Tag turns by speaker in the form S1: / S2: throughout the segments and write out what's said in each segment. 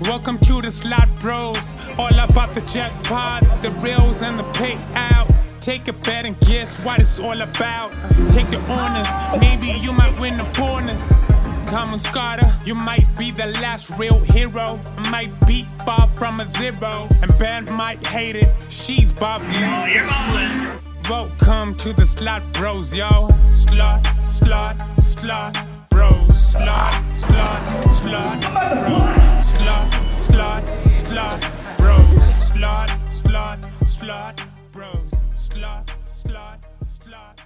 S1: Welcome to the Slot Bros. All about the jackpot, the reels, and the payout. Take a bet and guess what it's all about. Take the honors, maybe you might win the corners. Common Scotter, you might be the last real hero. Might be far from a zero. And Ben might hate it, she's Bob Lee.
S2: You're bumbling.
S1: Welcome to the Slot Bros, yo. Slot, slot, slot, bros. Slot, slot, slot, bros. Slot, slot, slot, bros. Slot, slot, slot, bros. Slot, slot, slot, bros. Slot, slot, slot.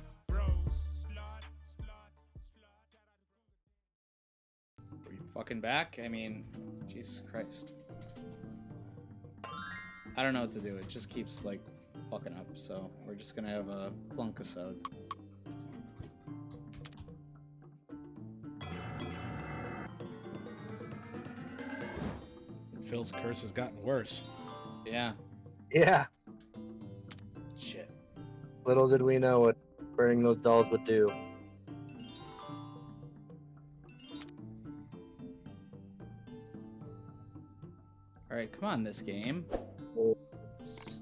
S3: Are you fucking back? I mean, Jesus Christ. I don't know what to do. It just keeps like fucking up. So we're just gonna have a clunk episode.
S4: Phil's curse has gotten worse.
S3: Yeah.
S5: Yeah.
S3: Shit.
S5: Little did we know what burning those dolls would do.
S3: All right, come on, this game.
S5: It's-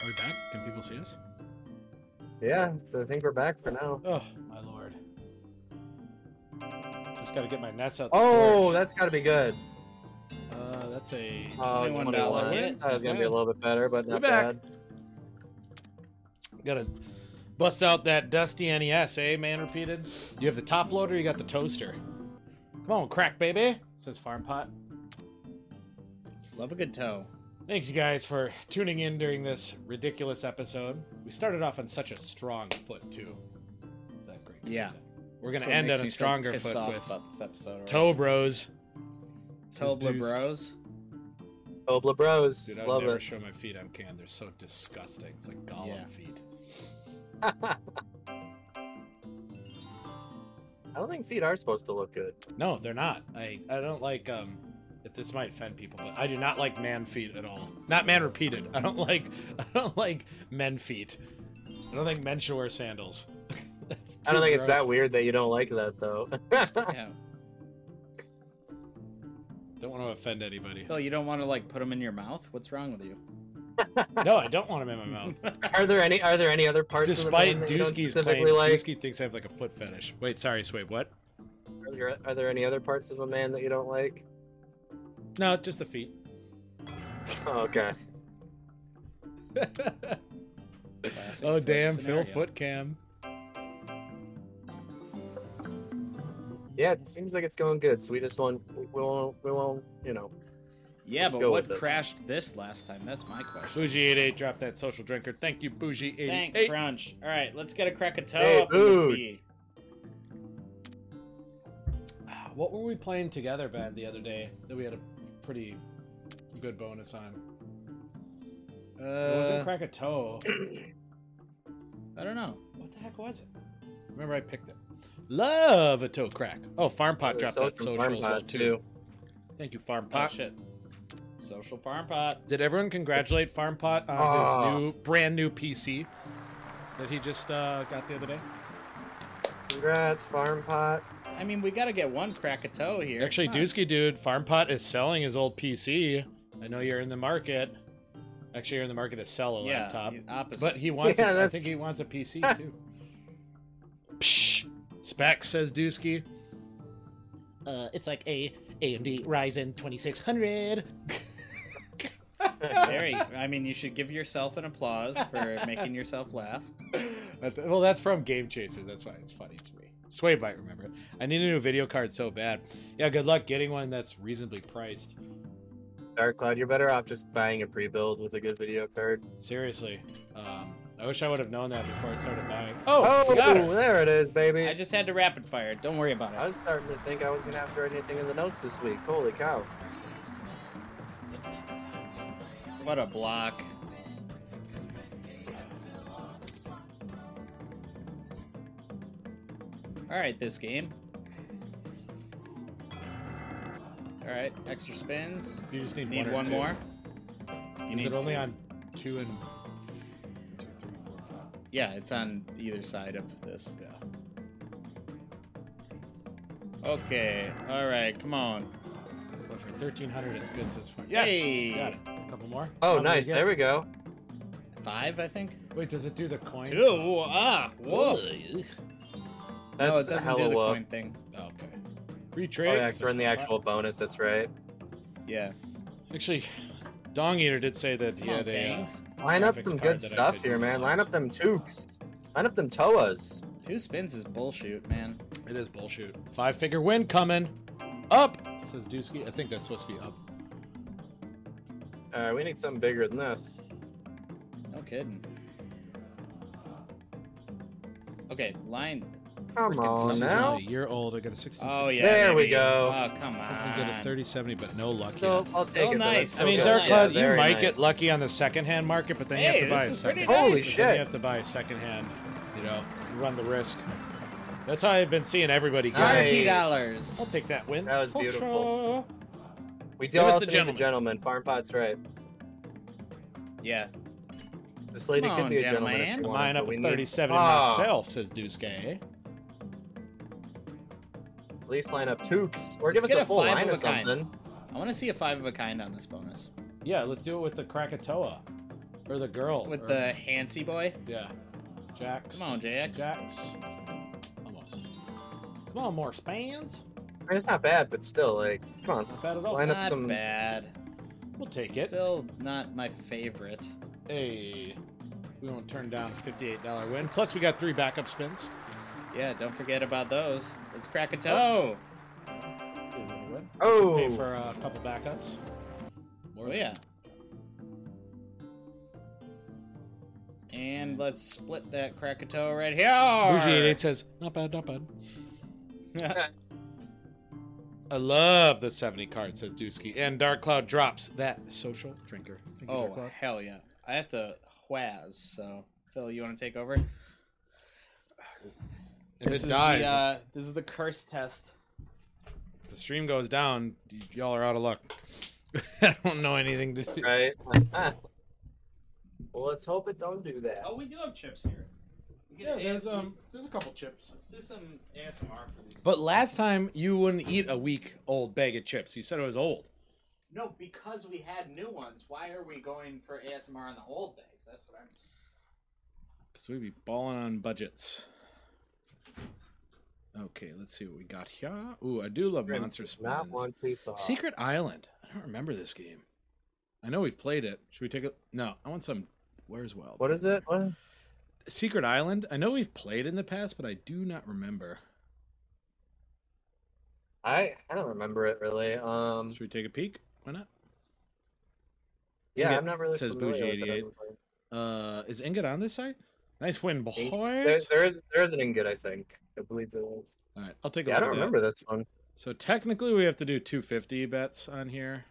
S4: Are we back? Can people see us?
S5: Yeah, so I think we're back for now.
S4: Oh, my lord. Just gotta get my nets out. the
S5: Oh,
S4: storage.
S5: that's got to be good.
S4: uh, that's a
S5: Oh,
S4: twenty-one
S5: 21.
S4: dollar
S5: I
S4: hit.
S5: thought it was gonna be a little bit better, but
S4: We're
S5: not
S4: back.
S5: bad.
S4: Gotta bust out that dusty NES, eh? Man repeated. You have the top loader. You got the toaster. Come on, crack baby. Says Farm Pot.
S3: Love a good toe.
S4: Thanks, you guys, for tuning in during this ridiculous episode. We started off on such a strong foot, too. That great.
S3: Yeah.
S4: We're gonna
S3: That's what
S4: end
S3: makes
S4: on a
S3: me so
S4: stronger
S3: pissed
S4: foot
S3: off
S4: with
S3: about this episode. Right?
S4: Toe Bros.
S3: Tobler
S4: Dudes.
S3: Bros.
S5: Obla Bros,
S4: Dude, I would
S5: love
S4: never
S5: it.
S4: show my feet on cam. They're so disgusting. It's like golem
S3: Yeah.
S4: feet.
S5: I don't think feet are supposed to look good.
S4: No, they're not. I I don't like um. If this might offend people, but I do not like man feet at all. Not man repeated. I don't like I don't like men feet. I don't think men should wear sandals. That's
S5: I don't
S4: too
S5: think it's
S4: gross.
S5: that weird that you don't like that though.
S3: Yeah.
S4: Don't want to offend anybody.
S3: Phil, you don't want to like put them in your mouth? What's wrong with you?
S4: No, I don't want them in my mouth.
S5: are there any? Are there any other parts?
S4: Despite
S5: of the band that you don't
S4: Dusky's claim,
S5: specifically like,
S4: Dusky thinks I have like a foot fetish. Wait, sorry, Swabe, what?
S5: are there, are there any other parts of a man that you don't like?
S4: No, just the feet.
S5: Oh, okay.
S3: Classic
S4: oh
S3: foot
S4: damn,
S3: scenario.
S4: Phil foot cam.
S5: Yeah, it seems like it's going good. So we just won't. We won't. We won't. You know.
S3: Yeah,
S5: Let's
S3: but
S5: go
S3: what
S5: with it.
S3: crashed this last time? That's my question.
S4: Bougie88 dropped that social drinker. Thank you, Bougie88.
S3: Thank Crunch. All right, let's get a crack a toe
S5: Hey,
S3: up in this
S5: dude.
S3: bee.
S4: Ah, What were we playing together bad the other day that we had a pretty good bonus on? it wasn't
S3: Uh,
S4: Krakatoa.
S3: I don't know.
S4: what the heck was it? Remember I picked it. Love a toe crack. Oh, Farm Pot dropped that social as well too. Thank you, Farm
S3: Oh
S4: Pot.
S3: shit. Social farm pot.
S4: Did everyone congratulate Farm Pot on
S5: Ah.
S4: his new brand new PC that he just uh, got the other day?
S5: Congrats, farm pot.
S3: I mean, we gotta get one crack a toe here.
S4: Actually,
S3: Come on.
S4: Dusky dude, Farm Pot is selling his old PC. I know you're in the market. Actually, you're in the market to sell a
S3: yeah,
S4: laptop.
S3: the opposite.
S4: But he wants.
S5: Yeah,
S4: a- I
S5: that's-
S4: think he wants a PC too. Psh. Spec says Dusky.
S6: uh, it's like a AMD Ryzen 2600.
S3: Very. I mean, you should give yourself an applause for making yourself laugh.
S4: That- well, that's from Game Chasers. That's why it's funny to me. Sway might remember it. I need a new video card so bad. Yeah, good luck getting one that's reasonably priced.
S5: Dark Cloud, you're better off just buying a pre-build with a good video card.
S4: Seriously, um, I wish I would have known that before I started buying. Oh,
S5: Oh,
S4: we got it.
S5: there it is, baby.
S3: I
S5: I,
S3: just had to rapid fire. it. Don't worry about it.
S5: was starting to think I was gonna have to write anything in the notes this week. Holy cow!
S3: What a block. All right, this game. All right, extra spins.
S4: You just need,
S3: Need
S4: or
S3: one,
S4: two.
S3: more. You
S4: Is
S3: need
S4: it only
S3: two.
S4: on two and? two, three, four, five?
S3: Yeah, it's on either side of this.
S4: Yeah.
S3: Okay. All right. Come on.
S4: What if I 1300 is good, so it's fine. Yes!
S3: Hey!
S4: Got it. A couple more.
S2: Oh, nice. There we go.
S3: Five, I think.
S4: Wait, does it do the coin?
S3: Two. Ah. Woof.
S7: Ugh.
S3: No,
S2: That's
S3: it doesn't
S2: hella
S3: do the
S2: low.
S3: coin thing.
S4: Oh, okay.
S2: Oh,
S4: Retrade?
S2: yeah, 'cause we're in the actual bonus. That's right.
S3: Yeah.
S4: Actually, Dong Eater did say that he
S3: Come on,
S4: had a. uh,
S3: Fangs.
S2: Line up
S4: Graphics
S2: some
S4: card
S2: good
S4: that I
S2: stuff
S4: could
S2: here, man. Line
S4: utilize.
S2: up them tukes. Line up them toas.
S3: Two spins is bullshit, man.
S4: uh, It is bullshit. Five figure win coming. Up, says Dusky. I think that's supposed to be up.
S2: Uh, we need something bigger than this.
S3: No kidding. Okay, line.
S2: Come
S3: Freaking
S2: on
S3: something
S2: now.
S4: A year old. I got a 16.
S3: Oh yeah.
S2: There we
S3: maybe.
S2: go.
S3: Oh come
S4: I can get a
S3: on.
S4: 30 70, but no luck.
S2: Still,
S4: yet.
S2: I'll take it. though.
S3: nice.
S2: That's
S4: I mean,
S2: good.
S4: Dark
S3: Yeah,
S4: Cloud, you
S2: very
S4: might
S2: nice.
S4: get lucky on the second hand market, but then you
S3: Hey,
S4: have to buy
S3: this
S4: a
S3: is
S4: second.
S3: pretty
S4: hand.
S2: Holy
S4: But Then
S2: shit.
S4: you have to buy a second hand. You know, run the risk. That's how I've been seeing everybody get. it.
S2: Nice.
S3: Thirty dollars.
S4: I'll take that win.
S2: That was
S4: For
S2: beautiful.
S4: sure.
S2: We do
S4: It was
S2: also
S4: the
S2: need the gentleman. Farm pot's right.
S3: Yeah.
S2: This lady
S3: Come
S2: could
S3: on,
S2: be a gentleman. if she
S3: gentleman.
S4: Mine
S2: wanted, but
S4: up
S2: we
S4: at
S2: need-
S4: 30 70
S2: Ah,
S4: myself, says Duske.
S2: At least line up tukes, or give
S3: Let's
S2: us
S3: get
S2: a
S3: a
S2: full
S3: five
S2: line
S3: of
S2: of
S3: a kind.
S2: something.
S3: I want to see a five of a kind on this bonus
S4: Yeah, let's do it with the Krakatoa. Or the girl.
S3: with
S4: or-
S3: the Hancy boy.
S4: Yeah. Jax.
S3: Come on, Jax.
S4: Jax. Almost. Come on, more spans.
S2: I mean, it's not bad, but still, like, come on.
S4: Not bad at all.
S2: Line up
S3: Not
S2: some-
S3: bad.
S4: We'll take it.
S3: Still not my favorite.
S4: Hey. We won't turn down a $58 win. Plus, we got three backup spins.
S3: Yeah, don't forget about those. Let's crack a toe.
S4: Give it a win. Pay
S2: Oh,
S4: for uh, a couple backups.
S3: Oh, yeah. And let's split that crack a toe right here.
S4: Bougie88 says, not bad, not bad. I love the 70 card, says Dusky. And Dark Cloud drops that social drinker. Thank you, Dark
S3: Oh
S4: Cloud.
S3: hell yeah! I have to whaz. So Phil, you want to take over?
S4: If
S3: this
S4: it
S3: is
S4: dies,
S3: the uh, this is the curse test.
S4: the stream goes down, y- y'all are out of luck. I don't know anything to do.
S2: right. Ah. well, let's hope it don't do that.
S3: Oh, we do have chips here. um,
S4: there's a couple chips.
S3: Let's do some ASMR for these.
S4: But last time you wouldn't eat a week old bag of chips. You said it was old.
S3: No, because we had new ones. Why are we going for ASMR on the old bags? That's what I'm.
S4: Because we'd be balling on budgets. Okay, let's see what we got here. Ooh, I do love Monster
S2: Not
S4: Spawns.
S2: one too far.
S4: Secret Island. I don't remember this game. I know we've played it. Should we take a no? I want some. Where's Wild?
S2: What is it? What?
S4: Secret Island. I know we've played in the past, but I do not remember.
S2: I I don't remember it really. Um,
S4: Should we take a peek? Why not?
S2: yeah,
S4: Ingot
S2: I'm not really
S4: says
S2: familiar
S4: Bougie
S2: with it.
S4: 88. Uh, is Ingot on this side? Nice win, boys.
S2: Ink- There,
S4: All
S2: there is there is an ingot, I think. I believe there is.
S4: right, I'll take a
S2: Yeah, I
S4: look
S2: don't
S4: at that.
S2: remember this one
S4: So technically, we have to do 250 bets on here,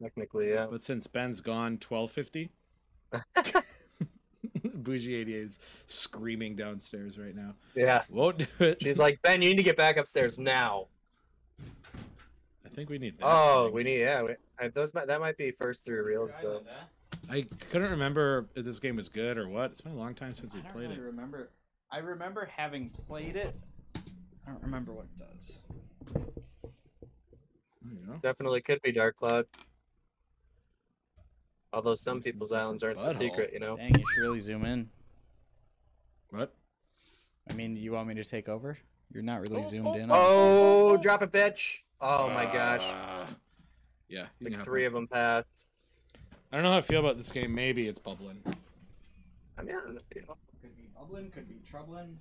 S2: technically. Yeah.
S4: but since Ben's gone, 1250. Bougie 88 is screaming downstairs right now.
S2: Yeah.
S4: Won't do it.
S2: She's like, Ben, you need to get back upstairs now.
S4: I think we need that.
S2: Oh, we need yeah. We, I, those might, that might be first three reels though.
S4: I couldn't remember if this game was good or what. It's been a long time since we
S3: I don't
S4: played
S3: really
S4: it.
S3: remember. I remember having played it. I don't remember what it does.
S4: There you go.
S2: Definitely could be Dark Cloud. Although some people's islands aren't so
S4: Butthole.
S2: secret, you know.
S3: Dang, you should really zoom in.
S4: What?
S3: I mean, you want me to take over? You're not really zoomed in. on this.
S2: Oh, drop it, bitch! Oh my gosh,
S4: Ah. yeah. you can
S2: like
S4: have
S2: three
S4: one.
S2: of them passed.
S4: I don't know how I feel about this game. Maybe it's bubbling.
S2: I mean, I don't know, you know.
S3: Could be bubbling, could be troubling.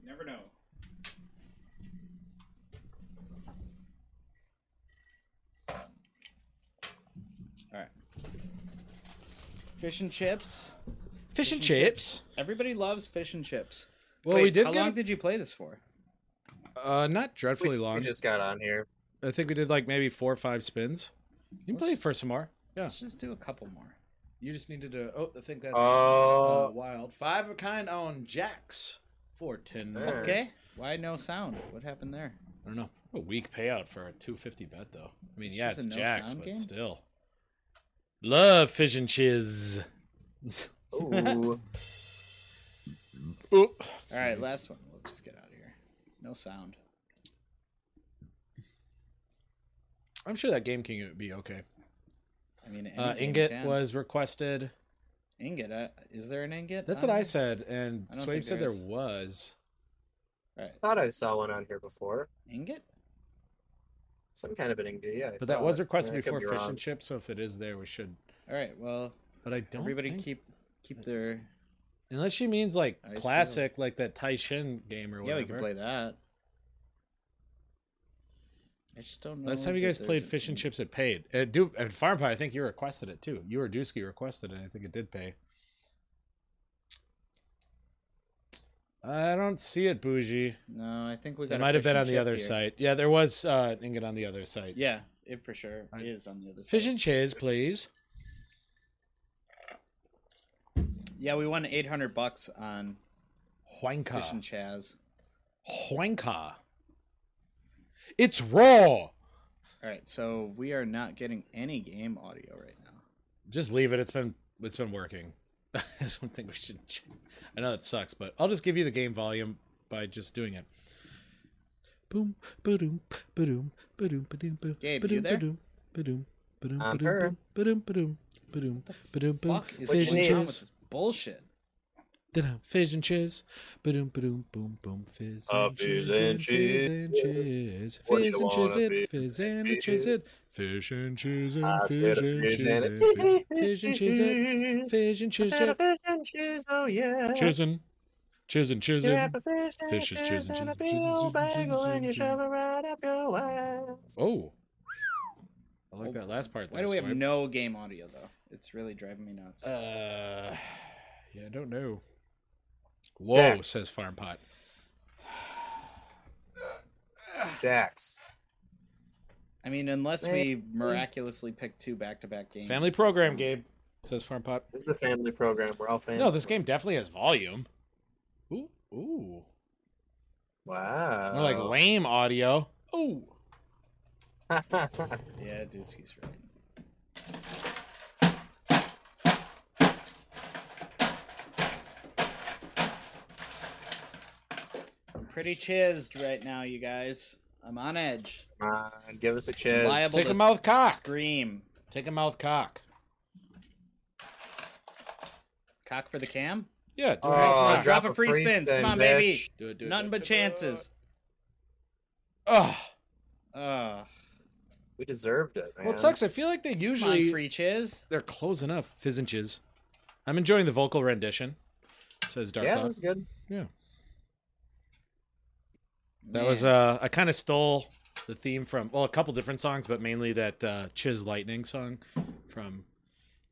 S3: You Never know. All right. Fish and chips.
S4: Fish and
S3: Fish and
S4: chips.
S3: Everybody loves fish and chips.
S4: Well,
S3: Wait,
S4: we did
S3: How
S4: get
S3: long
S4: a-
S3: did you play this for?
S4: Uh, not
S2: we,
S4: dreadfully long.
S2: we just got on here.
S4: I think we did like maybe four or five spins. You can play for some more. Yeah.
S3: Let's just do a couple more.
S4: You just needed to. Oh, I think that's
S2: Oh.
S4: uh, wild. Five of a kind on Jacks for ten.
S2: There.
S4: bucks.
S3: Okay. Why no sound? What happened there?
S4: I don't know. A weak payout for a two fifty bet though. I mean, yeah,
S3: just
S4: it's
S3: a no
S4: Jacks,
S3: sound
S4: but
S3: game?
S4: still. Love fish and chiz.
S2: Ooh,
S4: All
S3: All right, last one. We'll just get out of here. No sound.
S4: I'm sure that Game King would be okay.
S3: I mean,
S4: Uh,
S3: Endgame
S4: ingot
S3: can.
S4: was requested.
S3: ingot. Uh, is there an ingot?
S4: That's
S3: on
S4: what I
S3: here?
S4: said, and
S3: Um, I don't
S4: Swabe
S3: think
S4: said
S3: there
S4: there
S3: is.
S4: was.
S3: Right.
S5: Thought I saw one on here before.
S3: Ingot?
S5: Some kind of an ingot, yeah. I
S4: But that
S5: thought.
S4: was requested
S5: I mean, I could
S4: before
S5: be
S4: fish
S5: wrong.
S4: and chips, so if it is there, we should.
S3: All right. Well,
S4: But I don't.
S3: everybody
S4: think-
S3: keep keep their.
S4: Unless she means like
S3: Ice cream.
S4: classic, like that Tai Shin game or
S3: Yeah,
S4: whatever.
S3: we could play that. I just don't know.
S4: Last time you
S3: that
S4: guys
S3: there's
S4: played
S3: an
S4: Fish and
S3: ink-
S4: Chips, it paid. At, du- at Farm Pie, I think you requested it too. You or Dusky requested it, and I think it did pay. I don't see it, Bougie.
S3: No, I think we got.
S4: It
S3: a
S4: might have
S3: fish
S4: been
S3: and
S4: on the
S3: chip
S4: other
S3: here.
S4: site. Yeah, there was uh, an ingot on the other site.
S3: Yeah, it for sure
S4: Alright.
S3: is on the other side.
S4: Fish and Chips, please.
S3: yeah, we won eight hundred bucks on fish and
S4: Huanka.
S3: chaz.
S4: Huanka. It's raw.
S3: All right, so we are not getting any game audio right now.
S4: Just leave it. It's been it's been working. I don't think we should. ch- I know it sucks, but I'll just give you the game volume by just doing it. Boom, ba-doom, ba-doom, ba-doom, ba-doom, ba-doom,
S3: Gabe, you there?
S4: ba-doom, ba-doom, ba-doom,
S5: I'm
S4: ba-doom,
S5: here.
S4: ba-doom, ba-doom, ba-doom, ba-doom, ba-doom,
S3: Fuck is
S5: What
S4: fish
S5: you
S4: and
S3: going on with
S4: chiz,
S3: this bullshit?
S4: da-dum, fizz and chiz, ba-doom, ba-doom, boom, boom, fizz
S5: Uh,
S4: and
S5: fizz
S4: chiz,
S5: and
S4: and fizz
S5: chiz.
S4: and chiz,
S5: What do
S4: fizz
S5: you
S4: and chiz
S5: wanna
S4: it,
S5: be?
S4: fizz and a chiz it, fish and chiz
S5: I
S4: and
S5: said
S4: fish
S5: a
S4: and
S5: fish
S4: chiz
S5: and
S4: it,
S5: a-
S4: fish and chiz it. Fish and
S5: I
S4: chiz
S5: said a
S4: it.
S5: fish and cheese, oh yeah.
S4: Chisin. Chisin,
S5: You wrap
S4: chisin.
S5: a fish and
S4: Fish is
S5: chips
S4: cheese and
S5: in a
S4: cheese,
S5: big
S4: cheese,
S5: old
S4: cheese,
S5: bagel
S4: cheese,
S5: and you
S4: cheese.
S5: shove it right up your ass.
S4: Oh. I like that last part.
S3: Why do we have no game audio though? It's really driving me nuts.
S4: Uh, yeah, I don't know. Whoa,
S5: That's-
S4: says Farm Pot. Ah.
S5: Jax.
S3: I mean, unless
S5: Man.
S3: we miraculously pick two back-to-back games.
S4: Family program, Gabe, says Farm Pot.
S5: This is a family program. We're all family.
S4: No, this game definitely has volume. Ooh, ooh.
S5: Wow.
S4: More like lame audio. Ooh.
S3: Yeah, Dusky's right. I'm pretty chizzed right now, you guys. I'm on edge.
S5: Come on, give us a
S3: I'm
S5: chance.
S3: liable
S4: Sick
S3: to
S4: of mouth cock.
S3: scream.
S4: Take a mouth cock.
S3: Cock for the cam.
S4: Yeah, do,
S5: Oh,
S4: it.
S3: Alright,
S5: drop
S3: drop
S5: a
S3: a free
S5: free
S3: spins.
S5: spin,
S3: Come on, baby.
S5: bitch.
S4: do it. Do it.
S3: Nothing
S4: do it,
S3: but
S4: do it.
S3: chances.
S4: Ugh.
S3: Ugh.
S5: We deserved it, man.
S4: Well, it sucks. I feel like they
S3: Come on,
S4: usually
S3: free chiz.
S4: they're closing up fizzinches. I'm enjoying the vocal rendition. Says Dark
S5: Yeah, it
S4: Cloud.
S5: was good.
S4: yeah, that was
S3: Man.
S4: uh, I kind of stole the theme from well, a couple different songs, but mainly that uh, Chiz Lightning song from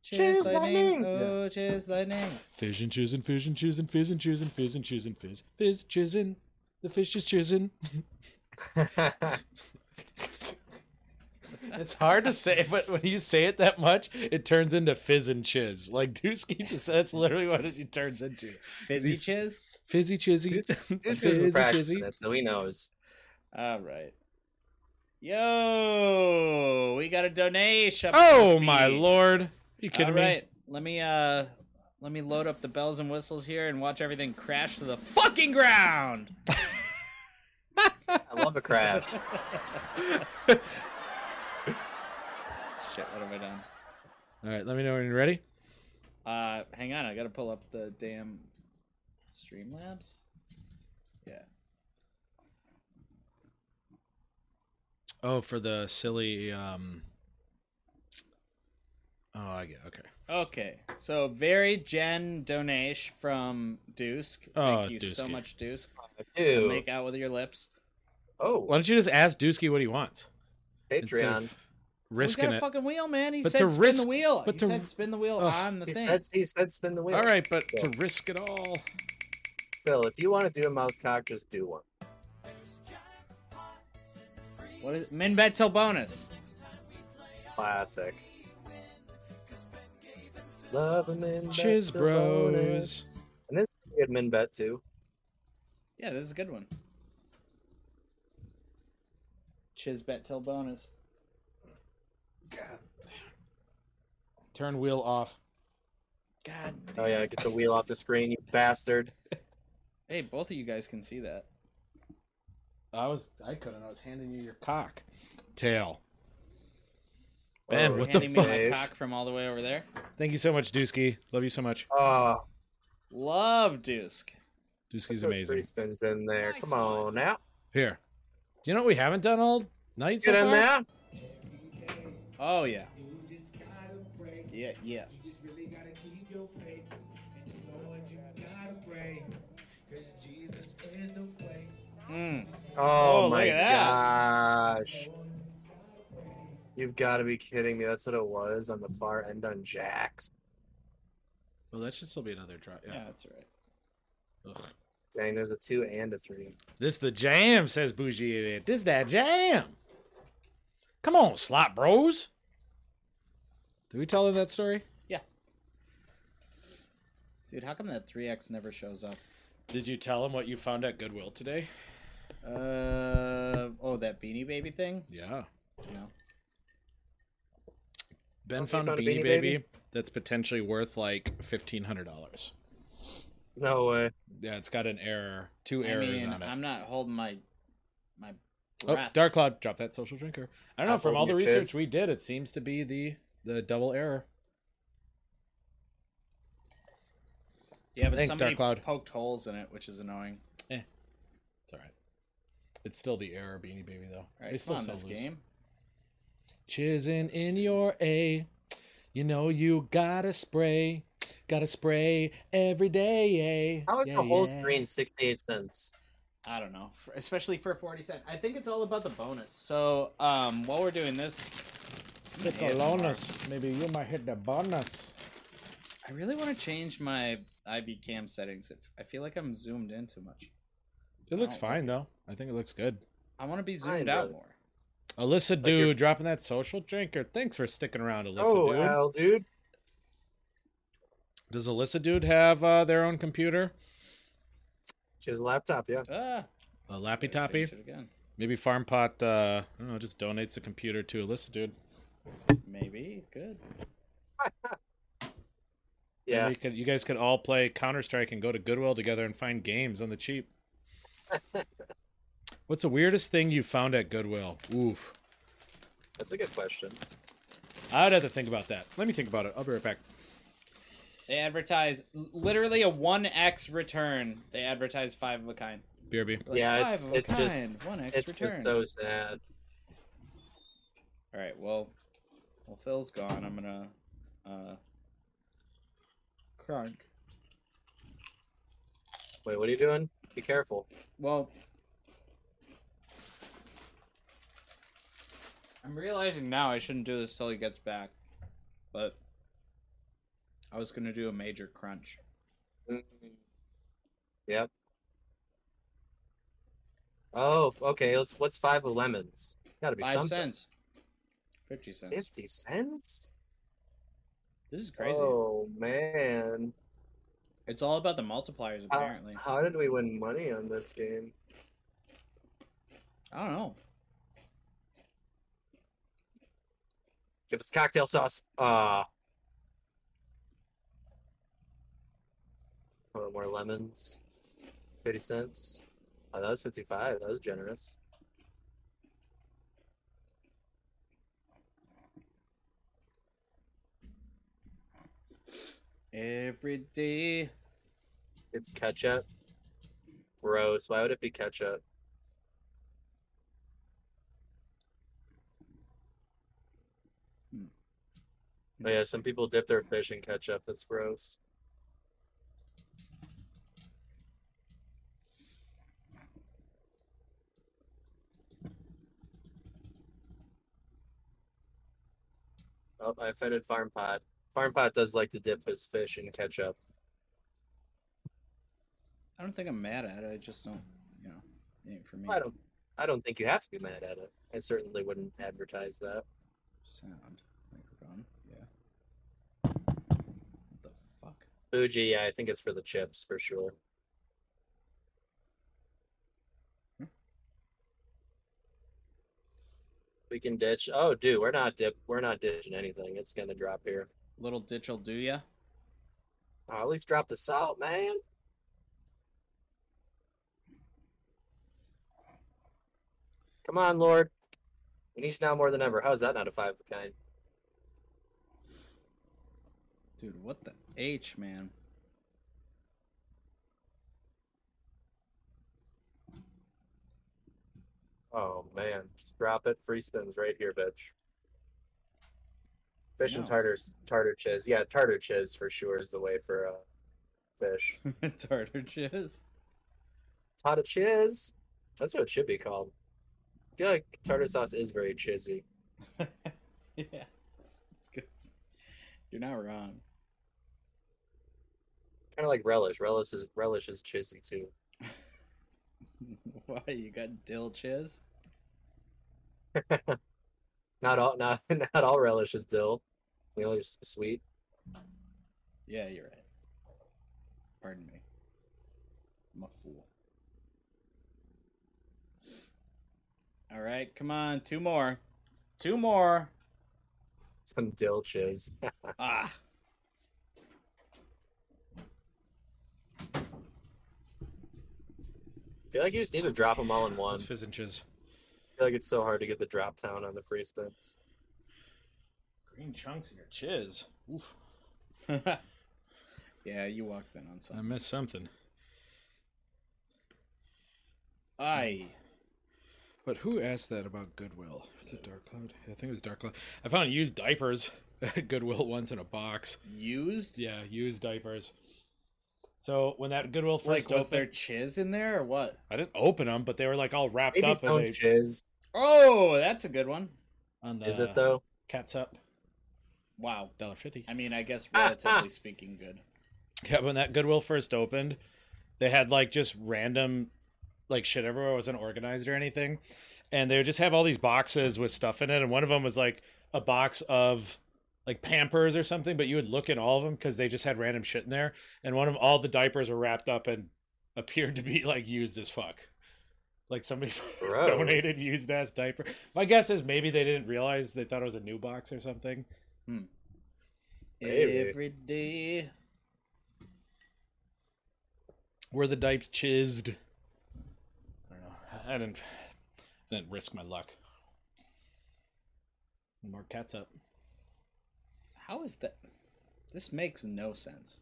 S3: Chiz
S5: Chiz
S3: lightning.
S5: lightning.
S3: Oh, chiz lightning.
S4: Fizz and Chiz and Fizz and Chiz and Fizz and Chiz and Fizz and Chiz and Fizz Fizz Chizzin. The fish is chizzin. It's hard to say, but when you say it that much, it turns into fizz and chiz. Like Dusky just that's literally what it turns into.
S3: Fizzy
S4: These-
S3: chiz.
S4: Fizzy chizzy.
S5: this
S4: Fizzy
S5: is
S4: chizzy.
S5: practicing it, so he knows.
S3: All right. Yo, we got a donation.
S4: Oh my lord! Are you
S3: All
S4: kidding me?
S3: right, let me uh, let me load up the bells and whistles here and watch everything crash to the fucking ground.
S5: I love a crab.
S3: Shit, what have I done?
S4: All right, let me know when you're ready.
S3: Uh, hang on, I gotta pull up the damn Streamlabs. Yeah.
S4: Oh, for the silly. um Oh, I get okay.
S3: Okay, so very gen donation from Dusk.
S4: Oh,
S3: Thank you so
S4: Dusky.
S3: much, Dusk.
S5: Ew.
S3: Make out with your lips.
S5: oh,
S4: Why don't you just ask Dusky what he wants instead
S5: Patreon.
S4: of risking
S3: we got
S4: it?
S3: a fucking wheel, man. He
S4: But
S3: said
S4: to
S3: spin
S4: risk-
S3: the wheel.
S4: but
S3: he
S4: to-
S3: said spin the wheel
S4: Ugh.
S3: on the
S5: He
S3: thing.
S5: said, he said spin the wheel.
S4: all right, but to risk it all.
S5: Phil, if you want to do a mouth cock, just do one.
S3: What is min bet till bonus?
S5: Classic. Love and men.
S4: Chiz bros.
S5: And this is a good men bet too.
S3: Yeah, this is a good one. Chiz bet till bonus.
S4: Turn wheel off.
S3: God,
S5: Oh yeah, get the wheel off the screen, you bastard.
S3: hey, both of you guys can see that.
S4: I was I couldn't. I was handing you your cock. Tail. Man,
S2: Oh,
S4: what the
S3: handing me
S4: fuck?
S3: my
S2: Nice.
S3: cock from all the way over there.
S4: Thank you so much, Dusky. Love you so much.
S2: Oh,
S3: Love Dusk.
S4: Dusky's
S2: those free
S4: amazing.
S2: spins in there. Come on now.
S4: Here. Do you know what we haven't done all night so
S2: Get in
S4: far?
S2: there.
S3: Oh yeah. Yeah, yeah. Mm.
S2: Oh,
S3: Oh,
S2: my
S3: look at that.
S2: gosh. You've got to be kidding me. That's what it was on the far end on Jax.
S4: Well, that should still be another try.
S3: Yeah,
S4: Yeah.
S3: that's all right.
S4: Ugh.
S2: Dang, there's a two and a three.
S4: This the jam, says Bougie Idiot. This that jam. Come on, slot bros. Did we tell him that story?
S3: Dude, how come that 3x never shows up?
S4: Did you tell him what you found at Goodwill today?
S3: Uh oh, that Beanie Baby thing?
S4: Yeah.
S3: No.
S4: Ben
S2: Okay,
S4: found a
S2: found a
S4: beanie,
S2: Beanie
S4: baby,
S2: Baby?
S4: that's potentially worth like fifteen hundred dollars.
S2: No way.
S4: Yeah, it's got an error, two
S3: I
S4: errors
S3: mean,
S4: on it.
S3: I'm not holding my my
S4: Oh,
S3: breath.
S4: Dark Cloud, drop that social drinker. I don't know.
S2: Stop
S4: From all the
S2: holding your
S4: research
S2: chest.
S4: we did, it seems to be the the double error.
S3: Yeah, but
S4: Thanks,
S3: somebody
S4: Dark Cloud.
S3: poked holes in it, which is annoying.
S4: It's all right. It's still the error beanie baby though.
S3: All right, come
S4: They still
S3: on,
S4: sell
S3: this
S4: those.
S3: game.
S4: Chisin in your A. You know you gotta spray. Gotta spray every day.
S2: How is
S4: Yeah,
S2: the whole
S4: yeah.
S2: screen 68 cents?
S3: I don't know, for, especially for 40 cent. I think it's all about the bonus. So, um, while we're doing this, I'm
S4: Hit
S3: gonna
S4: the
S3: ASMR.
S4: bonus. Maybe you might hit the bonus.
S3: I really want to change my IB cam settings. If- I feel like I'm zoomed in too much.
S4: It looks
S3: Oh.
S4: fine though. I think it looks good.
S3: I want to be
S2: Fine,
S3: zoomed out
S2: brother.
S3: more.
S4: Alyssa,
S2: you're-
S4: dude, dropping that social drinker. Thanks for sticking around, Alyssa,
S2: oh,
S4: dude.
S2: well, dude.
S4: Does Alyssa, dude, have uh, their own computer?
S2: She has a laptop, yeah.
S3: Ah,
S4: A lappy
S3: gotta
S4: toppy?
S3: change it again.
S4: Maybe Farm Pot, uh, I don't know, just donates a computer to Alyssa, dude.
S3: Maybe good.
S4: And
S2: Yeah.
S4: we could- you guys could all play Counter Strike and go to Goodwill together and find games on the cheap. What's the weirdest thing you found at Goodwill? Oof.
S2: That's a good question.
S4: I'd have to think about that. Let me think about it. I'll be right back.
S3: They advertise l- literally a 1x return. They advertise five of a kind.
S4: BRB.
S3: Like,
S2: Yeah,
S3: five
S2: it's-
S3: of a
S2: it's just-
S3: kind, one X
S2: It's
S3: return.
S2: just so sad.
S3: All right. Well, well, Phil's gone. I'm gonna uh, crunk.
S2: Wait, what are you doing? Be careful.
S3: Well, I'm realizing now I shouldn't do this till he gets back, but I was gonna do a major crunch.
S2: Yep. Oh, okay. Let's. What's five of lemons? Gotta be
S3: Five
S2: something.
S3: cents, fifty cents.
S2: Fifty cents?
S3: This is crazy.
S2: Oh man!
S3: It's all about the multipliers,
S2: How-
S3: apparently.
S2: how did we win money on this game?
S3: I don't know.
S2: Give us cocktail sauce. Ah. Or more lemons. Fifty cents. Oh, that was fifty-five. That was generous.
S3: Every day.
S2: It's ketchup. Gross. Why would it be ketchup?
S3: Hmm.
S2: Oh yeah, some people dip their fish in ketchup. That's gross. Oh, I offended Farm Pot. Farm Pot does like to dip his fish in ketchup.
S3: I don't think I'm mad at it. I just don't, you know, it ain't for me.
S2: I don't. I don't think you have to be mad at it. I certainly wouldn't advertise that.
S3: Sound. Microphone. Yeah. What the fuck?
S2: Fuji, yeah, I think it's for the chips for sure.
S3: Hmm.
S2: We can ditch. Oh, dude, we're not dip. We're not ditching anything. It's gonna drop here.
S3: Little ditch will do ya.
S2: Oh, at least drop the salt, man. Come on, Lord. We need you now more than ever. How is that not a five of a kind?
S3: Dude, what the H, man?
S2: Oh man, Just drop it. Free spins right here, bitch. Fish and
S3: No.
S2: tartar tartar chiz. Yeah, tartar chiz for sure is the way for uh, fish.
S3: Tartar jizz.
S2: Tartar chiz. That's what it should be called. I feel like tartar sauce is very chizzy.
S3: yeah, it's good. You're not wrong.
S2: Kind of like relish. Relish is relish is chizzy too.
S3: Why you got dill chiz?
S2: Not all not not all relish is dill. You know, it's sweet.
S3: Yeah, you're right. Pardon me. I'm a fool. All right, come on, two more, two more.
S2: Some dill chiz.
S3: Ah.
S2: I feel like you just need to drop them all in one.
S4: Those fizz and chiz.
S2: I feel like it's so hard to get the drop down on the free spins.
S4: Green chunks in your chiz. Oof.
S3: yeah, you walked in on something.
S4: I missed something.
S3: Aye.
S4: But who asked that about Goodwill? Is it Dark Cloud? I think it was Dark Cloud. I found used diapers at Goodwill once in a box.
S3: Used?
S4: Yeah, used diapers. So when that Goodwill first
S3: Like, was
S4: opened,
S3: there chiz in there or what?
S4: I didn't open them, but they were like all wrapped
S2: Maybe
S4: up and
S2: stone
S4: they,
S2: chiz.
S3: Oh, that's a good one.
S4: on the
S2: Is it though?
S4: catsup
S3: Wow.
S4: dollar fifty.
S3: I mean, I guess relatively speaking, good.
S4: Yeah, when that Goodwill first opened, they had like just random like shit everywhere. It wasn't organized or anything. And they would just have all these boxes with stuff in it. And one of them was like a box of like Pampers or something, but you would look in all of them because they just had random shit in there. And one of all the diapers were wrapped up and appeared to be like used as fuck. Like somebody
S2: Gross.
S4: donated used ass diaper. My guess is maybe they didn't realize they thought it was a new box or something.
S2: Maybe.
S3: Every day.
S4: Were the dipes chizzed? I don't know. I didn't. I didn't risk my luck. More cats up.
S3: How is that? This makes no sense.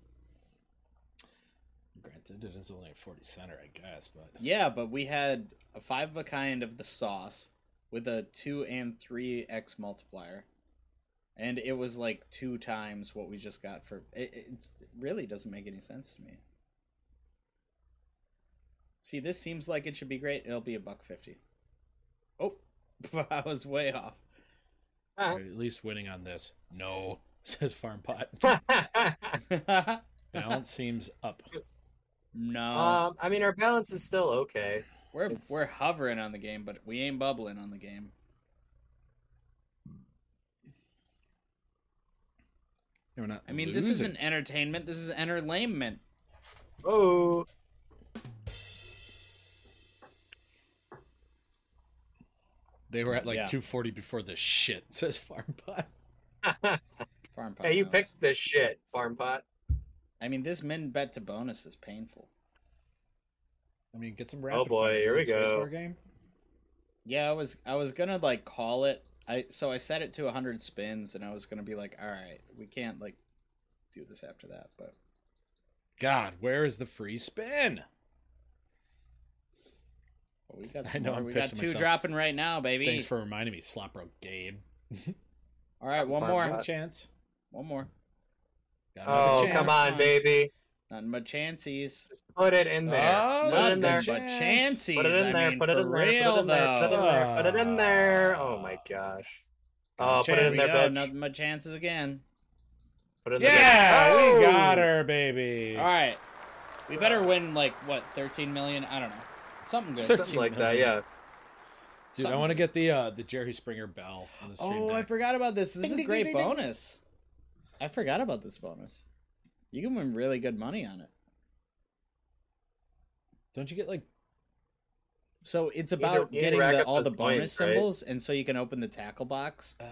S4: Granted, it is only a forty center, I guess, but
S3: Yeah, but we had a five of a kind of the sauce with a two and three X multiplier. And it was like two times what we just got for. It, it really doesn't make any sense to me. See, this seems like it should be great. It'll be a buck fifty. Oh, I was way off.
S2: Ah.
S4: You're at least winning on this. No, says Farm Pot. Balance seems up.
S3: no,
S2: um, I mean, our balance is still okay.
S3: we're
S2: it's-
S3: we're hovering on the game, but we ain't bubbling on the game.
S4: We're not
S3: I mean, this isn't entertainment. This is entertainment.
S2: Oh,
S4: They were at like
S3: Yeah.
S4: two forty before the shit. Says Farm Pot.
S3: Farm pot
S2: hey, you
S3: knows.
S2: picked this shit, farm pot.
S3: I mean, this min bet to bonus is painful.
S4: I mean, get some rapid.
S2: boy,
S4: fire. Is
S2: here we
S4: this a space
S2: go.
S4: war Game?
S3: Yeah, I was I was gonna like call it. I so I set it to hundred spins, and I was gonna be like, all right, we can't like do this after that. But
S4: God, where is the free spin?
S3: well, we got
S4: I
S3: some
S4: know,
S3: more.
S4: I'm
S3: we got
S4: pissing
S3: two
S4: myself.
S3: dropping right now, baby.
S4: Thanks for reminding me, Slop Gabe.
S3: all right, one
S2: Farm
S3: more,
S2: pot.
S4: Chance.
S3: one more.
S4: Got another
S2: Oh,
S4: chance.
S2: come
S3: chance.
S2: on, baby.
S3: Not much chances.
S2: Just put it in there.
S4: Oh,
S2: Put it
S3: Not
S2: in
S3: much
S2: there.
S3: but chances.
S2: Put it in
S3: I
S2: there.
S3: mean,
S2: Put it
S3: for
S2: in there.
S3: real
S2: Put it in there. Put it in
S3: though.
S2: there. Put it in there. Oh my gosh. Oh, put it
S3: There
S2: in
S3: we
S2: there,
S3: go,
S2: bitch.
S3: Not much chances again.
S2: Put it in there. bitch.
S4: Yeah,
S2: Oh!
S4: we got her, baby.
S3: All right, we better win like what thirteen million? I don't know, something good.
S2: Something like that. Yeah.
S4: Dude, I
S3: Something-
S4: want to get the uh, the Jerry Springer bell on the stream.
S3: Oh, I
S4: deck.
S3: forgot about this. This is a great bonus. I forgot about this bonus. You can win really good money on it.
S4: Don't you get like?
S3: So it's
S2: to-
S3: about
S2: you need to
S3: getting
S2: rack
S3: the,
S2: up
S3: all the
S2: those
S3: bonus
S2: points, right?
S3: symbols, and so you can open the tackle box.
S4: Oh.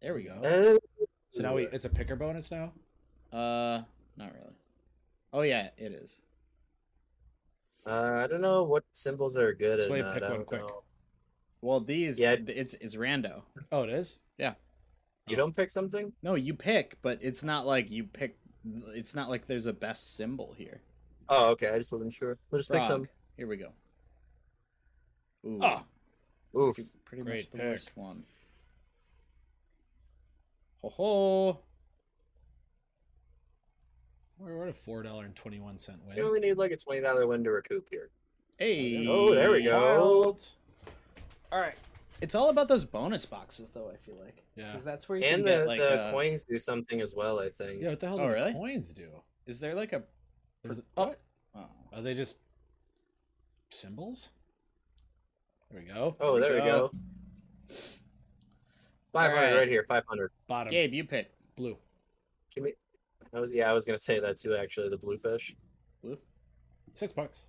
S3: There we go.
S2: Oh,
S4: So now we it's a picker bonus now.
S3: Uh, not really. Oh yeah, it is.
S2: Uh, I don't know what symbols are good.
S4: Sway,
S2: and not.
S4: pick
S2: I
S4: one
S2: don't
S4: quick.
S2: know.
S3: Well, these.
S2: Yeah.
S3: Yeah, it's it's rando.
S4: Oh, it is.
S3: Yeah.
S2: You don't pick something?
S3: No, you pick, but it's not like you pick. It's not like there's a best symbol here.
S2: Oh, okay. I just wasn't sure. We'll just pick
S3: Frog.
S2: some.
S3: Here we go. Ooh,
S4: Oh,
S2: Oof.
S3: pretty, pretty much
S4: Great
S3: the
S4: pick.
S3: worst one. Ho ho!
S4: we're we're at a four dollar and twenty one cent win.
S2: You only need like a twenty dollar win to recoup here.
S3: Hey!
S2: Oh, there we go.
S3: All right. It's all about those bonus boxes, though. I feel like
S4: Yeah.
S3: because that's where you
S2: And
S3: can
S2: the,
S3: get like.
S2: the
S3: uh,
S2: coins do something as well, I think.
S4: Yeah, what the hell
S3: Oh,
S4: do
S3: really?
S4: the coins do?
S3: Is there like a?
S4: There's- oh,
S3: What? Oh.
S4: are they just symbols? There we go.
S2: Oh, there we
S3: go.
S2: go. Five hundred
S3: Alright.
S2: right here. Five hundred.
S4: Bottom
S3: Gabe, you pick
S4: blue.
S2: Give me. I was yeah, I was gonna say that too. Actually, the bluefish.
S3: blue.
S4: Six bucks.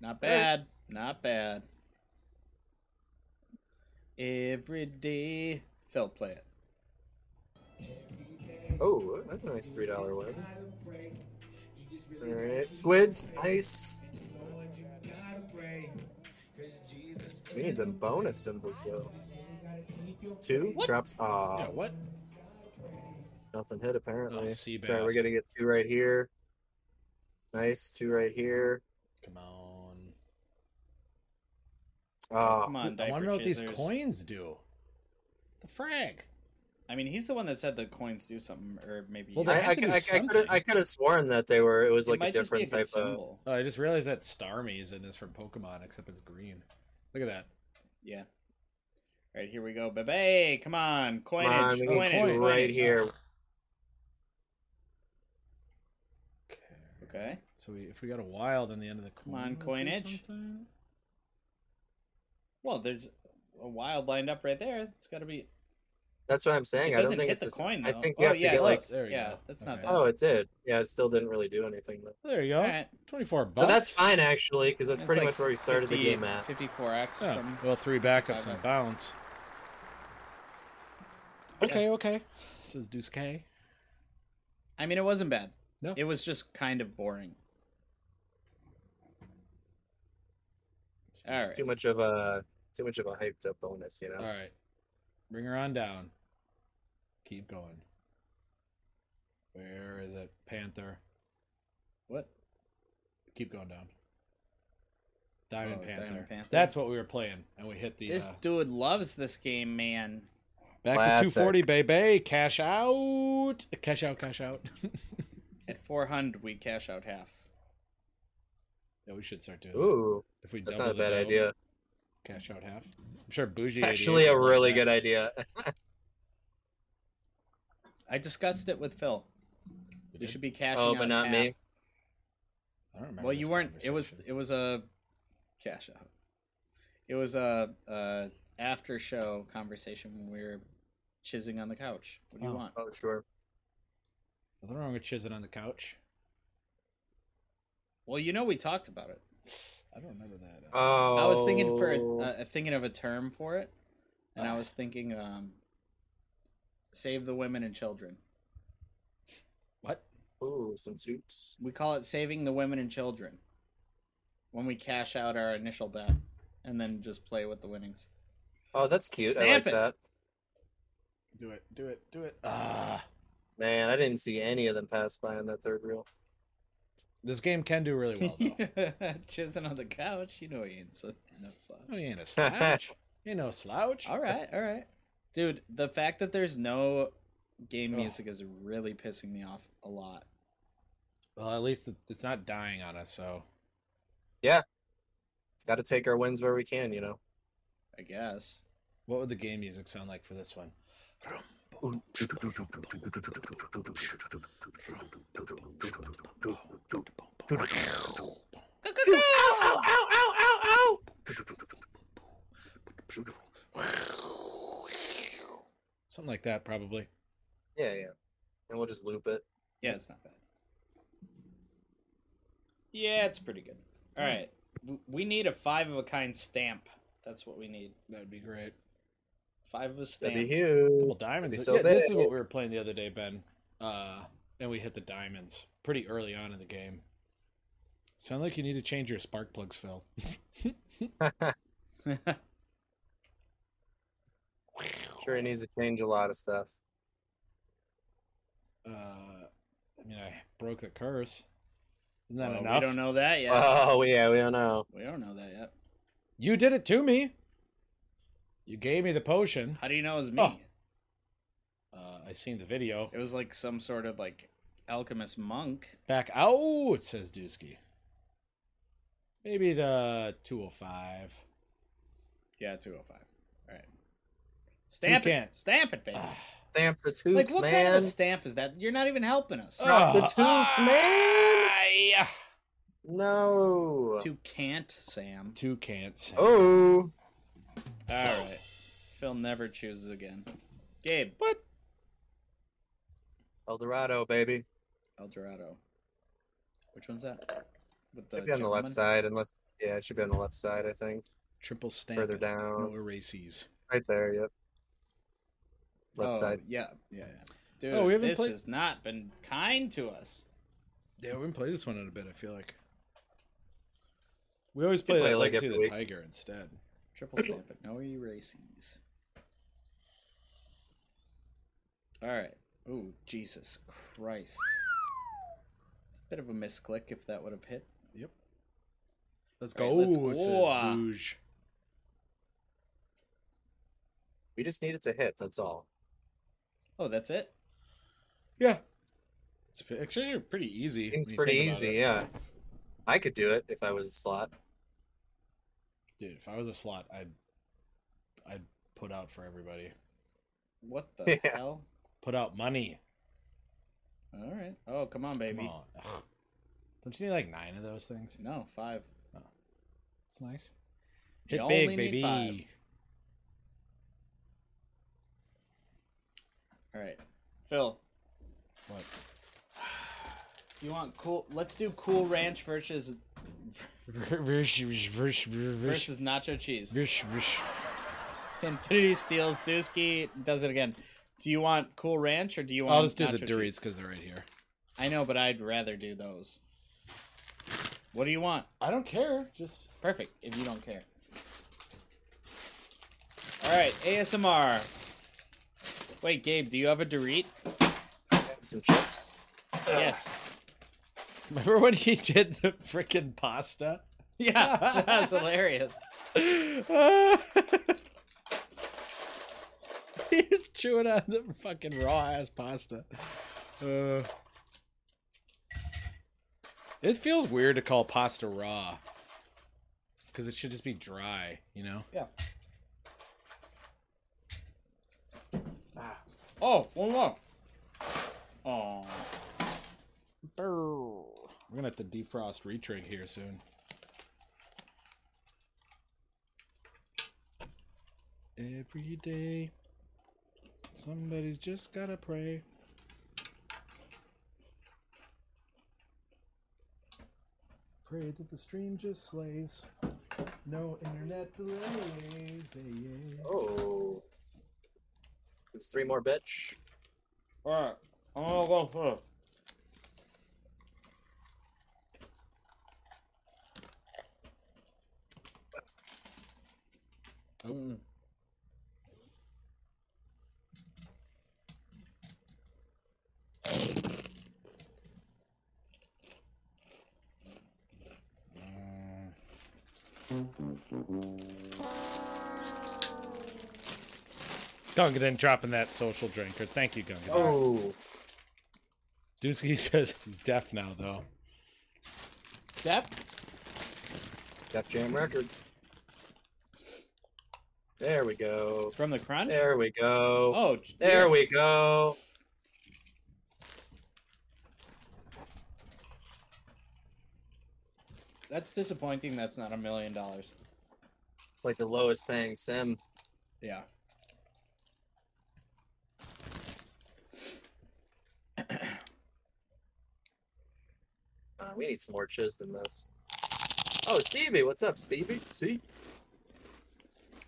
S3: Not
S2: All right.
S3: bad. Not bad. Every day. Phil, play it.
S2: Oh, that's a nice three dollar win. All right, squids, nice. We need them bonus symbols though. Two
S4: What?
S2: drops. Ah,
S4: yeah, what?
S2: nothing hit apparently.
S4: Oh, sea
S2: Sorry, we're
S4: bass.
S2: gonna get two right here. Nice, two right here.
S4: Come on.
S2: Ah,
S3: Come on,
S4: Dude, I want to know what these
S3: coins.
S4: coins do. The frag.
S3: I mean, he's the one that said the coins do something, or maybe
S4: Well,
S3: you-
S4: they
S2: I,
S4: have
S2: I,
S4: to
S2: could-
S4: do
S2: I, I could
S4: something.
S2: I could have sworn that they were. It was
S3: It
S2: like a
S3: might just be
S2: different
S3: good
S2: type of.
S3: symbol.
S4: Oh, I just realized that Starmie is in this from Pokemon, except it's green. Look at that.
S3: Yeah. All right, here we go, baby. Come on,
S2: Come
S3: coinage,
S2: on, we need
S3: coinage,
S2: two
S3: coinage.
S2: right here.
S4: Okay.
S3: Okay.
S4: So we, if we got a wild on the end of the coin,
S3: on,
S4: let's do
S3: coinage.
S4: something.
S3: Well, there's a wild lined up right there. It's got to be.
S2: That's what I'm
S3: It
S2: saying. I don't
S3: doesn't
S2: think
S3: hit
S2: it's
S3: the
S2: just-
S3: coin though.
S2: I think you
S3: oh
S2: have
S3: yeah,
S2: to get like.
S3: close.
S4: There you
S3: yeah,
S4: go.
S3: that's not
S4: Okay.
S3: bad.
S2: Oh, it did. Yeah, it still didn't really do anything. Though.
S4: There you go.
S3: All right.
S4: Twenty-four bucks.
S2: But that's fine actually, because that's
S3: It's
S2: pretty
S3: like
S2: much where we started the
S3: 50
S2: game at.
S3: 54x or
S4: Yeah.
S3: something.
S4: Well, three backups
S3: Five
S4: and bounce. Okay, okay. Says Deuce K.
S3: I mean, it wasn't bad.
S4: No.
S3: It was just kind of boring. All right.
S2: Too much of a too much of a hyped up bonus, you know.
S4: All right. Bring her on down. Keep going. Where is it? Panther.
S3: What?
S4: Keep going down. Diamond,
S3: Oh,
S4: Panther.
S3: Diamond Panther.
S4: That's what we were playing, and we hit the
S3: This
S4: uh,
S3: dude loves this game, man.
S4: back
S2: Classic.
S4: to 240, baby. Cash out. Cash out. Cash out.
S3: At 400, we cash out half.
S4: yeah, we should start doing. that.
S2: Ooh,
S4: if we
S2: that's
S4: double
S2: not a
S4: the
S2: bad
S4: dough,
S2: idea.
S4: Cash out half. I'm sure Bougie.
S2: It's actually
S4: 88
S2: a
S4: would love
S2: really
S4: that.
S2: good idea.
S3: I discussed it with Phil.
S4: We
S3: We
S4: did?
S3: should be cashing
S2: Oh,
S3: out
S2: but not
S3: half.
S2: me.
S4: I don't remember.
S3: Well, you
S4: this
S3: weren't. It was
S4: conversation.
S3: it was a cash out. It was a, a after show conversation when we were chiseling on the couch. What do you
S4: Oh.
S3: want?
S2: Oh, sure.
S4: Nothing wrong with chiseling on the couch.
S3: Well, you know we talked about it.
S4: I don't remember that. uh,
S2: Oh,
S3: I was thinking for a, uh, thinking of a term for it, and I
S4: Ah.
S3: was thinking um, save the women and children.
S4: what?
S2: Ooh, some soups.
S3: We call it saving the women and children when we cash out our initial bet and then just play with the winnings.
S2: Oh, that's cute. I
S3: Stamp
S2: like
S3: it.
S2: that.
S4: Do it. Do it. Do it. Ah.
S2: Man, I didn't see any of them pass by on that third reel.
S4: This game can do really well, though.
S3: Chising on the couch, you know he ain't so, no slouch.
S4: oh, you ain't a slouch. you ain't no slouch.
S3: All right, all right, dude. The fact that there's no game
S4: Oh.
S3: music is really pissing me off a lot.
S4: Well, at least it- it's not dying on us, so.
S2: Got to take our wins where we can, you know.
S3: I guess.
S4: What would the game music sound like for this one? Something like that, probably.
S2: Yeah, yeah. And we'll just loop it.
S3: Yeah, it's not bad. Yeah, it's pretty good.
S4: Hmm.
S3: All right, W- we need a five of a kind stamp. That's what we need.
S4: That would be great.
S3: Five of a
S2: That'd be
S3: stamp.
S2: huge.
S4: Well, diamonds.
S2: Be
S4: but
S2: so
S4: yeah, this is
S2: big.
S4: what we were playing the other day, Ben. Uh, and we hit the diamonds pretty early on in the game. Sound like you need to change your spark plugs, Phil.
S2: Sure, it needs to change a lot of stuff.
S4: Uh, I mean, I broke the curse. Isn't that
S3: Well,
S4: enough?
S3: we don't know that yet.
S2: Oh yeah, we don't know.
S3: we don't know that yet.
S4: You did it to me. You gave me the potion.
S3: How do you know it was me?
S4: Oh. Uh, I seen the video.
S3: It was like some sort of like alchemist monk.
S4: Back out, says Dusky. Maybe the 205.
S3: Yeah, two oh five. All right. Stamp
S4: Toucan.
S3: it. Stamp it, baby.
S4: Ah,
S2: Stamp the toots,
S3: like what
S2: man. Ah.
S3: kind of a stamp is that? You're not even helping us.
S4: Uh,
S2: Stop the toots, man.
S4: yeah.
S2: No.
S3: Two can't, Sam.
S4: Two can't say.
S2: Oh.
S3: All right. Phil never chooses again. Gabe,
S4: What?
S2: El Dorado, baby.
S3: El Dorado. Which one's that? With
S2: Should be on the left
S3: gentleman?
S2: side, unless yeah, it should be on the left side, I think.
S4: Triple stamp.
S2: Further
S4: it.
S2: down.
S4: No erases.
S2: Right there, yep. Left
S3: Oh,
S2: side.
S3: Yeah, yeah. yeah. Dude,
S4: Oh, we haven't
S3: this
S4: played-
S3: has not been kind to us.
S4: Yeah, we haven't played this one in a bit, I feel like. We always
S2: can
S4: play,
S2: play
S4: that
S2: it, like,
S4: Legacy of
S2: every
S4: the
S2: week.
S4: Tiger instead.
S3: Triple stamp it. No erases. All right. Ooh, Jesus Christ. It's a bit of a misclick if that would have hit.
S4: Yep. Let's
S3: All
S4: go.
S3: right, let's
S4: says
S3: go.
S4: Booge.
S2: We just need it to hit, that's all.
S3: Oh, that's it?
S4: Yeah. It's p- actually pretty easy.
S2: Seems
S4: when you
S2: pretty
S4: think about
S2: easy,
S4: it.
S2: yeah. I could do it if I was a slot.
S4: Dude, if I was a slot, I'd I'd put out for everybody.
S3: What the
S2: Yeah.
S3: hell?
S4: Put out money.
S3: All right. Oh, come on,
S4: Come
S3: baby.
S4: on. Ugh. Don't you need like nine of those things?
S3: No, five.
S4: It's nice.
S3: You
S4: Hit
S3: only need
S4: big, baby.
S3: five. All right. Phil,
S4: What?
S3: you want cool? Let's do cool ranch versus
S4: Versh, versh, versh, versh,
S3: versus nacho cheese.
S4: versh, versh.
S3: Infinity steals. Dusky does it again. Do you want cool ranch or do you want?
S4: I'll just do the
S3: nacho cheese?
S4: Duries because they're right here.
S3: I know, but I'd rather do those. What do you want?
S4: I don't care. Just
S3: Perfect. If you don't care. All right, ASMR. Wait, Gabe, do you have a Dorit?
S2: Have Some chips.
S3: Yes.
S4: remember when he did the freaking pasta?
S3: Yeah, that's hilarious.
S4: He's chewing on the fucking raw ass pasta. Uh, it feels weird to call pasta raw because it should just be dry, you know?
S3: Yeah. Oh, one more. Oh.
S4: We're gonna have to defrost retrig here soon. Every day, somebody's just gotta pray. Pray that the stream just slays. No internet delays. Yeah.
S2: Oh. There's three more, bitch.
S3: Alright. I'm gonna go first.
S4: Oh. Gungadin dropping that social drinker. Thank you, Gungadin.
S2: Oh.
S4: Dusky says he's deaf now, though.
S3: Deaf?
S2: Def Jam Records. There we go.
S3: From the crunch?
S2: There we go.
S3: Oh,
S2: There we go.
S3: That's disappointing. That's not a million dollars.
S2: It's like the lowest paying sim.
S3: Yeah.
S2: Uh, we need some more chiz than this. Oh, Stevie, what's up, Stevie? See?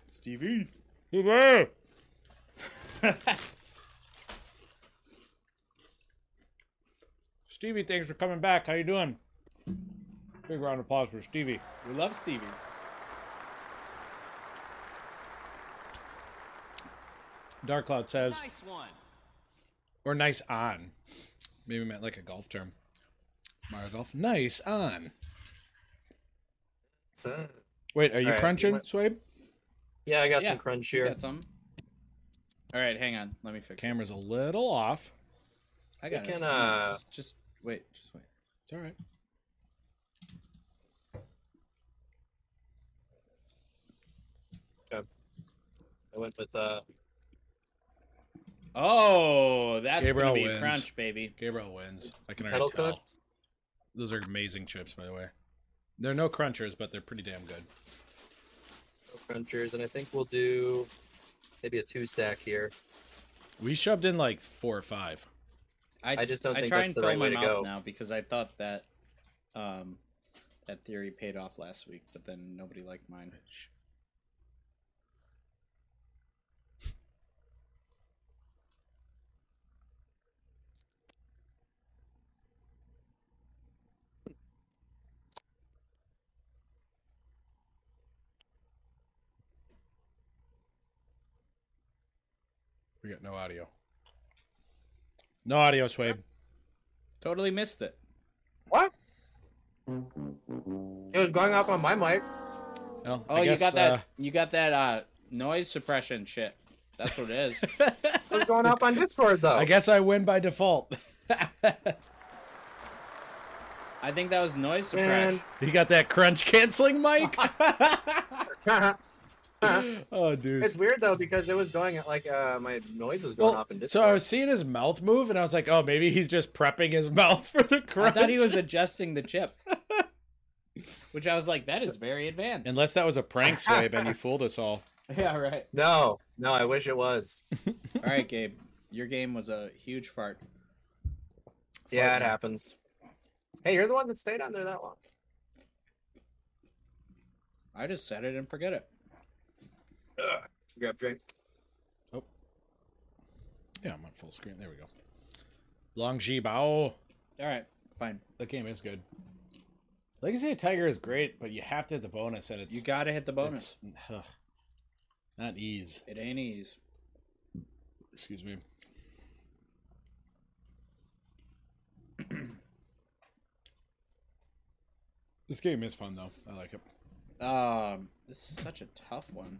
S3: Stevie.
S4: Stevie, thanks for coming back. How you doing? Big round of applause for Stevie.
S3: We love Stevie.
S4: Dark Cloud says,
S8: Nice one.
S4: or nice on. Maybe meant like a golf term. Mario Golf. Nice on.
S2: It's, uh,
S4: Wait, are you
S2: All right,
S4: crunching,
S2: you might-
S4: Swabe?
S2: yeah, I got
S3: Yeah,
S2: some crunch
S3: You
S2: here.
S3: got some? All right, hang on. Let me fix it.
S4: Camera's a little off.
S3: I got
S2: We can,
S3: it. Hang on,
S2: uh,
S3: Just, just wait. Just wait.
S4: It's all right.
S2: I went with uh,
S3: Oh, that's
S4: Gabriel
S3: gonna be
S4: wins.
S3: crunch, baby.
S4: Gabriel wins. I can already
S2: kettle
S4: tell.
S2: cooked.
S4: Those are amazing chips, by the way. They're no crunchers, but they're pretty damn good.
S2: no crunchers, and I think we'll do maybe a two stack here.
S4: We shoved in like four or five.
S2: I just don't
S3: I
S2: think
S3: try
S2: that's
S3: and
S2: the
S3: fill
S2: right
S3: my
S2: way to
S3: mouth
S2: go.
S3: now because I thought that um that theory paid off last week, but then nobody liked mine.
S4: We got no audio. No audio, Swabe.
S3: Totally missed it.
S2: What? It was going off on my mic.
S4: Well, I
S3: Oh,
S4: guess, uh,
S3: you got that you got that uh noise suppression shit. That's what it is.
S2: It was going off on Discord though.
S4: uh, I guess I win by default.
S3: I think that was noise
S2: Man.
S3: suppression.
S4: you got that crunch canceling mic?
S2: Uh-huh.
S4: oh, dude.
S2: it's weird though because it was going at like uh, my noise was going
S4: Well,
S2: off in Discord.
S4: so I was seeing his mouth move, and I was like, "Oh, maybe he's just prepping his mouth for the
S3: I
S4: crunch."
S3: thought he was adjusting the chip. Which I was like, that is very advanced.
S4: Unless that was a prank, Swabe, and you fooled us all.
S3: yeah, right.
S2: No, no, I wish it was.
S3: All right, Gabe. Your game was a huge fart.
S2: Yeah, it happens. Hey, you're the one that stayed on there that long.
S3: I just said it and forget it.
S2: Grab drink.
S4: Oh. Yeah, I'm on full screen. There we go. Long Ji Bao.
S3: All right, fine.
S4: That game is good. Legacy of Tiger is great, but you have to hit the bonus, and it's
S3: You gotta hit the bonus.
S4: it's- ugh. not ease.
S3: It ain't ease.
S4: Excuse me. this game is fun though. I like it.
S3: Um, this is such a tough one.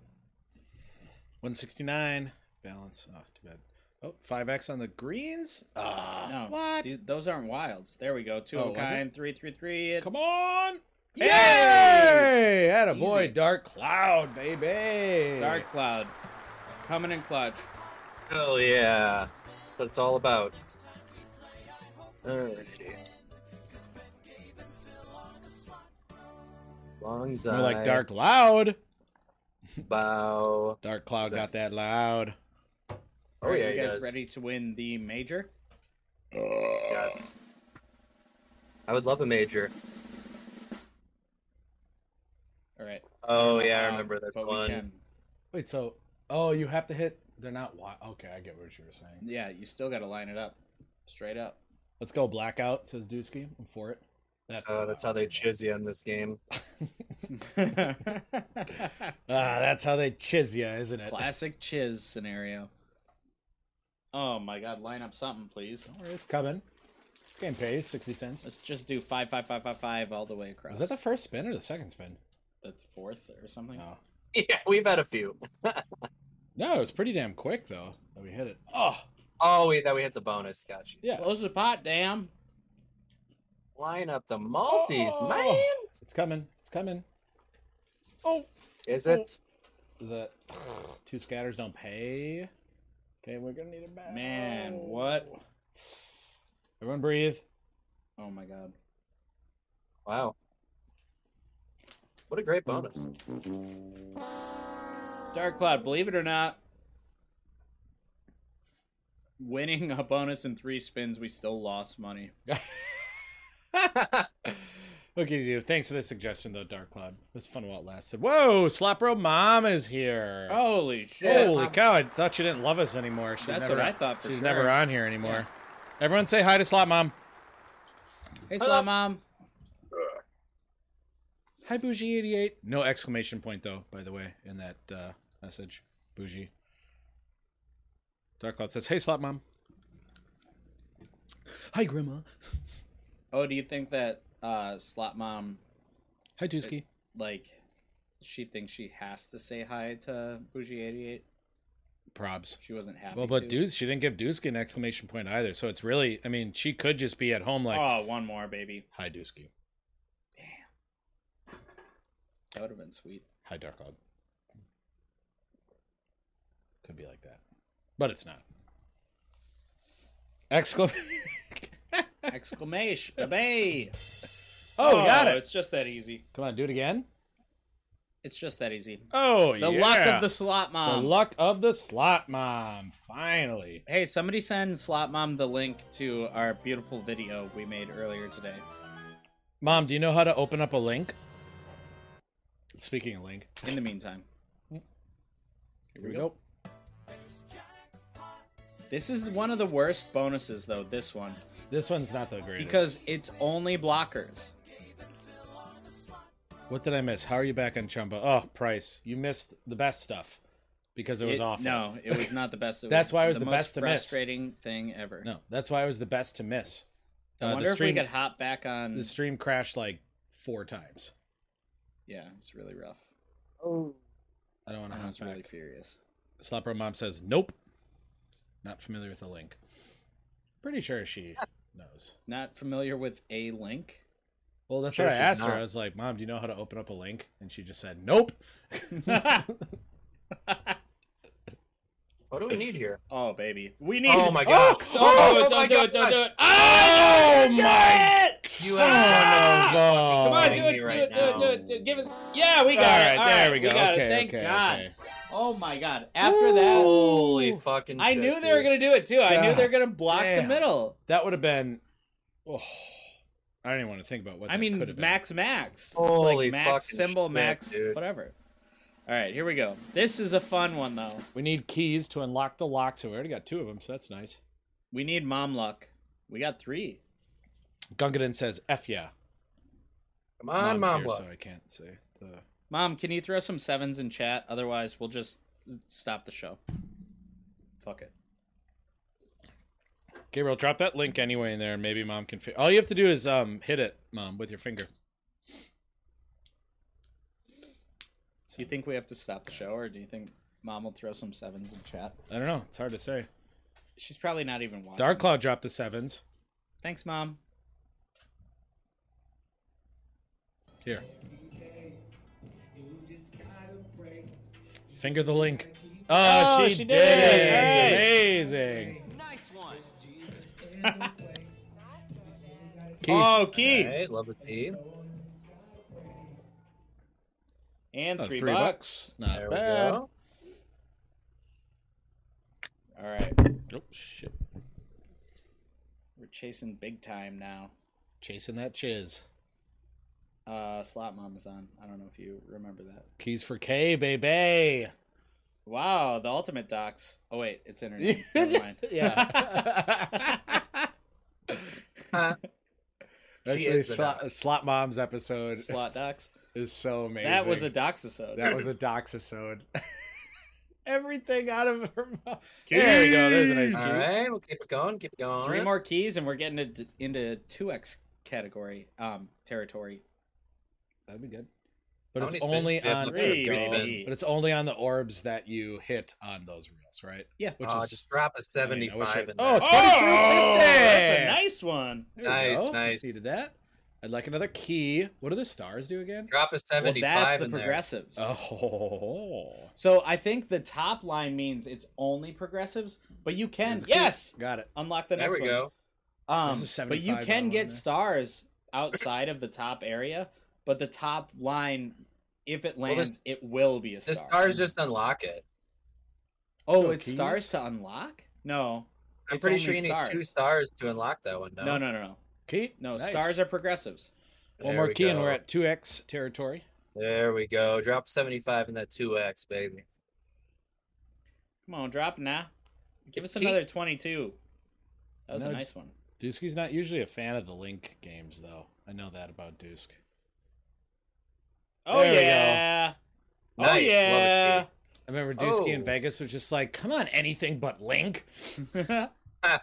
S4: 169 balance. Oh, too bad. Oh, 5x on the greens. Ah,
S3: No,
S4: what?
S3: th- those aren't wilds. There we go. Two
S4: Oh,
S3: of
S4: was it?
S3: a kind. Three, three, three. It-
S4: Come on!
S3: Yay!
S4: Yay! Atta boy,
S3: Easy.
S4: Dark Cloud, baby.
S3: Dark cloud, coming in clutch.
S2: Hell yeah. That's what it's all about. Alrighty. Long
S4: More
S2: side.
S4: like Dark Cloud.
S2: bow.
S4: Dark Cloud
S2: So-
S4: got that loud.
S2: Oh yeah,
S3: Are
S2: he
S3: you guys
S2: does.
S3: ready to win the major?
S2: Yes. I would love a major.
S3: All right.
S2: Oh
S3: We're not
S2: yeah, I
S3: allowed,
S2: remember this
S3: uh, but we
S2: one.
S3: can-
S4: Wait, so oh, you have to hit. They're not wi- Okay, I get what you were saying.
S3: Yeah, you still got to line it up, straight up.
S4: Let's go blackout. Says Dusky. I'm for it. That's
S2: Oh, that's how they
S4: chiz.
S2: chiz you in this game.
S4: Ah, that's how they chiz you, isn't it?
S3: Classic chiz scenario. Oh my God! Line up something, please.
S4: Don't worry, it's coming. This game pays sixty cents.
S3: Let's just do five, five, five, five, five all the Oh. way across.
S4: Was that the first spin or the second spin?
S3: the fourth or something?
S4: No.
S2: Yeah, we've had a few.
S4: No, it was pretty damn quick though that we hit it. Oh,
S2: Oh wait, that we hit the bonus. Gotcha.
S4: yeah.
S3: Close the pot, damn.
S2: Line up the Maltese,
S4: Oh.
S2: man.
S4: It's coming. It's coming. Oh,
S2: Is it?
S4: is that two scatters don't pay? Okay, we're gonna need it back.
S3: Man,
S4: Oh.
S3: what?
S4: Everyone breathe.
S3: Oh my god.
S2: Wow. What a great bonus.
S3: Dark Cloud, believe it or not, winning a bonus in three spins, we still lost money.
S4: What can you do? Thanks for the suggestion, though, Dark Cloud. It was fun while it lasted. Whoa, Slapro Mom is here.
S3: Holy Oh, shit.
S4: Holy cow, I thought she didn't love us anymore. She's
S3: That's
S4: never,
S3: what I thought for
S4: She's
S3: sure.
S4: never on here anymore. Everyone say hi to Slap Mom.
S3: Hey, Slot Mom.
S4: Hi, Bougie88. No exclamation point, though, by the way, in that uh, message. Bougie. Dark Cloud says, Hey, Slap Mom. Hi, Grandma.
S3: Oh, do you think that uh, Slot Mom,
S4: Hi, Tusky.
S3: like, she thinks she has to say hi to Bougie 88?
S4: Probs.
S3: She wasn't happy.
S4: Well, but
S3: to.
S4: Deuce, she didn't give Dusky an exclamation point either. So it's really, I mean, she could just be at home like,
S3: oh, one more, baby.
S4: hi, Dusky.
S3: That would have been sweet.
S4: Hi, Dark Hog. Could be like that. But it's not. Exclamation.
S3: Exclamation, baby!
S4: oh, got it.
S3: It's just that easy.
S4: Come on, do it again.
S3: It's just that easy.
S4: Oh,
S3: The
S4: yeah.
S3: luck of the Slot
S4: The
S3: Mom.
S4: luck of the slot mom. Finally.
S3: Hey, somebody send Slot Mom the link to our beautiful video we made earlier today.
S4: Mom, do you know how to open up a link? Speaking of link,
S3: In the meantime,
S4: here we go.
S3: this is one of the worst bonuses, though, this one,
S4: This one's not the greatest.
S3: because it's only blockers.
S4: what did I miss? How are you back on Chumba? Oh, Price, you missed the best stuff because it was
S3: It-
S4: awful.
S3: No, it was not the best. It
S4: That's why it was the
S3: most
S4: best to miss.
S3: frustrating thing ever.
S4: no, that's why it was the best to miss.
S3: I
S4: Uh,
S3: wonder
S4: the stream,
S3: if we could hop back on.
S4: the stream crashed like four times.
S3: Yeah, it's really rough.
S4: I don't want to
S3: I
S4: hop
S3: was
S4: back.
S3: really furious.
S4: Slapper mom says, "Nope, not familiar with the link." Pretty sure she knows.
S3: Not familiar with a link.
S4: Well, that's
S5: Sure
S4: what I
S5: she's
S4: asked her.
S5: not.
S4: I was like, "Mom, do you know how to open up a link?" And she just said, "Nope."
S5: What
S4: Oh
S5: do we need here?
S3: Oh baby, we need.
S5: Oh my gosh.
S4: Oh,
S5: Oh,
S4: don't
S5: my
S4: do it, don't
S5: gosh.
S4: do it. Oh, my
S5: You
S4: son
S3: Ah!
S5: have fucking
S4: of a- Come on,
S5: thing
S4: do it, do
S5: right
S4: it, do it, do
S5: now.
S4: it, do it. Give us. Yeah, we got
S3: All
S4: it.
S3: right,
S4: All
S3: there
S4: right,
S3: we go.
S4: got
S3: Okay,
S4: it. Thank
S3: okay,
S4: God.
S3: okay. Oh my god! After that,
S5: Holy fucking!
S3: I
S5: shit,
S3: knew they were
S5: dude.
S3: gonna do it too. I knew
S4: God
S3: they were gonna block the
S4: damn.
S3: middle.
S4: That would have been. Oh, I don't even want to think about what.
S3: I
S4: that
S3: mean,
S4: could
S3: it's
S4: have been.
S3: Max Max. it's
S5: Holy
S3: like Max
S5: fucking
S3: symbol
S5: shit,
S3: Max
S5: dude.
S3: whatever. All right, here we go. This is a fun one though.
S4: We need keys to unlock the lock, so we already got two of them, so that's nice.
S3: We need mom luck. We got three.
S4: Gungadin says, "F yeah."
S5: Come on,
S4: Mom's
S5: mom.
S4: here,
S5: look.
S4: so I can't say the.
S3: Mom, can you throw some sevens in chat? Otherwise, we'll just stop the show. Fuck it.
S4: Gabriel, drop that link anyway in there, and maybe mom can. Fi- All you have to do is um hit it, mom, with your finger.
S3: Do you think we have to stop the show, or do you think Mom will throw some sevens in chat?
S4: I don't know. It's hard to say.
S3: She's probably not even watching.
S4: Dark Cloud dropped the sevens.
S3: Thanks, Mom.
S4: Here. Finger the link. Oh, she, did, it. Amazing. Nice one. Keith,
S3: Oh, Keith.
S5: All right, love a tea.
S3: And
S4: oh,
S3: three,
S4: three
S3: bucks.
S4: bucks. Not
S5: There we
S4: bad.
S5: go.
S3: All right.
S4: Oh shit.
S3: We're chasing big time now.
S4: Chasing that chiz.
S3: Uh, Slot Mom is on. I don't know if you remember that.
S4: Keys for K, baby.
S3: Wow, the Ultimate Docs. Oh, wait, it's internet. Never mind.
S4: Yeah.
S5: She
S4: Actually,
S5: is the
S4: slot,
S5: doc.
S4: slot Mom's episode
S3: Slot Docs.
S4: is so amazing.
S3: That was a Doxisode.
S4: That was a doxisode. Everything out of her mouth. There we go. There's a nice
S5: All
S4: cue.
S5: right, we'll keep it going. Keep it going.
S3: Three more keys, and we're getting into- into 2x category, um, territory.
S4: That'd be good. But
S5: How
S4: it's
S5: many spins
S4: only
S5: do you have
S4: on
S5: left?
S3: Three
S4: there we go.
S3: spins.
S4: but it's only on the orbs that you hit on those reels, right?
S3: Yeah.
S4: Which
S5: Aw,
S4: is
S5: just drop a
S4: I mean, I wish I-
S5: seventy-five. in
S4: Oh,
S5: there.
S4: 2250.
S3: That's a nice one.
S4: There we
S5: Nice,
S4: go.
S5: nice.
S4: Needed Oh, that. I'd like another key. What do the stars do again?
S5: drop a
S3: Well,
S5: seventy-five.
S3: that's the
S5: in there.
S3: progressives.
S4: Oh,
S3: So I think the top line means it's only progressives, but you can
S4: There's a key.
S3: yes
S4: got it.
S3: unlock the
S5: There
S3: next
S5: we
S3: one.
S5: go.
S3: Um,
S4: There's a
S3: but you
S4: 75
S3: can
S4: one
S3: get
S4: there.
S3: stars outside of the top area, but the top line, if it
S5: Well,
S3: lands,
S5: this-
S3: it will be a
S5: The
S3: star.
S5: stars just unlock it.
S3: oh,
S4: go
S3: it's
S4: keys.
S3: stars to unlock? No,
S5: I'm
S3: It's
S5: pretty sure
S3: only
S5: you need two
S3: stars.
S5: stars to unlock that one. No,
S3: no, no, no, no.
S4: Key?
S3: No,
S4: Nice.
S3: stars are progressives.
S5: There
S4: One more
S5: we
S4: key, and
S5: go.
S4: we're at 2x territory.
S5: There we go. Drop seventy-five in that two X, baby.
S3: Come on, drop now. Give us
S5: Keep-
S3: another twenty-two. That was a
S4: No.
S3: nice one.
S4: Dusky's not usually a fan of the Link games, though. I know that about Dusk.
S3: Oh
S4: There we go.
S3: yeah.
S5: Nice.
S3: Oh
S5: Love it,
S3: yeah.
S5: Steve.
S4: I remember Dusky in
S5: Oh.
S4: Vegas was just like, come on, anything but Link.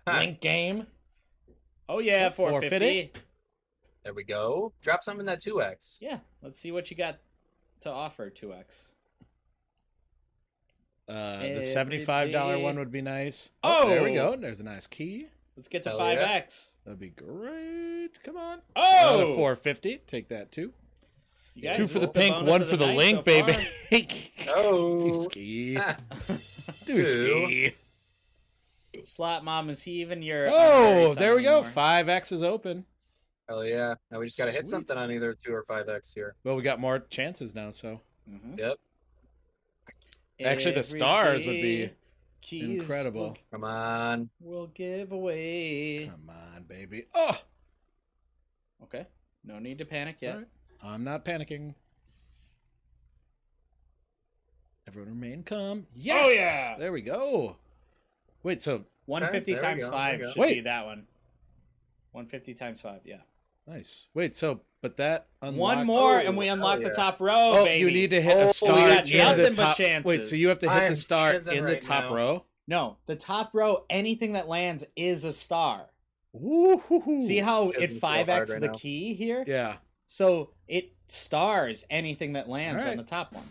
S4: Link game.
S3: Oh yeah, four
S4: Forfeit
S3: fifty.
S4: it?
S2: There we go. Drop some in that 2x.
S3: Yeah, let's see what you got to offer. Two X.
S4: Uh, the
S3: Every
S4: seventy-five dollar
S3: day.
S4: one would be nice. Oh, there we
S3: Oh.
S4: go. There's a nice key.
S3: Let's get to
S2: Hell
S3: five
S2: yeah.
S3: X.
S4: That'd be great. Come on.
S3: Oh,
S4: Another four fifty. Take that too.
S3: You guys,
S4: Two for the
S3: this is
S4: pink,
S3: bonus
S4: one
S3: of
S4: for the
S3: night
S4: link,
S3: so
S4: baby.
S3: far.
S2: Oh.
S4: Dooski.
S2: Ah,
S4: Dooski.
S3: Slot mom, is he even your? honorary
S4: Oh,
S3: son
S4: there we go.
S3: anymore?
S4: Five X is open.
S2: Hell yeah. Now we just got to
S4: Sweet.
S2: hit something on either 2 or 5x here.
S4: Well, we got more chances now, so
S3: Mhm.
S2: Yep.
S4: Actually, the
S3: Every
S4: stars would be
S3: day, keys
S4: incredible.
S2: Come on.
S3: We'll, we'll give away.
S4: Come on, baby. Oh,
S3: Okay, no need to panic
S4: yeah.
S3: yet.
S4: I'm not panicking. Everyone remain calm. Yes.
S3: Oh, yeah.
S4: There we go. Wait, so
S3: One fifty
S2: there we
S3: times
S2: go, there
S3: five
S2: we go.
S3: should be
S4: Wait.
S3: that one. One fifty times five, yeah.
S4: nice. Wait, so but that unlocked...
S3: one more,
S2: Oh,
S3: and we
S2: hell
S3: unlock
S2: yeah.
S3: the top row.
S4: Oh,
S3: baby.
S4: you need to hit
S2: Oh,
S4: a
S2: we
S4: star
S2: got
S4: in the
S3: nothing but
S4: top. Wait, so
S3: chances.
S4: you have to hit
S2: I am
S4: the star
S2: chiseling
S4: in
S2: right
S4: the top
S2: now.
S4: row.
S3: No, the top row, anything that lands is a star.
S4: Woo-hoo-hoo.
S3: See how it
S2: Chiseling so hard
S3: five x
S2: right
S3: the
S2: now.
S3: key here?
S4: Yeah.
S3: So it stars anything that lands on
S4: Alright.
S3: the top one.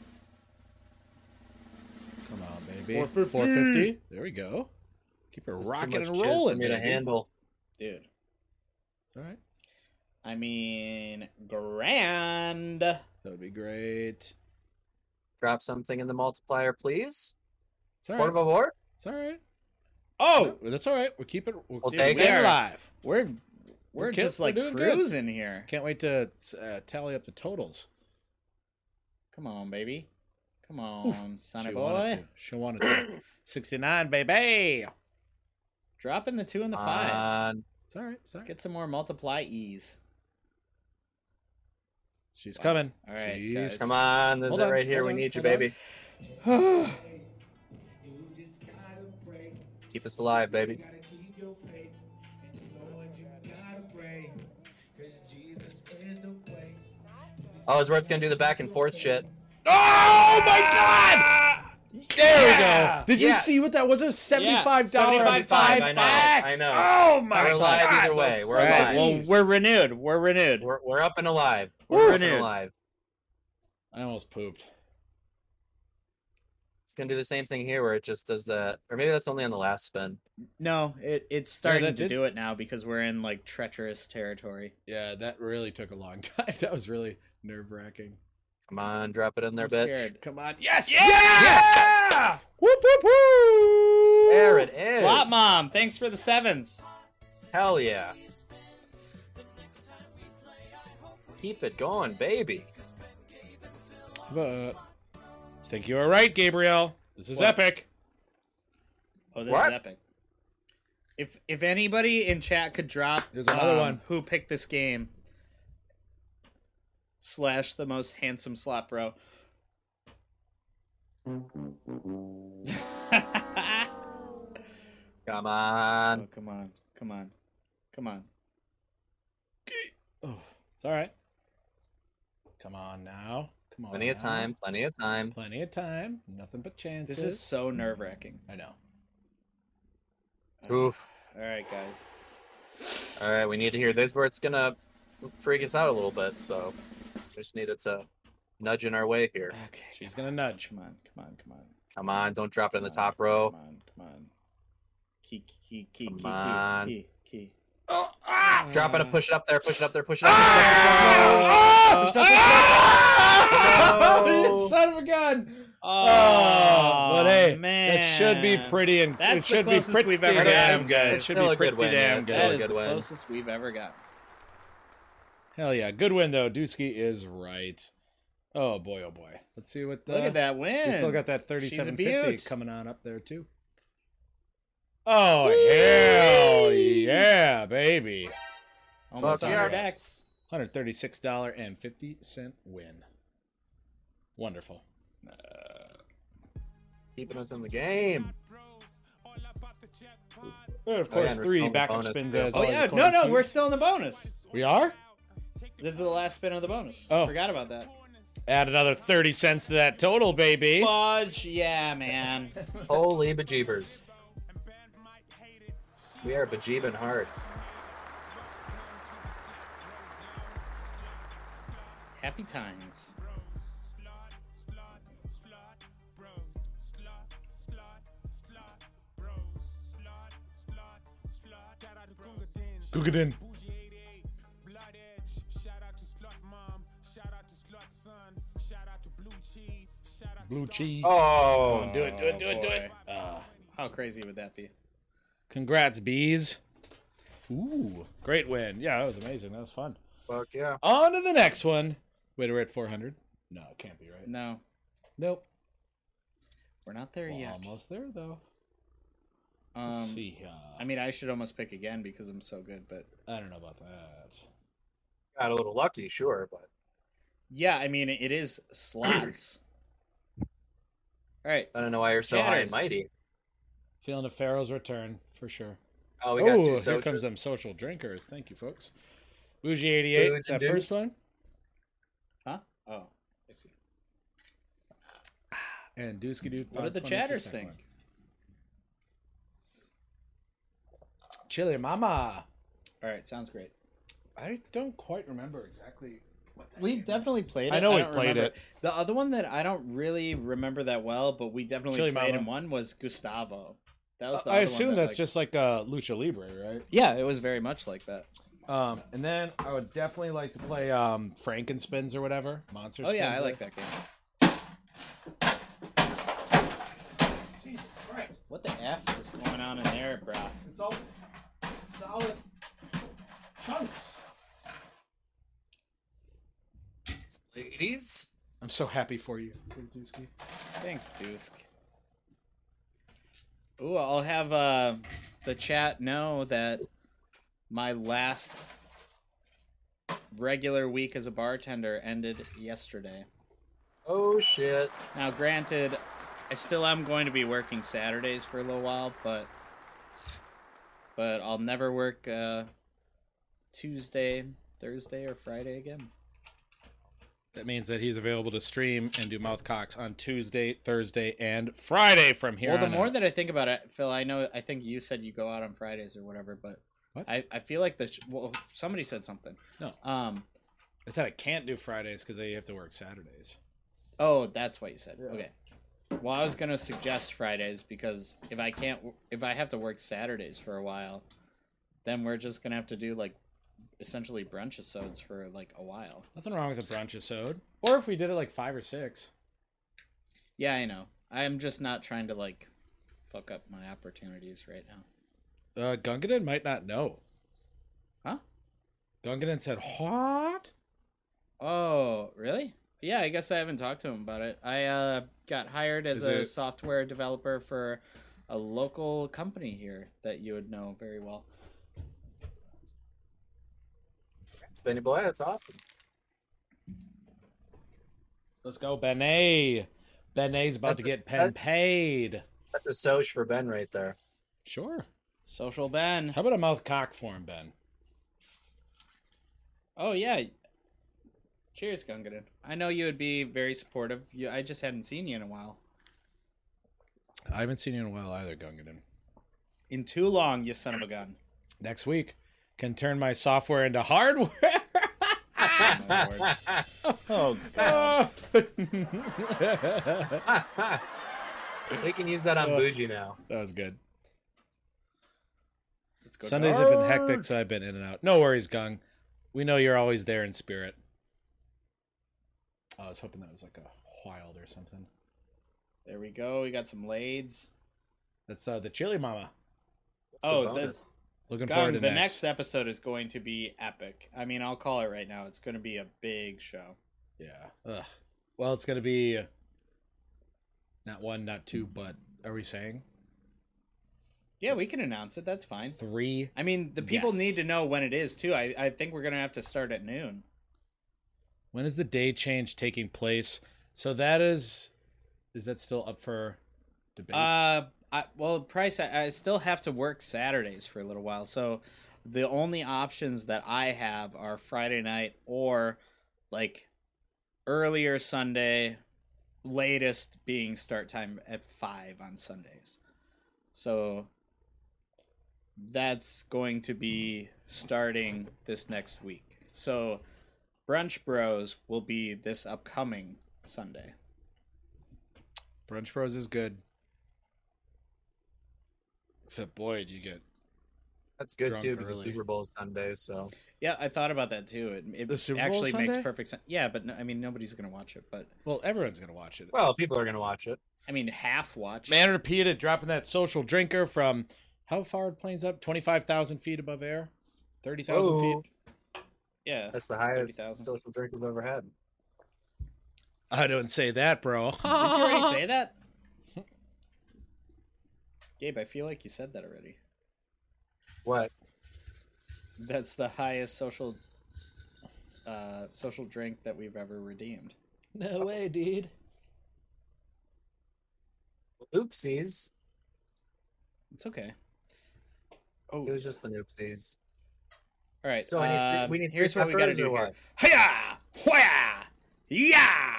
S4: Come on, baby.
S3: 450.
S4: 450. There we go. Keep it
S2: There's too
S4: rocking
S2: much
S4: and
S2: chiz for
S4: rolling,
S2: me to
S4: baby.
S2: handle.
S3: Dude,
S4: It's all right.
S3: I mean, grand.
S4: That would be great.
S2: Drop something in the multiplier, please.
S4: It's all
S2: Por
S4: right.
S2: favor.
S4: It's all right.
S3: Oh,
S4: No, that's all right. We keep it. We're
S2: We'll
S4: staying
S2: take it.
S4: alive.
S3: we're we're
S4: Okay,
S3: just
S4: we're
S3: like
S4: doing good.
S3: cruising here.
S4: Can't wait to uh, tally up the totals.
S3: Come on, baby. Come on, sonny
S4: she wanted
S3: boy.
S4: to. She wanted to. 69, baby.
S3: Dropping the two and the
S2: Come
S3: five.
S2: on.
S4: It's all right. It's all right.
S3: Get some more multiply e's.
S4: She's coming.
S3: All right,
S4: She's
S3: guys.
S2: Come on. This
S4: Hold
S2: is it
S4: on,
S2: right here.
S4: hold
S2: We
S4: on,
S2: need you,
S4: hold on.
S2: baby. Keep us alive, baby. Oh, is where it's gonna do the back and forth shit.
S4: Oh my god! There
S3: Yeah!
S4: we go. Did
S2: Yes.
S4: you see what that was? A seventy-five dollar
S3: $75,
S4: five
S2: I know,
S4: X.
S2: I know.
S4: Oh my
S2: We're alive
S4: god!
S2: either way. We're
S4: All right,
S2: alive.
S4: well,
S3: Well, we're renewed. We're renewed.
S2: We're, we're up and alive. We're
S4: Woo.
S2: up and
S3: Renewed.
S2: alive.
S4: I almost pooped.
S2: It's gonna do the same thing here where it just does that, or maybe that's only on the last spin.
S3: No, it, it's starting
S4: that
S3: to
S4: did-
S3: do it now because we're in like treacherous territory.
S4: Yeah, that really took a long time. That was really nerve-wracking.
S2: Come on, drop it in there,
S3: I'm
S2: bitch.
S3: scared.
S4: Come on. Yes! Yeah! Yes! Whoop whoop whoop!
S2: There it is.
S3: Slot mom, thanks for the sevens.
S2: Hell yeah. Keep it going, baby.
S4: But uh, I think you are right, Gabriel. This is
S3: What?
S4: epic.
S3: Oh, this is
S2: What?
S3: epic. If if anybody in chat could drop um,
S4: There's another one.
S3: who picked this game slash the most handsome slot bro. oh,
S2: Come on.
S3: come on, come on, come on.
S4: Oh, it's all right. Come on now. Come on.
S2: Plenty of
S4: now.
S2: time. Plenty of time.
S4: Plenty of time. Nothing but chances.
S3: This is so nerve wracking.
S4: I know.
S2: Oof.
S3: All right, guys.
S2: All right, we need to hear this where it's gonna f- freak us out a little bit. So just needed to nudge in our way here.
S3: Okay,
S4: She's gonna nudge.
S3: come on, come on, come on.
S2: Come on, don't drop it in the
S3: Come on,
S2: top row.
S3: Come on, come on. Key, key, key,
S2: Come
S3: key,
S2: on.
S3: key, key, key.
S4: Oh, ah!
S2: Drop it and push it up there. Push it up there. Push it up there.
S4: Ah!
S2: Push it up there, push it up there, push it up there.
S4: Ah!
S2: No.
S4: Son of a gun! Ah!
S3: Oh,
S4: but hey,
S3: man.
S4: that should be pretty and
S3: That's
S4: it
S3: the
S4: should
S3: closest
S4: be pretty
S3: we've ever
S4: damn
S3: gotten.
S4: good. It
S2: It's
S4: should
S2: still
S4: be
S2: a good
S4: pretty
S2: win, yeah,
S4: damn
S2: it's
S4: good.
S2: still
S3: That
S2: a
S3: is
S2: good
S3: the
S2: win.
S3: closest we've ever got.
S4: Hell yeah, good win though. Dusky is right. Oh boy, oh boy. Let's see what.
S3: Look
S4: uh,
S3: at that win.
S4: We still got that
S3: She's a
S4: 3750
S3: beaut.
S4: coming on up there too. Oh hell yeah, baby!
S3: Almost
S2: Fuck
S3: on
S2: yeah.
S3: our decks.
S4: Hundred thirty-six dollar and fifty cent win. Wonderful.
S2: Keeping us in the game.
S4: And of
S2: Oh, yeah,
S4: course,
S2: and
S4: three
S2: we're still in the
S4: backup
S2: bonus
S4: spins
S2: too.
S4: as
S3: Oh,
S4: always,
S3: yeah. No,
S4: according
S3: no,
S4: to-
S3: we're still in the bonus.
S4: we are.
S3: This is the last spin of the bonus.
S4: Oh.
S3: Forgot about that.
S4: Add another thirty cents to that total, baby.
S3: Fudge. Yeah, man.
S2: Holy bejeebers. We are bejeebing hard.
S3: Happy times.
S4: Googadin.
S1: Bougie 88, Blood Edge. Shout out to Slut Mom. Shout out to Slut Son. Shout out to Blue Cheese. Shout out
S4: Blue
S1: to Dark
S4: cheese.
S5: Oh,
S4: do it, do it, do it, do it.
S3: boy.
S4: Uh,
S3: How crazy would that be?
S4: congrats, bees. Ooh, great win. Yeah, that was amazing. That was fun.
S5: fuck yeah.
S4: On to the next one. Wait, we're at 400. No, it can't be right.
S3: No,
S4: Nope.
S3: we're not there Um,
S4: We're
S3: yet.
S4: almost there though.
S3: Um,
S4: Let's see.
S3: I
S4: Uh,
S3: mean, I should almost pick again because I'm so good, but
S4: I don't know about that.
S5: Got a little lucky, sure, but
S3: yeah, I mean, it is slots. All right,
S5: I don't know why you're so high and
S3: Chatters.
S5: mighty.
S4: Feeling a Pharaoh's return for sure.
S5: Oh, we got
S4: Oh,
S5: two
S4: here
S5: socials.
S4: comes them social drinkers. Thank you, folks. Bougie 88,
S5: Booze
S4: that
S5: and
S4: first
S5: deuce.
S4: one.
S3: huh? Oh, I see.
S4: And Dusky Dude.
S3: What did the
S4: 520 for
S3: chatters
S4: second
S3: think?
S4: one. Chili Mama.
S3: All right, sounds great.
S4: I don't quite remember exactly what that
S3: We
S4: game is.
S3: definitely played it.
S4: I know we
S3: don't
S4: played
S3: remember-
S4: it.
S3: The other one that I don't really remember that well, but we definitely
S4: Chili
S3: played
S4: Mama. Uh,
S3: and won was Gustavo. That was the
S4: I
S3: other
S4: assume
S3: one that,
S4: that's
S3: like-
S4: just like uh, Lucha Libre, right?
S3: yeah. It was very much like that.
S4: Um, and then I would definitely like to play um, Frankenspins or whatever. Monster
S3: Oh yeah, I
S4: Spins or-
S3: like that game. What the f is going on in there, bro?
S4: It's all solid chunks.
S5: Ladies,
S4: I'm so happy for you, says Dusky.
S3: Thanks, Dusk. Ooh, I'll have uh, the chat know that my last regular week as a bartender ended yesterday.
S5: oh shit.
S3: Now, granted, I still am going to be working Saturdays for a little while, but but I'll never work uh, Tuesday, Thursday, or Friday again.
S4: That means that he's available to stream and do mouth cocks on Tuesday, Thursday, and Friday from here.
S3: well, the
S4: on
S3: more
S4: out.
S3: that I think about it, Phil, I know I think you said you go out on Fridays or whatever, but
S4: What?
S3: I I feel like the sh- well somebody said something.
S4: No.
S3: Um.
S4: I said I can't do Fridays because I have to work Saturdays.
S3: Oh, that's what you said. Okay. Well, I was gonna suggest Fridays because if I can't, w- if I have to work Saturdays for a while, then we're just gonna have to do like essentially brunch episodes for like a while.
S4: Nothing wrong with a brunch episode, or if we did it like five or six.
S3: Yeah, I know. I'm just not trying to like fuck up my opportunities right now.
S4: Uh, Gungadin might not know.
S3: Huh?
S4: Gungadin said, "What?"
S3: Oh, really? Yeah, I guess I haven't talked to him about it. I uh, got hired as
S4: Is
S3: a
S4: it-
S3: software developer for a local company here that you would know very well.
S5: Benny Boy, that's awesome.
S4: Let's go, Benet. Benet's about to get pen
S5: That-
S4: paid.
S5: That's a soch for Ben right there.
S4: Sure.
S3: Social Ben.
S4: How about a mouth cock form, Ben?
S3: Oh yeah. Cheers, Gungadin. I know you would be very supportive. You, I just hadn't seen you in a while.
S4: I haven't seen you in a while either, Gungadin.
S3: In too long, you son of a gun.
S4: Next week, can turn my software into hardware.
S3: Oh
S4: that
S5: we can use that on
S4: Uh,
S5: Bougie now.
S4: was good.
S3: Let's go.
S4: Sundays have been hectic, so I've been in and out. No worries, Gung. We know you're always there in spirit. I was hoping that was like a wild or something.
S3: There we go. We got some lades.
S4: That's uh, the chili mama.
S5: What's the
S3: oh,
S5: bonus?
S4: Looking
S3: Gung,
S4: forward to
S3: the next. episode is going to be epic. I mean, I'll call it right now. It's going to be a big show.
S4: Yeah. Ugh. Well, it's gonna be not one, not two, but are we saying
S3: Yeah, we can announce it. That's fine.
S4: three?
S3: I mean, the people
S4: Yes.
S3: need to know when it is too. I, I think we're going to have to start at noon.
S4: When is the day change taking place? So that is, is that still up for debate?
S3: Uh, I, well, Price, I, I still have to work Saturdays for a little while, so the only options that I have are Friday night or like earlier Sunday, latest being start time at five on Sundays. So that's going to be starting this next week. So Brunch Bros will be this upcoming Sunday.
S4: Brunch Bros is good. Except, boy, do you get
S5: That's good
S4: Drunk
S5: too because the
S4: early.
S5: Super Bowl's Sunday, so
S3: Yeah, I thought about that too. It, it
S4: The Super Bowl
S3: actually makes
S4: Sunday?
S3: perfect sense. Yeah, but no, I mean nobody's gonna watch it. But
S4: well. Everyone's gonna watch it.
S5: well, people are gonna watch it.
S3: I mean half watch.
S4: Man repeated dropping that social drinker from how far it planes up? Twenty five thousand feet above air, thirty thousand feet.
S5: Whoa.
S3: yeah,
S5: That's the highest
S3: 30,000.
S5: social drink we've ever had.
S4: I don't say that, bro.
S3: Did you already say that? Gabe, I feel like you said that already.
S5: What?
S3: That's the highest social uh social drink that we've ever redeemed.
S6: No way, dude.
S5: Oopsies.
S3: It's okay.
S5: It was just an oopsies.
S3: All right.
S5: Oh. So I need three-
S3: um,
S5: we need three
S3: here's what we gotta
S5: peppers or
S3: do here.
S5: what?
S3: Hiya! Hoya! Yeah!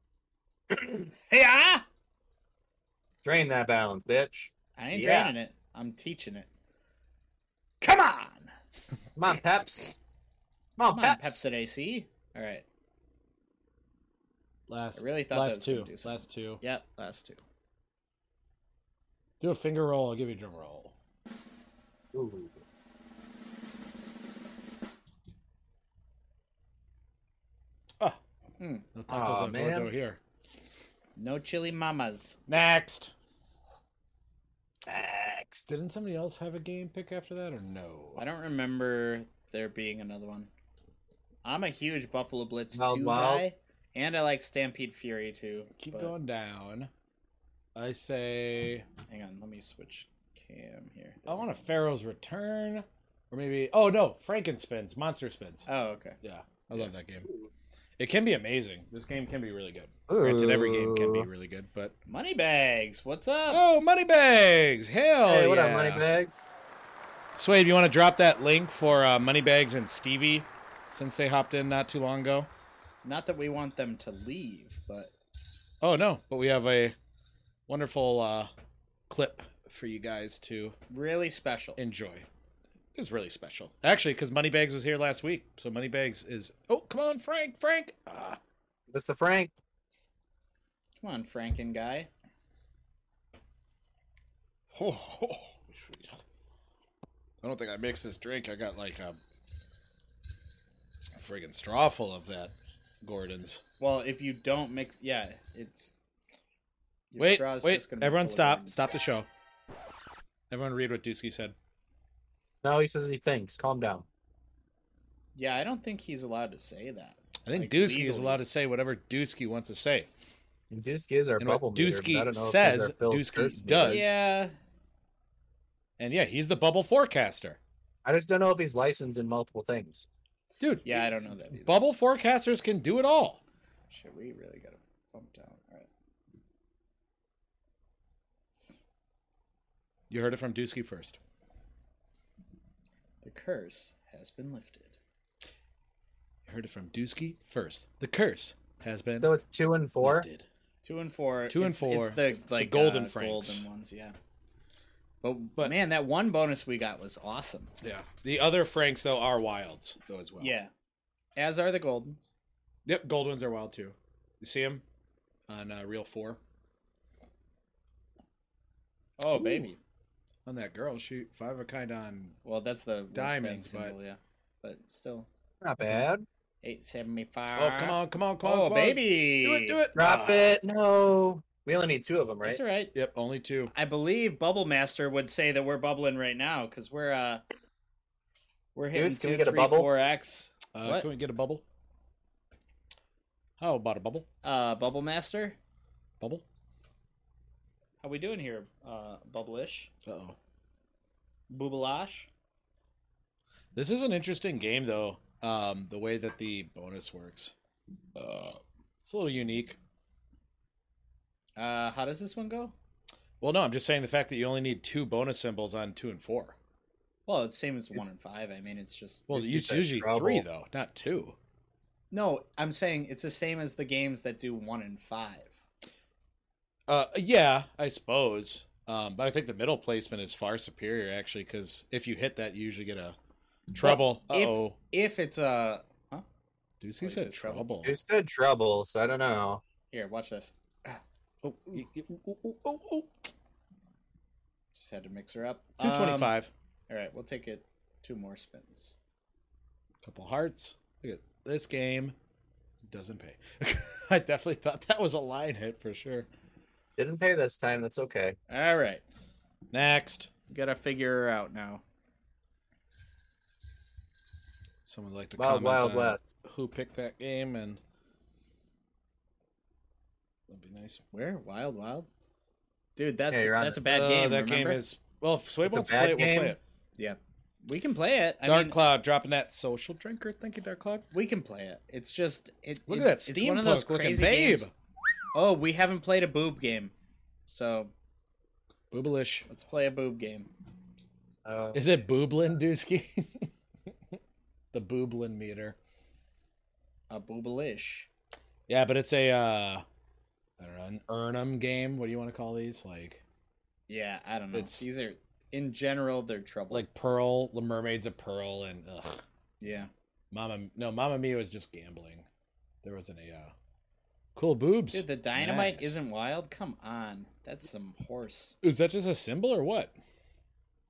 S3: Hiya!
S5: Drain that balance, bitch.
S3: I ain't
S5: Yeah.
S3: draining it. I'm teaching it. Come on!
S5: Come on, Peps. Come on,
S3: Come on,
S5: Peps.
S3: Pepsi AC. All right.
S4: Last,
S3: I really thought that
S4: last
S3: was gonna
S4: two,
S3: do something.
S4: last two.
S3: Yep, last two.
S4: Do a finger roll. I'll give you a drum roll.
S5: Ooh.
S4: No tacos
S5: Aw,
S4: on
S5: man.
S4: Gordo here.
S3: No chili mamas.
S4: Next.
S5: Next.
S4: Didn't somebody else have a game pick after that or no?
S3: I don't remember there being another one. I'm a huge Buffalo Blitz
S5: Wild
S3: 2
S5: Wild.
S3: guy, and I like Stampede Fury too.
S4: Keep
S3: but-
S4: going down. I say
S3: Hang on, let me switch cam here.
S4: I want a Pharaoh's Return, or maybe oh no, Frankenspins, Monster Spins.
S3: Oh, okay.
S4: Yeah, I love that game. It can be amazing. This game can be really good. Granted, every game can be
S5: Ooh.
S4: really good, but
S3: Money bags. What's up?
S4: oh, money bags! Hell
S5: Hey,
S4: yeah!
S5: what up, Moneybags?
S4: Suede, you want to drop that link for uh, Moneybags and Stevie since they hopped in not too long ago?
S3: Not that we want them to leave, but
S4: Oh no, but we have a wonderful uh, clip for you guys to
S3: really special.
S4: enjoy. It's really special, actually, because Moneybags was here last week, so Moneybags is. Oh, come on, Frank! Frank! Ah,
S5: Mr. Frank.
S3: Come on, Franken guy.
S4: ho, ho. I don't think I mixed this drink. I got like a, a friggin' straw full of that Gordon's.
S3: Well, if you don't mix, yeah, it's. your
S4: wait,
S3: straw's
S4: wait!
S3: just gonna be
S4: Everyone,
S3: full of
S4: stop!
S3: worms.
S4: Stop the show. Everyone, read what Dusky said.
S5: No, he says he thinks. Calm down.
S3: Yeah, I don't think he's allowed to say that.
S4: I think
S3: Like,
S4: Dusky is
S3: legally.
S4: allowed to say whatever Dusky wants to say.
S5: Dusky is our
S4: And what
S5: bubble meter, but I
S4: Dusky
S5: don't know if he's
S4: says,
S5: our Phil
S4: Dusky
S5: Kurtz meter.
S4: does.
S3: Yeah,
S4: And yeah, he's the bubble forecaster.
S5: I just don't know if he's licensed in multiple things.
S4: Dude,
S3: yeah, I don't know that. Either.
S4: bubble forecasters can do it all.
S3: Shit, we really gotta bump down. All right.
S4: You heard it from Dusky first.
S3: The curse has been lifted.
S4: You heard it from Dusky first. The curse has been
S5: So it's two and four.
S4: lifted.
S3: Two and four.
S4: Two and
S3: it's,
S4: four.
S3: It's the like
S4: golden
S3: uh,
S4: franks.
S3: golden ones, yeah. But,
S4: But-
S3: man, that one bonus we got was awesome.
S4: Yeah. The other Franks though are wilds though as well.
S3: Yeah, as are the goldens.
S4: Yep. Gold ones are wild too. You see him on uh, reel four
S3: Oh baby.
S4: on that girl. She five of a kind on.
S3: Well, that's the worst
S4: Diamonds,
S3: bank
S4: but-
S3: symbol, yeah. But still,
S4: Mm-hmm.
S5: Not bad.
S3: eight seventy five.
S4: Oh come on, come on, come on!
S3: Oh
S4: come on.
S3: baby,
S4: Do it, do it!
S5: Drop
S4: Ah.
S5: it. No. We only need two of them, right?
S3: That's all right.
S4: Yep. Only two.
S3: I believe Bubble Master would say that we're bubbling right now because we're uh we're hitting
S5: Deuce,
S3: two,
S5: can we get a
S3: three,
S5: bubble?
S3: four X.
S4: Uh,
S3: What?
S4: Can we get a bubble? How about a bubble?
S3: Uh, Bubble Master,
S4: Bubble?
S3: how we doing here? Uh, Bubblish,
S4: Uh oh.
S3: Boobalash.
S4: This is an interesting game, though. Um, the way that the bonus works, uh, it's a little unique.
S3: Uh, how does this one go?
S4: Well, no, I'm just saying the fact that you only need two bonus symbols on two and four.
S3: Well, it's same as one and five. I mean, it's just
S4: Well,
S5: Just
S4: it's
S5: get that
S4: usually
S5: trouble.
S4: three though, not two.
S3: no. I'm saying it's the same as the games that do one and five.
S4: Uh, yeah, I suppose. Um, but I think the middle placement is far superior actually, because if you hit that, you usually get a treble. Uh
S3: If-
S4: oh.
S3: If it's a huh?
S4: Deucey
S3: he
S4: said
S3: said trouble.
S4: trouble.
S5: Who said trouble? So I don't know.
S3: Here, watch this.
S4: Oh, y- y- ooh, ooh, ooh, ooh.
S3: Just had to mix her up. Um,
S4: 225.
S3: all right, we'll take it two more spins.
S4: Couple hearts. Look at this game. Doesn't pay. I definitely thought that was a line hit for sure.
S5: Didn't pay this time. That's okay.
S3: All right,
S4: Next.
S3: gotta figure her out now.
S4: Someone would like to
S5: Wild
S4: comment
S5: Wild
S4: on
S5: West.
S4: who picked that game and that'd be nice.
S3: Where Wild Wild? Dude, that's
S5: Yeah, you're on
S3: that's
S5: it.
S3: a bad
S4: Uh,
S3: game.
S4: That
S3: remember?
S4: game is well. If Sway
S5: It's a
S4: wants to play
S5: bad
S4: it, we'll
S5: game.
S4: play it.
S3: yeah. We can play it. I
S4: Dark
S3: mean,
S4: Cloud dropping that social drinker. Thank you, Dark Cloud.
S3: we can play it. It's just it.
S4: Look
S3: it-
S4: at that
S3: it's one of those
S4: steampunk looking
S3: crazy
S4: babe.
S3: games. Oh, we haven't played a boob game, so
S4: Boobalish.
S3: let's play a boob game.
S5: Uh,
S4: Is it Booblin Dusky? the Booblin meter.
S3: A boobalish.
S4: Yeah, but it's a uh I don't know, an Earnum game. What do you want to call these? Like
S3: Yeah, I don't know.
S4: It's-
S3: These are in general they're trouble.
S4: like Pearl, the Mermaids of Pearl and ugh.
S3: yeah,
S4: Mama no, Mama Mia was just gambling. There wasn't a uh Cool boobs.
S3: dude, the dynamite
S4: Nice.
S3: isn't wild. Come on, that's some horse.
S4: Is that just a symbol or what?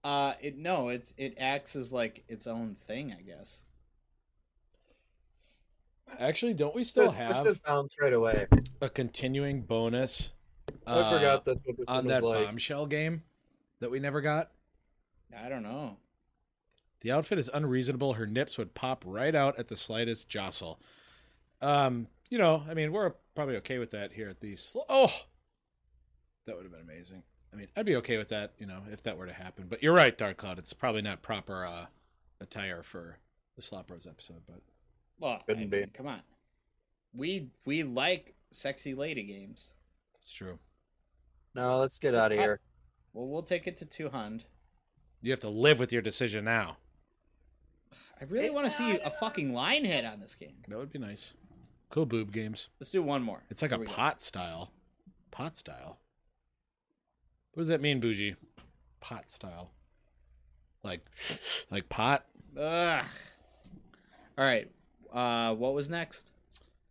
S3: Uh, it no, it's it acts as like its own thing, I guess.
S4: Actually, don't we still
S5: let's, let's
S4: have
S5: just bounce right away.
S4: a continuing bonus
S5: I
S4: uh,
S5: forgot that's what this
S4: on
S5: one
S4: that
S5: was like.
S4: bombshell game that we never got?
S3: I don't know.
S4: The outfit is unreasonable. Her nips would pop right out at the slightest jostle. Um, you know, I mean, we're probably okay with that here at the. Sl- oh, that would have been amazing. I mean, I'd be okay with that, you know, if that were to happen. But you're right, Dark Cloud. It's probably not proper uh, attire for the Slop Rose episode. But
S3: Well, I
S5: Couldn't be.
S3: mean, come on. We we like sexy lady games.
S4: it's true.
S5: No, let's get out of here.
S3: Well, we'll take it to two hundred.
S4: You have to live with your decision now.
S3: I really want to see a fucking line hit on this game.
S4: That would be nice. Cool boob games.
S3: Let's do one more.
S4: It's like
S3: Here
S4: a
S3: we go.
S4: pot style. Pot style. What does that mean, bougie? Pot style. Like like pot?
S3: Ugh. All right. Uh, what was next?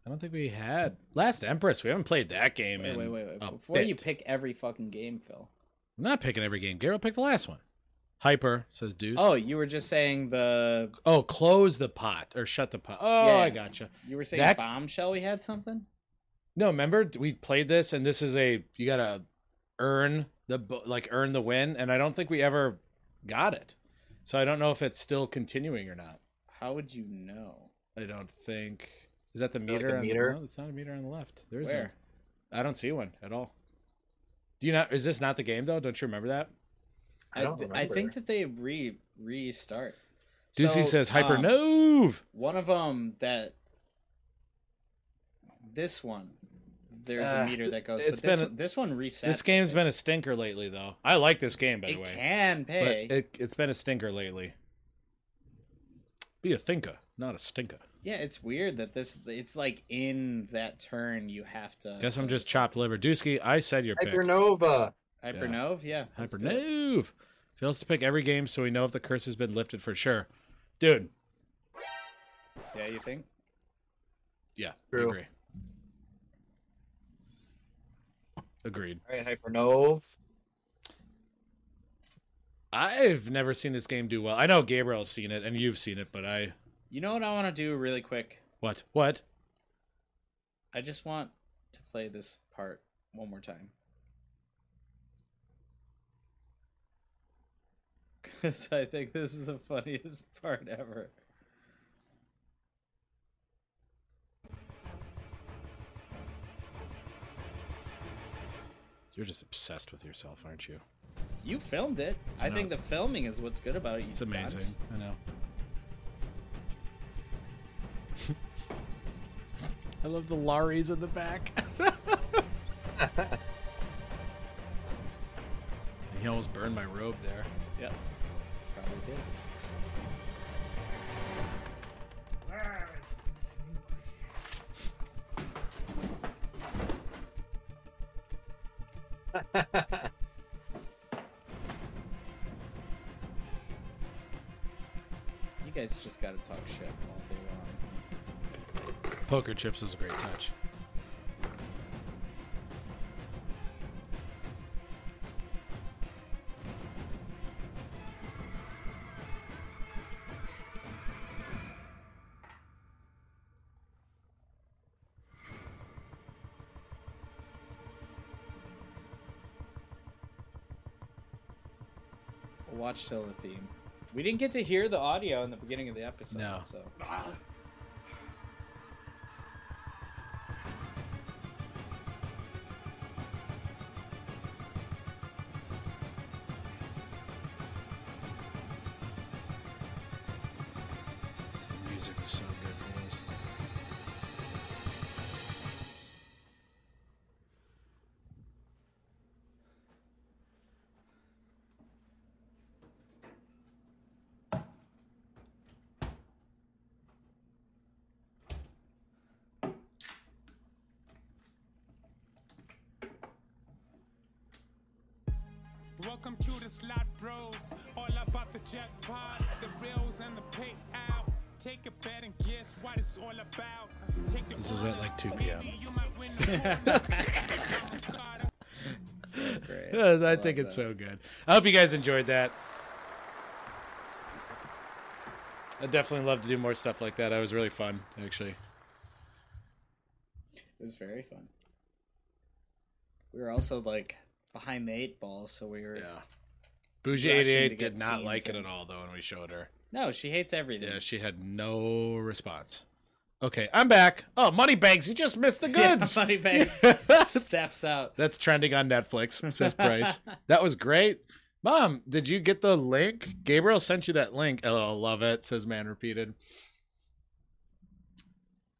S4: I don't think we had Last Empress. We haven't played that game
S3: Wait,
S4: in
S3: wait, wait, wait.
S4: a
S3: Before you
S4: bit.
S3: pick every fucking game, Phil.
S4: I'm not picking every game. Garrett picked the last one. Hyper says Deuce.
S3: Oh, you were just saying the
S4: oh, close the pot or shut the pot. Oh,
S3: Yeah.
S4: I gotcha.
S3: you were saying
S4: That-
S3: bombshell. We had something.
S4: No, remember we played this, and this is a you gotta earn the bo- like earn the win, and I don't think we ever got it, so I don't know if it's still continuing or not.
S3: How would you know?
S4: I don't think is that the
S5: there, like,
S4: meter.
S5: a
S4: on the-
S5: meter?
S4: no, it's not a meter on the left. There's
S3: Where?
S4: I don't see one at all. Do you not? Is this not the game though? Don't you remember that?
S5: I don't
S3: th-
S5: remember.
S3: think that they re restart.
S4: Deucey
S3: So,
S4: says
S3: um,
S4: hypernova.
S3: One of them that this one there's
S4: Ah,
S3: a meter that goes.
S4: it's
S3: but this,
S4: been a-
S3: one, this one resets.
S4: This game's been a stinker lately though. I like this game by
S3: it
S4: the way,
S3: can pay.
S4: but it, it's been a stinker lately. Be a thinker, not a stinker.
S3: yeah, it's weird that this. It's like in that turn you have to.
S4: Guess I'm just chopped liver. Dusky, I said your pick.
S5: Hypernova.
S3: Hypernova. Yeah. let's do it.
S4: Hypernova. Fails to pick every game so we know if the curse has been lifted for sure. Dude.
S3: Yeah, you think?
S4: Yeah. I
S5: True.
S4: agree. Agreed.
S5: All right, Hypernova.
S4: I've never seen this game do well. I know Gabriel's seen it and you've seen it, but I
S3: You know what I want to do really quick?
S4: what? What?
S3: I just want to play this part one more time. Because I think this is the funniest part ever.
S4: You're just obsessed with yourself, aren't you?
S3: You filmed it. I
S4: No,
S3: think the
S4: it's-
S3: filming is what's good about it. You
S4: It's amazing.
S3: dunce.
S4: I know. I love the Laries in the back. he almost burned my robe there.
S3: Yep. Probably did. You guys just gotta talk shit all day long.
S4: Poker chips was a great touch.
S3: We'll watch till the theme. We didn't get to hear the audio in the beginning of the episode,
S4: No.
S3: so
S4: The music was so good for this.
S1: Welcome to the slot bros, all about the jackpot, the reels and the payout. Take a bet and guess what it's all about. Take the
S4: This was at,
S1: winners,
S4: like, 2 p.m..
S1: maybe you might win the corner.
S3: great.
S4: I,
S3: love
S4: think it's
S3: that.
S4: so good. I hope you guys enjoyed that. I definitely love to do more stuff like that. That was really fun, actually.
S3: It was very fun. We were also like behind the eight ball, so we were.
S4: Bougie
S3: Rushing to
S4: 88
S3: get
S4: did not
S3: scenes
S4: like it
S3: and-
S4: at all, though, when we showed her.
S3: No, she hates everything.
S4: Yeah, she had no response. Okay, I'm back. Oh, Moneybags, you just missed the goods.
S3: Money bags steps out.
S4: That's trending on Netflix, says Bryce. that was great. Mom, did you get the link? Gabriel sent you that link. Oh, love it, says man repeated.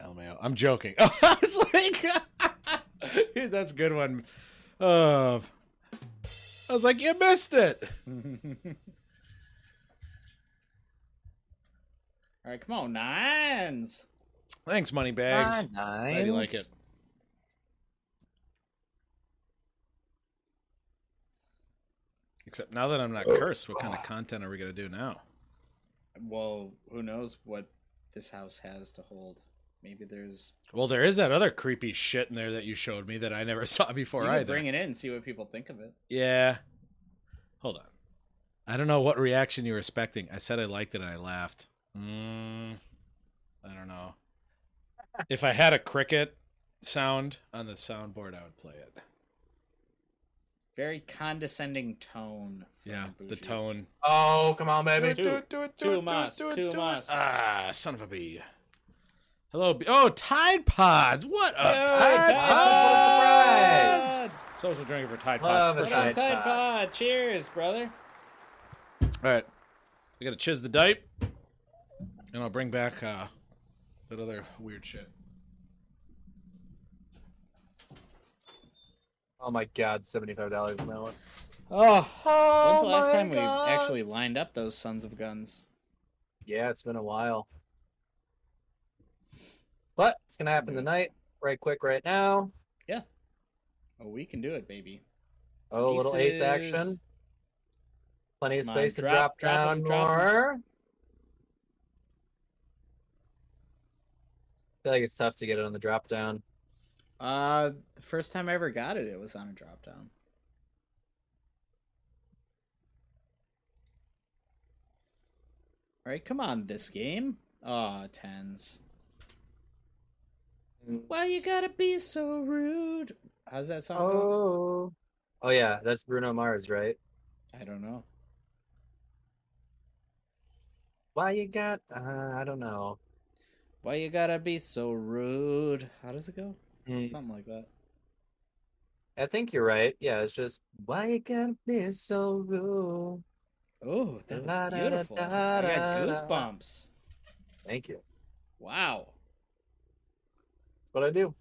S4: LMAO. I'm joking. Oh, I was like, Dude, that's a good one. Uh, I was like, you missed it.
S3: All right, come on, nines.
S4: Thanks, Moneybags.
S5: Ah,
S2: Nine.
S4: How do you like it? Except now that I'm not cursed, what kind of content are we gonna do now?
S3: Well, who knows what this house has to hold? Maybe there's.
S4: Well, there is that other creepy shit in there that you showed me that I never saw before
S3: you
S4: either.
S3: could bring it in and see what people think of it.
S4: Yeah. Hold on. I don't know what reaction you were expecting. I said I liked it and I laughed. Mm, I don't know. if I had a cricket sound on the soundboard, I would play it.
S3: Very condescending tone. from
S4: Yeah, the
S3: Bougie.
S4: tone.
S2: Oh, come on, baby.
S3: Two. Two mas, two mas.
S4: Ah, son of a bee. Hello, bee. Oh, Tide Pods. What a
S3: Yay,
S4: Tide,
S3: Tide
S4: Ah.
S2: Pods.
S4: Pods. Social drinking for Tide Pods.
S2: Love a
S4: for
S3: Put
S4: sure.
S3: on
S2: Tide
S3: Tide
S2: Pod.
S3: Pod. Cheers, brother.
S4: All right. I got to chiz the dipe. And I'll bring back uh, that other weird shit.
S2: Oh my god, seventy-five dollars on that one.
S4: Oh,
S3: When's the last time we actually lined up those sons of guns?
S2: Yeah, it's been a while. But it's gonna happen
S3: Yeah.
S2: tonight, right quick, right now.
S3: Oh, we can do it, baby.
S2: Oh, a little
S3: Aces.
S2: ace action. Plenty of
S3: Come on,
S2: space to
S3: drop-
S2: drop,
S3: drop 'em,
S2: down
S3: drop 'em.
S2: more. I feel like it's tough to get it on the drop down.
S3: Uh, the first time I ever got it, it was on a drop down. All right, come on, this game. Aw, tens. Why you gotta be so rude? How's that song go?
S2: Oh. Oh yeah, that's Bruno Mars, right?
S3: I don't know.
S2: Why you got? Uh, I don't know.
S3: Why you gotta be so rude? How does it go?
S2: Mm,
S3: Something like that.
S2: I think you're right. Yeah, it's just why you gotta be so rude.
S3: Oh, that was
S2: Da-da-da-da-da-da.
S3: beautiful. I got goosebumps.
S2: Thank you.
S3: Wow.
S2: That's what I do.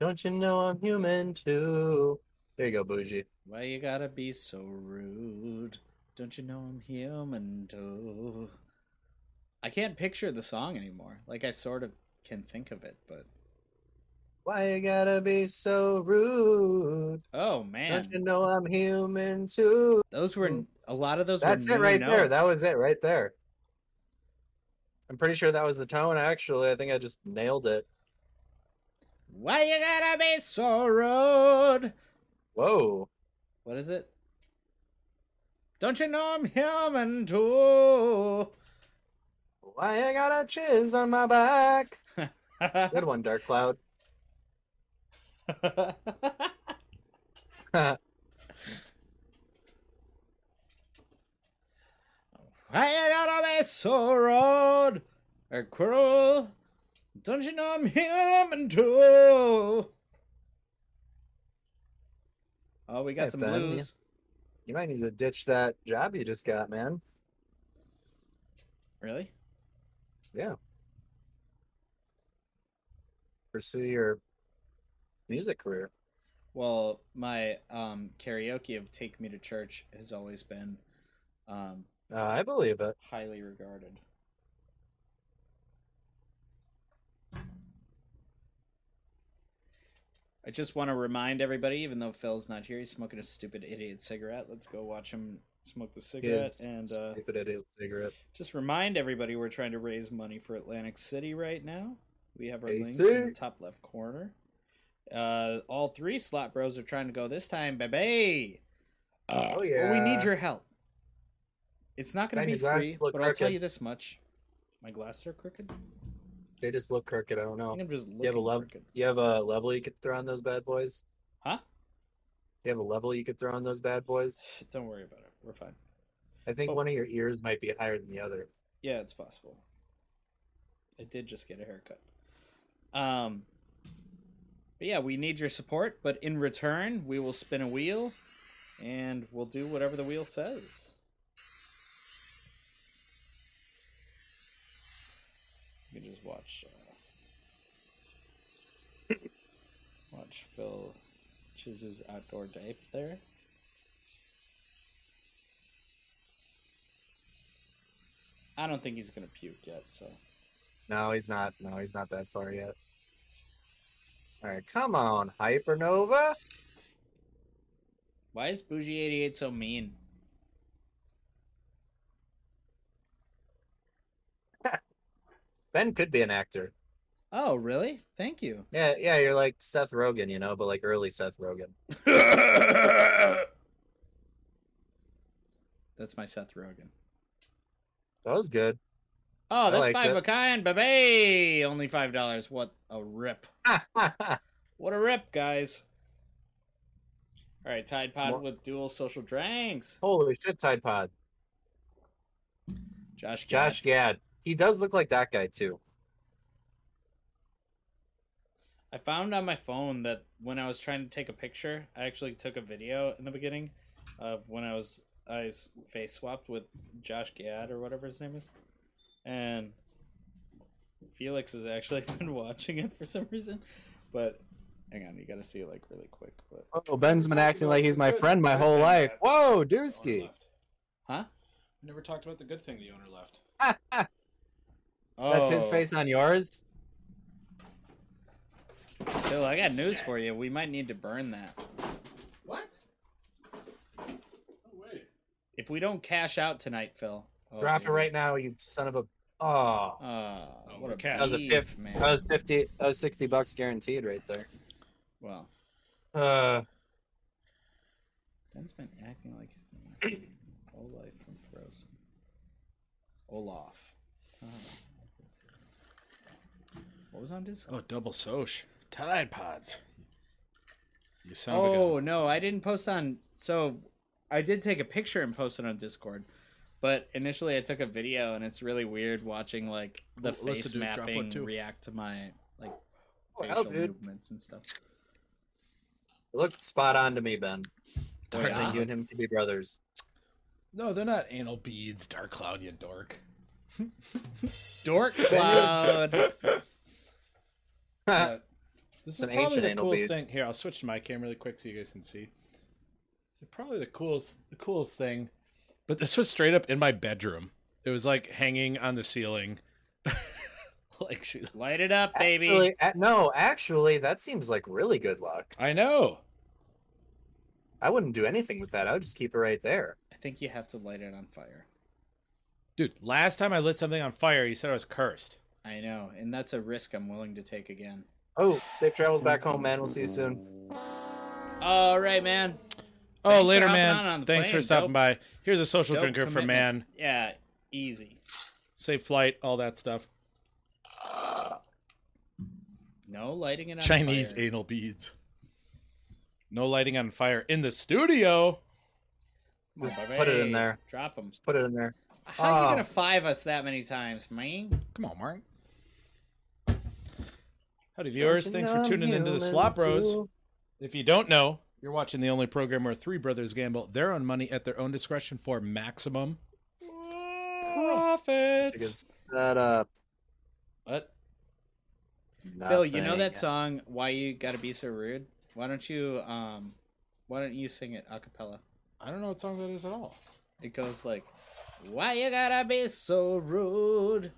S2: Don't you know I'm human too? There you go, Bougie.
S3: Why you gotta be so rude? Don't you know I'm human too? I can't picture the song anymore. Like I sort of can think of it, but
S2: Why you gotta be so rude?
S3: oh man,
S2: Don't you know I'm human too?
S3: those were a lot of those.
S2: That's
S3: were
S2: it
S3: new
S2: right there. That
S3: notes.
S2: was it right there. I'm pretty sure that was the tone, actually. I think I just nailed it.
S3: Why you gotta be so rude?
S2: Whoa.
S3: What is it? Don't you know I'm human too?
S2: Why I got a chiz on my back? Good one, Dark Cloud.
S3: Why you gotta be so rude or cruel? Don't you know I'm human too? Oh, we got
S2: Hey,
S3: some
S2: Ben, yeah.
S3: blues.
S2: You might need to ditch that job you just got, man.
S3: Really?
S2: Pursue your music career.
S3: Well, my um, karaoke of "Take Me to Church" has always been um,
S2: Uh, I believe it.
S3: highly regarded. I just want to remind everybody, even though Phil's not here, he's smoking a stupid idiot cigarette. Let's go watch him smoke the cigarette.
S2: His
S3: And uh,
S2: stupid idiot cigarette.
S3: just remind everybody we're trying to raise money for Atlantic City right now. We have our links in the
S2: AC.
S3: top left corner. Uh, all three slot bros are trying to go this time, baby.
S2: oh
S3: Well,
S2: yeah.
S3: we need your help. It's not going
S2: Man,
S3: to be
S2: your glasses
S3: free, but
S2: look
S3: I'll tell
S2: crooked.
S3: you this much: my glasses are crooked.
S2: They just look crooked. I don't
S3: I
S2: know.
S3: think I'm just
S2: have a
S3: looking
S2: love-
S3: crooked.
S2: You have a level you could throw on those bad boys.
S3: Huh?
S2: You have a level you could throw on those bad boys.
S3: Don't worry about it. We're fine.
S2: I think
S3: Oh.
S2: one of your ears might be higher than the other.
S3: Yeah, it's possible. I did just get a haircut. Um, but yeah, we need your support, but in return, we will spin a wheel, and we'll do whatever the wheel says. You can just watch. Uh, watch Phil Chiz's outdoor diaper there. I don't think he's gonna puke yet, so.
S2: No, he's not. No, he's not that far yet. All right, come on, Hypernova.
S3: Why is Bougie 88 so mean?
S2: Ben could be an actor.
S3: Oh, really? Thank you.
S2: Yeah, yeah, you're like Seth Rogen, you know, but like early Seth Rogen.
S3: That's my Seth Rogen.
S2: That was good.
S3: Oh, that's
S2: liked
S3: five of
S2: it.
S3: a kind, baby. Only five dollars. What a rip! What a rip, guys! All right, Tide
S2: It's
S3: Pod
S2: more-
S3: with dual social drinks.
S2: Holy shit, Tide Pod.
S3: Josh, Gad.
S2: Josh Gad. He does look like that guy too.
S3: I found on my phone that when I was trying to take a picture, I actually took a video in the beginning of when I was I s- face swapped with Josh Gad or whatever his name is, and Felix has actually been watching it for some reason. But hang on, you gotta see it like really quick. But
S2: Oh, Ben's been acting like he's my friend my whole life. Whoa, Dooski.
S3: huh?
S4: We never talked about the good thing the owner left.
S3: Oh,
S2: That's his face on yours.
S3: Phil, I got news for you. We might need to burn that.
S4: What? No way.
S3: If we don't cash out tonight, Phil. Oh,
S2: Drop it
S3: baby.
S2: right now, you son of a. Oh,
S3: Oh,
S4: Oh,
S3: what
S4: we're
S3: a
S4: cash-
S2: that was a
S3: beef,
S2: fifth.
S3: man.
S2: That was fifty. That was sixty bucks guaranteed right there.
S3: Well,
S2: Uh,
S3: Ben's been acting like he's been acting all life from Frozen. Olaf. I don't know. What was on Discord?
S4: Oh, double soch. Tide pods. You sound
S3: Oh, no, I didn't post on. So I did take a picture and post it on Discord, but initially I took a video, and it's really weird watching like the
S4: Oh, Alyssa,
S3: face
S4: dude, drop one
S3: mapping
S4: too.
S3: react to my like
S2: Oh, hell,
S3: facial
S2: dude.
S3: movements and stuff.
S2: it looked spot on to me, Ben.
S3: Oh,
S4: Dark
S2: I think
S4: Cloud.
S2: you and him could be brothers.
S4: No, they're not anal beads, Dark Cloud, you dork.
S3: Dork cloud.
S4: Yeah. This
S2: It's
S4: is
S2: an
S4: probably
S2: ancient
S4: the
S2: anal
S4: coolest
S2: bead.
S4: thing. Here, I'll switch to my cam really quick so you guys can see. It's probably the coolest, the coolest thing. But this was straight up in my bedroom. It was like hanging on the ceiling. like she,
S3: Light it up, baby.
S2: Actually, a- no, actually, that seems like really good luck.
S4: I know.
S2: I wouldn't do anything with that. I would just keep it right there.
S3: I think you have to light it on fire.
S4: Dude, last time I lit something on fire, you said I was cursed.
S3: I know, and that's a risk I'm willing to take again.
S5: Oh, safe travels back home, man. We'll see you soon.
S3: All right, man.
S4: Oh,
S3: Thanks for
S4: later,
S3: hopping
S4: man.
S3: on on the
S4: Thanks
S3: plane,
S4: for stopping
S3: dope.
S4: by. Here's a social
S3: Dope
S4: drinker for
S3: commitment.
S4: man.
S3: Yeah, easy.
S4: Safe flight, all that stuff.
S3: No lighting it on
S4: Chinese
S3: fire.
S4: anal beads. No lighting on fire in the studio.
S3: Come on,
S5: Just put it in
S3: Barbie.
S5: there.
S3: Drop them.
S5: Put it in there.
S3: How are you
S5: Oh.
S3: gonna five us that many times, man?
S4: Come on, Mark. Howdy, viewers. Thanks for
S5: Dungeon
S4: tuning into the
S5: Humans
S4: Slop Bros.
S5: Rule.
S4: If you don't know, you're watching the only program where three brothers gamble their own money at their own discretion for maximum
S5: Such a good
S4: profits.
S5: setup.
S4: What?
S3: Phil, you know
S5: Nothing.
S3: that song "Why You Gotta Be So Rude"? Why don't you um, why don't you sing it a cappella?
S4: I don't know what song that is at all.
S3: It goes like, "Why you gotta be so rude?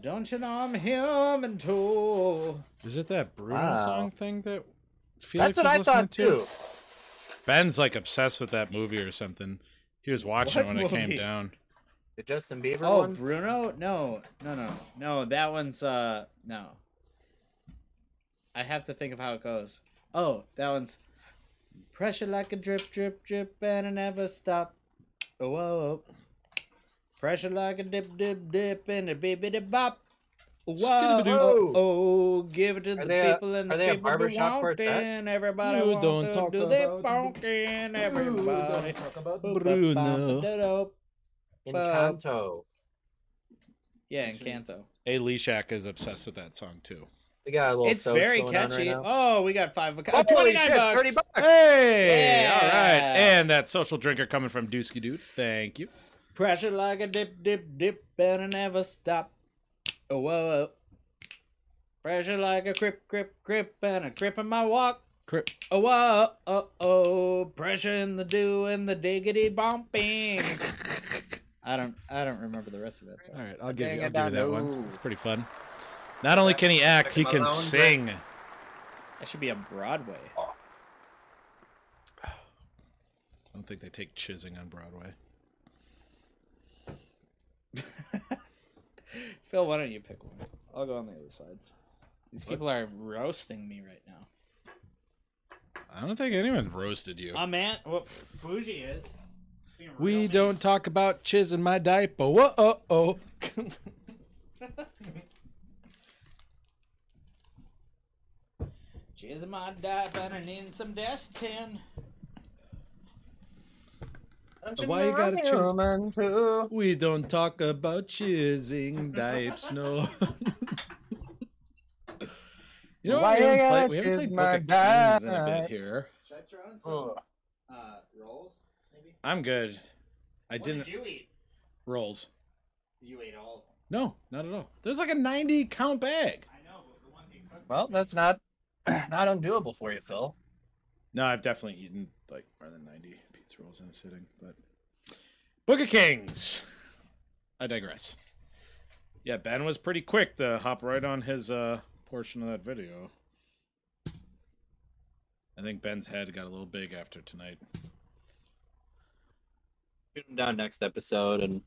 S3: Don't you know I'm human too?"
S4: Is it that Bruno
S5: Wow.
S4: song thing that Felix
S5: That's what
S4: was
S5: I
S4: listening
S5: thought
S4: to?
S5: too.
S4: Ben's like obsessed with that movie or something. He was
S3: What
S4: watching it when I
S3: movie?
S4: came down.
S5: The Justin Bieber
S3: Oh,
S5: one.
S3: Bruno? No, no, no, no. That one's uh, no. I have to think of how it goes. Oh, that one's pressure like a drip, drip, drip, and it never stop. Oh, whoa, whoa. pressure like a dip, dip, dip, and a baby dip bop. Whoa,
S4: Skidabadoo.
S3: oh, oh, give it to the
S5: they a-
S3: people and
S5: are
S3: the
S5: they a
S3: people who
S5: barbershop
S3: want
S5: quartet?
S3: it. Everybody
S4: You
S3: want
S4: don't
S3: to
S4: talk
S3: do the
S4: about-
S3: bonking. Everybody.
S4: Bruno.
S5: Encanto.
S3: Yeah, in Canto.
S4: A. Leshak is obsessed with that song too.
S5: We got a little.
S3: It's
S5: toast
S3: very
S5: going on
S3: catchy.
S5: Right now.
S3: oh, we got five.
S5: Holy
S3: Oh, 29
S5: shit,
S3: bucks.
S5: Thirty bucks.
S4: Hey,
S3: Yeah.
S4: all right, and that social drinker coming from Dusky Dude. Thank you.
S3: Pressure like a dip, dip, dip, and I never stop. Oh, whoa, whoa. Pressure like a crip, crip, crip, and a crip in my walk.
S4: Crip.
S3: Oh, whoa, oh, oh. Pressure in the dew and the diggity bumping. I don't, I don't remember the rest of it.
S4: All right, I'll give
S5: Bang
S4: you.
S5: it
S4: I'll give you
S5: down,
S4: that one.
S5: ooh.
S4: It's pretty fun. Not only can he act, he
S5: Second
S4: can
S5: Malone, but-
S4: sing.
S3: I should be on Broadway.
S4: I don't think they take chising on Broadway.
S3: Phil, why don't you pick one? I'll go on the other side. These people are roasting me right now.
S4: I don't think anyone's roasted you.
S3: A man, well, pff, bougie is. Being real
S4: Uh, we
S3: mean.
S4: don't talk about chising my diaper. Whoa, oh, oh.
S3: Jizz in my dive and I need some desk tin.
S4: Why you gotta choose-
S5: choose?
S4: We don't talk about chising diapers, no. you know
S5: Why
S4: what?
S5: you
S4: We haven't
S5: gotta
S4: played, we haven't
S5: kiss
S4: played
S5: my
S4: Book of Kings in a
S5: diaper?
S4: bit here.
S3: Should I throw in uh, rolls? Maybe.
S4: I'm good. I didn't
S3: you eat?
S4: rolls.
S3: You ate all of
S4: No, not at all. There's like a 90 count bag.
S3: them. I know, but the ones you cooked.
S5: Well, that's not not undoable for you, Phil.
S4: No, I've definitely eaten like more than 90 pizza rolls in a sitting, but Book of Kings. I digress. Yeah, Ben was pretty quick to hop right on his uh portion of that video. I think Ben's head got a little big after tonight.
S5: Shoot him down next episode and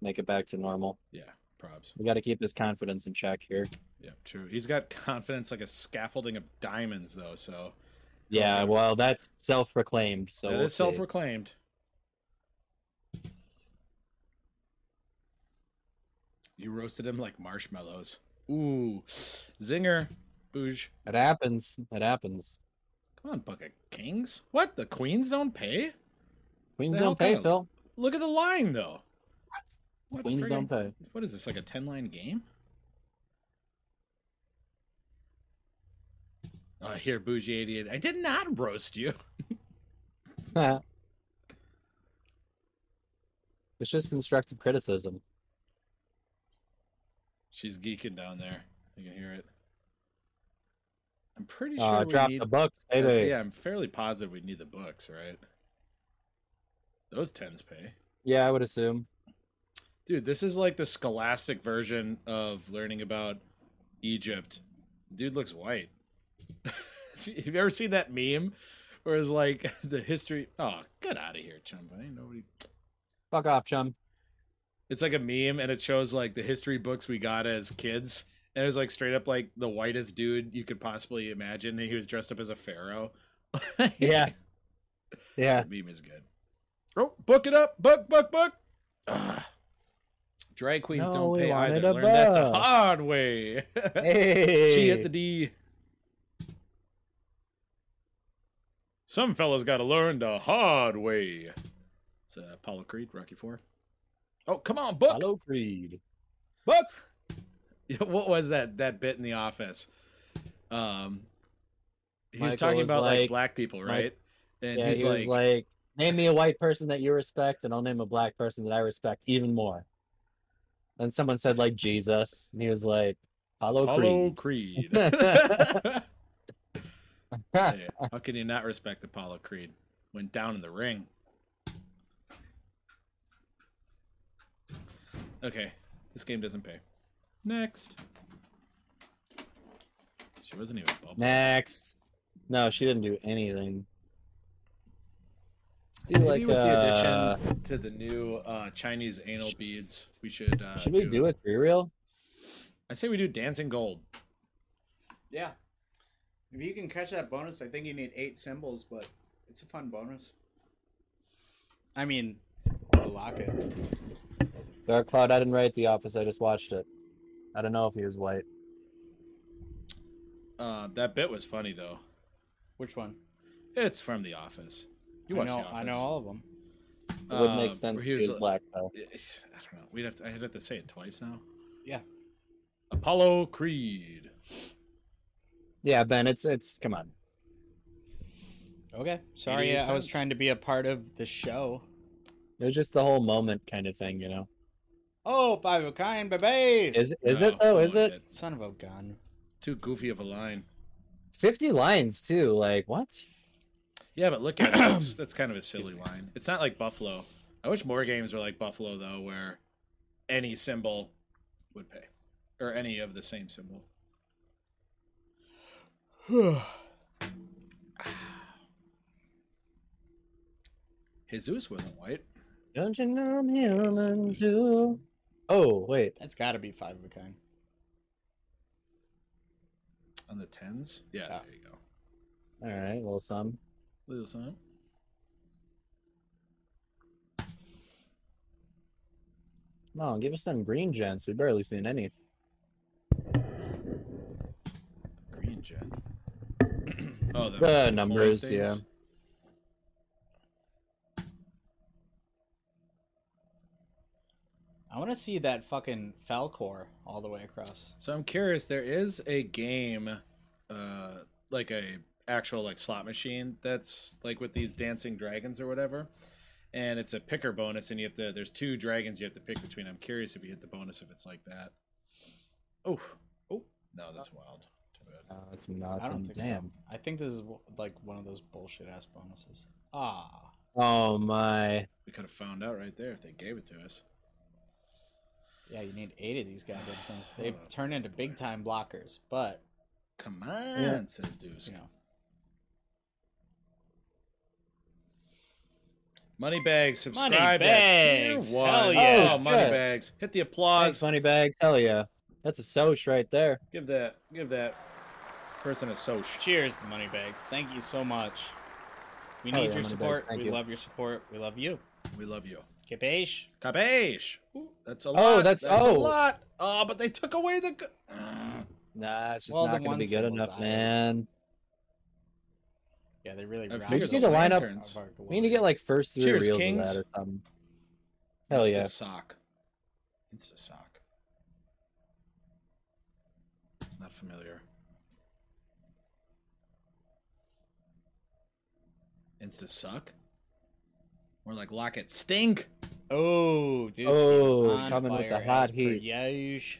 S5: make it back to normal.
S4: Yeah, props.
S5: We got to keep his confidence in check here.
S4: Yeah, true. He's got confidence like a scaffolding of diamonds though, so
S5: Yeah, well, that's self-proclaimed. So
S4: that
S5: we'll
S4: is
S5: see.
S4: self-reclaimed. You roasted him like marshmallows. Ooh, zinger, booge.
S5: It happens. It happens.
S4: Come on, Book of Kings. What? The queens don't pay?
S5: Queens
S4: The hell
S5: don't pay,
S4: kind of-
S5: Phil.
S4: Look at the line, though. What
S5: Queens
S4: friggin-
S5: don't pay.
S4: What is this, like a 10 line game? Uh, here, Bougie 88. I did not roast you.
S5: it's just constructive criticism.
S4: She's geeking down there. You can hear it. I'm pretty sure
S5: Uh,
S4: we
S5: drop
S4: need...
S5: the books,
S4: Uh,
S5: baby.
S4: Yeah, I'm fairly positive we need the books, right? Those tens pay.
S5: yeah, I would assume.
S4: Dude, this is like the scholastic version of learning about Egypt. Dude looks white. Have you ever seen that meme? Where it's like the history. Oh, get out of here, chump! I ain't nobody.
S5: Fuck off, chum.
S4: It's like a meme, and it shows like the history books we got as kids, and it was like straight up like the whitest dude you could possibly imagine, and he was dressed up as a pharaoh.
S2: Yeah. Yeah.
S4: That meme is good. Oh, book it up, book, book, book. Ugh. Drag queens
S2: No,
S4: don't
S2: we
S4: pay
S2: wanted
S4: either.
S2: a
S4: Learned that the
S2: book.
S4: hard way.
S2: Hey.
S4: She hit the D. Some fellas got to learn the hard way. It's uh, Apollo Creed, Rocky Four. Oh, come on, book.
S2: Apollo Creed.
S4: Book. What was that that bit in the office? Um, he was
S2: Michael
S4: talking
S2: was
S4: about like,
S2: like-
S4: black people, right? and
S2: yeah,
S4: he's
S2: he
S4: like,
S2: was like, name me a white person that you respect, and I'll name a black person that I respect even more. And someone said like Jesus, and he was like, Apollo
S4: Apollo
S2: Creed.
S4: Creed. Yeah, How can you not respect Apollo Creed? Went down in the ring. Okay, this game doesn't pay. Next. She wasn't even bubble.
S2: Next. No, she didn't do anything. Do
S4: Maybe
S2: like
S4: with
S2: uh,
S4: the addition to the new uh, Chinese anal beads, we should. Uh,
S2: should we do a three reel?
S4: I say we do dancing gold.
S3: Yeah. If you can catch that bonus, I think you need eight symbols, but it's a fun bonus. I mean, the locket.
S2: Dark Cloud. I didn't write The Office. I just watched it. I don't know if he was white.
S4: Uh, that bit was funny though.
S3: Which one?
S4: It's from The Office. You
S3: I
S4: watch
S3: know,
S4: The Office?
S3: I know all of them.
S2: It would
S4: Uh,
S2: make sense.
S4: where
S2: if
S4: he
S2: He
S4: was
S2: was
S4: a-
S2: black though.
S4: I don't know. We'd have to. I'd have to say it twice now.
S3: Yeah.
S4: Apollo Creed.
S2: Yeah, Ben. It's it's come on.
S3: Okay. Sorry, uh,
S4: 88
S3: I was
S4: cents.
S3: trying to be a part of the show.
S2: It was just the whole moment kind of thing, you know.
S3: Oh, five of a kind, baby!
S2: Is is
S4: No,
S2: it though?
S4: no,
S2: Is it
S4: did.
S3: Son of a gun.
S4: Uh, too goofy of a line?
S2: fifty lines too? Like what?
S4: Yeah, but look at it. That's, that's kind of a silly line. It's not like Buffalo. I wish more games were like Buffalo though, where any symbol would pay, or any of the same symbol. Jesus wasn't white.
S2: Don't you know I'm human too? Oh wait,
S3: That's got to be five of a kind.
S4: On the tens? Yeah,
S3: Yeah.
S4: there you go.
S2: all right, well some.
S4: Little something.
S2: Come on, give us some green gents. We've barely seen any.
S4: Green jet. oh, the,
S2: The
S4: coin
S2: numbers,
S4: things?
S2: yeah.
S3: I want to see that fucking Falcor all the way across.
S4: So I'm curious. There is a game, uh, like a actual like slot machine that's like with these dancing dragons or whatever, and it's a picker bonus, and you have to. There's two dragons you have to pick between. I'm curious if you hit the bonus if it's like that. Oh, oh, no, that's wild. Too bad.
S2: No, it's Oh, nothing.
S3: I don't think
S2: Damn.
S3: so. I think this is like one of those bullshit ass bonuses. Ah.
S2: Oh my.
S4: We could have found out right there if they gave it to us.
S3: Yeah, you need eight of these goddamn things. They turn into big time blockers, but
S4: Come on, says Deuce.
S3: you know,
S4: Moneybags, subscribe.
S3: Moneybags,
S4: to tier one.
S3: hell yeah.
S4: Oh,
S2: Oh,
S4: Moneybags. Hit the
S2: Thanks,
S4: applause.
S2: money bags. Hell yeah. That's a soch right there.
S4: Give that give that person a soch.
S3: cheers to money bags. Thank you so much. We
S2: Hell
S3: need
S2: yeah,
S3: your
S2: Moneybags.
S3: support.
S2: Thank
S3: We
S2: you.
S3: love your support. We love you.
S4: We love you.
S3: Capiche?
S4: Capiche. Ooh, that's a lot.
S2: Oh, that's-
S4: a
S2: oh.
S4: lot. Oh, but they took away the. Ah, Go-
S2: Nah, it's just
S3: Well, the
S2: not gonna
S3: one
S2: be good
S3: single's
S2: enough,
S3: out.
S2: man.
S3: Yeah, they really.
S4: I
S3: rocked
S4: figured
S2: just
S3: the
S2: need to
S4: those
S2: line up-
S3: of
S4: lanterns.
S3: our
S2: We need to get
S3: glory.
S2: like first three
S4: Cheers,
S2: reels of
S4: kings.
S2: that or something. Hell
S4: It's
S2: Oh, yeah.
S4: a sock. It's a sock. Not familiar. Insta suck. More like lock it stink.
S3: Oh, dude.
S2: Oh, coming with the hot heat.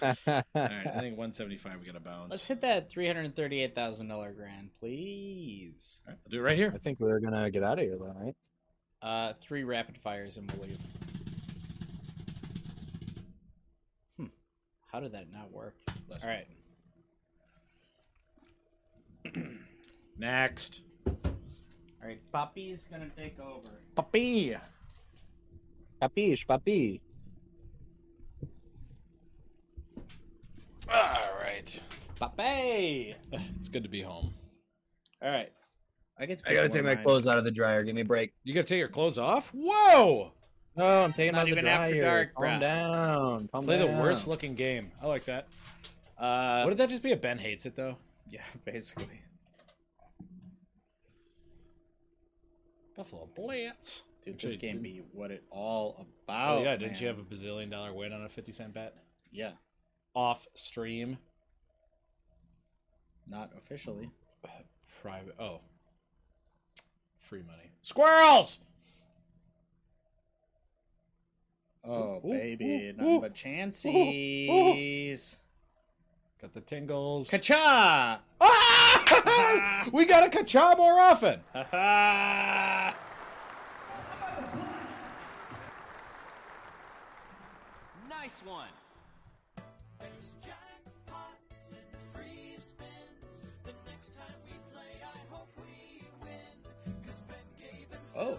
S4: All right, I think 175. We got to bounce.
S3: Let's hit that three hundred thirty-eight thousand dollar grand, please.
S4: All right, I'll do it right here.
S2: I think we are gonna get out of here though, right?
S3: Uh, three rapid fires and we'll leave. Hmm. How did that not work?
S4: Last
S3: All
S4: one.
S3: right.
S4: Next.
S3: All right. Poppy's gonna take over.
S4: Puppy.
S2: Capiche, papi.
S4: All right.
S3: Pape.
S4: It's good to be home.
S3: All right. I get. To
S9: I gotta
S3: pick
S9: take
S3: one
S9: my
S3: of mine.
S9: clothes out of the dryer. Give me a break.
S4: You gotta take your clothes off? Whoa!
S2: No, I'm taking
S3: not
S2: out the
S3: even
S2: dryer.
S3: after dark,
S2: Calm
S3: bruh.
S2: down. Calm
S4: Play the
S2: down.
S4: worst looking game. I like that.
S3: Uh,
S4: What did that just be a Ben hates it though?
S3: yeah, basically.
S4: Buffalo Blitz.
S3: Dude,
S4: Which
S3: this
S4: I
S3: game
S4: didn't-
S3: be what it all about.
S4: Oh, yeah, didn't you
S3: man.
S4: have a bazillion dollar win on a 50 cent bet?
S3: Yeah,
S4: Off stream.
S3: not officially.
S4: Private. Oh. Free money. Squirrels!
S3: Oh
S4: Ooh, ooh,
S3: baby,
S4: ooh,
S3: nothing
S4: ooh,
S3: but chances.
S4: Got the tingles.
S3: Kacha!
S4: Ah! we gotta kacha more often.
S10: Nice one.
S3: Oh.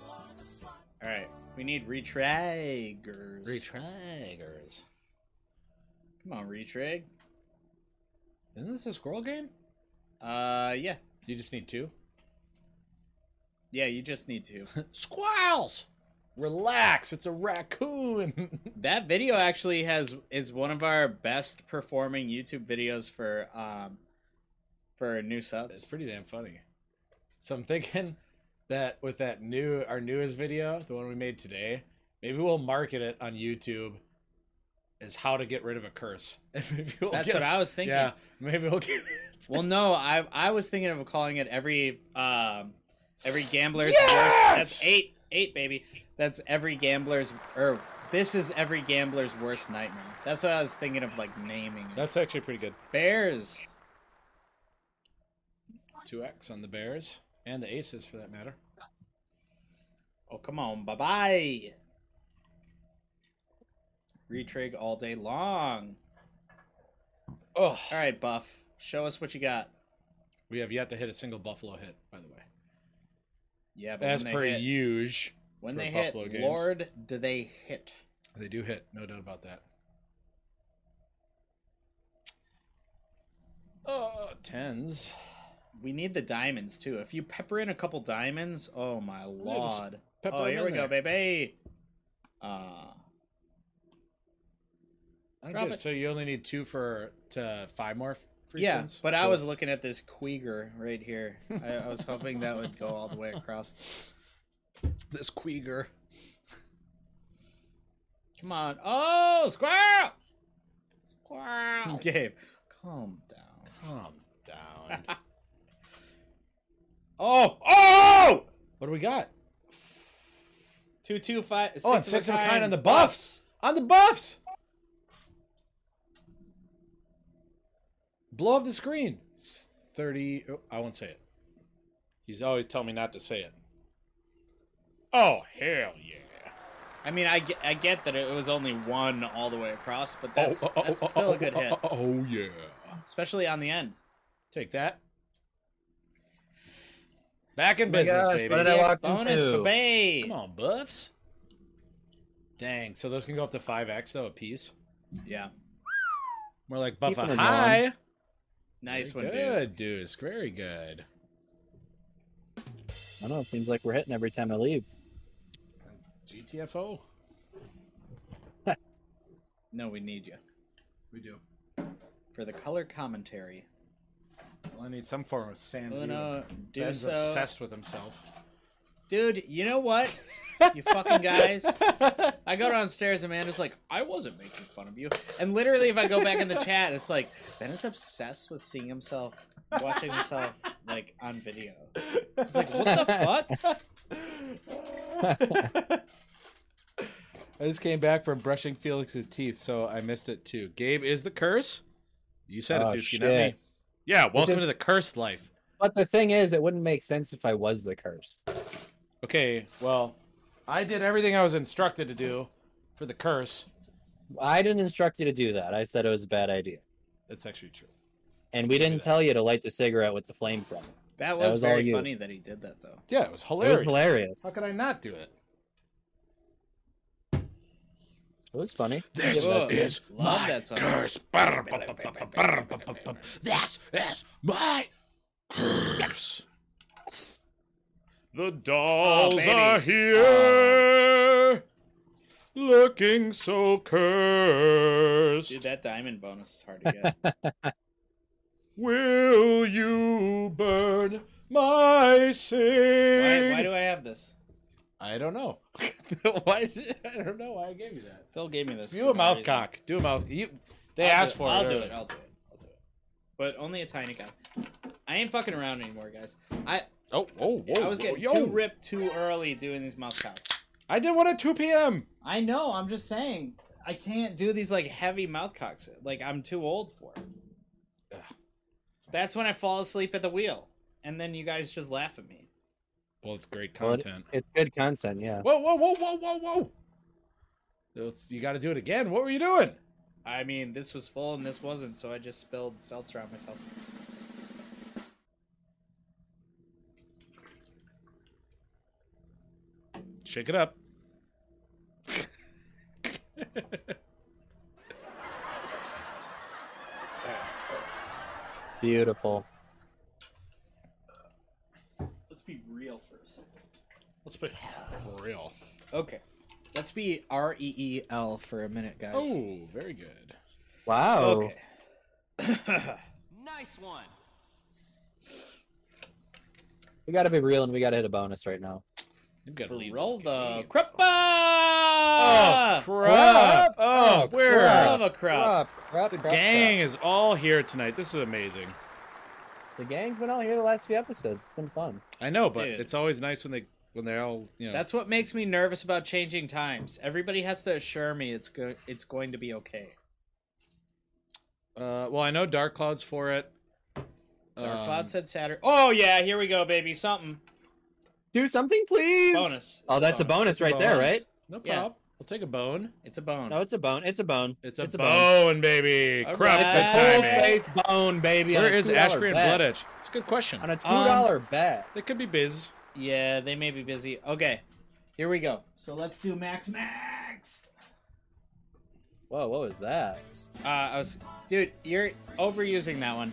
S3: All right, we need retragers.
S4: Retragers.
S3: Come on, retrag.
S4: Isn't this a squirrel game?
S3: Uh, yeah,
S4: You just need two.
S3: yeah. You just need to.
S4: Squirrels. Relax. It's a raccoon.
S3: that video actually has is one of our best performing YouTube videos for um for new
S4: It's
S3: subs.
S4: pretty damn funny. So I'm thinking that with that new our newest video, the one we made today, maybe we'll market it on YouTube as how to get rid of a curse. And maybe we'll
S3: That's
S4: get-
S3: what I was thinking.
S4: Yeah, maybe we'll get
S3: Well, no, I I was thinking of calling it every um every gambler's
S4: Yes!
S3: worst. That's eight eight baby. That's every gambler's or this is every gambler's worst nightmare. That's what I was thinking of like naming it.
S4: That's actually pretty good.
S3: Bears.
S4: 2x on the Bears and the Aces for that matter.
S3: Oh come on, bye bye. Retrig all day long.
S4: Oh,
S3: All right, Buff, show us what you got.
S4: we have yet to hit a single Buffalo hit, by the way.
S3: Yeah, but
S4: As
S3: when they
S4: per
S3: hit,
S4: huge,
S3: when
S4: for
S3: they hit,
S4: Buffalo games.
S3: Lord, do they hit?
S4: they do hit, no doubt about that. Uh, tens.
S3: We need the diamonds too. If you pepper in a couple diamonds, oh my
S4: just
S3: lord!
S4: pepper
S3: oh,
S4: them
S3: here
S4: in
S3: we go,
S4: there.
S3: baby. Uh,
S4: I
S3: Drop
S4: get it.
S3: it.
S4: So you only need two for to five more f- free
S3: yeah,
S4: spins?
S3: but I
S4: Cool.
S3: was looking at this Queeger right here. I, I was hoping that would go all the way across.
S4: this Queeger.
S3: Come on! Oh, squirrel! Squirrel! Gabe, calm down.
S4: Calm down.
S3: Oh! Oh!
S4: what do we got?
S3: Two, two, five.
S4: Oh, and six of a kind on the buffs. On the buffs. Blow up the screen. It's Thirty. oh, I won't say it. He's always telling me not to say it. Oh hell yeah!
S3: I mean, I get, I get that it was only one all the way across, but that's,
S4: oh, oh,
S3: that's
S4: oh,
S3: still
S4: oh,
S3: a good
S4: oh,
S3: hit,
S4: Oh, oh yeah!
S3: especially on the end.
S4: Take that. Back in
S9: my
S4: business,
S9: gosh,
S4: baby.
S9: what did I walk
S3: Bonus,
S9: into?
S3: baby.
S4: Come on, buffs. Dang, so those can go up to 5x though a piece.
S3: Yeah,
S4: More like buff
S2: Keeping
S4: a
S2: it
S4: high.
S3: nice
S4: Very
S3: one,
S4: good,
S3: dude.
S4: Deuce. Very good.
S2: I don't know. It seems like we're hitting every time I leave.
S4: GTFO.
S3: No, we need you
S4: We do.
S3: for the color commentary.
S4: Well, I need some form of sand.
S3: Uno, do
S4: Ben's
S3: so,
S4: obsessed with himself.
S3: dude. You know what? You fucking guys. I go downstairs and Amanda's like, I wasn't making fun of you. And literally, if I go back in the chat, it's like Ben is obsessed with seeing himself, watching himself like on video. It's like, what the fuck?
S4: I just came back from brushing Felix's teeth, so I missed it too. Gabe is the curse. You said
S2: Oh,
S4: it, Dusky, not me.
S2: shit.
S4: Yeah, welcome
S2: is-
S4: to the cursed life.
S2: But the thing is, it wouldn't make sense if I was the cursed.
S4: Okay, well, I did everything I was instructed to do for the curse.
S2: I didn't instruct you to do that. I said it was a bad idea.
S4: That's actually true.
S2: And we didn't tell you to light the cigarette with the flame from it.
S3: That was,
S2: was all
S3: very
S2: you.
S3: funny that he did that though.
S4: Yeah, it was
S2: It
S4: hilarious.
S2: was hilarious.
S4: How could I not do it?
S2: It was funny.
S4: This
S3: Whoa.
S4: is
S3: Love
S4: my
S3: that song.
S4: curse. Brr, bu- bu- bu- bu- brr, bu- bu- bu- This is my curse. Oh, The dolls
S3: baby.
S4: are here, looking so cursed.
S3: Dude, that diamond bonus is hard to get.
S4: Will you burn my
S3: why,
S4: sin?
S3: why do I have this?
S4: I don't know. why? did- I don't know why I gave you that.
S3: Phil gave me this.
S4: Do a mouth cock. Do a mouth. You. They asked for
S3: I'll
S4: it.
S3: do
S4: earlier.
S3: it. I'll do it. I'll do it. But only a tiny guy. I ain't fucking around anymore, guys. I
S4: Oh, oh, whoa,
S3: I was getting
S4: whoa, yo.
S3: too ripped too early doing these mouth cocks.
S4: I did one at 2 p.m.
S3: I know. I'm just saying. I can't do these like heavy mouth cocks. Like I'm too old for it. That's when I fall asleep at the wheel, and then you guys just laugh at me.
S4: Well, it's great
S2: Well, it-
S4: content.
S2: it's good content, yeah.
S4: Whoa, whoa, whoa, whoa, whoa, whoa. It's- you got to do it again. What were you doing?
S3: I mean, this was full and this wasn't, so I just spilled seltzer on myself.
S4: Shake it up.
S2: Beautiful.
S3: Let's be real for a second.
S4: Let's be real.
S3: Okay. Let's be R E E L for a minute, guys.
S4: Oh, very good.
S2: Wow.
S3: Okay.
S2: We gotta be real and we gotta hit a bonus right now.
S4: You've got to leave.
S3: Roll
S4: this
S3: the
S4: game.
S3: crap.
S4: Oh, crap. Oh, where?
S3: Love a crap.
S2: Crap, crap,
S4: The
S2: crap,
S4: gang is all here tonight. This is amazing.
S2: crap. The gang's been all here the last few episodes. It's been fun.
S4: I know, but
S3: Dude.
S4: it's always nice when they when they're all you know.
S3: That's what makes me nervous about changing times. Everybody has to assure me it's go- it's going to be okay.
S4: uh, well, I know Dark Cloud's for it.
S3: Dark
S4: Um,
S3: Cloud said Saturday. Oh yeah, here we go, baby. Something
S2: Do something, please.
S3: bonus.
S2: Oh,
S3: It's
S2: that's a bonus
S3: It's
S2: right there, right?
S4: No
S3: Yeah.
S4: problem. We'll take a bone.
S3: It's a bone.
S2: No, it's a bone. It's a bone.
S4: It's a, bone,
S2: bone.
S4: baby.
S3: All
S4: Crap,
S3: right.
S4: it's
S2: It's
S4: a
S2: a
S3: timing.
S2: full-face bone, baby. on
S4: Where
S2: a
S4: is
S2: $2
S4: Ashbury and
S2: bet.
S4: Blood Edge? It's a good question.
S2: On a two
S3: Um,
S2: dollar bet.
S4: They could be biz.
S3: yeah, they may be busy. Okay, here we go. So let's do max max.
S2: Whoa, what was that?
S3: Uh, I was, dude, you're overusing that one.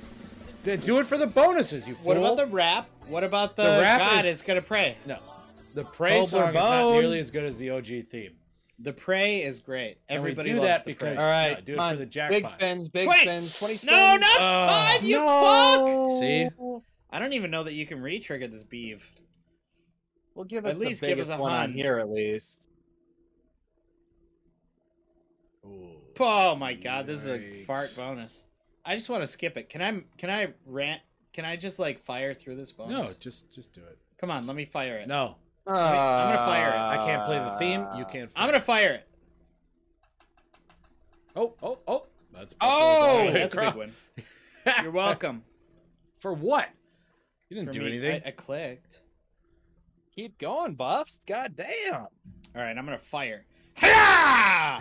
S4: They do it for the bonuses. You fool.
S3: What about the rap? What about the,
S4: The rap
S3: God
S4: is-
S3: is... gonna pray?
S4: no? The prey
S2: Bobo
S4: song is not
S2: Bone.
S4: nearly as good as the OG theme.
S3: The pray is great.
S4: And we
S3: Everybody
S4: do
S3: loves
S4: that
S3: the
S4: because-
S3: because...
S2: All right,
S4: No, do it
S2: come
S4: for
S2: on.
S4: the jackpot.
S2: Big spins, big
S3: 20.
S2: spins, twenty spins.
S3: No, not
S4: Uh,
S3: five. You fuck.
S2: no.
S4: See?
S3: I don't even know that you can re-trigger this beef.
S2: Well, give
S3: At
S2: us
S3: least
S2: the
S3: give us
S2: biggest
S3: a
S2: one on
S3: hun.
S2: here, at least.
S3: Oh my god, this is a
S4: Yikes.
S3: fart bonus. I just want to skip it. Can I? Can I rant? Can I just like fire through this bonus?
S4: No, just just do it.
S3: Come on, let me fire it.
S4: No,
S2: I'm
S3: gonna fire it.
S4: I can't play the theme. You can't.
S3: I'm
S4: fuck-
S3: gonna fire it.
S4: Oh, oh, oh. That's
S2: Oh!
S3: Hey, that's a big one. You're welcome.
S4: For what? You
S3: For
S4: didn't do
S3: me,
S4: anything.
S3: I, I clicked.
S2: Keep going, buffs. God damn.
S3: All right, I'm gonna fire.
S4: Ah!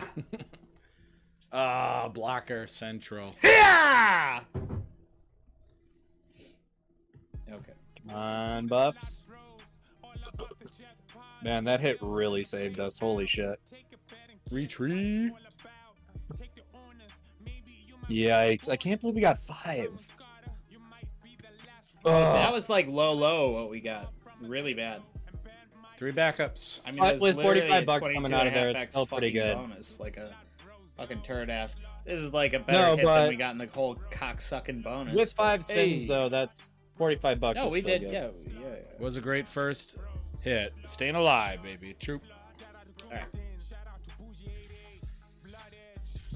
S4: blocker central.
S3: Yeah. Okay.
S2: Come on, buffs. Man, that hit really saved us. Holy shit.
S4: Retrieve.
S2: Yikes. I can't believe we got five.
S3: That Oh,
S2: Ugh.
S3: was like low, low. What we got, really bad.
S4: Three backups.
S3: I mean,
S2: But
S3: there's
S2: with
S3: literally
S2: 45
S3: a
S2: bucks coming
S3: 22
S2: out of there,
S3: and a half
S2: it's
S3: X
S2: still pretty
S3: fucking
S2: good.
S3: Bonus, like a fucking turd ass. This is like a better
S2: No,
S3: hit than
S2: but-
S3: we got in the whole cock sucking bonus.
S2: With five spins,
S4: Hey.
S2: though, that's 45 bucks.
S3: No,
S2: is
S3: we
S2: still
S3: did.
S2: good.
S3: Yeah, yeah, yeah.
S4: Was a great first hit. Staying alive, baby. Troop.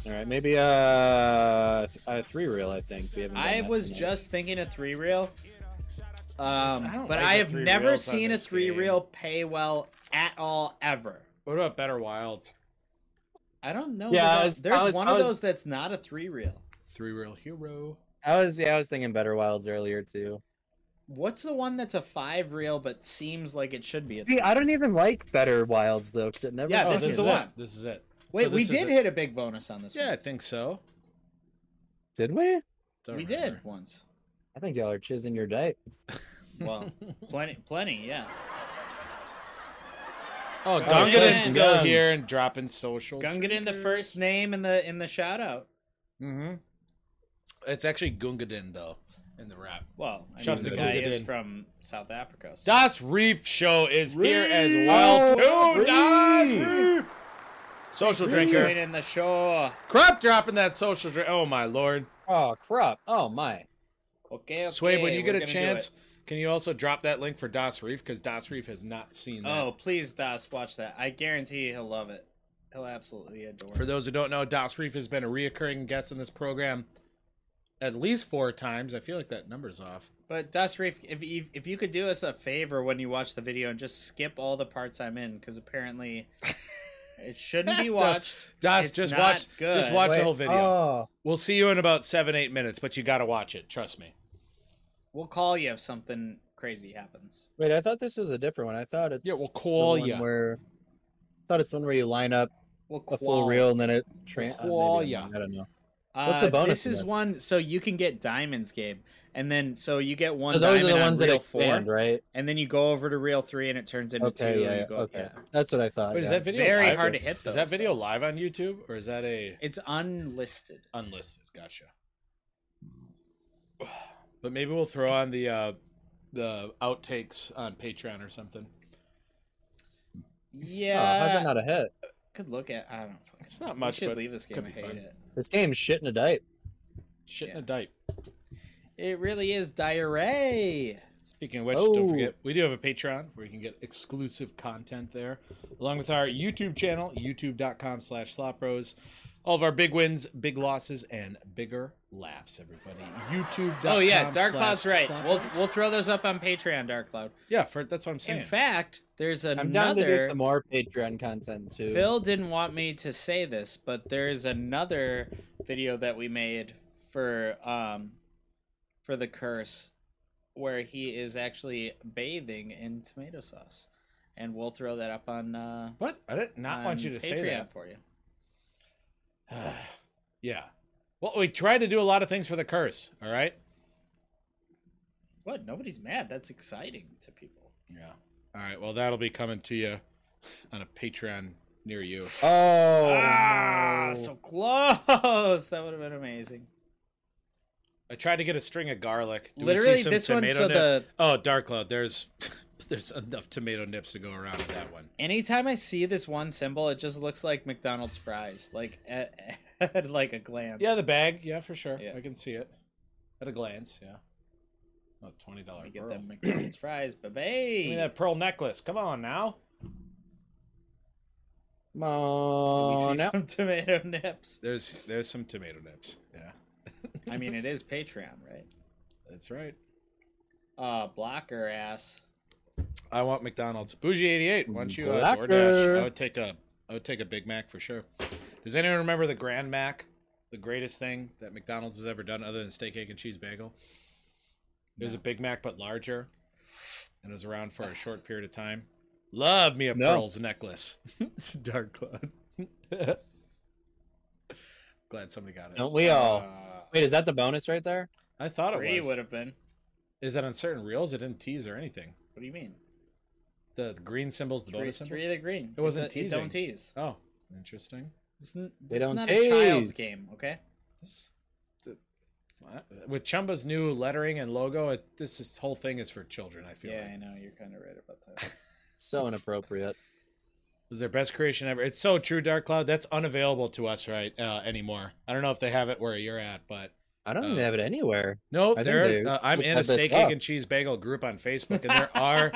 S2: All right, maybe uh, th- a three reel, I think. We haven't done
S3: I
S2: that
S3: was
S2: tonight.
S3: just thinking a three reel,
S4: Just- I
S3: um,
S4: don't
S3: but
S4: like
S3: I
S4: the
S3: have
S4: three
S3: never
S4: reels on
S3: seen a
S4: this
S3: three
S4: game.
S3: reel pay well at all ever.
S4: What about Better Wilds?
S3: I don't know.
S2: Yeah, I
S3: that-
S2: was-
S3: there's
S2: I was-
S3: one
S2: I
S3: of
S2: was-
S3: those that's not a three reel.
S4: Three real hero.
S2: I was, yeah, I was thinking Better Wilds earlier too.
S3: What's the one that's a five reel but seems like it should be a?
S2: See, I don't even like Better Wilds though, because it never.
S3: Yeah,
S2: Oh,
S3: this is the
S4: it.
S3: one.
S4: This is it.
S3: Wait,
S4: So
S3: we
S4: this is
S3: did
S4: it.
S3: hit a big bonus on this.
S4: Yeah, I
S3: once.
S4: think so.
S2: Did we?
S4: Don't
S3: we did
S4: remember.
S3: once.
S2: I think y'all are choosing your date.
S3: Well, plenty, plenty, yeah.
S4: Oh,
S3: Gungadin's
S4: Gungadin's still
S2: Gun.
S4: here and dropping social.
S3: Gungadin, the first name in the in the shout out.
S4: Mm-hmm. It's actually Gungadin though in the rap.
S3: Well, I
S4: Shout
S3: mean,
S4: out
S3: the
S4: to
S3: guy is
S4: Gungadin.
S3: from South Africa. So.
S4: Das Reef Show is here as well too. Das Reef. Social
S3: Join
S4: drinker.
S3: in the show.
S4: Crap dropping that social drink. Oh my lord.
S2: Oh crap! Oh my!
S3: Okay, okay.
S4: Swabe, when you
S3: we're
S4: get a
S3: gonna do
S4: chance,
S3: it.
S4: can you also drop that link for Das Reef? Because Das Reef has not seen that.
S3: Oh, please, Das, watch that. I guarantee he'll love it. He'll absolutely adore
S4: For
S3: it.
S4: those who don't know, Das Reef has been a reoccurring guest in this program at least four times. I feel like that number's off.
S3: But Das Reef, if you, if you could do us a favor when you watch the video and just skip all the parts I'm in, because apparently it shouldn't be watched.
S4: Das,
S3: It's
S4: just
S3: not
S4: watch, just
S3: good.
S4: watch
S2: Wait,
S4: the whole video.
S2: Oh,
S4: We'll see you in about seven, eight minutes, but you gotta watch it. Trust me.
S3: We'll call you if something crazy happens.
S2: wait! I thought this was a different one. I thought it's
S4: Yeah, we'll
S2: the
S4: call
S2: one
S4: ya.
S2: Where I thought it's one where you line up
S3: We'll
S2: a
S3: call
S2: full reel and then it. Tra- uh, maybe
S4: Call
S2: I'm
S4: ya.
S2: wrong, I don't know.
S3: Uh,
S2: What's the bonus
S3: This is
S2: in this?
S3: one, so you can get diamonds, Gabe, and then so you get one.
S2: So those are
S3: diamond
S2: the
S3: on
S2: ones that
S3: reel
S2: expand,
S3: four,
S2: right?
S3: and then you go over to reel three, and it turns into two.
S2: Okay, yeah,
S3: and
S2: yeah,
S3: you go,
S2: okay.
S3: yeah.
S2: That's what I thought.
S4: Wait, is
S2: yeah.
S4: that video
S3: Very
S4: live?
S3: hard to hit. Those,
S4: Is that video
S3: though.
S4: live on YouTube or is that a
S3: It's unlisted.
S4: unlisted? Gotcha. But maybe we'll throw on the uh the outtakes on Patreon or something.
S2: Oh,
S3: Yeah,
S2: how's that not a hit?
S3: Could look at. I don't. Know.
S4: It's not much,
S3: We should
S4: but
S3: leave this game.
S4: could
S3: I
S4: be
S3: hate
S4: fun.
S3: it.
S2: This game's shit in a diaper.
S4: Shit in
S3: Yeah.
S4: a dipe.
S3: It really is diarrhea.
S4: Speaking of which,
S2: Oh.
S4: don't forget we do have a Patreon where you can get exclusive content there, along with our YouTube channel, youtube.com slash slopros. All of our big wins, big losses, and bigger laughs, everybody. YouTube.com.
S3: Oh yeah, Dark
S4: slash
S3: Cloud's right. We'll
S4: Slopros.
S3: we'll throw those up on Patreon, Dark Cloud.
S4: yeah, for, that's what I'm saying.
S3: In fact, there's
S2: I'm down to do
S3: another.
S2: some more Patreon content too.
S3: Phil didn't want me to say this, but there's another video that we made for um for the curse where he is actually bathing in tomato sauce. And we'll throw that up on uh
S4: what? I did not want
S3: on
S4: you to
S3: Patreon
S4: say
S3: for you.
S4: that. yeah. Well, we tried to do a lot of things for the curse, all right?
S3: What? Nobody's mad. That's exciting to people.
S4: Yeah. All right. Well, that'll be coming to you on a Patreon near you.
S2: Oh,
S3: ah,
S2: no.
S3: so close. That would have been amazing.
S4: I tried to get a string of garlic. Do we see
S3: Literally
S4: some
S3: this one
S4: tomato
S3: so
S4: nip?
S3: the
S4: Oh, Dark Cloud, there's there's enough tomato nips to go around with that one.
S3: anytime I see this one symbol, it just looks like McDonald's fries, like at, at like a glance.
S4: Yeah, the bag, yeah, for sure.
S3: Yeah.
S4: I can see it. At a glance, yeah. Oh, twenty dollar
S3: Let me
S4: pearl.
S3: get them McDonald's fries,
S4: Give me
S3: baby.
S4: that pearl necklace. Come on now.
S2: Come
S3: we
S2: on
S3: see
S2: now.
S3: some tomato nips.
S4: There's there's some tomato nips. Yeah.
S3: I mean, it is Patreon, right?
S4: That's right.
S3: Uh, blocker ass.
S4: I want McDonald's. Bougie eighty eight. Why don't you uh,
S2: Blacker.
S4: DoorDash? I would take a I would take a Big Mac for sure. Does anyone remember the Grand Mac? The greatest thing that McDonald's has ever done other than steak, egg, and cheese bagel? It was a Big Mac but larger. And it was around for a short period of time. Love me a
S2: No.
S4: pearls necklace. it's a dark cloud. Glad somebody got it.
S2: Don't we all?
S3: Uh,
S2: Wait, is that the bonus right there?
S4: I thought it
S3: three
S4: was.
S3: would have been.
S4: Is that on certain reels? It didn't tease or anything.
S3: What do you mean?
S4: The, the green symbol's the
S3: Three,
S4: bonus symbol.
S3: three of the green.
S4: It wasn't
S3: do- don't
S4: teasing.
S3: tease.
S4: Oh, interesting.
S3: This, n-
S2: They
S3: this is
S2: don't
S3: not a child's
S2: tease.
S3: game, okay?
S4: This- th- With Chumba's new lettering and logo, it, this, is- whole thing is for children. I feel
S3: Yeah, I
S4: like
S3: know. You're kind of right about that.
S2: So inappropriate.
S4: it was their best creation ever. It's so true, Dark Cloud. That's unavailable to us right uh, anymore. I don't know if they have it where you're at, but
S2: I don't
S4: Oh.
S2: think
S3: uh,
S2: they have it anywhere.
S4: no,
S2: think
S4: there.
S2: they
S4: Uh, I'm in
S2: have
S4: a
S2: it
S4: steak, egg,
S2: up.
S4: and cheese bagel group on Facebook, and there are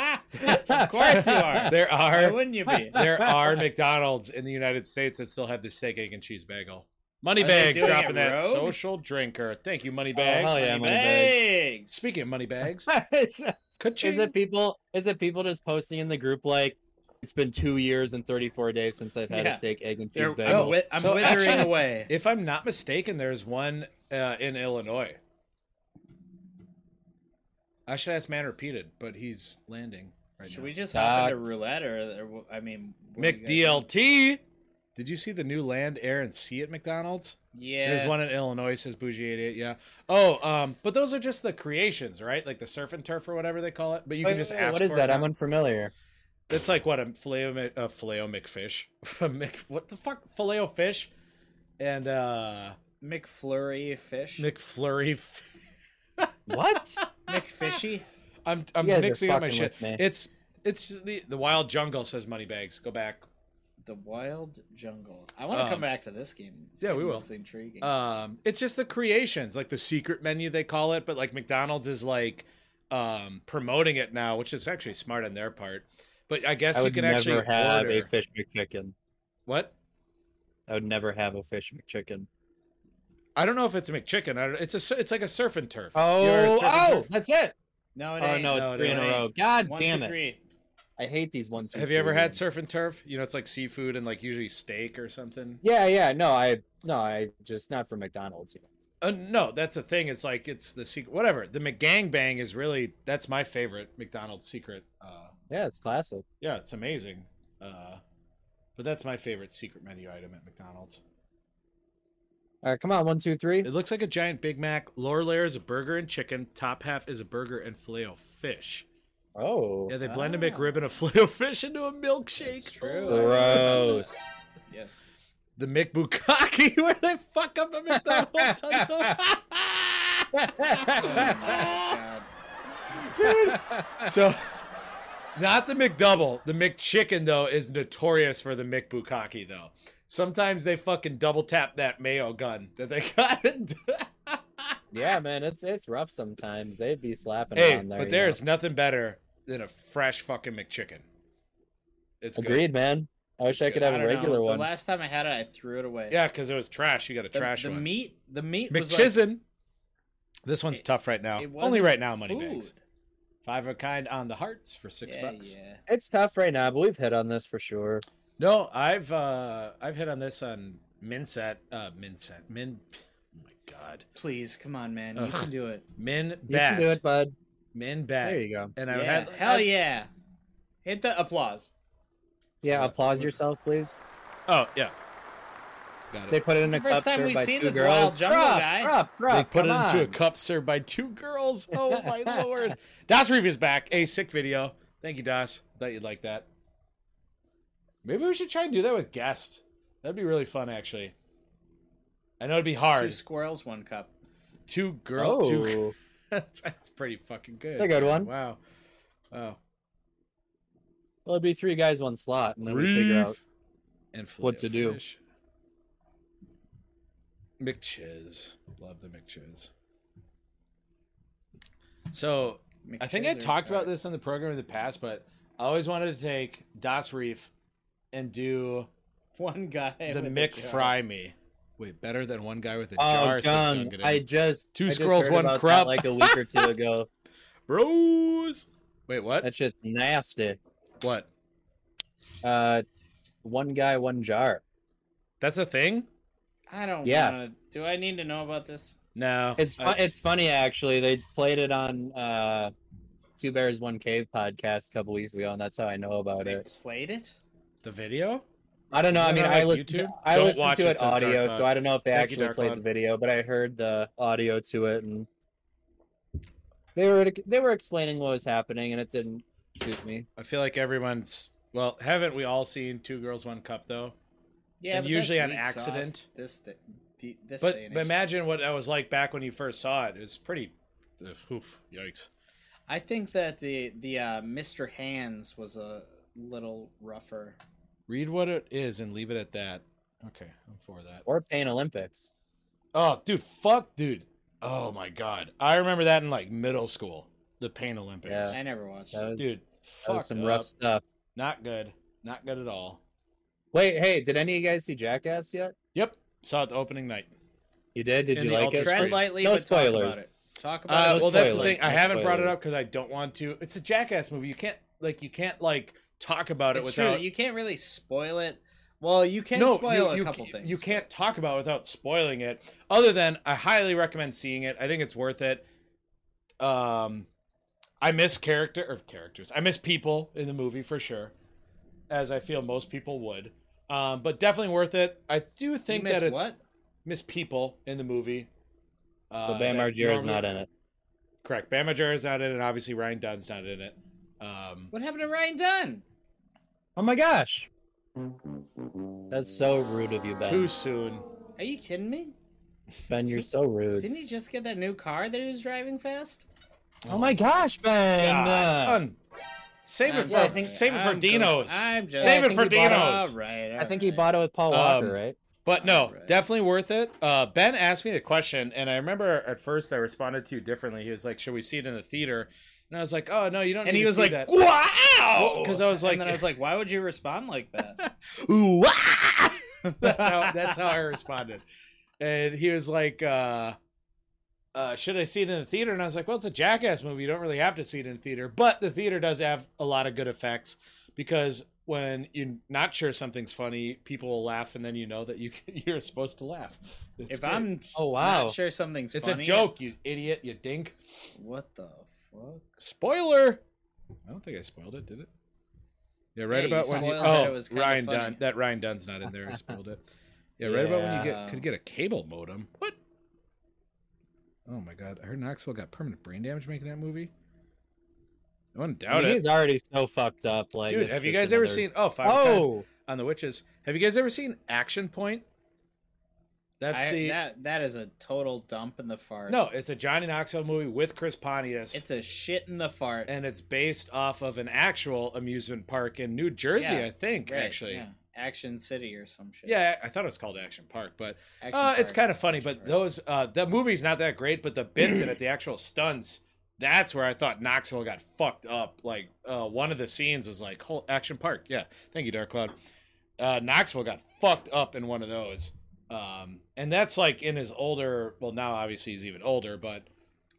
S3: of course you are.
S4: there
S3: Why
S4: are
S3: wouldn't you be?
S4: there are McDonald's in the United States that still have the steak, egg, and cheese bagel.
S3: Are they
S4: Moneybags
S3: doing it
S4: dropping that
S3: rogue?
S4: social drinker. Thank you,
S2: Oh, hell
S4: Moneybags.
S2: yeah,
S3: Money
S2: Moneybags.
S3: bags.
S4: Speaking of Moneybags,
S2: is,
S4: ka-ching.
S2: is it people? Is it people just posting in the group like it's been two years and thirty four days since I've had
S3: Yeah.
S2: a steak, egg, and
S3: They're-
S2: cheese
S3: I'm,
S2: bagel?
S4: Oh,
S3: wi- I'm
S4: So
S3: withering
S4: actually-
S3: away.
S4: If I'm not mistaken, there's one uh, in Illinois. I should ask Man Repeated, but he's landing right
S3: Should
S4: now.
S3: we just hop into
S2: Dots.
S3: roulette or, or wh- I mean, what do you guys think?
S4: McDLT. Did you see the new Land, Air, and Sea at McDonald's?
S3: Yeah,
S4: There's one in Illinois. Says Bougie 88. Yeah. Oh, um, but those are just the creations, right? Like the surf and turf or whatever they call it. But you
S2: Wait,
S4: can just
S2: wait,
S4: ask.
S2: what is
S4: for
S2: that?
S4: It
S2: I'm unfamiliar.
S4: It's like what a filet a filet fish. A Mc, what the fuck filet fish? And uh
S3: McFlurry fish.
S4: McFlurry. F-
S2: What?
S3: McFishy.
S4: I'm I'm
S2: You guys are
S4: mixing up my
S2: fucking
S4: shit.
S2: with me.
S4: It's it's the the wild jungle says Moneybags. Go back.
S3: The Wild Jungle. I want to
S4: Um,
S3: come back to this game. This
S4: yeah,
S3: game
S4: we will.
S3: Looks intriguing.
S4: Um, it's just the creations, like the secret menu they call it, but like McDonald's is like um promoting it now, which is actually smart on their part. But I guess
S2: I
S4: you
S2: would
S4: can
S2: never
S4: actually
S2: have
S4: order
S2: a fish McChicken.
S4: what?
S2: I would never have a fish McChicken.
S4: I don't know if it's a McChicken. I don't, it's a sur- it's like a surf and turf.
S2: Oh,
S4: You ever heard surf and
S2: oh,
S4: turf?
S2: that's it.
S3: no, it
S2: Oh
S3: ain't.
S2: no, it's
S4: No, it
S2: three in a
S3: ain't.
S2: row. God
S3: One, two,
S2: damn it!
S3: three.
S2: I hate these ones.
S4: Have you ever had surf and turf? You know, it's like seafood and like usually steak or something.
S2: Yeah, yeah. No, I no, I just not from McDonald's.
S4: Uh, no, that's the thing. It's like it's the secret. Whatever. The McGangbang is really that's my favorite McDonald's secret. Uh,
S2: Yeah, it's classic.
S4: yeah, it's amazing. Uh, but that's my favorite secret menu item at McDonald's.
S2: All right, come on, one, two, three.
S4: It looks like a giant Big Mac. Lower layer is a burger and chicken. Top half is a burger and filet o fish.
S2: Oh,
S4: Yeah, they blend a
S3: Ah.
S4: McRib and a filet o fish into a
S3: It's
S4: milkshake.
S3: true.
S2: gross.
S3: Yes.
S4: The McBukaki, where they fuck up a McDonald's.
S3: Oh my
S4: so not the McDouble. The McChicken though is notorious for the McBukaki though. Sometimes they fucking double tap that mayo gun that they got.
S2: yeah, man, it's it's rough sometimes. They'd be slapping
S4: hey,
S2: on there.
S4: but
S2: you
S4: there's
S2: know.
S4: nothing better than a fresh fucking McChicken. It's
S2: agreed, man. I wish
S4: It's
S2: I
S4: good.
S2: could
S3: God.
S2: have
S3: I
S2: a
S3: don't
S2: regular
S3: know.
S2: one.
S3: The last time I had it, I threw it away.
S4: good. Yeah, because it was trash. You got a
S3: The,
S4: trash
S3: the
S4: one.
S3: meat. The meat was like
S4: McChizzin. this one's
S3: It-
S4: tough right now.
S3: it
S4: Only
S3: wasn't
S4: right now, money
S3: food.
S4: bags. Five of a kind on the hearts for six
S3: yeah,
S4: bucks.
S3: yeah.
S2: It's tough right now, but we've hit on this for sure.
S4: No, I've uh I've hit on this on Minsat uh Minsat Min Oh my god.
S3: Please, come on, man. You
S4: Ugh.
S3: can do it.
S4: Min
S2: You can do
S4: bat.
S2: it, bud.
S4: Min bat.
S2: There you go.
S4: And I
S3: Yeah.
S4: had
S3: Hell yeah. Hit the applause.
S2: Yeah,
S4: What?
S2: applause
S4: What?
S2: yourself, please.
S4: Oh, yeah. Got
S2: They
S4: it.
S2: put it in
S3: It's
S2: a
S3: the
S2: cup
S3: first time
S2: served
S3: we've
S2: by
S3: seen
S2: two
S3: this
S2: girls.
S3: wild jungle
S2: Drop,
S3: guy.
S2: drop,
S4: They
S2: drop,
S4: put it
S2: come
S4: into a
S2: on.
S4: cup served by two girls. Oh my lord. Das Review's back. A sick video. Thank you, Das. Thought you'd like that. Maybe we should try and do that with guest. That'd be really fun actually. I know it'd be
S3: Two
S4: hard.
S3: squirrels, one cup.
S4: Two girl
S2: Oh,
S4: two That's pretty fucking good.
S2: That's a good one.
S4: Wow. Oh. Wow.
S2: well, it'd be three guys, one slot, and then we figure out.
S4: and
S2: what to do.
S4: fish. McChiz. Love the McChiz. So I think I
S3: McChizzard.
S4: talked about
S3: Alright.
S4: this on the program in the past, but I always wanted to take Das Reef and do
S3: One guy.
S4: the
S3: with a
S4: Mick
S3: jar.
S4: Fry me. Wait, better than one guy with a jar.
S2: Oh,
S4: says
S2: done.
S4: Gungadin.
S2: I just
S4: Two
S2: I just
S4: squirrels,
S2: heard
S4: one
S2: about that,
S4: crop.
S2: Like a week or two ago,
S4: Bros. Wait, what?
S2: that shit's nasty.
S4: what?
S2: Uh, one guy, one jar.
S4: That's a thing?
S3: I don't
S2: Yeah.
S3: wanna do I need to know about this?
S4: No. Uh,
S2: It's fu-
S4: I-
S2: it's funny actually. They played it on uh, Two Bears One Cave podcast a couple weeks ago, and that's how I know about
S3: they
S2: it.
S3: played it?
S4: the video?
S2: I don't know.
S4: Is
S2: I
S4: that
S2: mean,
S4: on,
S2: I
S4: like,
S2: listened to,
S4: YouTube?
S2: I
S4: Don't
S2: listened
S4: watch
S2: to
S4: it,
S2: it
S4: says Dark
S2: audio,
S4: Cloud.
S2: so I don't know if they
S4: Thank you,
S2: actually
S4: Dark
S2: played
S4: Cloud.
S2: the video, but I heard the audio to it, and they were they were explaining what was happening, and it didn't suit me.
S4: I feel like everyone's well, haven't we all seen Two Girls One Cup though?
S3: Yeah,
S4: And
S3: but
S4: usually
S3: that's
S4: on
S3: weak sauce
S4: accident.
S3: This da- the- this
S4: But,
S3: day and
S4: but
S3: age.
S4: imagine what I was like back when you first saw it. It was pretty ugh, oof, yikes.
S3: I think that the the uh, Mr. Hands was a little rougher.
S4: Read what it is and leave it at that. Okay, I'm for that.
S2: Or Pain Olympics.
S4: Oh, dude, fuck dude. Oh my god. I remember that in like middle school. The Pain Olympics.
S2: Yeah.
S3: I never watched
S2: That
S3: it.
S2: was,
S4: Dude,
S2: that
S4: fuck
S2: was some rough stuff.
S4: Not good. Not good at all.
S2: Wait, hey, did any of you guys see Jackass yet?
S4: Yep. Saw it the opening night.
S2: You did? Did
S4: In
S2: you
S4: the
S2: like it?
S4: ultra-
S3: Tread lightly,
S2: No
S3: but talk
S2: spoilers.
S3: about it. Talk about
S4: Uh,
S3: it.
S4: well,
S3: with
S4: that's the
S3: spoilers.
S4: thing. I
S2: no
S4: haven't brought it
S2: spoilers.
S4: up because I don't want to. It's a Jackass movie. You can't like you can't like talk about
S3: It's
S4: it without.
S3: true. You can't really spoil it. Well, you can
S4: no,
S3: spoil
S4: you, you
S3: a couple
S4: ca-
S3: things.
S4: You can't talk about it without spoiling it. Other than I highly recommend seeing it. I think it's worth it. Um, I miss character or characters. I miss people in the movie for sure, as I feel most people would. Um, but definitely worth it. I do
S3: You
S4: think
S3: missed
S4: that it's
S3: what?
S4: miss people in the movie. Uh,
S2: But Bam
S4: that
S2: Margera's
S4: normally-
S2: not in it.
S4: Correct. Bam Margera's not in it. Obviously, Ryan Dunn's not in it. Um,
S3: What happened to Ryan Dunn?
S2: Oh my gosh. That's so rude of you, Ben.
S4: Too soon.
S3: Are you kidding me?
S2: Ben, you're so rude.
S3: Didn't he just get that new car that he was driving fast?
S2: Oh my gosh, Ben.
S4: God,
S2: Uh,
S4: un- Save it
S3: I'm
S4: for
S2: just- I think-
S4: save it for
S3: I'm just-
S4: Dino's.
S3: I'm just-
S4: save
S2: I
S4: it
S2: think
S4: for
S2: he bought it.
S4: Dino's.
S3: All right, all
S2: I think he
S3: right.
S2: bought it with Paul Walker,
S4: Um,
S2: right?
S4: But no,
S3: Alright.
S4: definitely worth it. Uh, ben asked me the question, and I remember at first I responded to you differently. He was like, "Should we see it in the theater?" And I was like, "Oh no, you don't."
S3: And
S4: need
S3: he
S4: to
S3: was
S4: see
S3: like,
S4: that.
S3: "Wow!"
S4: Because I was like,
S3: and then I was like, "Why would you respond like that?"
S4: that's how that's how I responded. And he was like, uh, uh, should I see it in the theater? And I was like, well, it's a jackass movie. You don't really have to see it in theater, but the theater does have a lot of good effects because when you're not sure something's funny, people will laugh, and then you know that you can, you're supposed to laugh. It's
S3: if
S4: great.
S3: I'm
S2: Oh wow.
S3: not sure something's
S4: it's
S3: funny,
S4: a joke, you idiot, you dink.
S3: What the fuck?
S4: Spoiler. I don't think I spoiled it, did it? Yeah, right
S3: Yeah, you
S4: about when you
S3: spoiled that
S4: oh
S3: it was kinda
S4: Ryan
S3: funny.
S4: Dunn that Ryan Dunn's not in there. I spoiled it. Yeah, right about when you
S3: Yeah.
S4: get could get a cable modem. What? Oh my god, I heard Knoxville got permanent brain damage making that movie. I wouldn't
S2: I
S4: doubt
S2: mean,
S4: it.
S2: he's already so fucked up. Like,
S4: Dude,
S2: it's
S4: have you
S2: just
S4: guys ever
S2: another-
S4: seen oh five oh.
S2: Oh,
S4: on the witches? Have you guys ever seen Action Point? That's
S3: I-
S4: the
S3: that that is a total dump in the fart.
S4: no, it's a Johnny Knoxville movie with Chris Pontius.
S3: it's a shit in the fart.
S4: and it's based off of an actual amusement park in New Jersey,
S3: Yeah,
S4: I think,
S3: Right,
S4: actually. Yeah.
S3: yeah. Action City or some shit.
S4: I thought it was called Action Park, but
S3: Action
S4: uh, it's
S3: Park.
S4: kind of funny. But
S3: Park.
S4: those, uh, the movie's not that great, but the bits in it, the actual stunts, that's where I thought Knoxville got fucked up. Like uh, one of the scenes was like, whole Action Park. Yeah, thank you, Dark Cloud. Uh, Knoxville got fucked up in one of those, um, and that's like in his older. Well, now obviously he's even older, but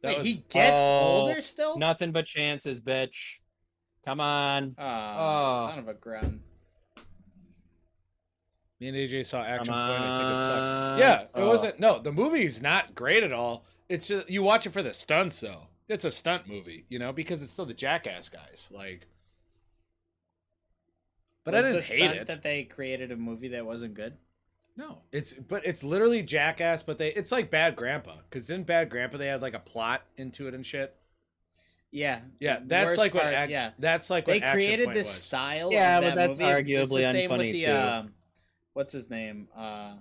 S4: that
S3: Wait,
S4: was
S3: he gets
S2: Oh,
S3: older still.
S2: nothing but chances, bitch. Come on.
S4: Uh,
S3: Ah,
S2: Oh.
S3: son of a gun.
S4: me and AJ saw Action
S2: Come
S4: Point. I think it sucked.
S2: on.
S4: Yeah, it
S3: Uh,
S2: Oh.
S4: wasn't. No, the movie's not great at all. It's just you watch it for the stunts though. It's a stunt movie, you know, because it's still the Jackass guys. Like, but
S3: Was
S4: I didn't
S3: the
S4: hate
S3: stunt
S4: it.
S3: That they created a movie that wasn't good.
S4: No, it's but it's literally Jackass. But they it's like Bad Grandpa because didn't Bad Grandpa they had like a plot into it and shit.
S3: Yeah.
S4: Yeah,
S3: the
S4: that's
S3: worst
S4: like what.
S3: part,
S4: ac-
S3: yeah.
S4: that's like
S3: They
S4: what Action
S3: created
S4: Point
S3: this
S4: was.
S3: style.
S2: Yeah,
S3: of
S2: but
S3: that
S2: that's
S3: movie. It's the
S2: arguably
S3: same with
S2: unfunny,
S3: the,
S2: too.
S3: Um, what's his name? Uh,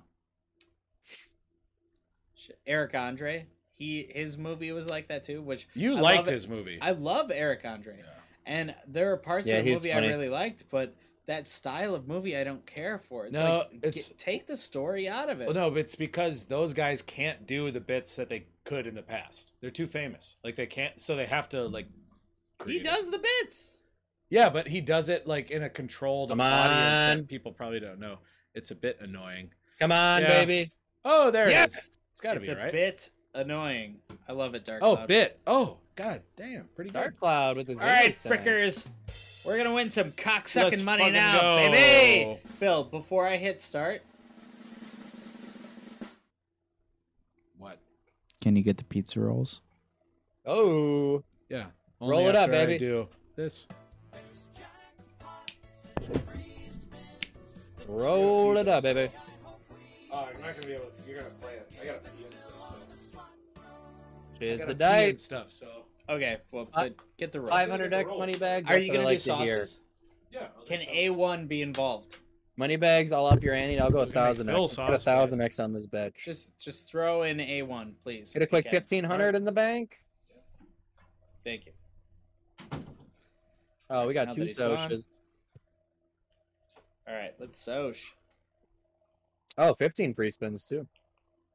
S3: sh- Eric Andre. He his movie was like that too, which
S4: You
S3: I
S4: liked
S3: love it.
S4: his movie.
S3: I love Eric Andre,
S4: Yeah.
S3: and there are parts
S2: Yeah,
S3: of the
S2: he's
S3: movie I
S2: funny.
S3: really liked, but that style of movie I don't care for. It's
S4: No,
S3: like
S4: it's-
S3: get- take the story out of it.
S4: Well, no, but it's because those guys can't do the bits that they could in the past. They're too famous. Like they can't, so they have to like.
S3: he
S4: create it.
S3: does the bits.
S4: Yeah, but he does it like in a controlled
S2: Come
S4: audience
S2: on.
S4: that people probably don't know. It's a bit annoying.
S2: Come on,
S4: Yeah.
S2: baby.
S4: Oh, there it is.
S2: Yes.
S4: It's got to
S3: it's
S4: be
S3: a
S4: right.
S3: bit annoying. I love it, Dark.
S4: oh,
S3: Cloud.
S4: bit. Oh, god damn, pretty
S2: Dark
S4: good.
S2: Cloud with his.
S3: All right, frickers. We're gonna win some
S4: Let's
S3: cocksucking money
S4: fucking
S3: now,
S4: go. Oh,
S3: baby. Phil, before I hit start,
S4: What?
S9: Can you get the pizza rolls?
S2: Oh.
S4: Yeah.
S2: Roll it up,
S4: after I
S2: baby.
S4: do this.
S2: Roll it up, baby.
S4: Oh, you're not gonna be able. To, you're gonna play it. I gotta pee and stuff. So.
S2: Cheers the dice.
S4: stuff. So
S3: okay. Well,
S2: Fi-
S3: but get the rolls.
S2: 500x money bags.
S3: Are
S2: that's
S3: you
S2: what I
S3: gonna
S2: like
S3: do
S2: to hear.
S3: sauces?
S4: yeah.
S3: Can A one be involved?
S2: Money bags, I'll up your ante. I'll go
S4: gonna
S2: a
S4: make
S2: thousand
S4: Phil
S2: X. Let's put a
S4: sauce, man.
S2: thousand X on this bitch.
S3: Just just throw in A one, please.
S2: Get a
S3: if
S2: quick
S3: you can.
S2: fifteen hundred in the bank.
S3: Thank you.
S2: Oh, we got
S3: Now
S2: two
S3: that he's gone.
S2: socias.
S3: All right, let's soch.
S2: Oh, 15 free spins too.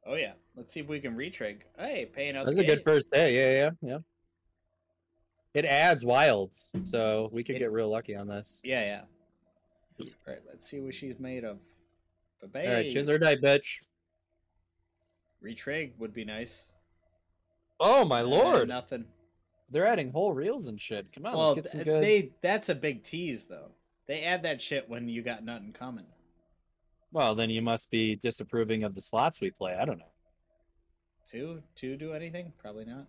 S3: Oh yeah, let's see if we can retrig. Hey, paying out.
S2: That's
S3: the
S2: a good
S3: gate.
S2: first day. Yeah, yeah, yeah. It adds wilds, so we could
S3: It-
S2: get real lucky on this.
S3: Yeah, yeah. All right, let's see what she's made of. Ba-bang.
S2: All right, chisel or die, bitch.
S3: Retrig would be nice.
S2: Oh my
S3: Uh,
S2: lord!
S3: nothing.
S2: They're adding whole reels and shit. Come on,
S3: well,
S2: let's get some
S3: th- uh,
S2: good.
S3: they that's a big tease though. They add that shit when you got nothing coming.
S2: Well, then you must be disapproving of the slots we play. I don't know.
S3: Two, two do anything? Probably not.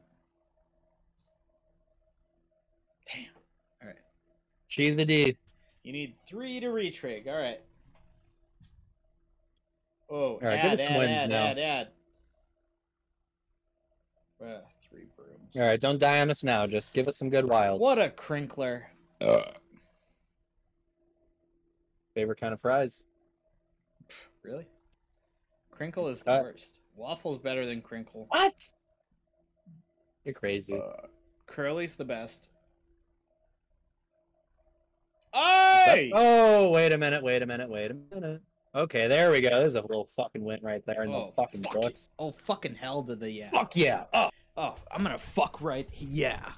S3: Damn. All right.
S2: Cheese the D.
S3: You need three to retrig. All right. Oh,
S2: right,
S3: add,
S2: give us some
S3: add,
S2: wins
S3: add,
S2: now.
S3: add, add. Uh, three brooms.
S2: All right, don't die on us now. Just give us some good wilds.
S3: What a crinkler.
S2: Favorite kind of fries.
S3: Really? Crinkle is the
S2: Uh,
S3: worst. Waffle's better than crinkle.
S2: What? You're crazy.
S3: Curly's the best.
S2: That-
S3: Hey!
S2: Oh, wait a minute, wait a minute, wait a minute. Okay, there we go. There's a little fucking win right there in
S3: Oh,
S2: the fucking
S3: fuck
S2: books.
S3: Oh fucking hell to the yeah.
S2: Fuck yeah. Oh,
S3: Oh, I'm gonna fuck right yeah.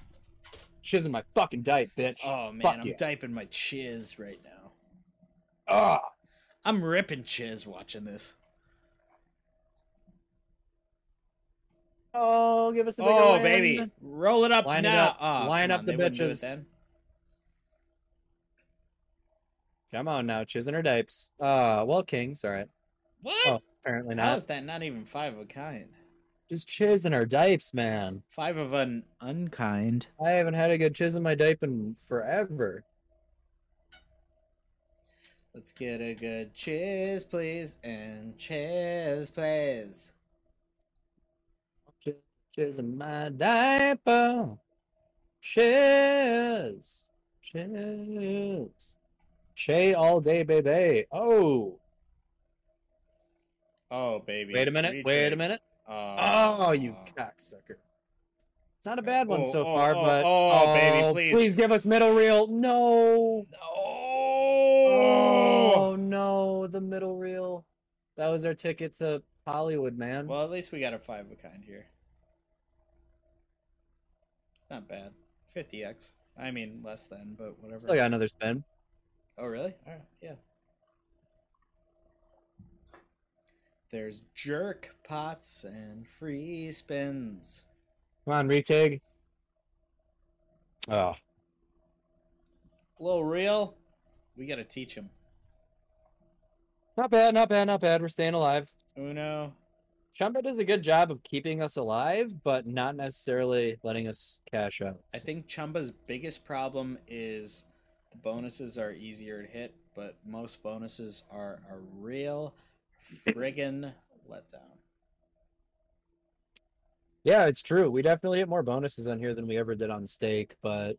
S2: shiz in my fucking diet, bitch.
S3: Oh man,
S2: Fuck
S3: I'm
S2: yeah.
S3: diping my chiz right now.
S2: Ah.
S3: I'm ripping chiz watching this.
S2: Oh, give us a big
S3: Oh
S2: win.
S3: baby, roll it up
S2: Line it
S3: now.
S2: up.
S3: Ah,
S2: Line
S3: come
S2: up
S3: on,
S2: the
S3: they wouldn't do it
S2: bitches. Oh,
S3: then.
S2: Come on now, chising her dipes. Uh, well, kings, all right.
S3: What?
S2: Oh, Apparently
S3: How
S2: not.
S3: is that not even five of a kind?
S2: Just chising her dipes, man.
S3: Five of an unkind.
S2: I haven't had a good chiz in my dipe in forever.
S3: Let's get a good cheers, please, and cheers, please.
S2: Chi- Chiz in my diaper. Chiz. Chiz. Shay all day, baby. Oh,
S3: Oh, baby.
S2: wait a minute. Wait a minute.
S3: Uh,
S2: Oh, you cocksucker. It's not a bad one
S3: Oh,
S2: so
S3: oh,
S2: far,
S3: oh,
S2: but.
S3: oh, baby, please.
S2: give us middle reel. No.
S3: Oh.
S2: Oh, no. The middle reel. That was our ticket to Hollywood, man.
S3: Well, at least we got a five of a kind here. Not bad. 50x. I mean, less than, but whatever.
S2: Still got another spin.
S3: Oh, really? All right, yeah. There's jerk pots and free spins.
S2: Come on, retake. Oh.
S3: Little real. We gotta teach him.
S2: Not bad, not bad, not bad. We're staying alive.
S3: Uno.
S2: Chumba does a good job of keeping us alive, but not necessarily letting us cash out.
S3: I think Chumba's biggest problem is the bonuses are easier to hit, but most bonuses are a real friggin' letdown.
S2: Yeah, it's true. We definitely hit more bonuses on here than we ever did on stake, but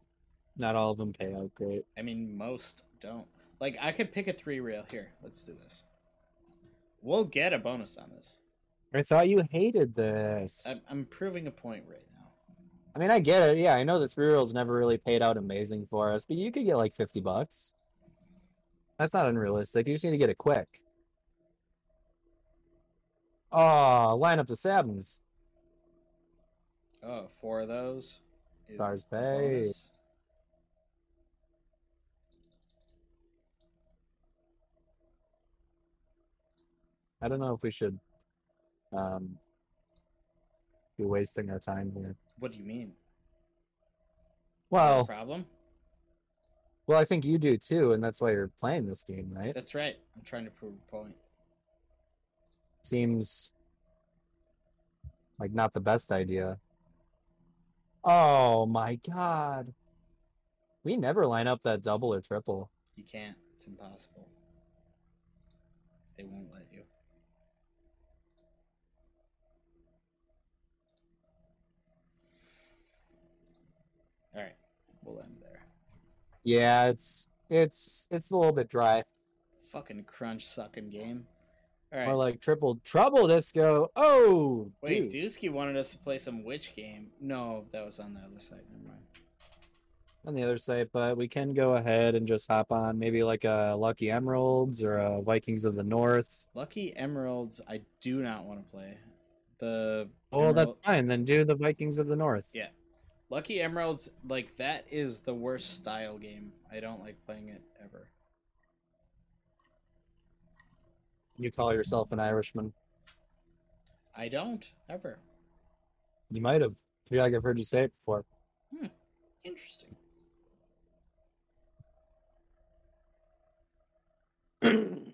S2: not all of them pay out great.
S3: I mean, most don't. Like, I could pick a three reel here. Let's do this. We'll get a bonus on this.
S2: I thought you hated this.
S3: I'm, I'm proving a point right now.
S2: I mean, I get it. Yeah, I know the three year olds never really paid out amazing for us, but you could get like 50 bucks. That's not unrealistic. You just need to get it quick. Oh, line up the Sabins.
S3: Oh, four of those. is
S2: Stars
S3: the
S2: Bay.
S3: bonus.
S2: I don't know if we should um, be wasting our time here.
S3: What do you mean?
S2: Well,
S3: problem?
S2: well, I think you do too, and that's why you're playing this game, right?
S3: That's right. I'm trying to prove a point.
S2: Seems like not the best idea. Oh my god. We never line up that double or triple.
S3: You can't. It's impossible. They won't let you. All right, we'll end there.
S2: Yeah, it's it's it's a little bit dry.
S3: Fucking crunch sucking game. All right.
S2: More like triple trouble disco. Oh,
S3: Wait,
S2: deuce.
S3: Dusky wanted us to play some witch game. No, that was on the other side. Never mind.
S2: on the other site, but we can go ahead and just hop on maybe like a Lucky Emeralds or a Vikings of the North.
S3: Lucky Emeralds, I do not want to play. The
S2: Oh, that's
S3: Emerald-
S2: fine. Then do the Vikings of the North.
S3: Yeah. Lucky Emeralds, like that is the worst style game. I don't like playing it ever.
S2: You call yourself an Irishman.
S3: I don't ever.
S2: You might have. I feel like I've heard you say it before.
S3: Interesting.
S2: Probably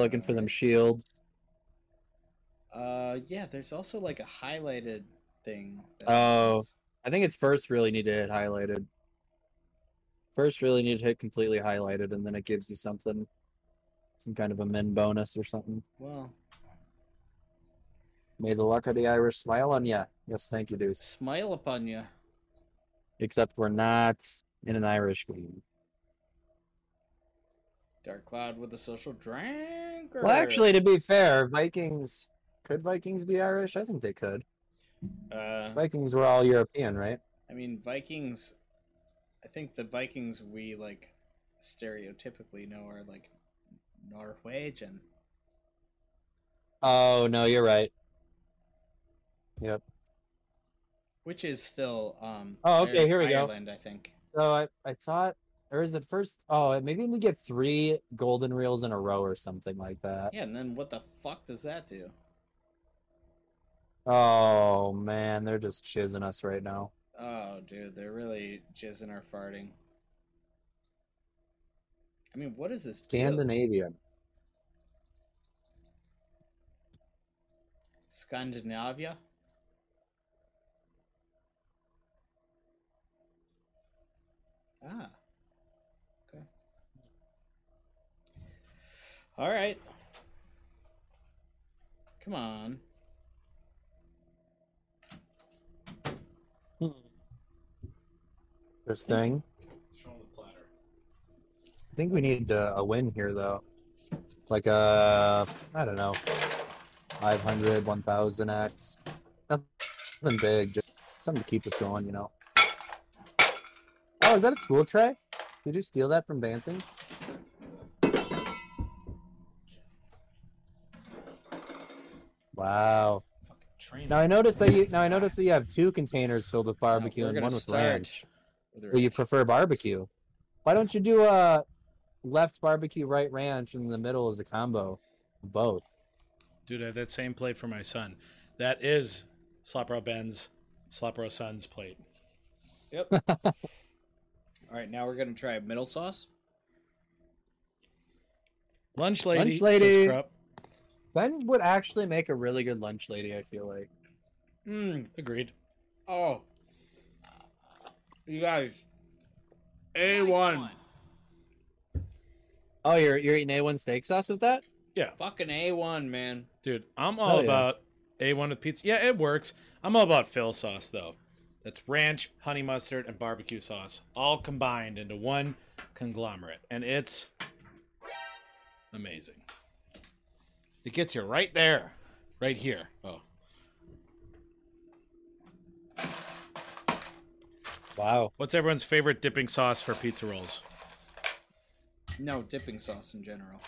S2: looking for them shields.
S3: Uh, yeah. There's also like a highlighted thing. that
S2: Oh.
S3: happens.
S2: I think it's first really need to hit highlighted. First really need to hit completely highlighted, and then it gives you something, some kind of a min bonus or something.
S3: Well,
S2: May the luck of the Irish smile on ya. Yes, thank you, Deuce.
S3: smile upon you.
S2: Except we're not in an Irish game.
S3: Dark Cloud with a social drink. Or...
S2: Well, actually, to be fair, Vikings could Vikings be Irish? I think they could.
S3: uh,
S2: Vikings were all European, right?
S3: I mean Vikings. I think the Vikings we like stereotypically know are like Norwegian.
S2: Oh no, you're right.
S3: which is still um
S2: Oh, okay,
S3: Ir-
S2: here we go.
S3: Ireland, I think.
S2: So I, I thought, or is it first? Oh, maybe we get three golden reels in a row or something like that.
S3: Yeah, and then what the fuck does that do?
S2: Oh man, they're just chising us right now.
S3: Oh, dude, they're really jizzing or farting. I mean, what is this? do?
S2: Scandinavian.
S3: Scandinavia. Ah. Okay. All right. Come on.
S2: Interesting.
S4: Show him the platter.
S2: I think we need uh, a win here though. Like a, I don't know, 500, 1000 x. Nothing big, just something to keep us going, you know. Oh, is that a school tray? Did you steal that from Banting? Wow.
S4: Train.
S2: Now I noticed that you now I noticed that you have two containers filled with barbecue
S3: we're
S2: and
S3: gonna
S2: one with
S3: start
S2: ranch.
S3: with
S2: Well, you
S3: ranch.
S2: prefer barbecue. Why don't you do a left barbecue, right ranch, and in the middle is a combo of both?
S4: Dude, I have that same plate for my son. That is Slopro Ben's Slopro Son's plate.
S3: Yep. All right, now we're gonna try middle sauce.
S4: Lunch lady.
S2: Lunch lady.
S4: Says Krupp.
S2: Ben would actually make a really good lunch lady. I feel like.
S3: Mm,
S4: Agreed.
S3: oh, you guys, a one,
S2: Oh, you're you're eating A1 steak sauce with that?
S3: fucking a one, man.
S4: Dude, I'm all
S2: Hell yeah.
S4: about A1 with pizza. Yeah, it works. I'm all about Phil sauce, though. That's ranch, honey mustard, and barbecue sauce, all combined into one conglomerate. And it's amazing. It gets you right there, right here. Oh,
S2: Wow.
S4: what's everyone's favorite dipping sauce for pizza rolls?
S3: No dipping sauce in general.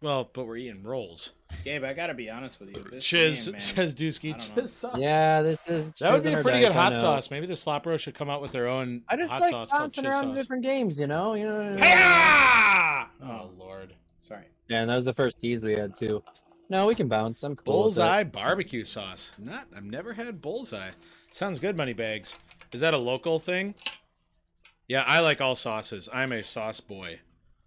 S4: Well, but we're eating rolls.
S3: Gabe, I gotta be honest with you. This
S4: Chiz
S3: man, man,
S4: says
S3: I
S4: Dusky.
S3: don't know.
S4: Chiz sauce.
S2: Yeah, this is
S4: That would be
S2: chiseling
S4: a
S2: her
S4: pretty
S2: back,
S4: good
S2: I
S4: hot
S2: know.
S4: sauce. Maybe the Slopro should come out with their own
S2: I just
S4: hot
S2: like
S4: sauce called
S2: bouncing
S4: Chiz
S2: around
S4: sauce.
S2: different games, you know. You know.
S4: Hiya! Oh lord.
S3: sorry.
S2: Yeah, and that was the first tease we had too. No, we can bounce. I'm cool. with it.
S4: Bullseye barbecue sauce. Not I've never had bullseye. Sounds good, money bags. Is that a local thing? Yeah, I like all sauces. I'm a sauce boy.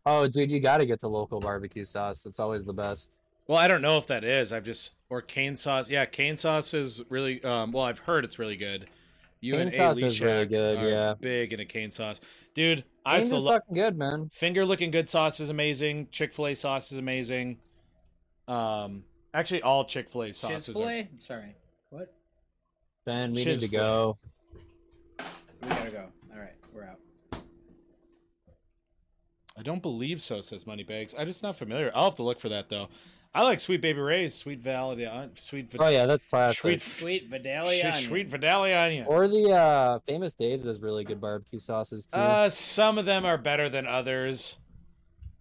S2: Oh, dude, you got to get the local barbecue sauce. It's always the best.
S4: Well, I don't know if that is. I've just or cane sauce. Yeah, cane sauce is really um well, I've heard it's really good. You
S2: Cane
S4: and A.
S2: sauce is
S4: Leshak
S2: really good,
S4: are
S2: yeah.
S4: Big into cane sauce. Dude, I
S2: Things
S4: still
S2: is
S4: love
S2: fucking good, man.
S4: Finger looking good sauce is amazing. Chick fil A sauce is amazing. Um, actually, all Chick fil A sauces
S3: Chick-fil-A? Sorry. What?
S2: Ben, we
S4: Chiz
S2: need to
S4: fil-
S2: go.
S3: We gotta go. All right, we're out.
S4: are. I don't believe so, says Moneybags. I'm just not familiar. I'll have to look for that though. I like Sweet Baby Ray's, Sweet Valley, Sweet
S2: Oh
S4: Vid-
S2: yeah, that's
S4: Sweet
S2: classic.
S3: Sweet Vidalia.
S4: Sweet,
S3: onion.
S4: sweet Vidalia onion.
S2: Or the uh, famous Dave's has really good barbecue sauces too.
S4: Uh, some of them are better than others.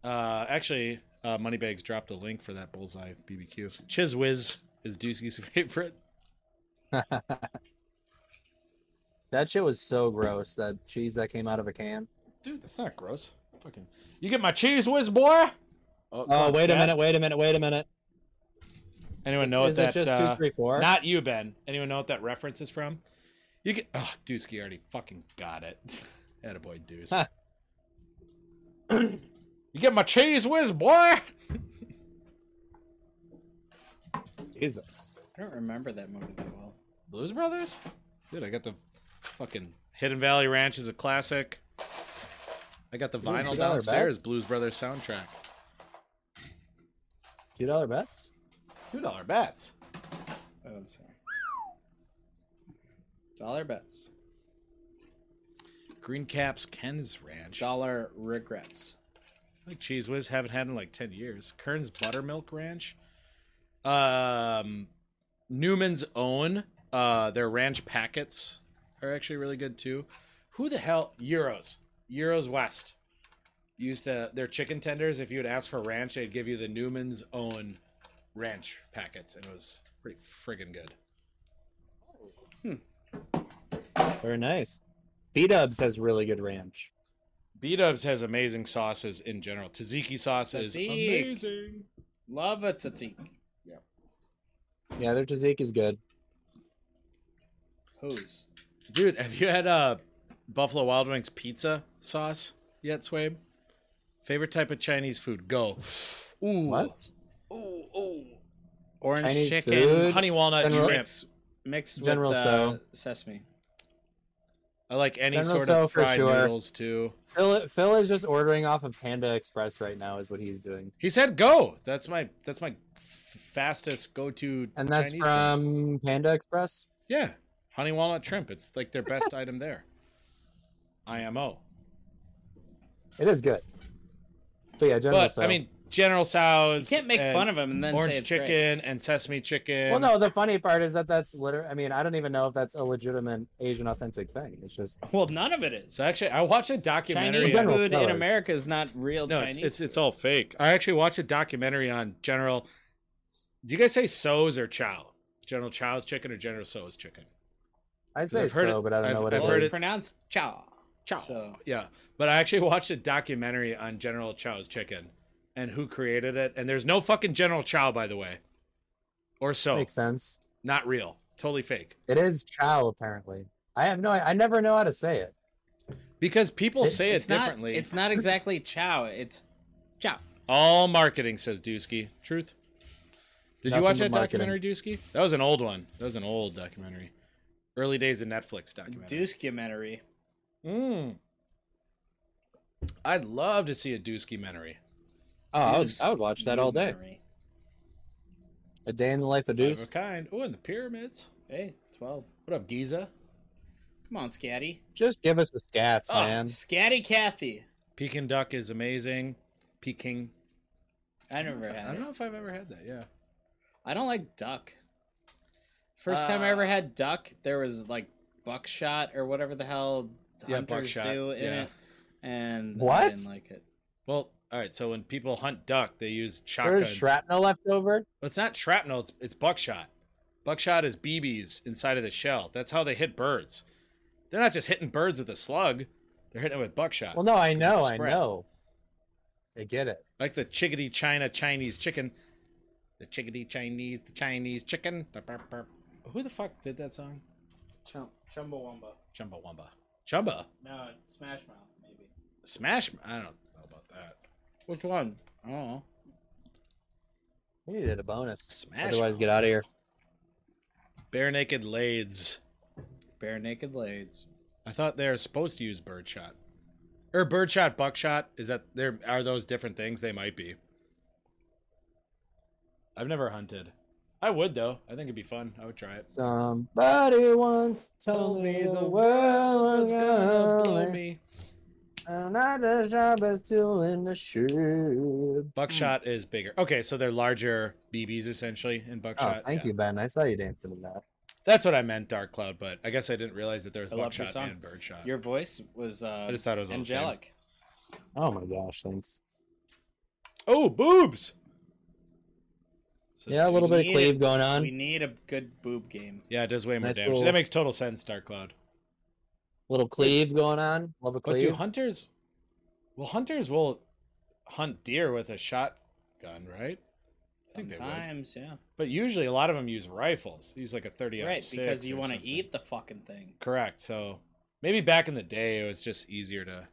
S4: Uh, actually, uh, Moneybags dropped a link for that bullseye BBQ. Chiz Whiz is Deucey's favorite.
S2: that shit was so gross. That cheese that came out of a can.
S4: Dude, that's not gross. Fucking, you get my cheese whiz, boy. Oh,
S2: Oh wait a minute, wait a minute, wait a minute.
S4: Anyone know what
S2: is
S4: that?
S2: it just
S4: uh,
S2: two, three, four?
S4: Not you, Ben. Anyone know what that reference is from? You can. Oh, Dusky already fucking got it. Attaboy, Deuce.
S2: Huh.
S4: you get my cheese whiz, boy.
S2: Jesus.
S3: I don't remember that movie that well.
S4: Blues Brothers. Dude, I got the fucking Hidden Valley Ranch is a classic. I got the
S2: Blues
S4: vinyl
S2: Brothers
S4: downstairs.
S2: best.
S4: Blues Brothers soundtrack.
S2: Two dollar bets.
S4: Two dollar bets.
S3: Oh, sorry. Dollar bets.
S4: Green Caps Ken's Ranch.
S3: Dollar regrets.
S4: like Cheese Whiz. Haven't had in like ten years. Kern's Buttermilk Ranch. Um, Newman's Own. Uh, their ranch packets are actually really good too. Who the hell Euros? Euros West used to their chicken tenders. If you would ask for ranch, they'd give you the Newman's Own ranch packets, and it was pretty friggin' good.
S2: Very nice. B Dubs has really good ranch.
S4: B Dubs has amazing sauces in general. Tzatziki sauce is
S3: Tzatziki.
S4: amazing.
S3: Love a tzatziki.
S2: Yeah, their tzatziki is good.
S3: Who's?
S4: Dude, have you had uh, Buffalo Wild Wings pizza sauce yet, Swabe? Favorite type of Chinese food? Go. Ooh.
S2: What?
S4: Ooh, ooh.
S3: Orange
S2: Chinese
S3: chicken,
S2: food?
S4: Honey walnut
S2: General-
S4: shrimp.
S3: mixed
S2: General
S3: with uh,
S2: So.
S3: sesame.
S4: I like any
S2: General
S4: sort
S2: So
S4: of
S2: for
S4: fried
S2: sure.
S4: noodles too.
S2: Phil, Phil is just ordering off of Panda Express right now, is what he's doing,
S4: He said go. That's my that's my f- fastest go to.
S2: and that's from Panda Express.
S4: yeah, honey walnut shrimp. It's like their best item there. IMO.
S2: It is good. So yeah, General
S4: But
S2: So.
S4: I mean, General Sows.
S3: You can't make
S4: and
S3: fun of him and then
S4: Orange
S3: say it's
S4: chicken
S3: Great.
S4: and sesame chicken.
S2: well, no, the funny part is that that's literally. I mean, I don't even know if that's a legitimate Asian authentic thing. It's just
S3: Well, none of it is.
S4: So actually, I watched a documentary.
S3: Chinese
S4: on-
S2: General
S3: food
S2: Tso's.
S3: in America is not real
S4: no,
S3: Chinese.
S4: it's, it's it's all fake. I actually watched a documentary on General. Do you guys say So's or Chow? General Chow's chicken or General So's chicken?
S2: I say
S4: I've heard
S2: so,
S4: it-
S2: but I don't
S4: I've-
S2: know what
S4: I've
S2: it
S4: heard
S3: well,
S2: is.
S3: it's
S4: it's-
S3: pronounced chow.
S4: Chow.
S3: So-
S4: Yeah, but I actually watched a documentary on General Chow's chicken and who created it. And there's no fucking General Chow, by the way, or So.
S2: Makes sense.
S4: Not real. Totally fake.
S2: It is Chow apparently. I have no. I never know how to say it.
S4: Because people
S2: It-
S4: say it
S3: it's not,
S4: differently.
S3: It's not exactly chow. It's chow.
S4: All marketing, says Dusky. Truth. Did
S2: Nothing
S4: you watch
S2: but
S4: that
S2: marketing.
S4: documentary, Dusky? That was an old one. That was an old documentary. Early days of Netflix documentary.
S3: Deucecumentary.
S4: Mm. I'd love to see a Dusky-mentary.
S2: Oh, I would, I would watch that all day.
S3: Deucecumentary.
S2: A day in the life of
S4: Five
S2: Deuce.
S4: of kind. Oh, and the pyramids.
S3: Hey, 12.
S4: What up, Giza?
S3: Come on, Scatty.
S2: Just give us the scats,
S4: Oh,
S2: man.
S3: Scatty Cathy.
S4: Peking duck is amazing. Peking.
S3: I never
S4: I
S3: had
S4: don't
S3: it.
S4: know if I've ever had that. Yeah.
S3: I don't like duck. First time I
S4: Uh,
S3: ever had duck, there was like buckshot or whatever the hell
S4: Yeah,
S3: hunters
S4: buckshot,
S3: do in
S4: yeah.
S3: it, and I
S2: What?
S3: didn't like it.
S4: Well, all right. So when people hunt duck, they use shotguns.
S2: There's shrapnel left over.
S4: Well, It's not shrapnel. It's it's buckshot. Buckshot is BBs inside of the shell. That's how they hit birds. They're not just hitting birds with a slug. They're hitting it with buckshot.
S2: Well, no, I know, I
S4: spread.
S2: know. I get it.
S4: Like the chickadee China Chinese chicken. The chickadee Chinese, the Chinese chicken. Burp, burp, burp. Who the fuck did that song?
S3: Chum- Chumbawamba.
S4: Chumbawamba. Chumba.
S3: No, Smash Mouth maybe.
S4: Smash. I don't know about that.
S3: Which one? I don't know.
S2: We needed a bonus.
S4: Smash
S2: Otherwise,
S4: Mouth.
S2: get out of here.
S4: Bare naked lades.
S3: Bare naked lades.
S4: I thought they're supposed to use birdshot. Or birdshot, buckshot. Is that there are those different things? They might be. I've never hunted. I would though. I think it'd be fun. I would try it.
S2: Somebody once told me the world was gonna blow me. And I just job is to in the shoe.
S4: Buckshot is bigger. Okay, so they're larger BBs essentially in
S2: Oh,
S4: buckshot.
S2: thank
S4: Yeah.
S2: you, Ben. I saw you dancing in that.
S4: That's what I meant, Dark Cloud. But I guess I didn't realize that there was
S3: I love your
S4: buckshot
S3: song.
S4: and birdshot.
S3: Your voice was uh,
S4: I just thought it was all the same.
S3: angelic.
S2: Oh my gosh, thanks.
S4: Oh, boobs. So-
S2: Yeah, a little bit of
S3: need
S2: cleave
S3: it.
S2: going
S3: We
S2: on.
S3: need a good boob game.
S4: Yeah, it does way more
S2: Nice
S4: damage.
S2: little-
S4: That makes total sense, Dark Cloud.
S2: Little cleave going on. Love a
S4: But do
S2: cleave.
S4: hunters? Well, hunters will hunt deer with a shotgun, right? I think they would.
S3: Sometimes, yeah.
S4: But usually, a lot of them use rifles. They use like a thirty.
S3: right, because you want to eat the fucking thing.
S4: Correct. So maybe back in the day, it was just easier to.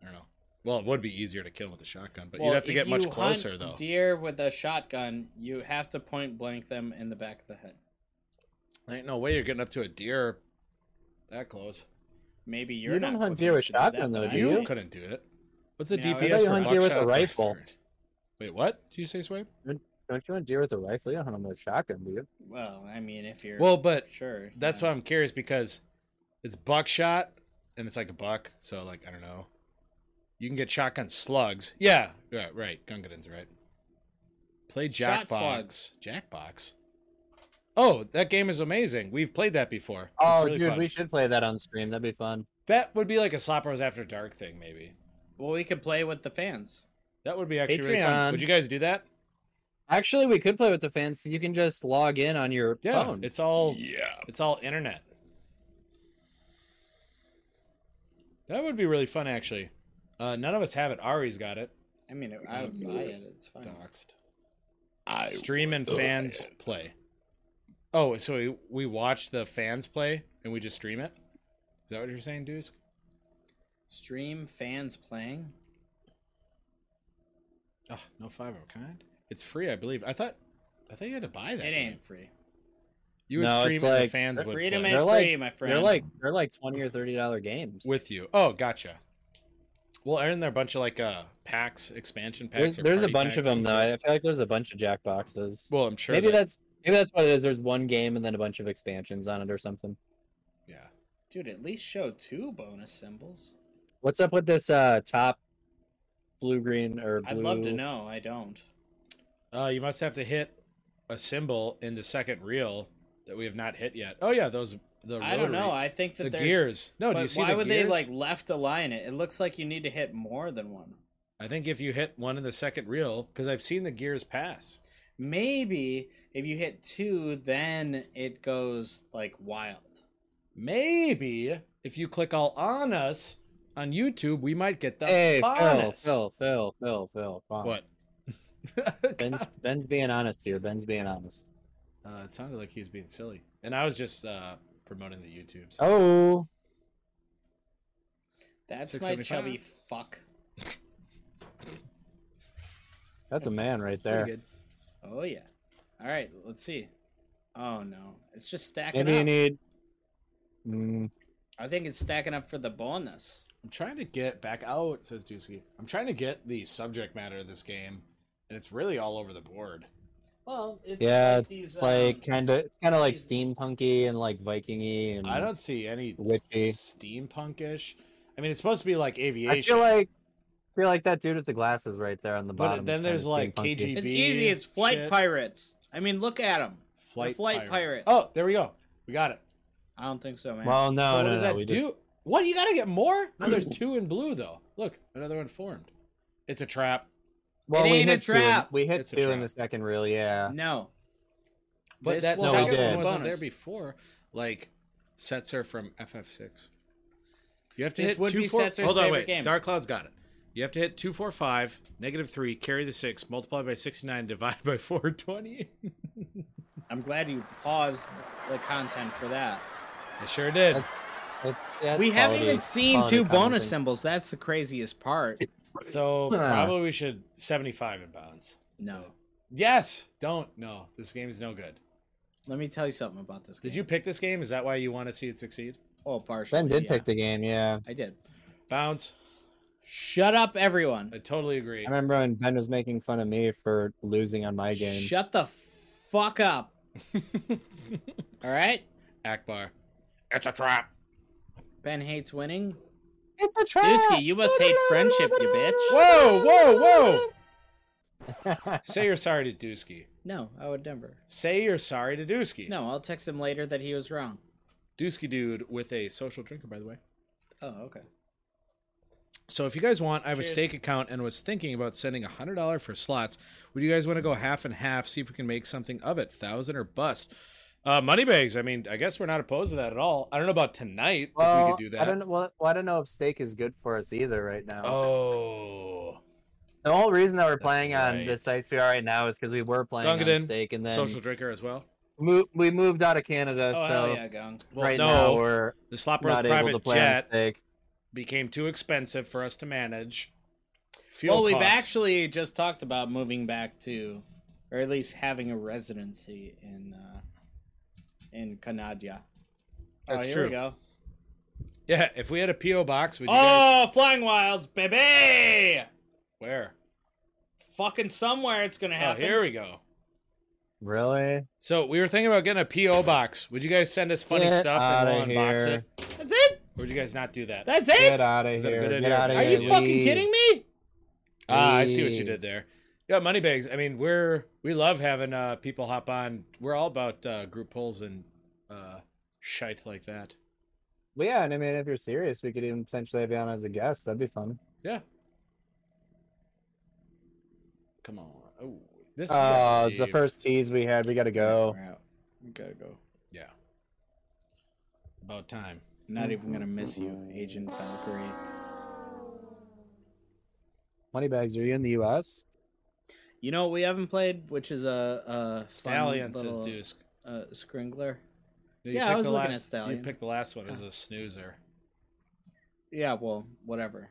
S4: I don't know. Well, it would be easier to kill with a shotgun, but
S3: Well,
S4: you'd have to
S3: if
S4: get much
S3: you hunt
S4: closer, though.
S3: Deer with a shotgun, you have to point blank them in the back of the head.
S4: There ain't no way you're getting up to a deer that close.
S3: Maybe you're
S2: You don't
S3: not
S2: hunt
S3: quick
S2: deer
S3: enough
S2: with
S3: to do that,
S2: shotgun,
S3: but
S2: though,
S3: I
S2: do
S4: You
S3: am.
S2: you?
S4: couldn't do it. What's the
S3: Yeah, I
S4: DPS?
S3: thought
S4: for
S2: you hunt deer with a
S4: buckshot?
S2: rifle.
S4: Wait, what? Do you say, Swabe?
S2: Don't you want deer with a rifle? You don't hunt them with a shotgun, do you?
S3: Well, I mean, if you're
S4: Well, but
S3: sure,
S4: That's
S3: yeah.
S4: why I'm curious because it's buckshot and it's like a buck, so like I don't know. You can get shotgun slugs. Yeah, yeah, right. Gungadin's right. Play
S3: Shot
S4: Jackbox. Jackbox. Oh, that game is amazing. We've played that before. It's
S2: Oh,
S4: really
S2: dude,
S4: fun.
S2: we should play that on stream. That'd be fun.
S4: that would be like a Slap Rose After Dark thing, maybe.
S3: Well, we could play with the fans.
S4: That would be actually really fun.
S2: Patreon.
S4: Would you guys do that?
S2: Actually, we could play with the fans. 'cause You can just log in on your
S4: Yeah,
S2: phone.
S4: it's all
S5: Yeah.
S4: it's all internet. That would be really fun, actually. Uh, none of us have it. Ari's got it.
S3: I mean, I would buy it. It's fine.
S4: Doxed. Stream and fans play. Oh, so we, we watch the fans play and we just stream it? Is that what you're saying, Deuce?
S3: Stream fans playing.
S4: Oh, no five of a kind. It's free, I believe. I thought I thought you had to buy that.
S3: It
S4: game.
S3: ain't free.
S4: You would
S2: No,
S4: stream
S2: it's
S4: and the
S2: like-
S4: fans
S3: The
S4: would
S3: freedom
S4: play
S3: ain't
S2: They're like-
S3: free, my friend.
S2: They're like they're like twenty or thirty dollar games.
S4: with you. Oh, gotcha. Well, aren't there a bunch of like uh packs, expansion packs?
S2: there's,
S4: or
S2: there's a
S4: party
S2: bunch of
S4: packs?
S2: them though. I feel like there's a bunch of Jackboxes.
S4: Well, I'm sure.
S2: maybe
S4: that,
S2: that's maybe that's what it is. There's one game and then a bunch of expansions on it or something.
S4: yeah.
S3: dude, at least show two bonus symbols.
S2: What's up with this uh top blue green or blue?
S3: I'd love to know. I don't.
S4: Uh, you must have to hit a symbol in the second reel that we have not hit yet. Oh yeah, those the
S3: I don't
S4: rotary-
S3: know. I think that
S4: the
S3: there's.
S4: gears. No, Oh, do
S3: but
S4: you see
S3: why
S4: the
S3: would
S4: gears?
S3: they like left align it? It looks like you need to hit more than one.
S4: I think if you hit one in the second reel, because I've seen the gears pass.
S3: Maybe if you hit two, then it goes like wild.
S4: Maybe if you click all on us on YouTube, we might get the
S2: Hey, Phil,
S4: bonus.
S2: Phil, Phil, Phil, Phil. come on.
S4: What?
S2: Ben's Ben's being honest here. Ben's being honest.
S4: Uh, it sounded like he was being silly, and I was just uh, promoting the YouTube's.
S2: Oh,
S3: That's my
S4: 675.
S3: chubby fuck.
S2: that's a man right there.
S3: Oh yeah. All right, let's see. Oh no, it's just stacking
S2: Maybe you
S3: up.
S2: need. Mm,
S3: I think it's stacking up for the bonus.
S4: I'm trying to get back out, says Dusky. I'm trying to get the subject matter of this game, and it's really all over the board.
S3: Well, it's
S2: yeah,
S3: like
S2: it's
S3: these,
S2: like
S3: um,
S2: kind of kind of like
S3: these-
S2: steampunky and like Vikingy and.
S4: I don't see any
S2: Witchy.
S4: steampunkish. I mean, it's supposed to be like aviation.
S2: I feel like I feel like that dude with the glasses right there on the
S4: But
S2: bottom. is
S4: then
S2: kinda
S4: there's, like,
S2: steampunky.
S4: KGB.
S3: It's
S4: TV
S3: easy. It's flight
S4: shit.
S3: pirates. I mean, look at them.
S4: flight,
S3: flight pirates.
S4: Oh, there we go. We got it.
S3: I don't think so, man.
S2: Well, no,
S4: so what
S2: no,
S4: does
S2: no.
S4: that
S2: we
S4: do?
S2: just
S4: What you gotta get more? No, there's two in blue though. Look, another one formed. It's a trap.
S2: well, we
S3: ain't a
S2: hit two. in-
S3: trap.
S2: We hit
S4: It's a
S2: two in
S4: trap.
S2: the second reel. Yeah.
S3: no.
S4: But
S3: This
S4: that
S3: will
S2: No, we
S4: second
S2: did.
S4: one wasn't
S3: bonus.
S4: there before. Like Setzer from FF6. You have to
S3: This
S4: hit
S3: would
S4: two
S3: be
S4: four.
S3: Setzer's
S4: hold on,
S3: favorite
S4: wait.
S3: game.
S4: Dark Cloud's got it. You have to hit two four five negative three carry the six multiply by sixty nine divide by four twenty.
S3: I'm glad you paused the content for that.
S4: I sure did.
S2: That's, that's, yeah, that's
S3: we haven't
S2: quality-
S3: even seen
S2: quality
S3: two bonus
S2: content.
S3: symbols. That's the craziest part.
S4: So
S2: Huh.
S4: probably we should seventy five in bounds.
S3: No.
S4: So- yes. Don't. No. This game is no good.
S3: Let me tell you something about this.
S4: Did
S3: game.
S4: you pick this game? Is that why you want to see it succeed?
S3: Oh, partially.
S2: Ben did
S3: yeah.
S2: pick the game. Yeah.
S3: I did.
S4: Bounce.
S3: Shut up, everyone.
S4: I totally agree.
S2: I remember when Ben was making fun of me for losing on my game.
S3: Shut the fuck up. All right.
S4: Akbar. It's a trap.
S3: Ben hates winning.
S2: It's a trap.
S3: Dusky, you must hate friendship, you bitch.
S4: Whoa, whoa, whoa! Say you're sorry to Dusky.
S3: No, I would never.
S4: Say you're sorry to Dusky.
S3: No, I'll text him later that he was wrong.
S4: Dusky dude with a social drinker, by the way.
S3: Oh, okay.
S4: So if you guys want, I have a
S3: Cheers.
S4: stake account and was thinking about sending a hundred dollar for slots. Would you guys want to go half and half? See if we can make something of it. Thousand or bust. Uh, money bags. I mean, I guess we're not opposed to that at all. I don't know about tonight
S2: Well,
S4: if we could do that.
S2: I don't. Well, well, I don't know if steak is good for us either right now.
S4: Oh,
S2: The whole reason that we're playing on
S4: right.
S2: the sites we are right now is because we were playing
S4: Dungadin,
S2: on steak, and then
S4: social drinker as well.
S2: mo- we moved out of Canada.
S3: Oh,
S2: so
S3: hell yeah, Gong.
S4: Well,
S2: right
S4: no,
S2: now we're
S4: the Slop Rose
S2: not able to
S4: private
S2: play
S4: jet
S2: on steak.
S4: became too expensive for us to manage. Fuel
S3: Well, we've
S4: costs.
S3: actually just talked about moving back to, or at least having a residency in, uh, in Canada. oh,
S4: That's
S3: here
S4: true.
S3: we go.
S4: Yeah, if we had a PO box, would you guys
S3: Oh, Flying Wilds, baby!
S4: where?
S3: Fucking somewhere it's gonna
S4: Oh,
S3: happen.
S4: here we go.
S2: Really?
S4: So we were thinking about getting a PO box. Would you guys send us funny
S2: Get
S4: stuff and we'll
S2: outta
S4: unbox
S2: here.
S4: it?
S3: That's it.
S4: Or did you guys not do that?
S6: That's it?
S2: Get out of
S4: Is that a
S2: here.
S4: good
S2: Get
S4: idea?
S2: out of
S6: Are
S2: here.
S6: you fucking
S2: leave.
S6: kidding me?
S4: Ah, I see what you
S2: Leave.
S4: did there. Yeah, Moneybags. I mean, we're we love having uh people hop on. We're all about uh group polls and uh shite like that.
S2: Well, yeah, and I mean, if you're serious, we could even potentially have you on as a guest. That'd be fun.
S4: Yeah. Come on. Oh, this.
S2: Oh, it's the
S4: Dave.
S2: first tease we had. We gotta go.
S3: We're out. We gotta go.
S4: Yeah. About time.
S3: Not even gonna miss you, Agent Valkyrie.
S2: Moneybags, are you in the U.S.?
S3: You know what we haven't played, which is a, a fun
S4: Stallion says
S3: little,
S4: Deuce.
S3: uh, Scringler.
S4: You
S3: Yeah, I
S4: picked
S3: was
S4: the
S3: looking at
S4: last-
S3: Stallion.
S4: You picked the last one as a snoozer.
S3: Yeah, well, whatever.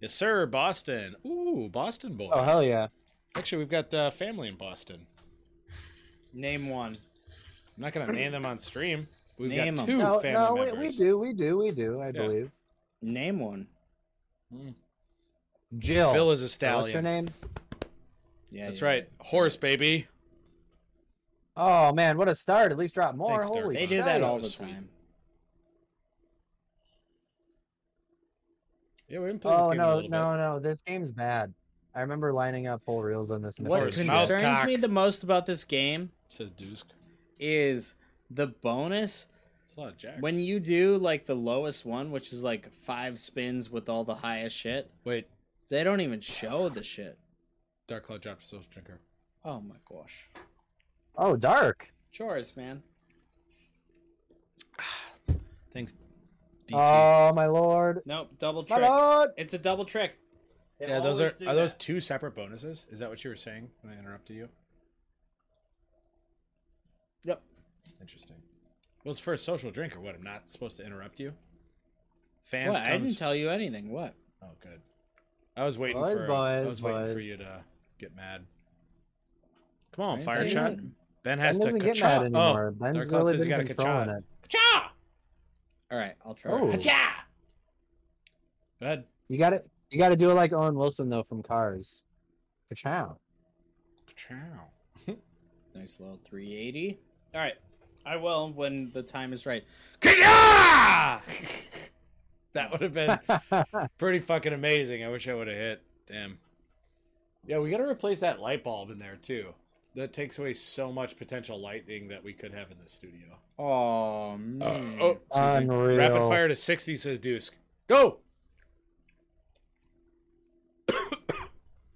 S4: Yes, sir. Boston. Ooh, Boston boy.
S2: Oh hell yeah!
S4: Actually, we've got uh, family in Boston.
S3: Name one.
S4: I'm not gonna name them on stream. We've
S3: Name
S4: got
S3: 'em.
S4: two
S2: Hmm. no,
S4: family
S2: no, we,
S4: members.
S2: we do, we do, we do. I believe
S3: Name one.
S2: Jill.
S4: Phil is a
S2: What's her
S4: stallion.
S2: name?
S3: Yeah,
S4: That's
S3: you're
S4: right. Horse baby.
S2: Oh man, what a start! At least drop more.
S4: Thanks, Derek.
S2: Holy
S3: They do that all
S2: shiz.
S3: the
S4: Sweet.
S3: time.
S4: Yeah, we didn't play this
S2: Oh
S4: game in a
S2: no,
S4: little
S2: no, no! This game's bad. I remember lining up whole reels on this. in the
S3: What
S4: Horse
S2: first-
S4: mouth
S3: concerns
S4: cock.
S3: me the most about this game
S4: bit. Says Deuce.
S3: is the bonus
S4: It's a lot of jacks.
S3: when you do like the lowest one, which is like five spins with all the highest shit.
S4: wait,
S3: They don't even show the shit.
S4: Dark Cloud dropped a social drinker.
S3: Oh my gosh.
S2: Oh, dark.
S3: Chores, man.
S4: Thanks, DC.
S2: Oh my lord,
S3: Nope, double
S2: my
S3: trick.
S2: lord!
S3: It's a double trick. They
S4: yeah, those are
S3: always
S4: are
S3: do
S4: those
S3: that.
S4: two separate bonuses? Is that what you were saying when I interrupted you?
S3: Yep.
S4: Interesting. Well, it's for a social drinker. What? I'm not supposed to interrupt you. Fans
S3: What? I
S4: comes.
S3: didn't tell you anything. What?
S4: oh, good. I was waiting
S2: Boys,
S4: for. I
S2: boys,
S4: was waiting for
S2: boys.
S4: you to get mad. Come on,
S3: I didn't
S4: fire
S3: say
S4: shot.
S3: anything.
S4: Ben
S2: Ben
S4: has
S2: doesn't
S4: to.
S2: get
S4: kacha-
S2: mad anymore.
S4: Oh,
S2: Ben's
S4: Dark Cloud
S2: really
S4: says
S2: been
S4: you gotta
S2: controlling
S4: kacha.
S2: it.
S4: Kacha!
S3: All right, I'll try.
S2: Oh,
S4: Kacha! Go ahead.
S2: you got to You got to do it like Owen Wilson though from Cars. Ka-chow.
S4: Kachow.
S3: Nice little 380. All right. I will when the time is right.
S4: Kacha! that would have been pretty fucking amazing. I wish I would have hit. Damn. Yeah, we got to replace that light bulb in there too. That takes away so much potential lighting that we could have in the studio.
S3: Oh,
S2: Uh,
S3: man.
S4: Oh, excuse me.
S2: Unreal.
S4: rapid fire to sixty says Deuce. Go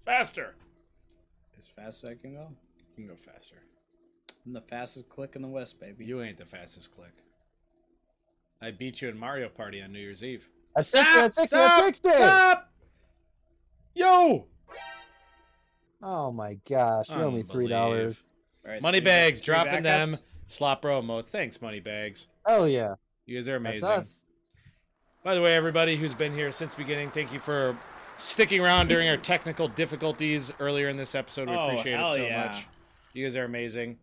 S4: faster.
S3: as fast as I can go.
S4: You can go faster.
S3: I'm the fastest click in the West, baby.
S4: You ain't the fastest click. I beat you in Mario Party on New Year's Eve.
S2: That's 60, that's 60, that's 60!
S4: Stop! Yo!
S2: Oh my gosh, you owe me three dollars.
S3: All right, three-
S4: Moneybags
S3: three
S4: dropping them.
S3: backups.
S4: Slop bro emotes. Thanks, Moneybags.
S2: Oh yeah,
S4: You guys are amazing.
S2: that's us.
S4: By the way, everybody who's been here since the beginning, thank you for sticking around during our technical difficulties earlier in this episode. We
S3: Oh,
S4: appreciate it
S3: hell
S4: so
S3: yeah.
S4: much. You guys are amazing.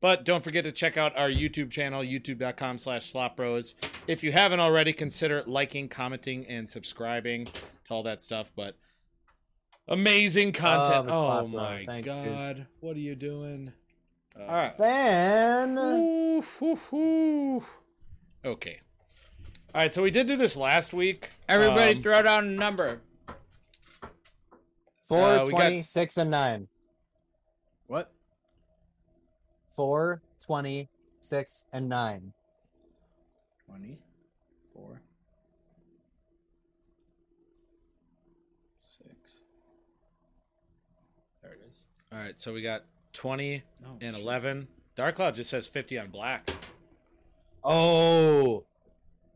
S4: But don't forget to check out our YouTube channel, youtube.com slash slopbros. If you haven't already, consider liking, commenting, and subscribing to all that stuff. But amazing content.
S2: Love is
S4: Oh,
S2: Slop Bro.
S4: my
S2: Thank you.
S4: God. What are you doing? Uh,
S3: All right.
S2: Ben,
S4: Okay. All right, so we did do this last week.
S3: Everybody
S4: Um,
S3: throw down a number.
S2: four,
S4: Uh, we got-
S2: twenty, six, and nine.
S3: What?
S2: Four, twenty, six, and nine.
S3: E? 24. 6. There it is.
S4: All right, so we got 20
S3: Oh,
S4: and
S3: shit.
S4: 11. Dark Cloud just says 50 on black.
S2: Oh,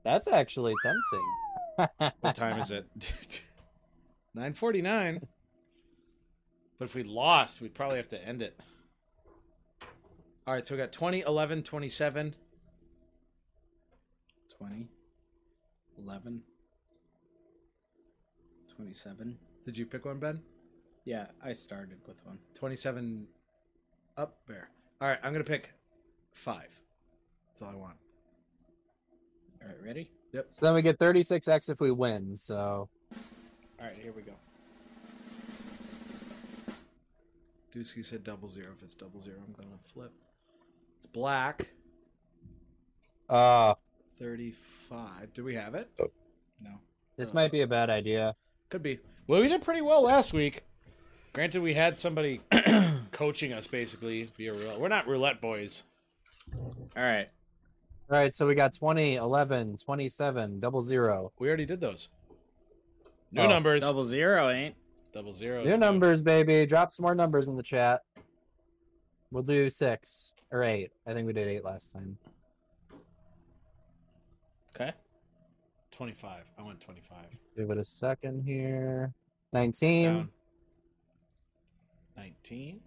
S2: that's actually tempting.
S4: What time is it? 9:49. But if we lost, we'd probably have to end it. All right, so we got 20, 11, 27.
S3: 20. 11. 27.
S4: Did you pick one, Ben?
S3: Yeah, I started with one.
S4: 27 up there. All right, I'm going to pick 5. That's all I want.
S3: All right, ready?
S2: so then we get thirty-six X if we win. So
S3: All right, here we go.
S4: Dusky said double zero. If it's double zero, I'm going to flip. It's black.
S2: uh
S3: 35. Do we have it? No.
S2: This might be a bad idea.
S3: Could be.
S4: Well, we did pretty well last week. Granted, we had somebody coaching us basically via roulette. We're not roulette boys.
S3: All right.
S2: All right, so we got 20, 11, 27, double zero.
S4: We already did those. New
S2: Oh,
S4: numbers. Double,
S3: Double zero ain't.
S4: zeros.
S2: New
S4: dude.
S2: numbers, baby. Drop some more numbers in the chat. We'll do six or eight. I think we did eight last time.
S3: Okay.
S4: 25. I went 25.
S2: Give it a second here. 19.
S4: Down. 19.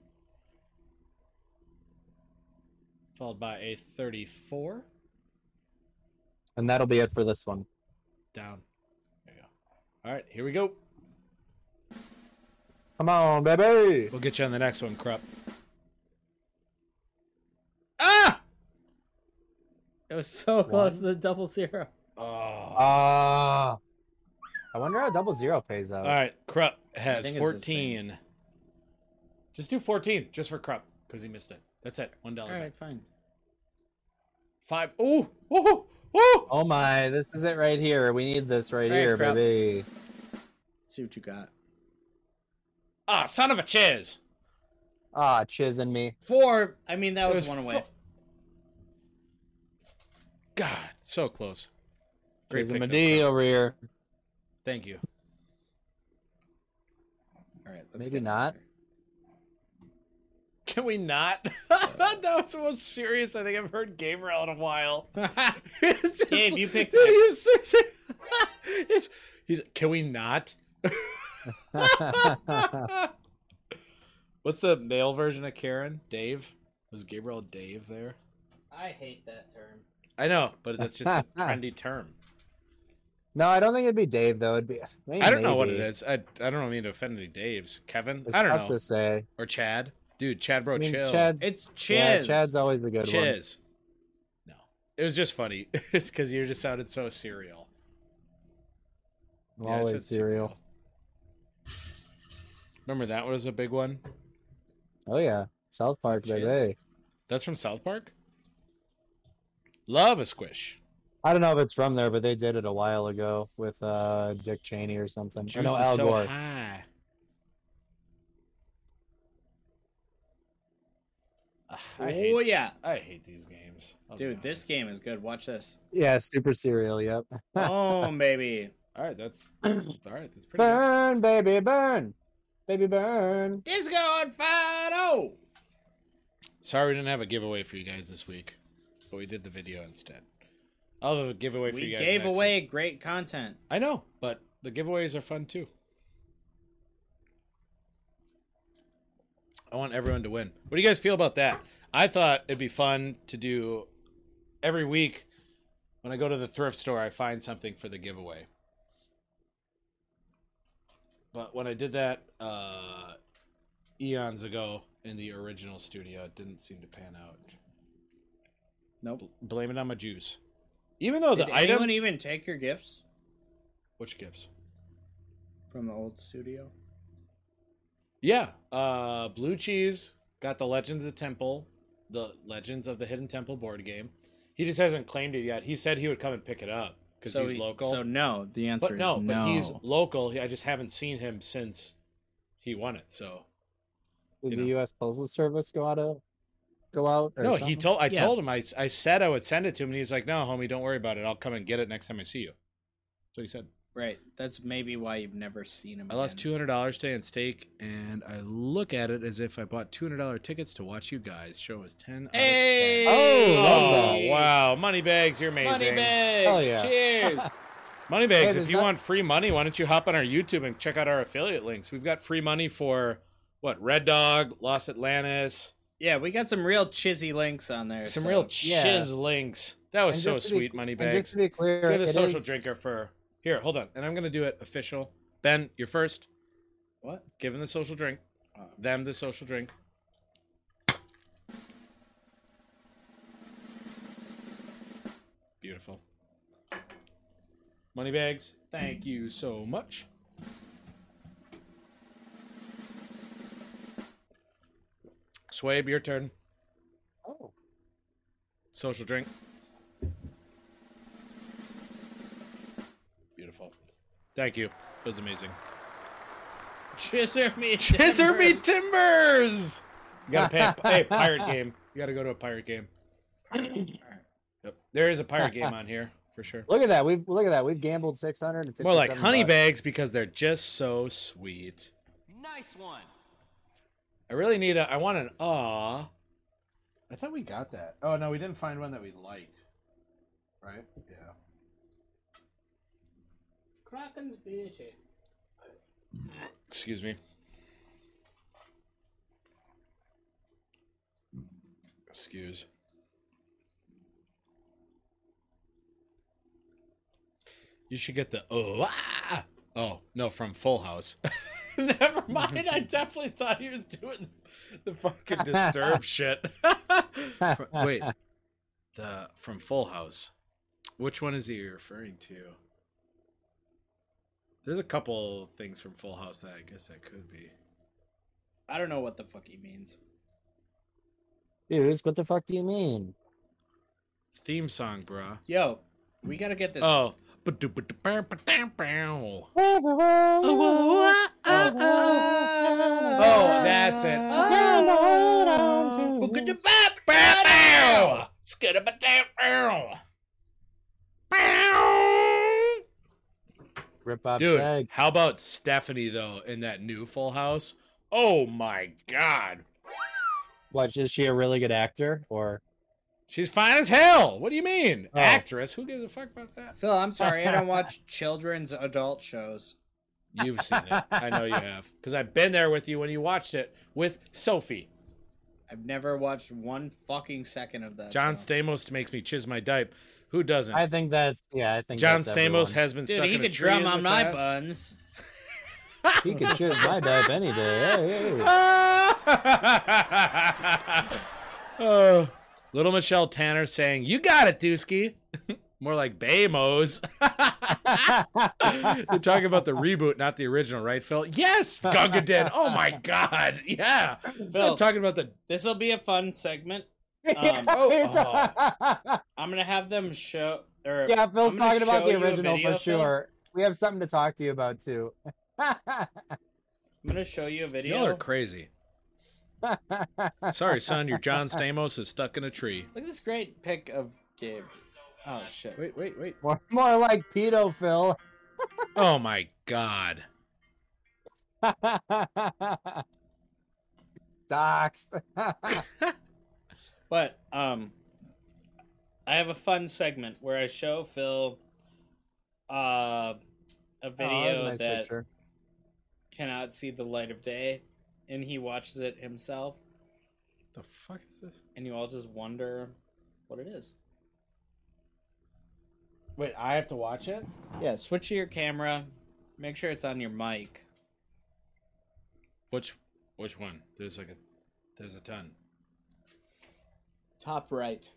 S4: Followed by a 34.
S2: And that'll be it for this one.
S4: Down. There you go. All right, here we go.
S2: Come on, baby.
S4: We'll get you on the next one, Krupp. Ah!
S3: It was so close to the double zero.
S4: Oh.
S2: Ah. I wonder how double zero pays out.
S4: All right, Krupp has
S3: think it's the same.
S4: 14. Just do 14, just for Krupp, because he missed it. That's it. One dollar.
S3: All right, fine.
S4: Five. Ooh, ooh, ooh.
S2: Oh my, this is it right here. We need this right
S3: All right,
S2: here,
S3: crap.
S2: baby.
S3: Let's see what you got.
S4: Ah, son of a chiz.
S2: Ah, chisin me.
S3: Four. I mean, that
S4: It
S3: was,
S4: was
S3: one away.
S4: fo- God, so close. Great
S2: Chisin
S4: pick, though,
S2: Medi over here.
S4: Thank you.
S3: All right.
S2: Maybe
S3: get it
S2: not.
S3: here.
S4: Can we not? that was the most serious I think I've heard Gabriel in a while. it's just,
S3: Gabe, you picked
S4: dude,
S3: it.
S4: he's, so- he's, he's- Can we not? What's the male version of Karen? Dave? Was Gabriel Dave there?
S3: I hate that term.
S4: I know, but that's just a trendy term.
S2: no, I don't think it'd be Dave though. It'd be.
S4: I don't know what it
S2: maybe.
S4: is. I, I don't mean to offend any Daves. Kevin?
S2: It's
S4: I don't
S2: tough
S4: know.
S2: to say.
S4: Or Chad? Dude, Chad bro,
S2: I mean,
S4: chill.
S2: Chad's-
S4: it's
S2: Yeah,
S4: Chad.
S2: Chad's always a good one.
S4: Chiz. No. It was just funny. it's because you just sounded so serial.
S2: I'm
S4: Yeah, I said
S2: always cereal.
S4: Remember that was a big one?
S2: Oh yeah, South Park,
S4: Chiz.
S2: baby.
S4: That's from South Park? Love a squish.
S2: I don't know if it's from there, but they did it a while ago with uh, Dick Cheney or something. Or
S4: Juice
S2: no,
S4: is
S2: Al
S4: so
S2: Gore.
S4: high. Ah, I hate,
S3: Oh yeah,
S4: I hate these games. I'll be
S3: dude, this
S4: honest.
S3: game is good. Watch this.
S2: yeah, super cereal. Yep.
S3: Boom, baby.
S4: All right, that's all right. That's pretty. Good.
S2: Burn, baby, burn, baby, burn.
S3: Disco and Fido.
S4: Sorry, we didn't have a giveaway for you guys this week, but we did the video instead. I'll have a giveaway for
S3: We
S4: you guys.
S3: gave
S4: next
S3: away
S4: week.
S3: great content.
S4: I know, but the giveaways are fun too. I want everyone to win. What do you guys feel about that? I thought it'd be fun to do every week when I go to the thrift store, I find something for the giveaway. But when I did that uh, eons ago in the original studio, it didn't seem to pan out.
S3: Nope.
S4: Blame it on my juice. Even though Oh, the
S3: Did
S4: item.
S3: anyone e- even take your gifts
S4: Which gives?
S3: from the old studio?
S4: Yeah. Uh Blue Cheese got the Legends of the Temple, the Legends of the Hidden Temple board game. He just hasn't claimed it yet. He said he would come and pick it up because
S3: So
S4: he's
S3: he-
S4: local.
S3: So no, the answer
S4: but
S3: is
S4: no,
S3: no.
S4: but he's local. I just haven't seen him since he won it. So
S2: Did
S4: You
S2: the
S4: know.
S2: U.S. Postal Service go out? Of, go out? or
S4: no, he
S2: something?
S4: told I
S3: Yeah.
S4: told him I I said I would send it to him, and he's like, "No, homie, don't worry about it. I'll come and get it next time I see you." So he said.
S3: Right. That's maybe why you've never seen him.
S4: I lost
S3: again.
S4: two hundred dollars today in stake, and I look at it as if I bought two hundred dollar tickets to watch you guys. Show was ten.
S3: Hey!
S4: Out of 10.
S2: Oh, love
S4: Oh, wow, money bags, you're
S3: Money
S4: amazing.
S3: bags.
S2: Hell yeah.
S4: Cheers. money bags.
S2: Hey,
S4: if
S2: there's
S4: you
S2: not-
S4: want free money, why don't you hop on our YouTube and check out our affiliate links? We've got free money for what? Red Dog, Los Atlantis,
S3: Yeah, we got some real chizzy links on there.
S4: some
S3: so-
S4: real
S2: yeah.
S4: chiz links. That was
S2: And
S4: so
S2: just to be-
S4: sweet, money
S2: And just
S4: bags.
S2: to be clear,
S4: You're the
S2: it
S4: social
S2: is-
S4: drinker for here. Hold on, and I'm gonna do it official. Ben, you're first.
S3: What?
S4: Give him the social drink. Them the social drink. Beautiful. Money bags. Thank you so much. Swabe, your turn.
S2: Oh,
S4: Social drink. wonderful. Thank you. It was amazing.
S3: Chisor me.
S4: Chiserby Timbers. You gotta pay. A, hey, pirate game. You gotta go to a pirate game. Yep. There is a pirate game on here for sure.
S2: Look at that. We've look at that. We've gambled six hundred and fifty.
S4: More like honey bags because they're just so sweet.
S10: Nice one.
S4: I really need a. I want an ah. I thought we got that. Oh no, we didn't find one that we liked. Right? Yeah.
S6: Kraken's beauty.
S4: Excuse me. Excuse. You should get the oh ah! oh no from Full House. Never mind. I definitely thought he was doing the fucking disturb shit. From- Wait, the from Full House. Which one is he referring to? There's a couple things from Full House that I guess that could be.
S3: I don't know what the fuck he means.
S2: Dudes, what the fuck do you mean?
S4: Theme song, bruh.
S3: Yo, we gotta get this.
S4: Oh. Oh,
S2: Oh,
S3: Oh,
S4: that's it.
S2: Oh. Rip Bob
S4: Dude,
S2: Sag.
S4: how about Stephanie though in that new Full House? Oh my God,
S2: What is she a really good actor or
S4: she's fine as hell. What do you mean,
S2: Oh.
S4: actress? Who gives a fuck about that?
S3: Phil, I'm sorry. I don't watch children's adult shows.
S4: You've seen it. I know you have. Because I've been there with you when you watched it with Sophie.
S3: I've never watched one fucking second of that.
S4: John
S3: show.
S4: Stamos makes me chiz my dipe. Who doesn't?
S2: I think that's yeah, I think
S4: John
S2: that's
S4: Stamos
S2: everyone.
S4: has been
S3: Dude,
S4: stuck
S3: he
S4: in a
S3: could
S4: tree
S3: drum
S4: in the
S3: on my
S4: past.
S3: buns.
S2: he could shoot my dive any day. Hey, hey.
S4: Oh. Little Michelle Tanner saying, You got it, Dusky. More like Bamos. You're talking about the reboot, not the original, right, Phil? Yes, Gunga did. Oh my God. Yeah.
S6: Phil.
S4: I'm talking about the.
S6: This will be a fun segment.
S2: Yeah,
S6: Um,
S2: it's-
S6: I'm gonna have them show. Or
S2: yeah, Phil's
S6: oh. I'm gonna
S2: talking about
S6: show
S2: the
S6: you a
S2: original
S6: video,
S2: for
S6: Phil.
S2: sure. We have something to talk to you about too.
S6: I'm gonna show you a video.
S4: Y'all are crazy. Sorry, son. Your John Stamos is stuck in a tree.
S3: Look at this great pic of Gabe. Oh shit.
S4: Wait, wait, wait.
S2: more, more like pedo Phil.
S4: Oh my God.
S2: Docs.
S6: But um, I have a fun segment where I show Phil uh, a video that cannot see the light of day, and he watches it himself,
S4: The fuck is this?
S6: and you all just wonder what it is.
S4: Wait, I have to watch it?
S6: Yeah,
S3: Switch to your camera. Make sure it's on your mic.
S4: Which which one? There's like a there's a ton.
S3: Top right.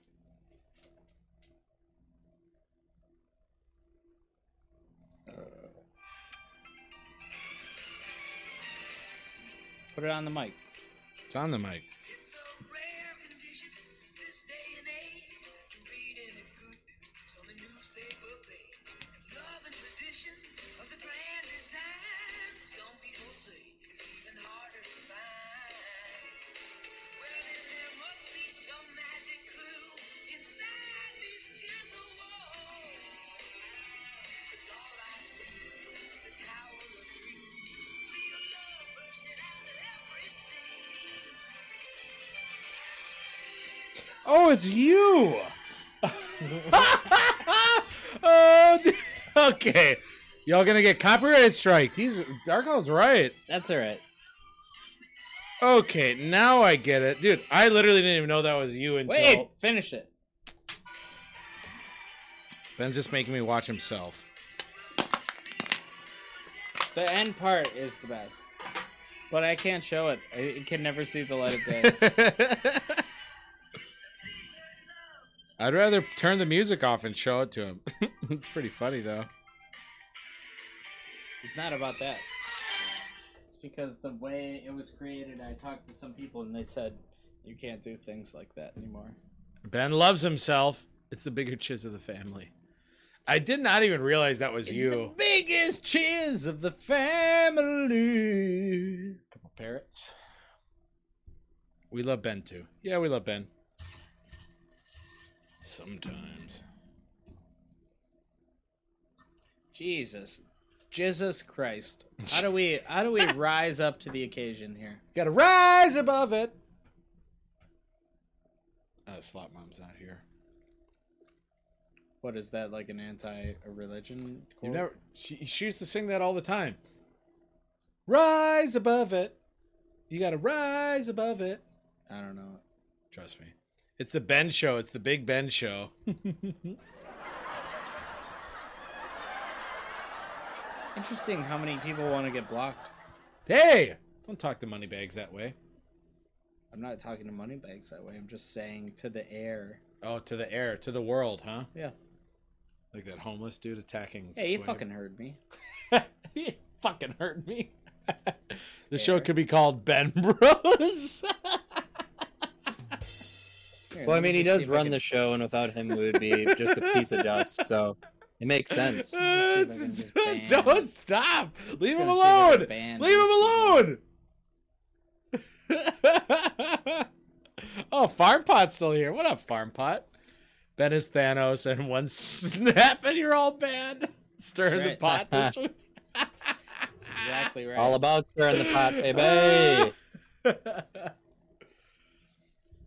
S3: Put it on the mic.
S4: It's on the mic.
S10: It's a rare condition this day and age to read any good news on the newspaper page. And love and tradition of the grand design, some people say is even harder to find. Well, then there must be some magic clue inside these gentle walls. It's all I see is a tower of dreams, real love bursting out of every scene.
S4: Oh, it's you. oh, dude. okay. Y'all gonna get copyright strike. He's Darko's right.
S6: That's all right.
S4: Okay, now I get it, dude. I literally didn't even know that was you until
S6: Wait, finish it.
S4: Ben's just making me watch himself.
S6: The end part is the best, but I can't show it. I- It can never see the light of day.
S4: I'd rather turn the music off and show it to him. it's pretty funny though.
S3: It's not about that. It's because the way it was created, I talked to some people and they said, you can't do things like that anymore.
S4: Ben loves himself. It's the bigger chiz of the family. I did not even realize that was
S3: It's the
S4: you.
S3: biggest cheers of the family.
S4: Couple parrots. We love Ben too. Yeah, we love Ben. Sometimes.
S3: Jesus, Jesus Christ! How do we how do we rise up to the occasion here?
S4: Gotta rise above it. Uh, Slot Mom's not here.
S3: What is that like an anti-religion?
S4: You
S3: quote?
S4: never. She, she used to sing that all the time. Rise above it. You gotta rise above it.
S3: I don't know.
S4: Trust me. It's the Ben show. It's the Big Ben show.
S3: Interesting how many people want to get blocked.
S4: hey, don't talk to moneybags that way.
S3: I'm not talking to moneybags that way. I'm just saying to the air.
S4: Oh, to the air, to the world, huh?
S3: Yeah.
S4: Like that homeless dude attacking.
S3: Hey, you
S4: Swade.
S3: fucking heard me.
S4: he fucking hurt me. the show
S3: Fair.
S4: could be called Ben Bros.
S3: Here,
S2: Well, I
S3: let me
S2: mean, he
S3: just see
S2: does
S3: if I
S2: run
S3: can-
S2: the show, and without him, we would be just a piece of dust. So it makes sense.
S3: Let me see if I can get
S4: Don't
S3: banned.
S4: stop. Leave him
S3: gonna see if I
S4: alone.
S3: can ban
S4: Leave him
S3: this
S4: alone. oh, Farm Pot's still here. What up, Farm Pot? Ben is Thanos, and one snap, and you're all banned. Stir the
S3: right.
S4: pot this week.
S3: That's exactly right.
S2: All about stirring the pot, baby.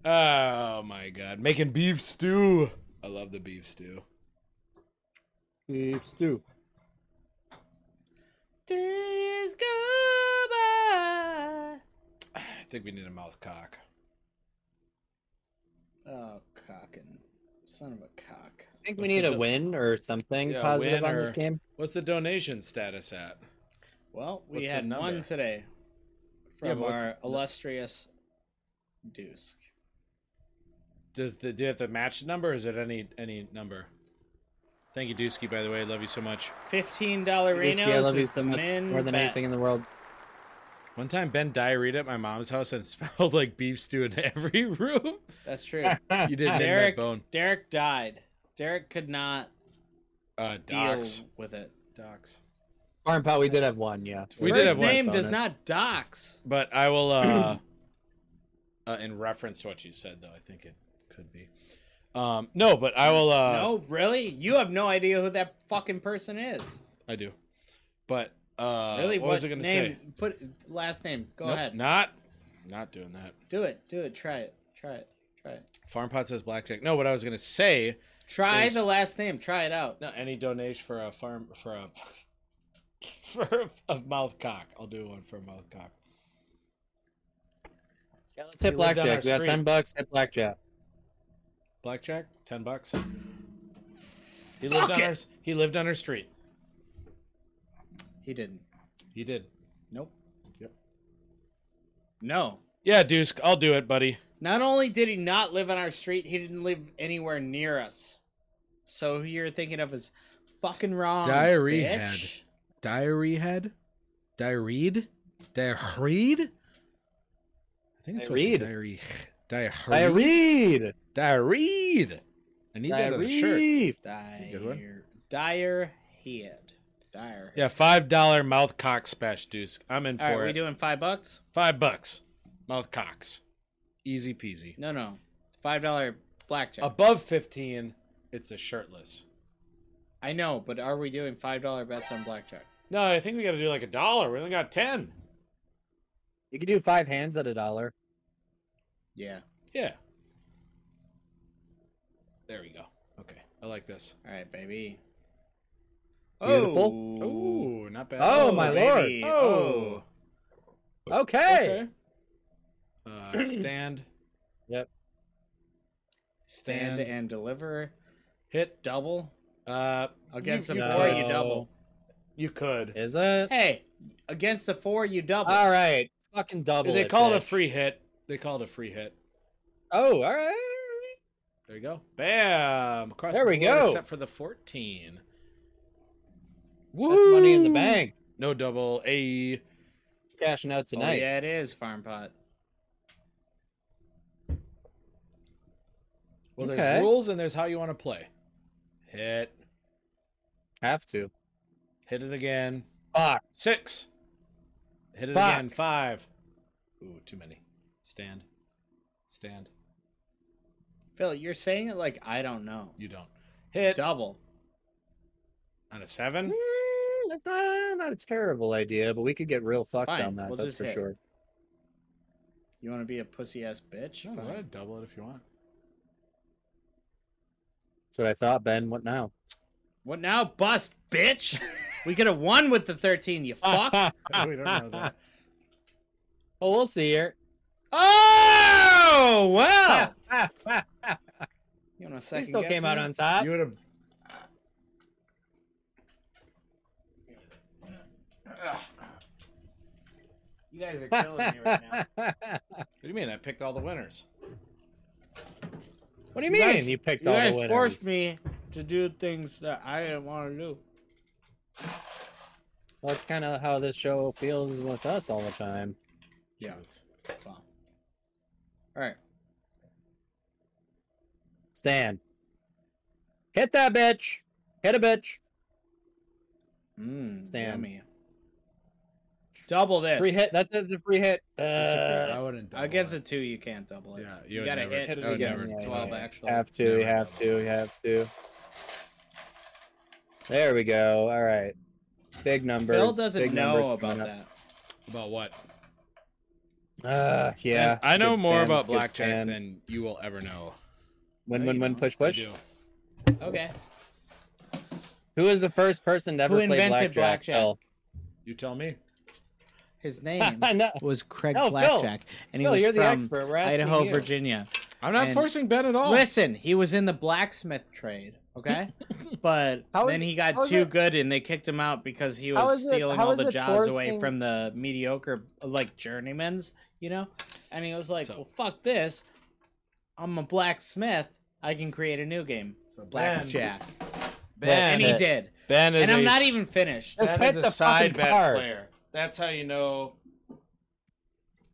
S4: oh my god, making beef stew. I love the beef stew.
S2: Beef stew.
S3: Days go by.
S4: I think we need a mouth cock.
S3: Oh, cockin'. Son of a cock.
S2: I think we
S4: What's
S2: need
S4: the
S2: a
S4: do-
S2: win or something
S4: Yeah,
S2: positive
S4: win
S2: on this
S4: or-
S2: game.
S4: What's the donation status at?
S3: Well, we
S4: What's the
S3: had one
S4: number?
S3: today
S4: Yeah,
S3: from
S4: but what's
S3: our
S4: the-
S3: illustrious Deuce.
S4: Does the do you have the match number? Or is it any any number? Thank you, Dusky. By the way, love you so much.
S3: Fifteen dollar
S2: Risky, I
S3: Renos
S2: love you
S3: is
S2: so
S3: the
S2: much
S3: min
S2: more than
S3: bet.
S2: anything in the world.
S4: One time, Ben diarrhea at my mom's house and smelled like beef stew in every room.
S3: That's true.
S4: You did Derek
S3: Derek
S4: bone.
S3: Derek died. Derek could not
S4: Uh,
S3: deal
S4: docs.
S3: with it.
S4: Docs.
S2: Farm pot, we did have one, yeah.
S4: We
S3: First
S4: did have one
S3: name does
S2: bonus.
S3: not dox.
S4: But I will, uh, uh, in reference to what you said, though, I think it could be. Um, no, but I will. Uh,
S3: no, really? You have no idea who that fucking person is.
S4: I do. But uh,
S3: Really?
S4: what, was I going to
S3: name?
S4: say?
S3: Put last name. Go
S4: Nope,
S3: ahead.
S4: Not, not doing that.
S3: Do it. Do it. Try it. Try it. Try it.
S4: Farm pot says blackjack. No, what I was going to say.
S3: Try
S4: There's-
S3: the last name. Try it out.
S4: No, any donation for a farm for a for a, a mouth cock. I'll do one for a mouth cock.
S2: Yeah, let's
S4: We
S2: hit
S4: lived on our
S2: blackjack. We got
S4: street.
S2: 10 bucks, hit blackjack.
S4: Blackjack, ten bucks. He lived on our he lived on our street.
S3: He didn't.
S4: He did.
S3: Nope.
S4: Yep.
S3: No.
S4: Yeah, Deuce, I'll do it, buddy.
S3: Not only did he not live on our street, he didn't live anywhere near us. So who you're thinking of is fucking wrong.
S4: Diary
S3: bitch.
S4: Diary head? Diaried? Diaried? I think it's supposed to be
S2: Diaried.
S4: diary.
S2: I
S4: Diaried.
S2: read.
S4: Diaried. I need
S2: I
S4: that on a shirt.
S2: read.
S4: Good one.
S3: Dire, dire head. Dire.
S4: Yeah, five dollar mouth cock spash deuce. I'm in
S3: All right,
S4: for
S3: we
S4: it.
S3: doing five bucks?
S4: Five bucks. Mouth cocks. Easy peasy.
S3: No, no, five dollar blackjack.
S4: Above fifteen, it's a shirtless.
S3: I know, but are we doing five dollar bets on blackjack?
S4: No, I think we gotta do like a dollar. We only got ten.
S2: You could do five hands at a dollar.
S3: Yeah.
S4: Yeah. There we go. Okay. I like this.
S3: All right, baby.
S2: Beautiful.
S3: Oh,
S4: Ooh, not bad.
S2: Oh, my lord.
S3: baby.
S4: Oh.
S3: Oh.
S2: Okay.
S4: Uh, stand.
S3: Stand
S4: Stand.
S3: and deliver.
S4: Hit.
S3: Double.
S4: Uh,
S3: Against
S4: You-
S3: a
S4: you
S3: four, you
S2: could.
S3: double.
S4: you could.
S2: Is it?
S3: Hey, against a four, you double. Oh,
S2: All right. Fucking double.
S4: They call it a
S2: bitch.
S4: free hit. They call it a free hit.
S2: Oh, all right.
S4: There you go. Bam! Across
S2: There
S4: the
S2: we
S4: board,
S2: go.
S4: Except for the fourteen.
S2: That's money in the
S4: Woo!
S2: bank.
S4: No double. A.
S2: Cashing out
S3: Oh,
S2: tonight.
S3: yeah, it is farm pot.
S4: Well,
S2: Okay.
S4: there's rules and there's how you want to play. Hit.
S5: Have to.
S4: Hit it again.
S2: Fuck.
S4: Six. Hit it
S2: Fuck.
S4: again. Five. Ooh, too many. Stand. Stand.
S3: Phil, you're saying it like I don't know.
S4: You don't. Hit
S3: Double.
S4: on a seven.
S2: Mm, that's not, not a terrible idea, but we could get real fucked
S3: Fine,
S2: on that.
S3: we'll
S2: that's
S3: just
S2: for
S3: hit.
S2: sure.
S3: You want to be a pussy ass bitch?
S4: No,
S3: Fine.
S4: go ahead, double it if you want.
S2: That's what I thought, Ben. What now?
S3: What now, bust, bitch? we could have won with the 13, you
S2: Ah,
S3: fuck.
S4: we don't know that.
S2: Oh, we'll see here.
S3: oh, well. You want a
S2: He
S3: second
S2: still
S3: guess
S2: came out
S3: now?
S2: on top.
S4: You would have.
S3: You guys are killing me right now.
S4: What do you mean? I picked all the winners.
S2: what do you
S3: You
S2: mean?
S3: guys-
S2: you picked
S3: You
S2: all
S3: guys
S2: the winners.
S3: forced me to do things that I didn't want to do.
S2: Well, it's kind of how this show feels with us all the time.
S3: Yeah. Wow. All right.
S2: Stan, hit that bitch. Hit a bitch.
S3: Mm,
S2: Stan.
S3: yummy. Double this.
S2: Free hit. That's, that's a free hit. Uh,
S4: I wouldn't. double
S3: Against
S4: it.
S3: a two, you can't double it.
S4: Yeah,
S3: you,
S4: would
S3: gotta
S4: never-
S3: hit.
S2: Hit it
S4: I would
S2: again.
S4: Oh, never
S2: Yeah,
S4: double
S3: Twelve
S4: it.
S3: actually.
S2: have to. You
S4: Never
S2: have to. You have to. There we go. All right. Big numbers.
S3: Phil doesn't
S2: big
S3: know
S2: numbers
S3: about
S2: coming up.
S3: that.
S4: About what?
S2: Uh, yeah.
S4: I know
S2: good
S4: more
S2: Sam,
S4: about
S2: good
S4: blackjack
S2: Sam.
S4: than you will ever know.
S2: win,
S3: No,
S2: win,
S3: you
S2: win,
S3: don't.
S2: push,
S4: I
S2: push.
S4: do.
S3: Okay.
S2: Who is the first person to ever
S3: Who
S2: play
S3: invented
S2: blackjack?
S3: blackjack?
S2: Phil?
S4: You tell me.
S3: His name
S2: no,
S3: was Craig
S2: No, Phil.
S3: Blackjack, and he
S2: Phil,
S3: was
S2: you're
S3: from
S2: the expert. We're asking
S3: Idaho,
S2: you.
S3: Virginia.
S4: I'm not
S3: And-
S4: forcing Ben
S2: Oh.
S4: at all.
S3: Listen, he was in the blacksmith trade, okay? but
S2: How is
S3: then
S2: it-
S3: he got
S2: how is
S3: too
S2: it-
S3: good, and they kicked him out because he
S2: How
S3: was
S2: is it-
S3: stealing
S2: how
S3: all
S2: is
S3: the
S2: it
S3: jobs away
S2: forcing-
S3: from the mediocre, like journeymans, you know. And he was like,
S4: So-
S3: "Well, fuck this! I'm a blacksmith. I can create a new game, blackjack."
S4: Ben,
S3: and he did.
S4: ben is
S3: And I'm
S4: a
S3: not
S4: s-
S3: even finished.
S2: Just
S4: Ben
S2: hit
S4: is a
S2: the
S4: side
S2: fucking
S4: bet
S2: card.
S4: player. That's how you know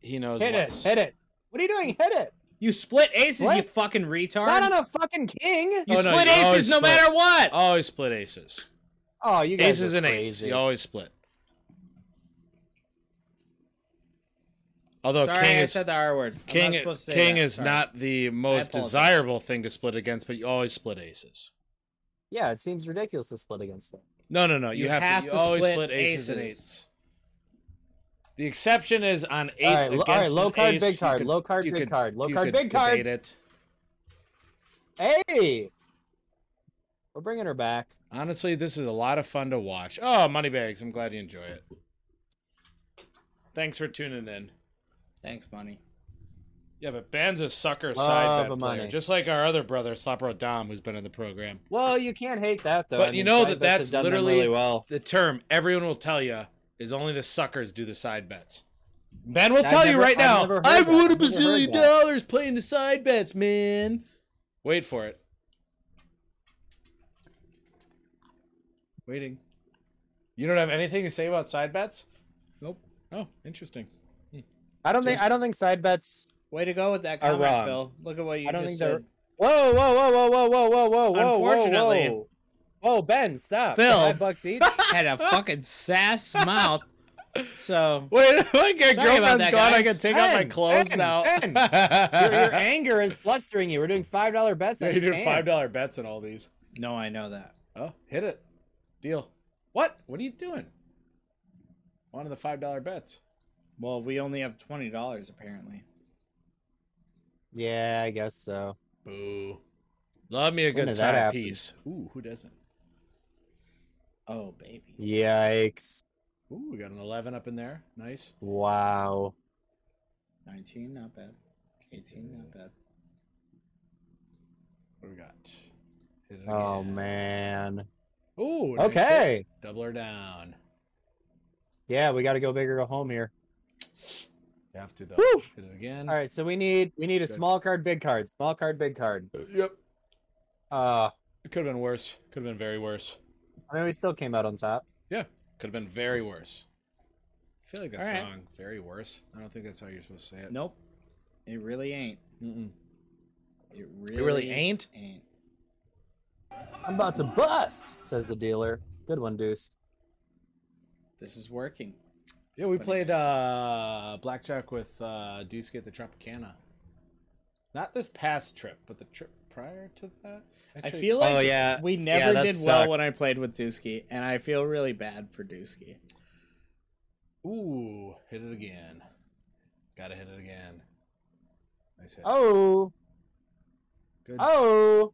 S4: he knows.
S2: Hit it.
S4: less.
S2: Hit it. What are you doing? Hit it.
S3: You split aces, you
S2: What?
S3: fucking retard.
S2: Not on a fucking king.
S3: you
S4: Oh, no,
S3: split
S4: you always
S3: aces no
S4: split.
S3: matter what.
S4: Always split aces.
S2: Oh, you guys
S4: Aces
S2: are
S4: and eights.
S2: crazy.
S4: You always split. Although
S3: Sorry,
S4: Oh, king
S3: I
S4: is
S3: said the R word. I'm
S4: king
S3: not supposed to say
S4: king
S3: that.
S4: is
S3: Sorry.
S4: not the most
S3: apologize.
S4: desirable thing to split against, but you always split aces.
S2: Yeah, it seems ridiculous to split against them.
S4: No, no, no. You, have, to, you always split, aces, and
S3: aces.
S4: eights. The exception is on eights
S2: All right, lo-
S4: against
S2: all right, low
S4: an
S2: card,
S4: ace,
S2: big
S4: you
S2: card,
S4: could-
S2: low card,
S4: you
S2: big
S4: could-
S2: card, low
S4: you
S2: card,
S4: could
S2: big card.
S4: debate it.
S2: Hey, we're bringing her back.
S4: Honestly, this is a lot of fun to watch. Oh, Moneybags, I'm glad you enjoy it. Thanks for tuning in.
S3: Thanks, money.
S4: Yeah, but Ben's a sucker
S2: Love
S4: side
S2: a
S4: bet player,
S2: money.
S4: just like our other brother, Slapro Dom, who's been in the program.
S2: Well, you can't hate that though.
S4: But
S2: I
S4: you
S2: mean,
S4: know
S2: side
S4: that
S2: bets have
S4: that's
S2: done them
S4: literally-
S2: really well.
S4: The term everyone will tell you is only the suckers do the side bets. Ben will
S2: I've
S4: tell you
S2: never-
S4: right
S2: I've never
S4: now,
S2: heard
S4: I won
S2: that.
S4: a
S2: I've never heard
S4: bazillion
S2: that."
S4: dollars playing the side bets, man. Wait for it. Waiting. You don't have anything to say about side bets?
S3: Nope.
S4: Oh, interesting.
S2: I don't think I don't think side bets.
S3: Way to go with that
S2: Are
S3: comment,
S2: wrong.
S3: Phil. Look at what you
S2: I don't
S3: just
S2: think they're-
S3: did.
S2: Whoa, whoa, whoa, whoa, whoa, whoa, whoa, whoa, whoa,
S3: Unfortunately-
S2: whoa, whoa. Whoa, Ben, stop.
S3: Phil.
S2: five bucks each.
S3: Had a fucking sass mouth. So
S4: Wait, my girlfriend's
S3: Sorry about that,
S4: gone. I
S3: guys.
S4: can take off my
S2: Ben,
S4: clothes
S2: Ben,
S4: now.
S2: Ben. your, your anger is flustering you. We're doing five dollar bets.
S4: So
S2: on
S4: you do
S2: Chan.
S4: five dollar bets on all these.
S3: no, I know that.
S4: Oh, hit it. Deal. What? What are you doing? One of the five dollar bets.
S3: Well, we only have twenty dollars apparently.
S2: Yeah, I guess so.
S4: Boo. Love me a good
S2: did that
S4: side
S2: happen?
S4: piece. Ooh, who doesn't?
S3: Oh baby.
S2: Yikes!
S4: Ooh, we got an eleven up in there. Nice.
S2: Wow.
S3: Nineteen, not bad. Eighteen, not bad.
S4: What do we got? Hit it
S2: Oh
S4: again.
S2: man.
S4: Ooh. nice hit.
S2: Okay.
S4: Double her down.
S2: Yeah, we got to go big or go home here.
S4: You have to though.
S2: Woo!
S4: Hit it again.
S2: All right, so we need we need a
S4: Good.
S2: small card, big card, small card, big card.
S4: Yep.
S2: Uh,
S4: It could have been worse. Could have been very worse.
S2: I mean, we still came out on top.
S4: Yeah. Could have been very worse. I feel like that's
S3: All right.
S4: wrong. Very worse. I don't think that's how you're supposed to say it.
S3: Nope. It really ain't.
S4: Mm-mm.
S3: It really,
S4: really ain't?
S3: Ain't.
S2: I'm about to bust, says the dealer. Good one, Deuce.
S3: This is working.
S4: Yeah, we
S3: Funny
S4: played
S3: guys.
S4: uh, blackjack with uh, Deuce at the Tropicana. Not this past trip, but the trip prior to that.
S6: I
S4: Actually-
S6: feel like
S3: oh yeah,
S6: we
S3: yeah,
S6: never
S3: that
S6: did
S3: well
S6: well.
S3: when I played with Dusky, and I feel really bad for Dusky.
S4: Ooh, hit it again. Gotta hit it again. Nice hit.
S2: Oh,
S4: Good.
S2: oh.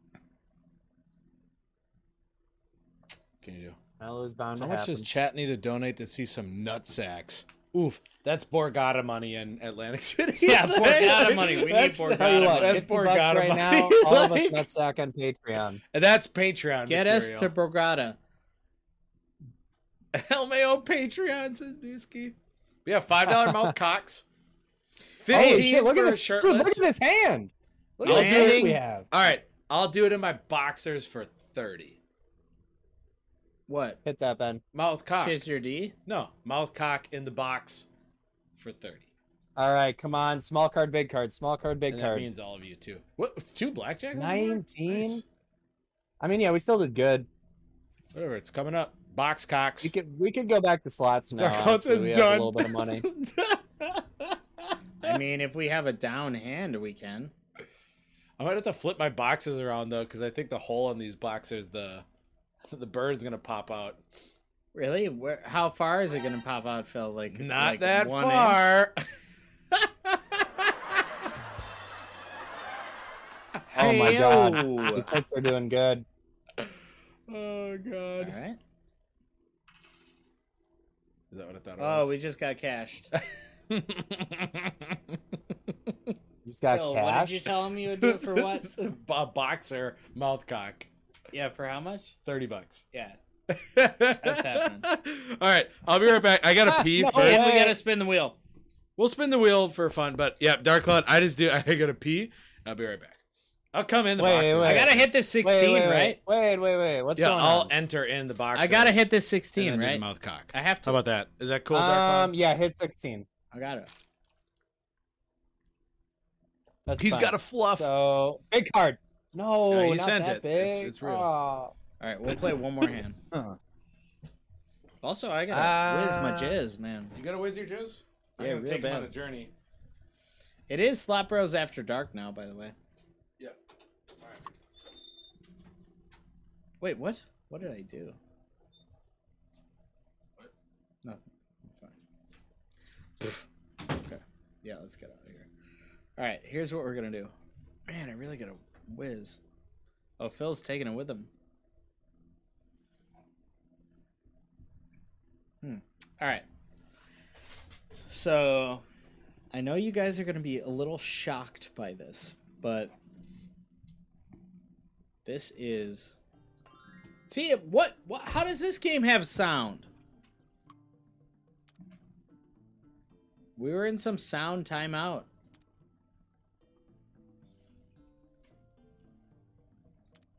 S4: Can you do?
S2: Well, it was bound
S4: How
S2: to
S4: much
S2: happen.
S4: does chat need to donate to see some nut sacks? Oof, that's Borgata money in Atlantic City.
S6: Yeah, Borgata money. We need
S4: That's-
S6: Borgata
S4: tell you what,
S6: money.
S4: That's
S2: Fifty bucks
S4: Borgata
S2: right
S4: money.
S2: now. All of us
S4: Like,
S2: nutsack on Patreon.
S4: and that's Patreon.
S3: Get us
S4: material.
S3: to Borgata.
S4: LMAO Patreon says Newski. We have five dollar mouth cocks.
S2: Oh
S4: Fifteen
S2: shit! Look
S4: for
S2: at
S4: a
S2: this. Dude,
S4: shirtless.
S2: look at this hand. Look at
S4: Oh,
S2: this hand we
S4: dang.
S2: have.
S4: All right, I'll do it in my boxers for thirty.
S3: What?
S2: Hit that, Ben.
S4: Mouth cock.
S3: Chase your D.
S4: No, mouth cock in the box for thirty.
S2: All right, come on. Small card, big card. Small card, big
S4: And that
S2: card.
S4: means all of you too. What? Two blackjack. on the board?
S2: 19?
S4: Nice.
S2: I mean, yeah, we still did good.
S4: Whatever. It's coming up. Box cocks.
S2: We could we could go back to slots now.
S4: Dark Cloud
S2: honestly.
S4: says
S2: we have a
S4: done.
S2: little bit of money.
S3: I mean, if we have a down hand, we can.
S4: I might have to flip my boxes around though, because I think the hole on these boxers, the the bird's gonna pop out.
S3: Really? Where? How far is it gonna pop out, Phil? Like like
S4: Not that
S3: one inch?
S4: far.
S2: Oh my god.
S3: Hey-o.
S2: These kids are doing good.
S4: Oh
S3: All
S4: god.
S3: right.
S4: Is that what I thought it
S3: Oh, we
S4: was?
S3: just got cashed.
S2: You just got
S6: Phil, what
S2: cash.
S6: did you tell him you would do it for what?
S4: a boxer mouth cock.
S6: yeah, for how much?
S4: Thirty bucks.
S6: Yeah.
S4: That's
S6: happening.
S4: All right, I'll be right back. I gotta pee
S3: Oh,
S2: No
S4: first.
S6: Guess we
S2: way.
S6: gotta spin the wheel.
S4: We'll spin the wheel for fun, but yeah, Dark Cloud. I just do. I gotta pee. and I'll be right back. I'll come in the
S2: Wait,
S4: boxers.
S2: wait,
S6: I
S2: wait.
S6: gotta hit this
S2: Wait, wait,
S6: 16,
S2: wait,
S6: right?
S2: Wait, wait, wait. What's
S4: yeah,
S2: going
S4: I'll
S2: on?
S4: enter in the box.
S3: I gotta hit this 16, right?
S4: Mouth cock.
S3: I have to.
S4: How about that? Is that cool? Dark
S2: um, yeah, hit 16.
S3: I got it.
S2: That's
S4: He's
S2: fine.
S4: got a fluff.
S2: So big card. No,
S4: No, he
S2: not
S4: sent
S2: that
S4: it.
S2: big. Ah.
S4: It's- it's real.
S2: Aw.
S3: All right, we'll play one more hand.
S2: Huh.
S3: Also, I gotta whiz my
S2: Ah.
S3: jizz, man.
S4: you gotta whiz your juice?
S3: Yeah,
S4: I'm gonna
S3: real
S4: take him on
S3: bad.
S4: a journey.
S3: It is Slap Bros After Dark now, by the way.
S4: Yeah.
S3: Wait, what? What did I do? Nothing. I'm fine. okay. Yeah, let's get out of here. All right, here's what we're gonna do. Man, I really gotta whiz. Oh, Phil's taking it with him. Hmm. All right. So, I know you guys are going to be a little shocked by this, but this is. See what? What? How does this game have sound? We were in some sound timeout.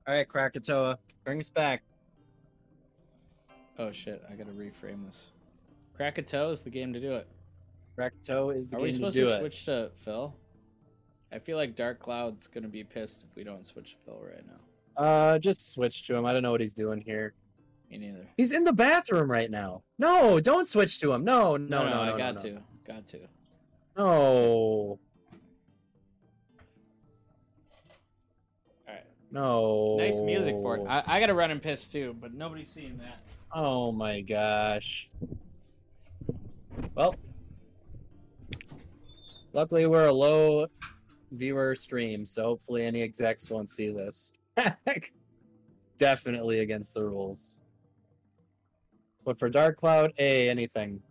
S2: All right, Krakatoa, bring us back.
S3: Oh shit! I gotta reframe this. Krakatoa is the game to do it.
S2: Krakatoa is the
S3: Are
S2: game
S3: we supposed
S2: to do
S3: to,
S2: it.
S3: switch to Phil? I feel like Dark Cloud's gonna be pissed if we don't switch to Phil right now.
S2: Uh, just switch to him. I don't know what he's doing here.
S3: Me neither.
S2: He's in the bathroom right now. No, don't switch to him. No, no, no, no.
S3: I
S2: no,
S3: got
S2: no.
S3: to, got to.
S2: No.
S6: Alright.
S2: No.
S6: Nice music for
S3: Oh.
S6: it. I, I gotta run and piss too, but nobody's seeing that.
S2: oh my gosh. Well, luckily we're a low viewer stream, so hopefully any execs won't see this. Definitely against the rules. But for Dark Cloud, A, anything.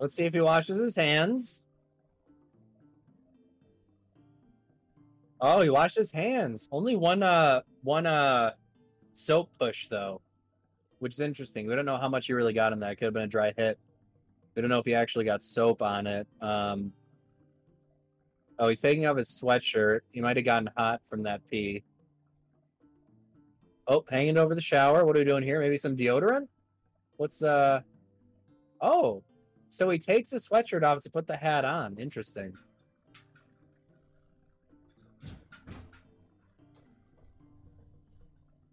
S2: Let's see if he washes his hands. Oh, he washed his hands. Only one uh one uh soap push though. Which is interesting. We don't know how much he really got in that. Could have been a dry hit. We don't know if he actually got soap on it. Um Oh, he's taking off his sweatshirt. He might have gotten hot from that pee. Oh, hanging over the shower. What are we doing here? Maybe some deodorant? What's uh? Oh, so he takes the sweatshirt off to put the hat on. Interesting.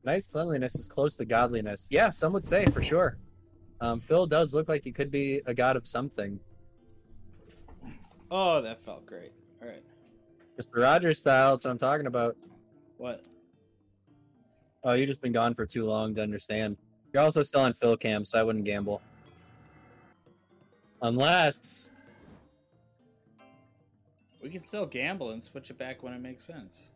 S2: Nice cleanliness is close to godliness. Yeah, some would say for sure. Um, Phil does look like he could be a god of something.
S3: Oh, that felt great. All right.
S2: Mr. Rogers style. That's what I'm talking about.
S3: What?
S2: Oh, you've just been gone for too long to understand. You're also still on Phil Cam, so I wouldn't gamble. Unless
S3: We can still gamble and switch it back when it makes sense.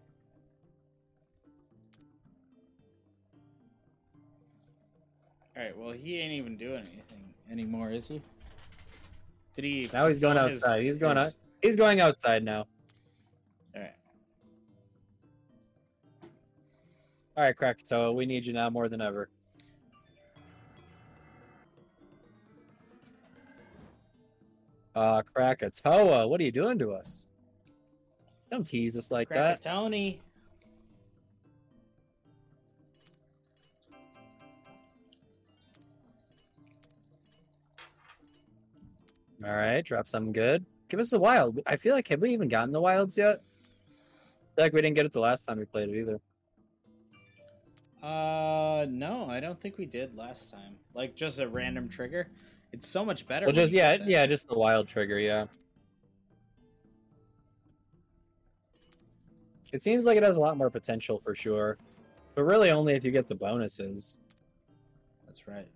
S3: All right. Well, he ain't even doing anything anymore, is he? Did he?
S2: now he's going
S3: fulfill his-
S2: outside. He's going out.
S3: his-
S2: He's going outside now.
S3: All right.
S2: All right, Krakatoa, we need you now more than ever. Uh, Krakatoa, what are you doing to us? Don't tease us like
S3: Cracker
S2: that.
S3: Tony.
S2: All right, drop something good. Give us the wild. I feel like have we even gotten the wilds yet? I feel like we didn't get it the last time we played it either.
S3: Uh, no, I don't think we did last time. Like just a random trigger. It's so much better.
S2: Well,
S3: when
S2: just
S3: you
S2: yeah,
S3: get that.
S2: yeah, just the wild trigger, yeah. It seems like it has a lot more potential for sure, but really only if you get the bonuses.
S3: That's right.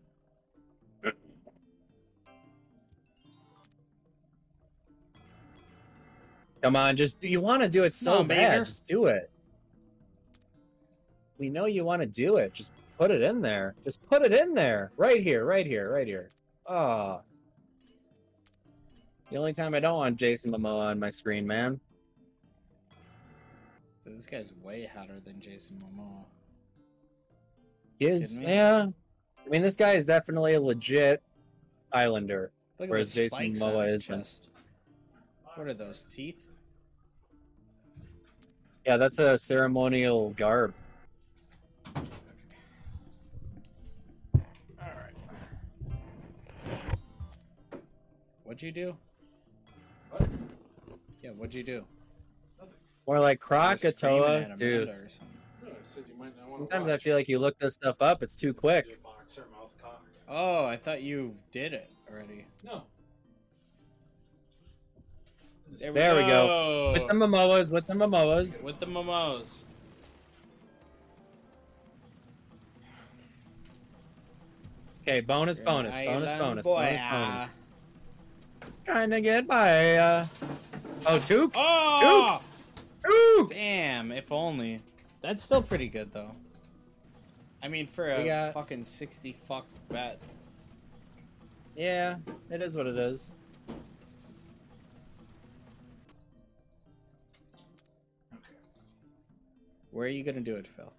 S2: Come on, just you want to do it so
S3: on,
S2: bad,
S3: Baker.
S2: just do it. We know you want to do it. Just put it in there. Just put it in there. Right here, right here, right here. Ah. The only time I don't want Jason Momoa on my screen, man.
S3: So this guy's way hotter than Jason Momoa.
S2: He is
S3: Kidding me?
S2: yeah. I mean, this guy is definitely a legit Islander.
S3: Look
S2: Whereas
S3: at the
S2: Jason
S3: spikes on
S2: Momoa
S3: his
S2: isn't.
S3: chest. What are those teeth?
S2: Yeah, that's a ceremonial garb.
S3: What'd you do? What? Yeah, what'd you do?
S2: More like
S3: You were screaming at
S2: Krakatoa,
S3: Amanda
S2: dude.
S3: or something.
S2: Sometimes I feel like you look this stuff up; it's too quick.
S3: Oh, I thought you did it already.
S4: No.
S3: There we
S2: There we
S3: go.
S2: With the Momoas, with the Momoas.
S3: With the momos.
S2: Okay, bonus,
S3: You're an
S2: bonus, bonus,
S3: island
S2: bonus,
S3: boy,
S2: bonus, bonus.
S3: ah.
S2: Trying to get by. Uh... Oh, Tukes!
S3: Oh!
S2: Tukes! Tukes!
S3: Damn, if only. That's still pretty good though. I mean, for a
S2: We got-
S3: fucking sixty fuck bet.
S2: Yeah, it is what it is.
S3: Where are you gonna do it, Phil?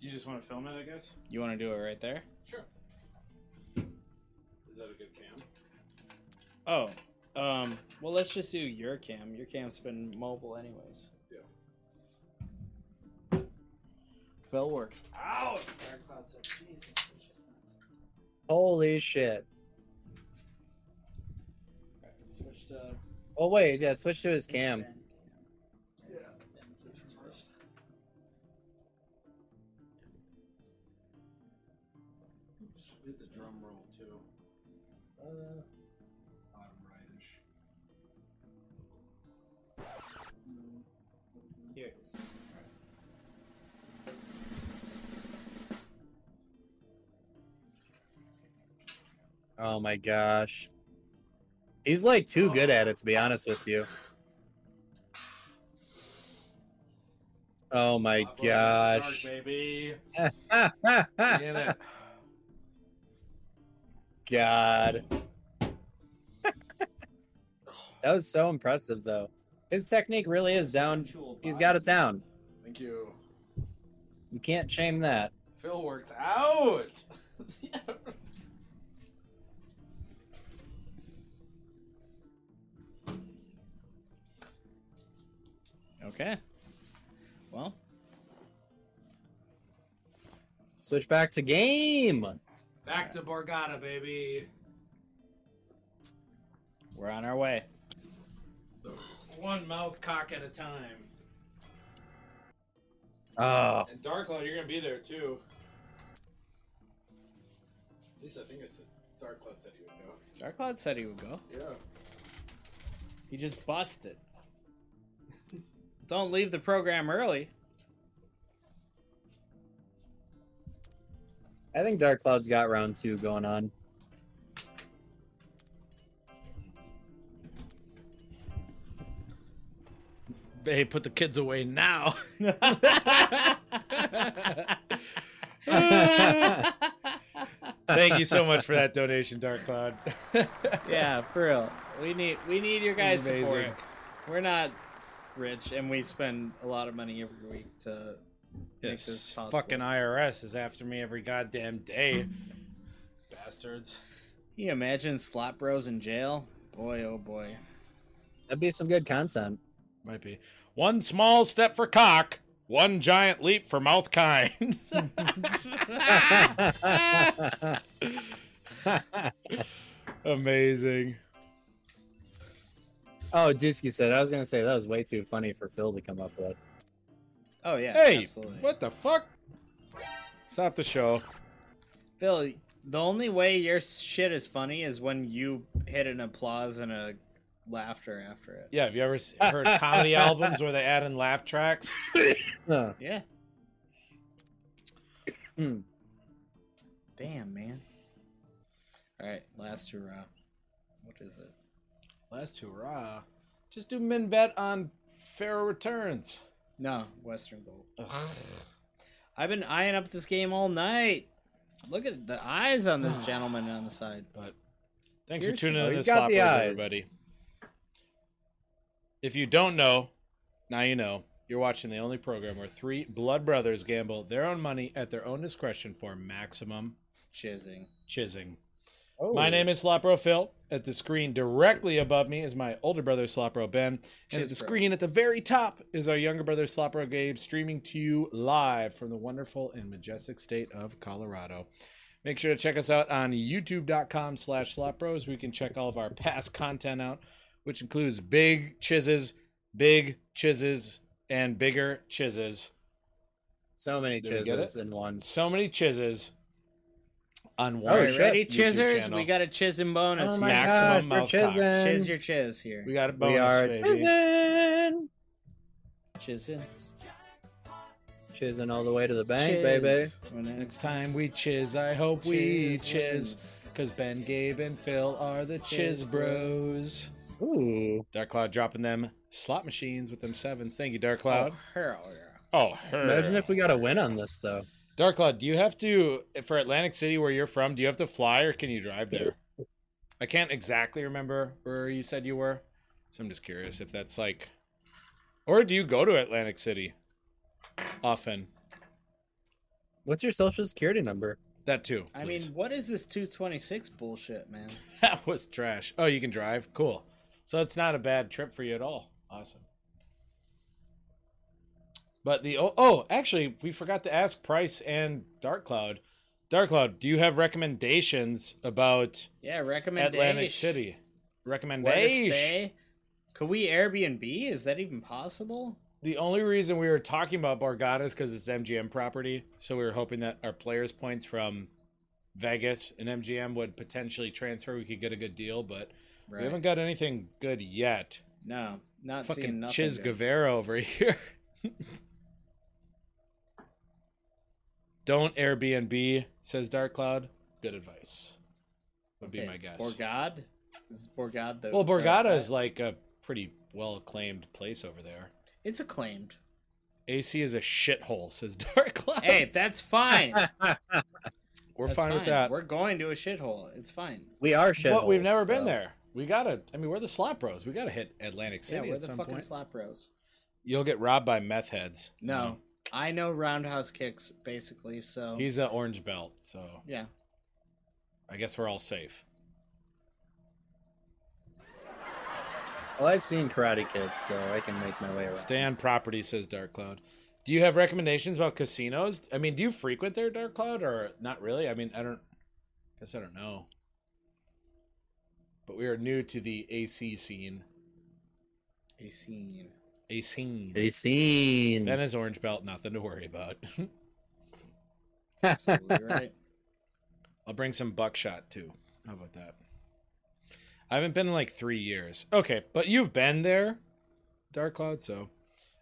S4: You just want to film it, I guess?
S3: You want to do it right there?
S4: Sure. Is that a good cam?
S3: Oh, um, well, let's just do your cam. Your cam's been mobile, anyways.
S4: Yeah.
S3: Phil works.
S2: Holy shit.
S3: Switch to
S2: Oh, wait, yeah, switch to his cam.
S4: It's a drum roll, too. Uh, bottom rightish.
S3: Here it is.
S2: Oh my gosh. He's like too good at it, to be honest with you. Oh my
S4: Hot boy, dark,
S2: gosh.
S4: baby.
S2: God.
S4: In it.
S2: that was so impressive, though. His technique really is down. He's got it down.
S4: Thank you.
S2: You can't shame that.
S4: Phil works out.
S3: Okay. Well,
S2: Switch back to game.
S4: Back to Borgata, baby.
S3: We're on our way.
S4: One mouth cock at a time.
S2: Ah,
S5: Oh,
S4: And Darklight, you're gonna be there too. At least I think it's Darklight said he would go.
S3: Dark Cloud said he would go.
S4: Yeah.
S3: He just busted. Don't leave the program early.
S2: I think Dark Cloud's got round two going on.
S4: Hey, put the kids away now. Thank you so much for that donation, Dark Cloud.
S3: Yeah, for real. We need we need your guys'
S4: Amazing.
S3: support. We're not rich, and we spend a lot of money every week to make this
S4: This
S3: possible.
S4: fucking IRS is after me every goddamn day. Bastards.
S3: Can you imagine slot bros in jail? Boy, oh boy.
S2: That'd be some good content.
S4: Might be. One small step for cock, one giant leap for mouth kind. Amazing.
S2: oh, Dusky said I was gonna say that was way too funny for Phil to come up with.
S3: Oh yeah,
S4: Hey,
S3: absolutely.
S4: what the fuck? Stop the show.
S3: Phil, the only way your shit is funny is when you hit an applause and a laughter after it.
S4: Yeah, have you ever s- heard comedy albums where they add in laugh tracks?
S2: Huh.
S3: Yeah.
S2: Hmm.
S3: Damn, man. All right, last hurrah. What is it?
S4: Last hurrah. Just do min bet on fair returns.
S3: No, Western Gold. I've been eyeing up this game all night. Look at the eyes on this gentleman on the side.
S4: But thanks for
S3: Here's-
S4: tuning
S2: oh,
S4: in to
S2: he's
S4: the
S2: got the
S4: Slopers,
S2: eyes.
S4: everybody. If you don't know, now you know. You're watching the only program where three blood brothers gamble their own money at their own discretion for maximum
S3: Chizzing.
S4: chizzing.
S3: Oh.
S4: My name is Slopro Phil. At the screen directly above me is my older brother Slopro Ben, and at
S3: Cheers,
S4: the
S3: bro.
S4: screen at the very top is our younger brother Slopro Gabe, streaming to you live from the wonderful and majestic state of Colorado. Make sure to check us out on youtube.com slash slopros. We can check all of our past content out, which includes big chizzes, big chizzes, and bigger chizzes.
S2: So many
S4: Did we get
S2: chizzes in one.
S4: So many chizzes on one
S2: Oh,
S3: All right,
S2: shit.
S3: ready,
S4: YouTube
S3: chizzers?
S4: channel.
S3: We got a chizzing bonus.
S2: Oh
S3: here.
S2: my
S4: Maximum
S2: gosh, we're
S4: mouth cocks.
S2: chizzing.
S3: Chiz your chiz here.
S4: We got a bonus,
S2: we are
S4: baby.
S2: chizzing,
S3: Chizzing.
S2: chizzing all the way to the bank,
S3: Chiz.
S2: baby.
S3: When it's
S4: Next time we chiz, I hope we
S3: Chiz
S4: chiz.
S3: wins.
S4: Cause Ben, Gabe, and Phil are the chiz bros.
S2: Ooh,
S4: Dark Cloud dropping them slot machines with them sevens. Thank you, Dark
S3: Oh,
S4: Cloud.
S3: hell yeah.
S4: Oh, her.
S2: imagine if we got a win on this though.
S4: Dark Cloud, do you have to for Atlantic City where you're from, do you have to fly or can you drive there? I can't exactly remember where you said you were. So I'm just curious if that's like or do you go to Atlantic City often?
S2: What's your social security number?
S4: That too.
S3: I mean,
S4: please.
S3: what is this 226 bullshit, man?
S4: That was trash. Oh, you can drive? Cool. So it's not a bad trip for you at all. Awesome. But the oh, oh actually, we forgot to ask Price and Dark Cloud. Dark Cloud, do you have recommendations about
S3: Yeah, recommend
S4: Atlantic City?
S3: Where to
S4: Recommendation.
S3: stay? Could we Airbnb? Is that even possible?
S4: The only reason we were talking about Borgata is because it's MGM property. So we were hoping that our players' points from Vegas and MGM would potentially transfer. We could get a good deal, but
S3: Right.
S4: we haven't got anything good yet.
S3: no, not seeing
S4: fucking
S3: nothing.
S4: Chiz
S3: good.
S4: Guevara over here. Don't Airbnb, says Dark Cloud. Good advice. Would be
S3: Okay, uh,
S4: my guess.
S3: Borgad? Is Borgad the
S4: well,
S3: the-
S4: Borgata is like a pretty well acclaimed place over there.
S3: It's acclaimed.
S4: AC is a shithole, says Dark Cloud.
S3: Hey, that's fine.
S4: we're
S3: That's
S4: fine, with that.
S3: We're going to a shithole. It's fine.
S2: We are
S4: but
S2: shit.
S4: we've never been there. We gotta. I mean, we're the slot bros. We gotta hit Atlantic
S3: Yeah,
S4: City
S3: we're
S4: at
S3: the
S4: some
S3: fucking
S4: point.
S3: slap bros.
S4: You'll get robbed by meth heads.
S3: No, I know roundhouse kicks basically. So
S4: he's an orange belt, so
S3: yeah,
S4: I guess we're all safe.
S2: Well, I've seen Karate Kid, so I can make my way around.
S4: Stay on property, says Dark Cloud. Do you have recommendations about casinos? I mean, do you frequent there, Dark Cloud, or not really? I mean, I don't. Guess I don't know. But we are new to the AC scene.
S3: A scene.
S4: A scene.
S5: seen.
S4: Ben is orange belt, nothing to worry about.
S3: Absolutely right.
S4: I'll bring some buckshot too. How about that? I haven't been in like three years. Okay, but you've been there, Dark Cloud. So,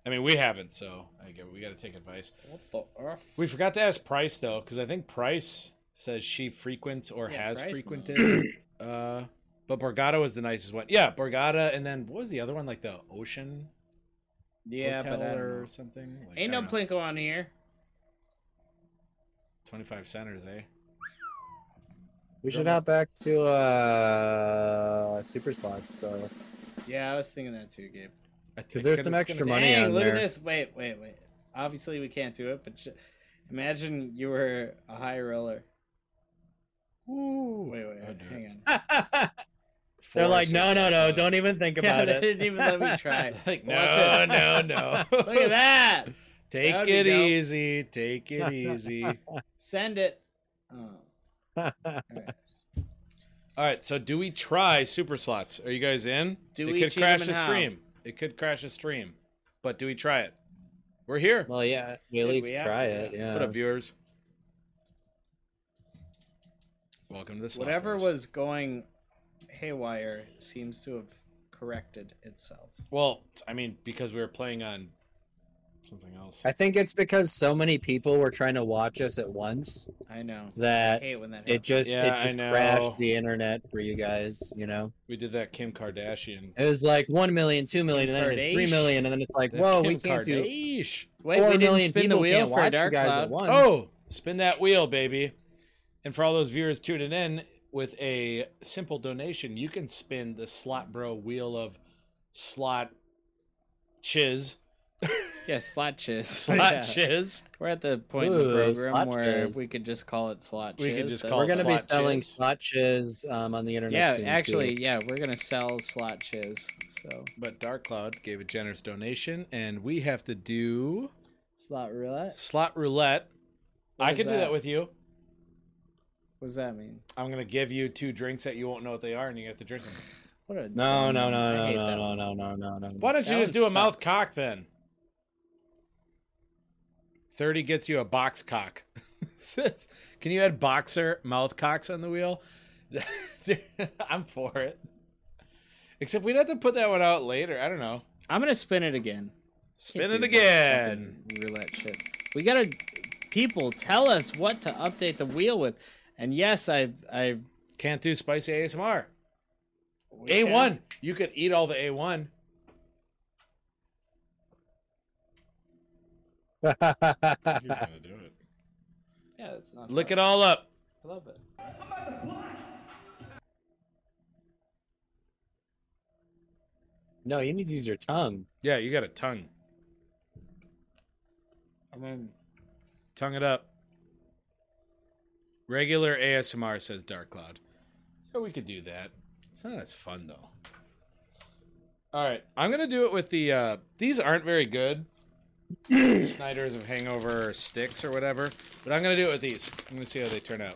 S4: I mean, we haven't. So I get we got to take advice.
S3: What the earth?
S4: We forgot to ask Price though, because I think Price says she frequents or
S3: Yeah,
S4: has
S3: Price
S4: frequented. uh, but Borgata was the nicest one. Yeah, Borgata, and then what was the other one? Like the Ocean
S3: yeah,
S4: Hotel
S3: but um, I don't
S4: or
S3: know.
S4: something. Like,
S6: Ain't
S4: I
S6: no
S4: don't know.
S6: Plinko on here.
S4: Twenty-five centers, eh?
S2: We should hop back to uh super slots though,
S3: yeah, I was thinking that too, Gabe.
S4: I
S2: because
S4: think
S2: there's
S4: it's
S2: some
S4: gonna
S2: extra
S4: take-
S2: money
S3: Dang,
S2: on
S3: look
S2: there.
S3: at this. Wait, wait, wait. Obviously, we can't do it, but j- imagine you were a high roller.
S4: Ooh,
S3: Wait, wait,
S4: I'd
S3: wait
S4: do it.
S3: hang on.
S4: Four
S5: They're like,
S4: centers.
S5: no, no, no, don't even think
S3: Yeah,
S5: about
S3: they
S5: it.
S3: didn't even let me try.
S4: Like, no,
S3: Watch
S4: no, no.
S3: Look at that. That'd
S4: Take
S3: be
S4: it
S3: dope.
S4: easy. Take it easy. All
S3: Send it. Oh,
S4: right. So, do we try super slots? Are you guys in?
S6: Do
S4: it
S6: we
S4: could
S6: cheat 'em
S4: crash
S6: and
S4: a
S6: how?
S4: stream. It could crash a stream. But do we try it? We're here.
S5: Well, yeah, we at
S6: Dude,
S5: least
S6: we have
S5: try
S6: to,
S5: it. Yeah.
S4: What up, viewers? Welcome to the slot
S3: whatever
S4: Bros.
S3: was going haywire seems to have corrected itself.
S4: Well, I mean, because we were playing on something else.
S2: I think it's because so many people were trying to watch us at once
S3: I know. I
S2: that
S3: hate when that
S2: it
S3: happens.
S2: just
S4: Yeah, I
S2: it just
S4: know.
S2: crashed the internet for you guys. You know,
S4: We did that Kim Kardashian.
S2: it was like one million, two million, and then it hits three
S3: Kardashian.
S2: million, and then it's like,
S4: That
S2: whoa,
S4: Kim
S2: we can't do
S4: Kardashian.
S3: Wait,
S2: four
S3: we didn't
S2: million
S3: spin the
S2: people
S3: wheel
S2: can't
S3: for
S2: watch
S3: Dark
S2: you guys
S3: Cloud.
S2: at once.
S4: Oh, spin that wheel, baby. And for all those viewers tuning in with a simple donation, you can spin the slot bro wheel of slot chiz.
S3: Yeah, slot chiz.
S4: Slot
S3: Yeah.
S4: chiz.
S3: We're at the point in
S2: Ooh,
S3: the program
S2: slot
S3: where
S2: chiz.
S3: we could just call it slot chiz.
S4: We could just
S3: That's-
S4: call
S2: We're
S4: it
S2: gonna be
S4: slot
S2: selling
S4: chiz.
S2: slotches um, on the internet.
S3: Yeah,
S2: soon, too.
S3: actually, yeah, we're gonna sell slot chiz. So
S4: But Dark Cloud gave a generous donation, and we have to do
S3: slot roulette.
S4: slot roulette.
S3: What
S4: I
S3: is
S4: can do
S3: that?
S4: that with you.
S3: What does that mean?
S4: I'm gonna give you two drinks that you won't know what they are, and you have to drink them.
S3: What a
S2: No, no, no,
S3: mm, I
S2: no,
S3: hate that
S2: no,
S3: one.
S2: no, no, no, no,
S4: Why
S2: no.
S4: don't you
S3: That
S4: just
S3: one
S4: do a mouth
S3: sucks.
S4: cock then? 30 gets you a box cock. Can you add boxer mouth cocks on the wheel? I'm for it. Except we'd have to put that one out later. I don't know.
S3: I'm gonna spin it again.
S4: Spin
S3: Can't
S4: it
S3: do that
S4: again.
S3: fucking Roulette shit. We gotta people tell us what to update the wheel with. And yes, I I
S4: Can't do spicy ASMR.
S3: we
S4: A1.
S3: can-
S4: You could eat all the A1.
S3: Yeah, that's not.
S4: Look
S3: hard.
S4: it all up.
S3: I love it.
S2: no, you need to use your tongue.
S4: Yeah, you got a tongue.
S3: I mean,
S4: Tongue it up. Regular ASMR says Dark Cloud. Yeah, we could do that. It's not as fun though. All right, I'm gonna do it with the. Uh, these aren't very good. Snyder's of Hangover sticks or whatever, but I'm gonna do it with these. I'm gonna see how they turn out.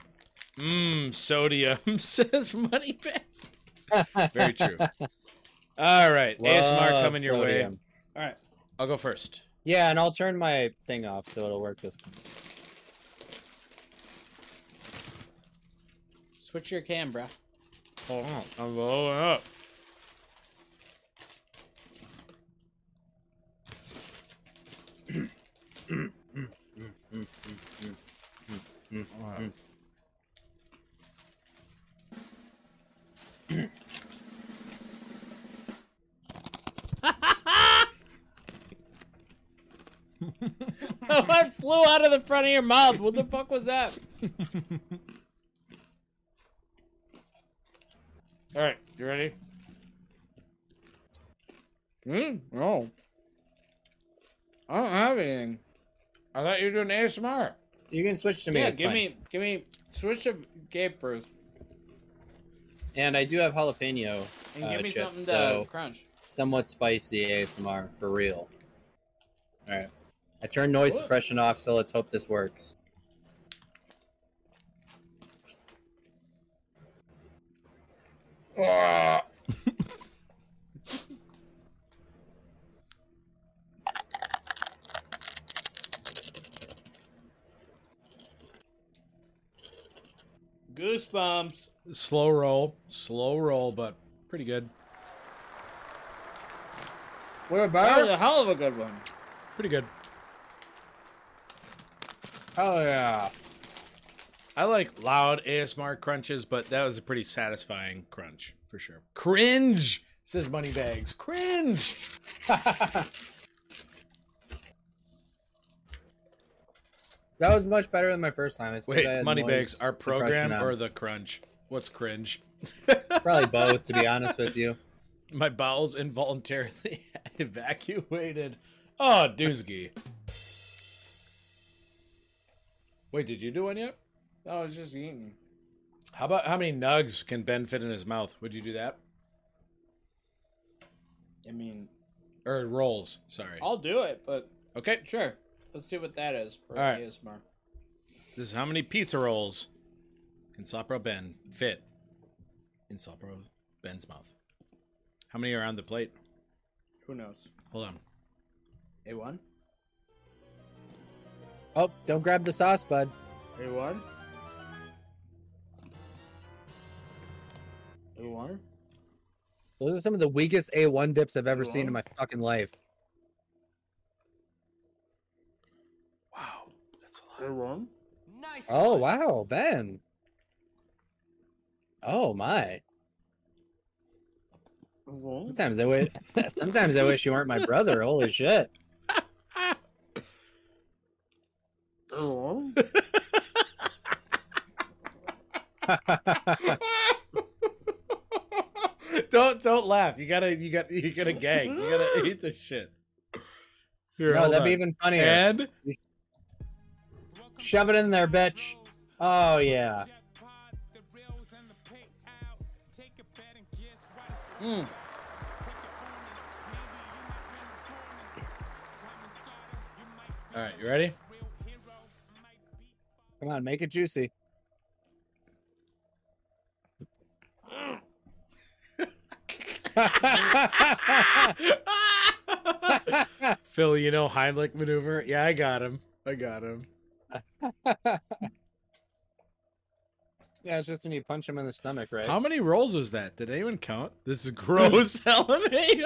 S4: Mmm, sodium says money back. very true. All right, ASMR
S2: Love
S4: coming your way.
S2: sodium.
S4: All right, I'll go first.
S2: Yeah, and I'll turn my thing off so it'll work this time.
S3: switch your cam, bruh.
S4: Hold on, I'm blowing up.
S3: what flew out of the front of your mouth? What the fuck was that?
S4: All right, you ready?
S3: Mm,
S2: Oh.
S3: no. I don't have anything.
S4: I thought you were doing ASMR.
S2: You can switch to me.
S3: yeah,
S2: it's
S3: give
S2: fine.
S3: me, give me, switch to Gabe first,
S2: And I do have jalapeno,
S3: and
S2: Uh,
S3: give me
S2: chips,
S3: something to
S2: so-
S3: crunch.
S2: somewhat spicy ASMR for real. All right, I turned noise
S3: What?
S2: suppression off, so let's hope this works.
S6: Goosebumps.
S4: Slow roll, slow roll, but pretty good.
S2: We're
S3: That was
S2: back.
S3: a hell of a good one.
S4: Pretty good.
S2: Hell yeah.
S4: I like loud ASMR crunches, but that was a pretty satisfying crunch for sure. Cringe says Moneybags. Cringe.
S2: That was much better than my first time. It's 'cause I
S4: Wait,
S2: had
S4: Moneybags,
S2: noise
S4: our program
S2: suppression on.
S4: or the crunch? What's cringe?
S2: probably both, to be honest with you.
S4: My bowels involuntarily evacuated. Oh, doozy. Wait, did you do one yet?
S3: Oh, it's just eating.
S4: How about how many nugs can Ben fit in his mouth? Would you do that?
S3: I mean,
S4: Or rolls, sorry.
S6: I'll do it, but
S4: Okay,
S6: sure. Let's see what that is for
S4: All right.
S6: ASMR.
S4: this is how many pizza rolls can Sopro Ben fit in Sopro Ben's mouth? How many are on the plate?
S6: Who knows?
S4: Hold on.
S3: a one,
S2: Oh, don't grab the sauce, bud.
S3: a one, a one.
S2: Those are some of the weakest A1 dips I've ever
S3: You
S2: seen in my fucking life.
S4: Wow, that's a lot.
S3: A one.
S10: Nice.
S2: Oh, wow, Ben. Oh, my.
S3: A one.
S2: Sometimes I wish. Sometimes I wish you weren't my brother. Holy shit!
S3: A one.
S4: don't don't laugh. You gotta you got you gotta gag. You gotta eat this shit. Here,
S2: no,
S4: hold
S2: that'd be
S4: on.
S2: even funnier.
S4: and
S2: Shove it in there, bitch. Oh yeah.
S3: Mm.
S4: all right, you ready?
S2: Come on, make it juicy.
S4: Phil, you know Heimlich maneuver? Yeah, I got him. I got him.
S2: Yeah, it's just when you punch him in the stomach, right?
S4: How many rolls was that? Did anyone count? This is gross, LMAO.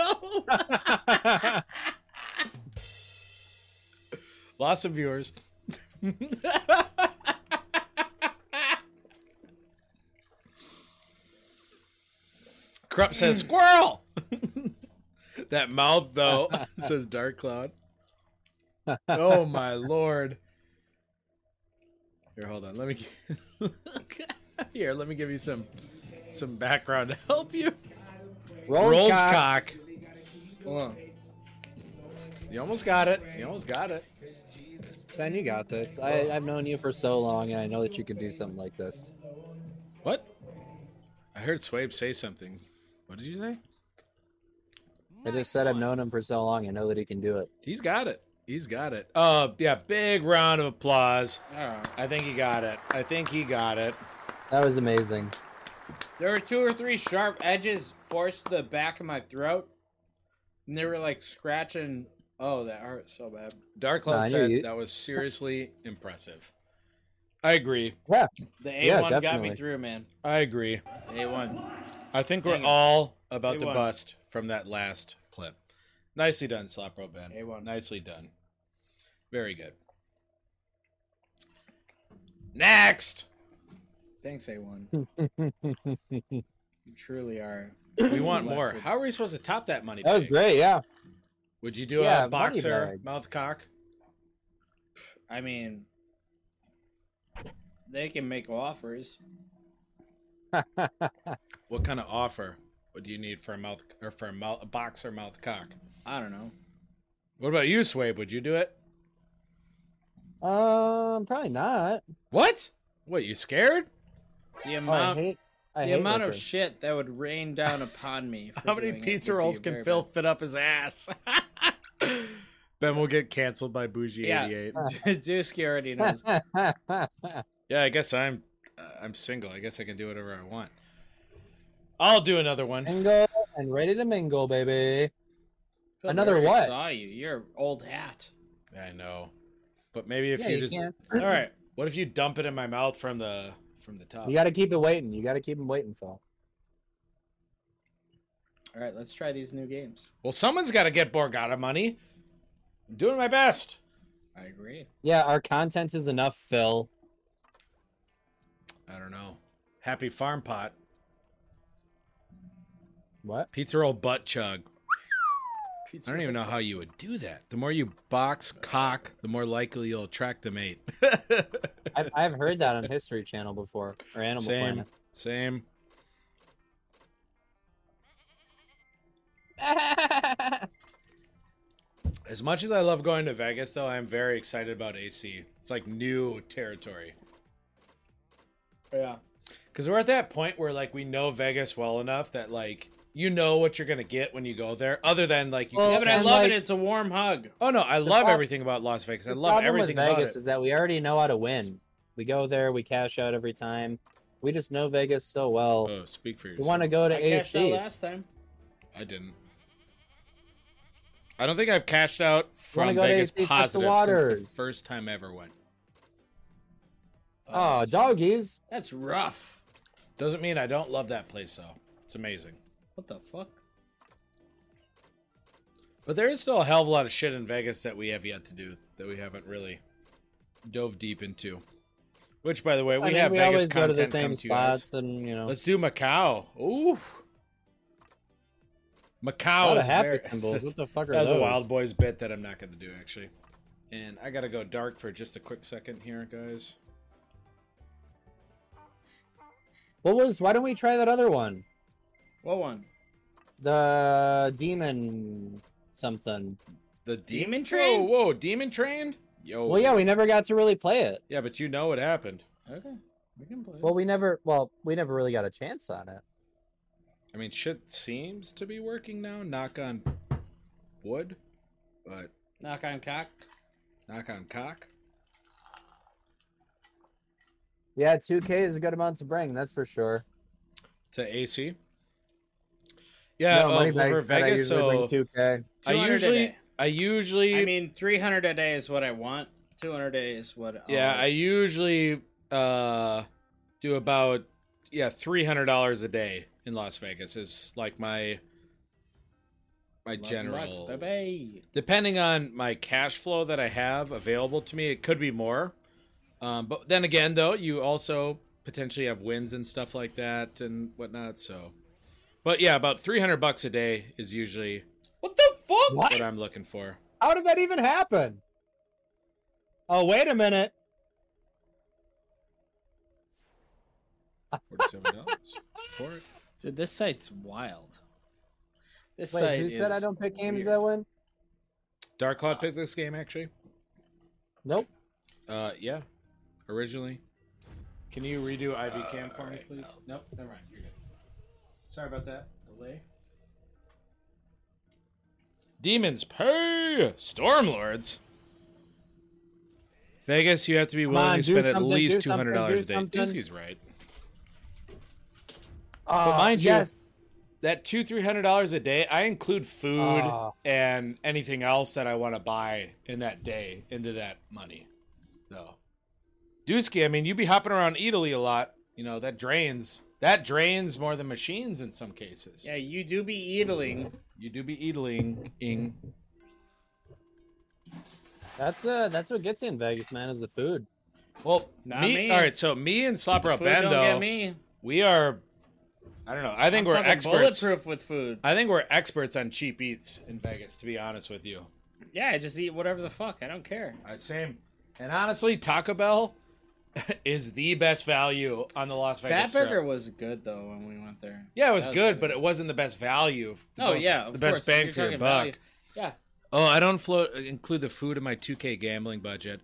S4: Lots of viewers. Krupp says squirrel. that mouth though says dark cloud. Oh my lord. Here, hold on. Let me Here, let me give you some some background to help you.
S2: Rolls,
S4: Rolls
S2: cock.
S4: cock. Hold on. You almost got it. You almost got it.
S2: Ben, you got this. I, I've known you for so long, and I know that you can do something like this.
S4: What? I heard Swabe say something. What did you say?
S2: I just said I've known him for so long. I know that he can do it.
S4: He's got it. He's got it. Uh, yeah. Big round of applause.
S3: Alright.
S4: I think he got it. I think he got it.
S2: That was amazing.
S3: There were two or three sharp edges forced to the back of my throat, and they were like scratching. Oh, that hurt so bad.
S4: Dark
S2: Nah, I
S4: Cloud
S2: knew
S4: said
S2: you-
S4: that was seriously impressive. I agree.
S6: The A1
S2: Yeah,
S6: got me
S2: definitely.
S6: through, man.
S4: I agree.
S3: A1.
S4: I think we're
S6: Dang it.
S4: all about to
S6: A1.
S4: bust from that last clip. Nicely done, Slopro Ben.
S3: A1.
S4: Nicely done. Very good. Next,
S3: Thanks, A1. you truly are.
S4: we want more.
S3: Blessed.
S4: How are we supposed to top that money?
S2: That was
S4: bags?
S2: great. Yeah.
S4: Would you do
S2: Yeah,
S4: a
S2: money
S4: boxer
S2: bag.
S4: mouth cock?
S3: I mean, they can make offers.
S4: What kind of offer would you need for a mouth or for a, mouth, a boxer mouth cock?
S3: I don't know.
S4: What about you, Swabe? Would you do it?
S2: Um, probably not.
S4: What? What? You scared?
S3: The
S2: Oh, I
S3: amount,
S2: hate. I
S3: the
S2: hate
S3: amount of
S2: liquor.
S3: shit that would rain down upon me. for
S4: How many
S3: doing it
S4: pizza
S3: would be
S4: rolls can
S3: very
S4: Phil fit up his ass? ben will get canceled by Bougie
S6: Yeah.
S4: 88.
S6: Dusky already knows.
S4: Yeah, I guess I'm uh, I'm single. I guess I can do whatever I want. I'll do another one.
S2: Mingle and ready to mingle, baby.
S6: Phil,
S2: Another
S6: we already
S2: what?
S6: Saw you. You're old hat.
S4: I know, but maybe if
S2: Yeah,
S4: you,
S2: you
S4: just
S2: can't-
S4: all right. What if you dump it in my mouth from the from the top?
S2: You gotta keep it waiting. You gotta keep him waiting, Phil.
S3: All right, let's try these new games.
S4: Well, someone's got to get Borgata money. I'm doing my best.
S3: I agree.
S2: Yeah, our content is enough, Phil.
S4: I don't know. Happy farm pot.
S2: What?
S4: Pizza roll butt chug.
S3: Pizza
S4: I don't even know how you would do that. The more you box cock, the more likely you'll attract a mate.
S2: I've, I've heard that on History Channel before or Animal
S4: Same.
S2: Planet.
S4: Same. As much as I love going to Vegas, though, I'm very excited about AC. It's like new territory.
S6: Yeah.
S4: Because we're at that point where, like, we know Vegas well enough that, like, you know what you're going to get when you go there, other than, like, you
S6: Yeah,
S2: Well,
S4: can-
S6: but I
S2: and
S6: love
S2: like-
S6: it. It's a warm hug.
S4: Oh, no, I love
S2: prob-
S4: everything about Las Vegas. I
S2: The
S4: love
S2: problem
S4: everything
S2: with
S4: about
S2: Vegas
S4: it.
S2: is that we already know how to win. We go there, we cash out every time. We just know Vegas so well.
S4: Oh, speak for
S2: we
S4: yourself.
S2: want to go to
S6: I cashed out
S2: AC.
S6: last time.
S4: I didn't. I don't think I've cashed out
S2: Wanna
S4: from
S2: go to
S4: Vegas
S2: AC Test
S4: positive
S2: the
S4: since
S2: Waters?
S4: the first time I ever went.
S2: Oh, doggies!
S6: That's rough.
S4: Doesn't mean I don't love that place, though. It's amazing.
S6: What the fuck?
S4: But there is still a hell of a lot of shit in Vegas that we have yet to do that we haven't really dove deep into. Which, by the way, we
S2: I mean,
S4: have
S2: we
S4: Vegas
S2: always go to
S4: content
S2: the
S4: come
S2: same
S4: to you guys.
S2: spots, and you know,
S4: Let's do Macau. Ooh,
S2: a
S4: Macau
S2: lot
S4: is
S2: of happy
S4: very-
S2: symbols. What the fuck are
S4: That was
S2: those?
S4: a Wild Boys bit that I'm not going to do actually. And I got to go dark for just a quick second here, guys.
S2: What was? Why don't we try that other one?
S6: What one?
S2: The demon something.
S4: The
S6: Demon Train?
S4: Whoa, whoa, Demon Train? Yo.
S2: Well, yeah, we never got to really play it.
S4: Yeah, but you know what happened.
S6: Okay. We can play. it.
S2: Well, we never. Well, we never really got a chance on it.
S4: I mean, shit seems to be working now. Knock on wood, but
S6: Knock on cock.
S4: knock on cock.
S2: Yeah, 2K is a good amount to bring. That's for sure.
S4: to AC. Yeah, um, over
S2: Moneybags said I
S4: Vegas.
S2: usually
S4: So
S2: bring 2K.
S4: I
S6: 200 a
S4: usually,
S6: day.
S4: I usually,
S6: I mean, 300 a day is what I want. 200 a day is what. I'll-
S4: yeah, I usually uh, do about yeah three hundred dollars a day in Las Vegas is like my my
S6: Love and rocks,
S4: general.
S6: baby.
S4: Depending on my cash flow that I have available to me, it could be more. Um, but then again, though, you also potentially have wins and stuff like that and whatnot. So, but yeah, about three hundred bucks a day is usually
S6: What the fuck?
S4: what I'm looking for.
S2: How did that even happen? Oh, wait a minute.
S4: Forty-seven dollars for it.
S6: Dude, this site's wild. This
S2: Wait,
S6: site
S2: who said I
S6: is
S2: don't pick games
S6: weird.
S2: that win?
S4: Dark Cloud picked this game actually.
S2: Nope.
S4: Uh, yeah, originally. Can you redo IV Cam for me, please? Nope, never mind. You're good. Sorry about that delay. Demons pay Stormlords. Vegas, you have to be willing
S2: on,
S4: to
S2: do
S4: spend at
S2: something,
S4: least
S2: do
S4: two hundred dollars a day.
S2: something, do something.
S4: Disney's right.
S2: Uh,
S4: mind you,
S2: yes.
S4: that two three hundred dollars a day i include food
S2: Ah.
S4: and anything else that i want to buy in that day into that money so Dusky, i mean you be hopping around italy a lot you know that drains that drains more than machines in some cases
S6: Yeah, you do be eatling.
S4: you do be eating ing
S2: that's uh, that's what gets you in Vegas, man, is the food.
S4: well
S6: Not
S4: me,
S6: me.
S4: all right so me and slopper up
S6: Food don't get
S4: bando
S6: me.
S4: we are i don't know i think
S6: I'm
S4: we're
S6: fucking
S4: experts
S6: Bulletproof with food.
S4: i think we're experts on cheap eats in vegas to be honest with you
S6: Yeah, I just eat whatever the fuck. I don't care.
S4: Uh, same. And honestly, Taco Bell is the best value on the Las Vegas
S6: Fat
S4: Strip.
S6: Burger was good though when we went there.
S4: Yeah, it was
S6: That was
S4: good,
S6: good.
S4: but it wasn't the best value. The
S6: Oh
S4: most-
S6: yeah, of
S4: the best
S6: course, if
S4: bang
S6: you're
S4: for your
S6: talking
S4: buck.
S6: value- Yeah,
S4: Oh, I don't float include the food in my 2K gambling budget.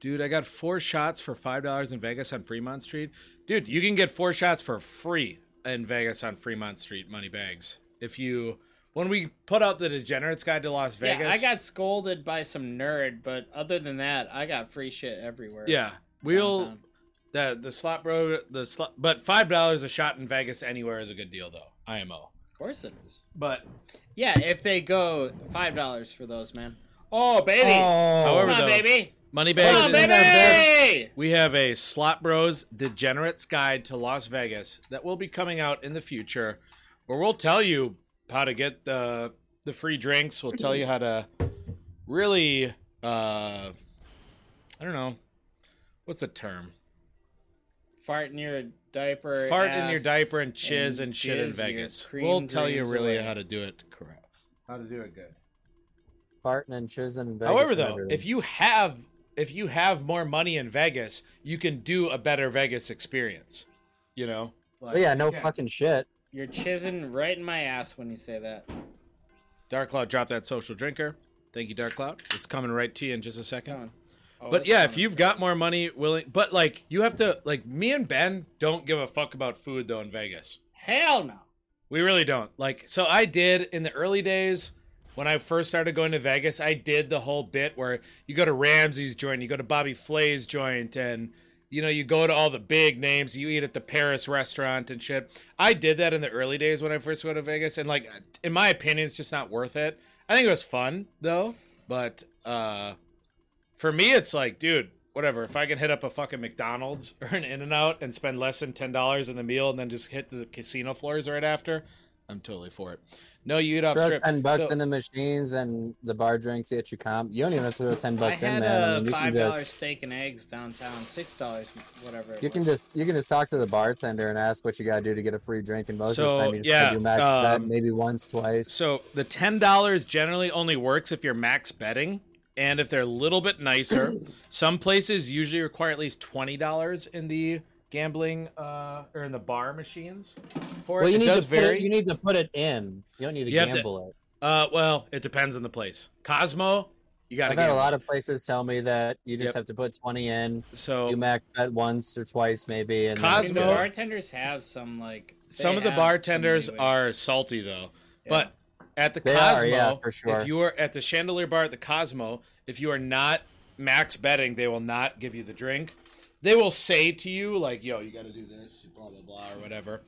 S4: Dude, I got four shots for five dollars in Vegas on Fremont Street. Dude, you can get four shots for free in Vegas on Fremont Street, money bags. If you when we put out the Degenerates Guide to Las Vegas,
S6: yeah. I got scolded by some nerd, but other than that, I got free shit everywhere.
S4: yeah, we'll
S6: downtown.
S4: the the slot bro the slot, but five dollars a shot in Vegas anywhere is a good deal though. IMO.
S3: Of course it is.
S4: But
S3: Yeah, if they go five dollars for those, man. Oh baby,
S4: however
S3: come on,
S4: though,
S3: baby,
S4: money
S3: come
S4: bags.
S3: on, baby.
S4: We have a Slot Bros Degenerates Guide to Las Vegas that will be coming out in the future, where we'll tell you how to get the the free drinks. We'll tell you how to really, uh, I don't know, what's the term?
S3: Fart in your diaper.
S4: Fart in
S3: ass.
S4: your diaper and chiz
S3: and
S4: and, shit in
S3: jizz your
S4: Vegas.
S3: cream
S4: We'll tell you
S3: dreams
S4: really
S3: away.
S4: how to do it correct.
S3: How to do it good.
S2: Barton and Chisholm. and Vegas
S4: However,
S2: and
S4: though,
S2: everything.
S4: if you have if you have more money in Vegas, you can do a better Vegas experience. You know,
S2: But yeah, no fucking shit.
S3: You're chiseling right in my ass when you say that.
S4: Dark Cloud dropped that social drinker. Thank you, Dark Cloud. It's coming right to you in just a second.
S3: Coming. Oh,
S4: but
S3: it's
S4: yeah, if
S3: coming.
S4: you've got more money, willing, but like you have to like me and Ben don't give a fuck about food though in Vegas.
S3: hell no.
S4: We really don't. Like, so I did in the early days when I first started going to Vegas, I did the whole bit where you go to Ramsey's joint, you go to Bobby Flay's joint, and you know, you go to all the big names, you eat at the Paris restaurant and shit. I did that in the early days when I first went to Vegas, and like, in my opinion, it's just not worth it. I think it was fun though, but uh, for me, it's like, dude, whatever. If I can hit up a fucking McDonald's or an In and Out and spend less than ten dollars in the meal, and then just hit the casino floors right after, I'm totally for it. No, you eat off
S2: Throw
S4: strip.
S2: ten bucks
S4: So-
S2: in the machines and the bar drinks at your comp. You don't even have to throw ten bucks
S3: I
S2: in,
S3: had
S2: man. I
S3: a
S2: mean, you
S3: five
S2: can
S3: dollar
S2: just
S3: steak and eggs downtown, six dollars, whatever. It
S2: you can
S3: was.
S2: just you can just talk to the bartender and ask what you gotta do to get a free drink. And most of
S4: So,
S2: the time, you just
S4: yeah,
S2: do max bet
S4: um,
S2: maybe once, twice.
S4: So the ten dollars generally only works if you're max betting and if they're a little bit nicer. Some places usually require at least twenty dollars in the gambling uh, or in the bar machines. For
S2: Well,
S4: it.
S2: you
S4: It
S2: need
S4: does
S2: to put
S4: vary.
S2: it, you need to put it in. You don't need to
S4: You have to-
S2: gamble it.
S4: uh, well, it depends on the place. Cosmo, you got to
S2: I've had
S4: get
S2: a lot of places tell me that you just
S4: Yep.
S2: have to put twenty in.
S4: so
S2: You max bet once or twice, maybe. And then
S3: I mean, the
S4: Cosmo-
S3: bartenders have some like. they
S4: some of the
S3: have
S4: bartenders
S3: leeway.
S4: are salty though. But at the
S2: They are,
S4: Cosmo,
S2: yeah, for sure.
S4: if you are at the Chandelier Bar at the Cosmo, if you are not max betting, they will not give you the drink. They will say to you like, "Yo, you got to do this," blah blah blah, or whatever.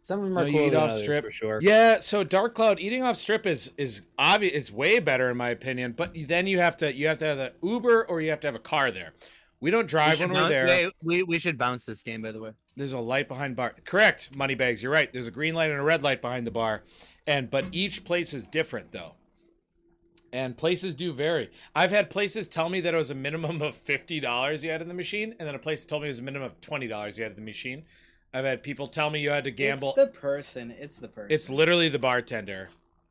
S2: some of them
S4: No,
S2: are
S4: you
S2: cool
S4: eat
S2: than
S4: off
S2: others,
S4: strip.
S2: for sure.
S4: Yeah, so Dark Cloud eating off strip is is obvious. It's way better in my opinion. But then you have to you have to have an Uber or you have to have a car there. We don't drive when we're there.
S5: we, we should bounce this game, by the way.
S4: there's a light behind bar. Correct, Moneybags. You're right. There's a green light and a red light behind the bar, and but each place is different though. And places do vary. I've had places tell me that it was a minimum of fifty dollars you had in the machine, and then a place told me it was a minimum of twenty dollars you had in the machine. I've had people tell me you had to gamble.
S3: It's the person. It's the person.
S4: It's literally the bartender.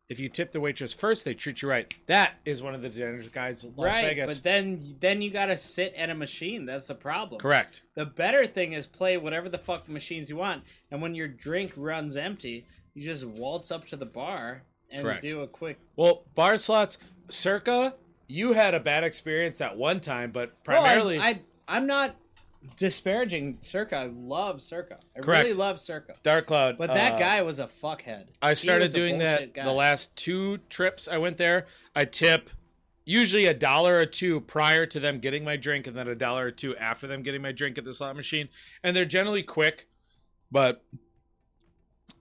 S4: If you tip the waitress first, they treat you right. That is one of the generous guides in Las
S3: right,
S4: Vegas.
S3: but then then you gotta sit at a machine. That's the problem.
S4: Correct.
S3: The better thing is play whatever the fuck machines you want, and when your drink runs empty, you just waltz up to the bar and
S4: Correct.
S3: do a quick.
S4: Well, bar slots, circa, you had a bad experience that one time, but primarily
S3: well, I, I am not disparaging Circa. I love Circa. I
S4: Correct.
S3: really love Circa.
S4: Dark Cloud.
S3: But that
S4: uh,
S3: guy was a fuckhead.
S4: I
S3: He
S4: started
S3: was a
S4: doing that
S3: bullshit guy.
S4: the last two trips I went there. I tip usually a dollar or two prior to them getting my drink, and then a dollar or two after them getting my drink at the slot machine. And they're generally quick, but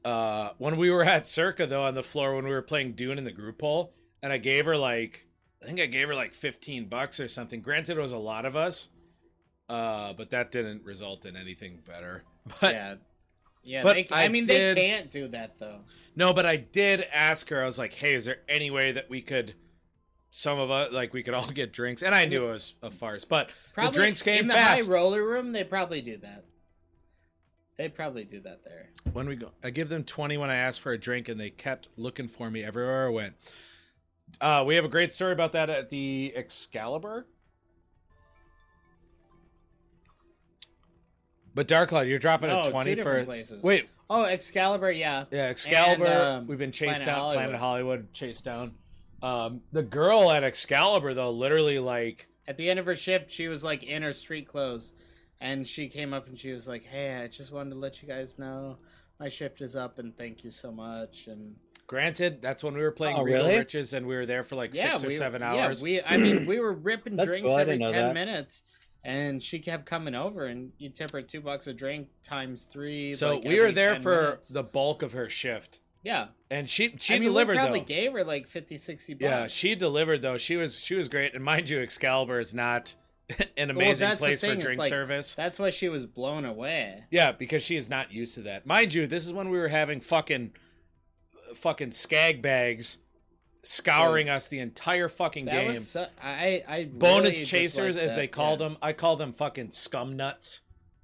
S4: uh, when we were at Circa though on the floor when we were playing Dune in the group hole, and I gave her like I think I gave her like fifteen bucks or something. Granted, it was a lot of us, uh, but that didn't result in anything better. But
S3: Yeah. Yeah,
S4: But
S3: they,
S4: I
S3: I, mean
S4: did-
S3: they can't do that though.
S4: No, but I did ask her. I was like, "Hey, is there any way that we could, some of us, like we could all get drinks?" And I knew it was a farce, but
S3: Probably
S4: the drinks came
S3: in the
S4: fast.
S3: high roller room. They probably do that. They probably do that there.
S4: when we go, I give them twenty when I asked for a drink, and they kept looking for me everywhere I went. Uh, we have a great story about that at the Excalibur. But Dark Cloud, you're dropping
S3: No,
S4: a
S3: Oh,
S2: Oh,
S3: two
S4: twenty for
S3: different places.
S4: wait,
S3: Oh, Excalibur, yeah.
S4: Yeah, Excalibur.
S3: um,
S4: we've been chased
S3: Planet
S4: down.
S3: Hollywood.
S4: Planet Hollywood chased down. Um, the girl at Excalibur though, literally like,
S3: At the end of her shift, she was like in her street clothes, and she came up and she was like, "Hey, I just wanted to let you guys know my shift is up, and thank you so much." And
S4: granted, that's when we were playing
S2: Oh,
S4: Real
S2: really?
S4: Riches, and we were there for like
S3: yeah,
S4: six or
S3: we,
S4: seven
S3: yeah,
S4: hours.
S3: we. I mean, we were ripping
S2: That's
S3: drinks
S2: cool, I
S3: every
S2: didn't know
S3: ten
S2: that.
S3: minutes, and she kept coming over, and you tip her two bucks a drink times three.
S4: So
S3: like,
S4: we were
S3: every
S4: there
S3: 10
S4: for
S3: minutes.
S4: the bulk of her shift,
S3: yeah.
S4: and she she
S3: I mean, we
S4: delivered
S3: probably
S4: though.
S3: gave her like 50, 60 bucks.
S4: Yeah, she delivered though. She was she was great, and mind you, Excalibur is not an amazing
S3: that's the
S4: place for
S3: thing, is,
S4: drink
S3: like,
S4: service.
S3: That's why she was blown away.
S4: Yeah, because she is not used to that. Mind you, this is when we were having fucking fucking skag bags scouring us the entire fucking
S3: That
S4: game.
S3: was so, I I
S4: Bonus
S3: really
S4: chasers,
S3: disliked
S4: as
S3: that,
S4: they call
S3: yeah.
S4: them. I call them fucking scum nuts.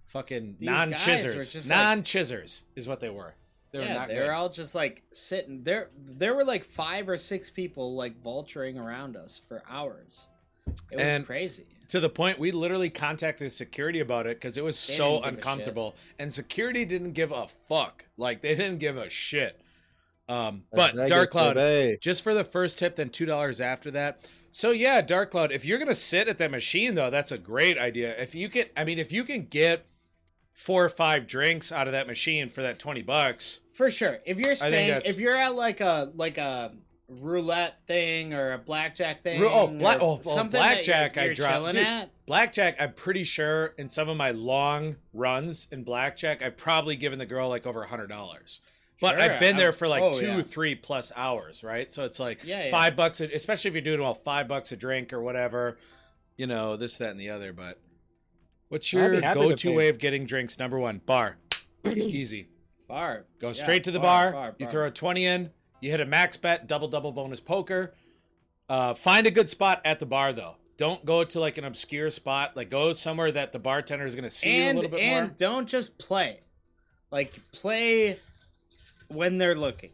S4: Fucking
S3: These guys
S4: non
S3: were
S4: chisers.
S3: just like-
S4: Non chisers is what they were. They were
S3: yeah,
S4: not
S3: they were
S4: good.
S3: all just like sitting there. There were like five or six people like vulturing around us for hours. It was
S4: And-
S3: crazy.
S4: to the point we literally contacted security about it because it was
S3: They
S4: so
S3: didn't give a
S4: uncomfortable and security didn't give a fuck like they didn't give a shit um
S2: Las
S4: but
S2: Vegas
S4: dark cloud
S2: today.
S4: just for the first tip then two dollars after that so yeah dark cloud if you're gonna sit at that machine though that's a great idea if you can i mean if you can get four or five drinks out of that machine for that 20 bucks
S3: For sure. If you're staying,
S4: that's-
S3: if you're at like a like a roulette thing or a blackjack thing,
S4: Ru- oh, bla-
S3: or
S4: oh, oh,
S3: something that you're-
S4: blackjack
S3: you're
S4: i dropped
S3: chilling
S4: Dude,
S3: at.
S4: blackjack i'm pretty sure in some of my long runs in blackjack i've probably given the girl like over a hundred dollars but
S3: Sure,
S4: i've been there
S3: I'm-
S4: for like
S3: oh,
S4: two,
S3: yeah.
S4: three plus hours right so it's like
S3: Yeah, yeah.
S4: five bucks a, especially if you're doing well five bucks a drink or whatever you know this that and the other but what's
S2: I'd be
S4: your
S2: happy to
S4: go-to
S2: pay.
S4: way of getting drinks number one bar easy
S3: Bar.
S4: go
S3: Yeah,
S4: straight to the bar,
S3: bar,
S4: you
S3: bar.
S4: throw a 20 in you hit a max bet double double bonus poker uh, find a good spot at the bar though don't go to like an obscure spot like go somewhere that the bartender is going to see
S3: and
S4: you a little bit
S3: and
S4: more
S3: don't just play, like play when they're looking.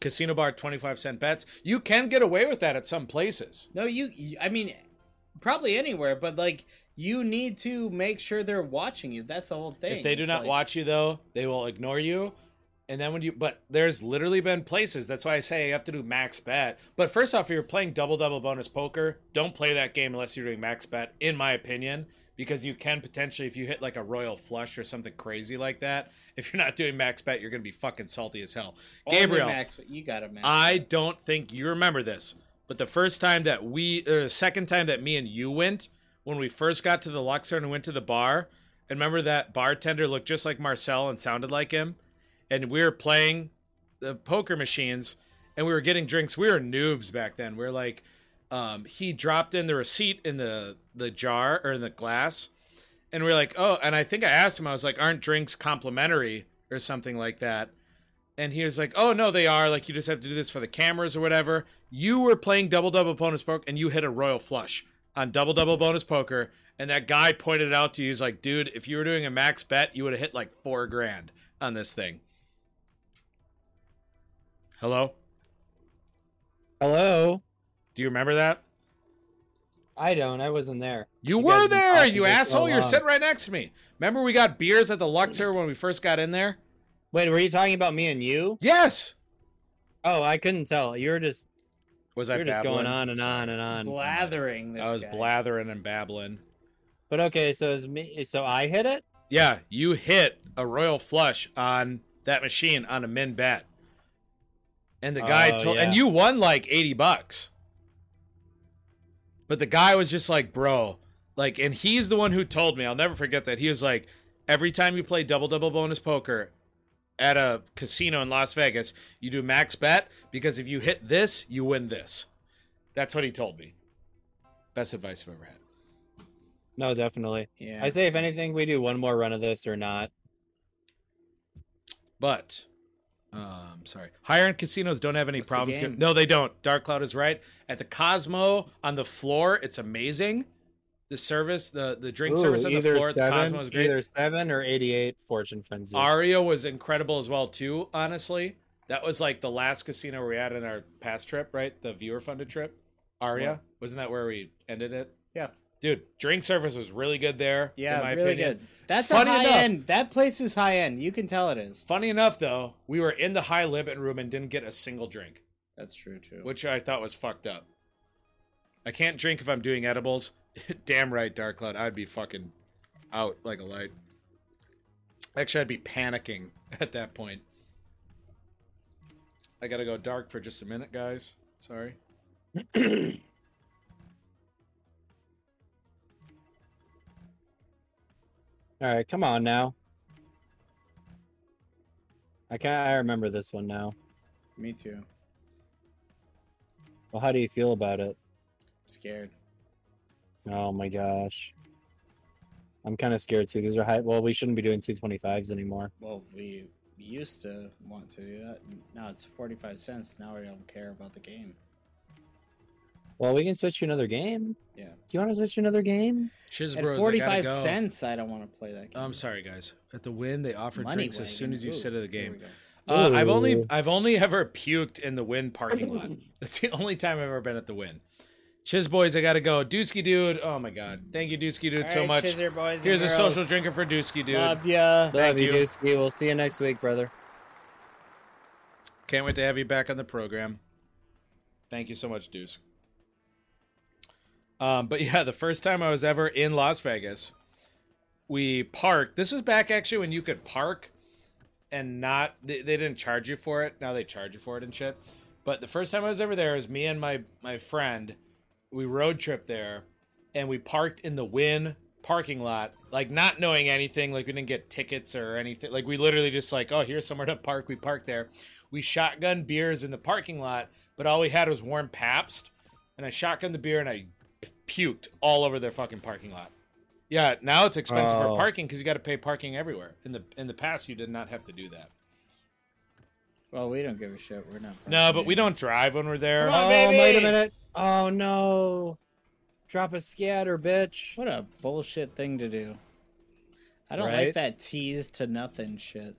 S4: casino bar 25 cent bets you can get away with that at some places
S3: No, you, you- I mean, probably anywhere, but like you need to make sure they're watching you. That's the whole thing.
S4: if they do
S3: It's
S4: not
S3: like-
S4: watch you though they will ignore you and then when you but there's literally been places that's why i say you have to do max bet but first off if you're playing double double bonus poker don't play that game unless you're doing max bet in my opinion because you can potentially if you hit like a royal flush or something crazy like that if you're not doing max bet you're gonna be fucking salty as hell
S3: Only
S4: gabriel
S3: Max, but you got to max.
S4: I don't think you remember this, but the first time that we, or the second time that me and you went, when we first got to the Luxor and went to the bar, and remember that bartender looked just like Marcel and sounded like him, and we were playing the poker machines, and we were getting drinks. We were noobs back then. We were like, um, he dropped in the receipt in the the jar or in the glass, and we are like, oh, and I think I asked him, I was like, aren't drinks complimentary or something like that? and he was like, "Oh no, they are. Like you just have to do this for the cameras or whatever." You were playing double double bonus poker, and you hit a royal flush on double double bonus poker, and that guy pointed it out to you. He's like, "Dude, if you were doing a max bet, you would have hit like four grand on this thing." Hello,
S2: Hello.
S4: do you remember that?
S2: I don't. I wasn't there.
S4: You,
S2: You guys
S4: were
S2: have been
S4: there,
S2: talking
S4: you
S2: for so
S4: asshole. You're
S2: long.
S4: sitting right next to me. Remember, we got beers at the Luxor when we first got in there.
S2: Wait, were you talking about me and you?
S4: Yes.
S2: Oh, I couldn't tell. You were just
S4: Was
S2: you
S4: I
S2: were just going
S4: babbling?
S2: on and on and on.
S3: blathering this
S4: I was
S3: guy.
S4: blathering and babbling.
S2: But okay, so is me. So I hit it.
S4: Yeah, you hit a royal flush on that machine on a min bet. And the guy
S2: Oh,
S4: told and
S2: yeah.
S4: you won like 80 bucks. But the guy was just like, "Bro, like and he's the one who told me. I'll never forget that. He was like, "Every time you play double double bonus poker at a casino in Las Vegas, you do max bet because if you hit this, you win this." That's what he told me. Best advice I've ever had.
S2: No, definitely.
S3: Yeah.
S2: I say if anything, we do one more run of this or not.
S4: But um sorry. Higher end casinos don't have any
S3: What's the
S4: problems.
S3: game?
S4: no, they don't. Dark Cloud is right. At the Cosmo on the floor, it's amazing. The service, the the drink
S2: Ooh,
S4: service on the
S2: either
S4: floor at the
S2: seven,
S4: Cosmo is great.
S2: Either seven or eighty-eight fortune frenzy.
S4: Aria was incredible as well too, honestly. That was like the last casino we had in our past trip, right? The viewer funded trip. Aria, wasn't that where we ended it?
S3: Yeah.
S4: Dude, drink service was really good there.
S3: yeah,
S4: in my
S3: really
S4: opinion.
S3: good. That's
S4: Funny
S3: a high
S4: enough-
S3: end. That place is high end. You can tell it is.
S4: Funny enough though, we were in the high limit room and didn't get a single drink.
S3: That's true too.
S4: which I thought was fucked up. I can't drink if I'm doing edibles. Damn right, Dark Cloud. I'd be fucking out like a light. Actually, I'd be panicking at that point. I gotta go dark for just a minute, guys. Sorry.
S2: All right, come on now. I can I remember this one now.
S3: Me too. I'm
S2: Well, how do you feel about it?
S3: scared.
S2: Oh my gosh. I'm kind of scared too. These are high. Well, we shouldn't be doing 225s anymore.
S3: Well, we used to want to do that. Now it's 45 cents. Now I don't care about the game.
S2: Well, we can switch to another game.
S3: Yeah.
S2: Do you want to switch to another game?
S3: At
S4: Chizbros, I
S3: 45
S4: gotta go.
S3: cents, I don't want to play that game.
S4: I'm sorry, guys. At the win, they offered
S3: Money
S4: drinks as soon
S3: wagon.
S4: as you
S3: Ooh,
S4: said of the
S3: here
S4: game.
S3: we go.
S4: Uh, I've only
S11: Oh.
S2: Ooh.
S4: I've only ever puked in the Win parking lot. That's the only time I've ever been at the Win. Chiz boys, I gotta go. Dusky dude, oh my god, thank you Dusky dude
S11: All
S4: so
S11: right,
S4: much.
S11: Chizer boys and
S4: Here's a
S11: girls. Uh,
S4: social drinker for Dusky dude.
S11: Love ya.
S2: Love you,
S4: you.
S2: Dusky. We'll see you next week, brother.
S4: Can't wait to have you back on the program. Thank you so much, Deuce. Um, but yeah, the first time I was ever in Las Vegas, we parked. This was back actually when you could park and not, they, they didn't charge you for it. Now they charge you for it and shit. But the first time I was ever there was me and my, my friend. We road trip there and we parked in the Win parking lot, like not knowing anything. Like we didn't get tickets or anything. Like we literally just like, oh, here's somewhere to park. We parked there. We shotgun beers in the parking lot, but all we had was warm Pabst, and I shotgunned the beer and I puked all over their fucking parking lot. Yeah, now it's expensive
S2: Oh.
S4: for parking because you got to pay parking everywhere. In the in the past, you did not have to do that.
S3: Well, we don't give a shit. We're not.
S4: No,
S3: playing
S4: but we
S3: games.
S4: don't drive when we're there.
S11: Come on,
S2: oh,
S11: baby!
S2: wait a minute. Oh no. Drop a scatter, bitch.
S3: What a bullshit thing to do. I don't
S2: Right?
S3: like that tease to nothing shit.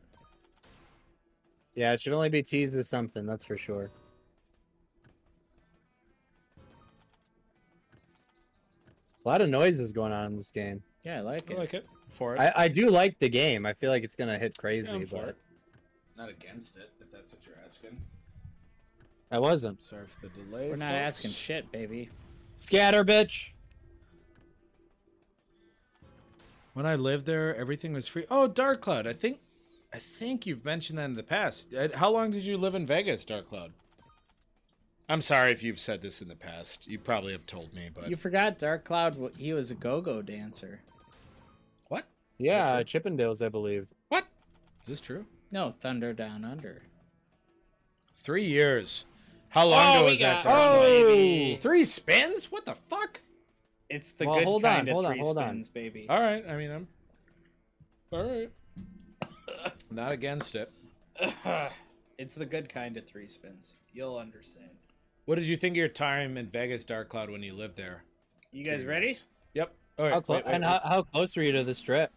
S2: Yeah, it should only be teased as something, that's for sure. A lot of noises going on in this game.
S3: Yeah, I like
S4: I
S3: it.
S4: like it for it.
S2: I, I do like the game. I feel like it's gonna hit
S4: Yeah,
S2: crazy,
S4: I'm for
S2: but
S4: it. Not against it, if that's what you're asking.
S2: I wasn't.
S4: Sorry for the delay.
S3: We're not
S4: folks.
S3: asking shit, baby.
S2: Scatter, bitch.
S4: When I lived there, everything was free. Oh, Dark Cloud. I think, I think you've mentioned that in the past. Uh, How long did you live in Vegas, Dark Cloud? I'm sorry if you've said this in the past. You probably have told me, but
S3: You forgot Dark Cloud. w- He was a go-go dancer.
S4: what?
S2: Yeah, Chippendales, I believe.
S4: What? Is this true?
S3: No, Thunder Down Under.
S4: Three years. How long
S11: Oh,
S4: ago
S11: we
S4: was that?
S11: got-
S4: Dark Cloud?
S11: baby.
S4: three spins? What the fuck?
S11: It's the
S2: Well,
S11: good
S2: hold on,
S11: kind
S2: hold
S11: of
S2: on,
S11: three
S2: hold on.
S11: spins, baby.
S4: All right. I mean, I'm. All right. not against it.
S11: it's the good kind of three spins. You'll understand.
S4: What did you think of your time in Vegas, Dark Cloud, when you lived there?
S11: You guys ready?
S4: Yep. All right.
S2: How clo-
S4: wait, wait,
S2: and
S4: wait.
S2: how, how close were you to the strip?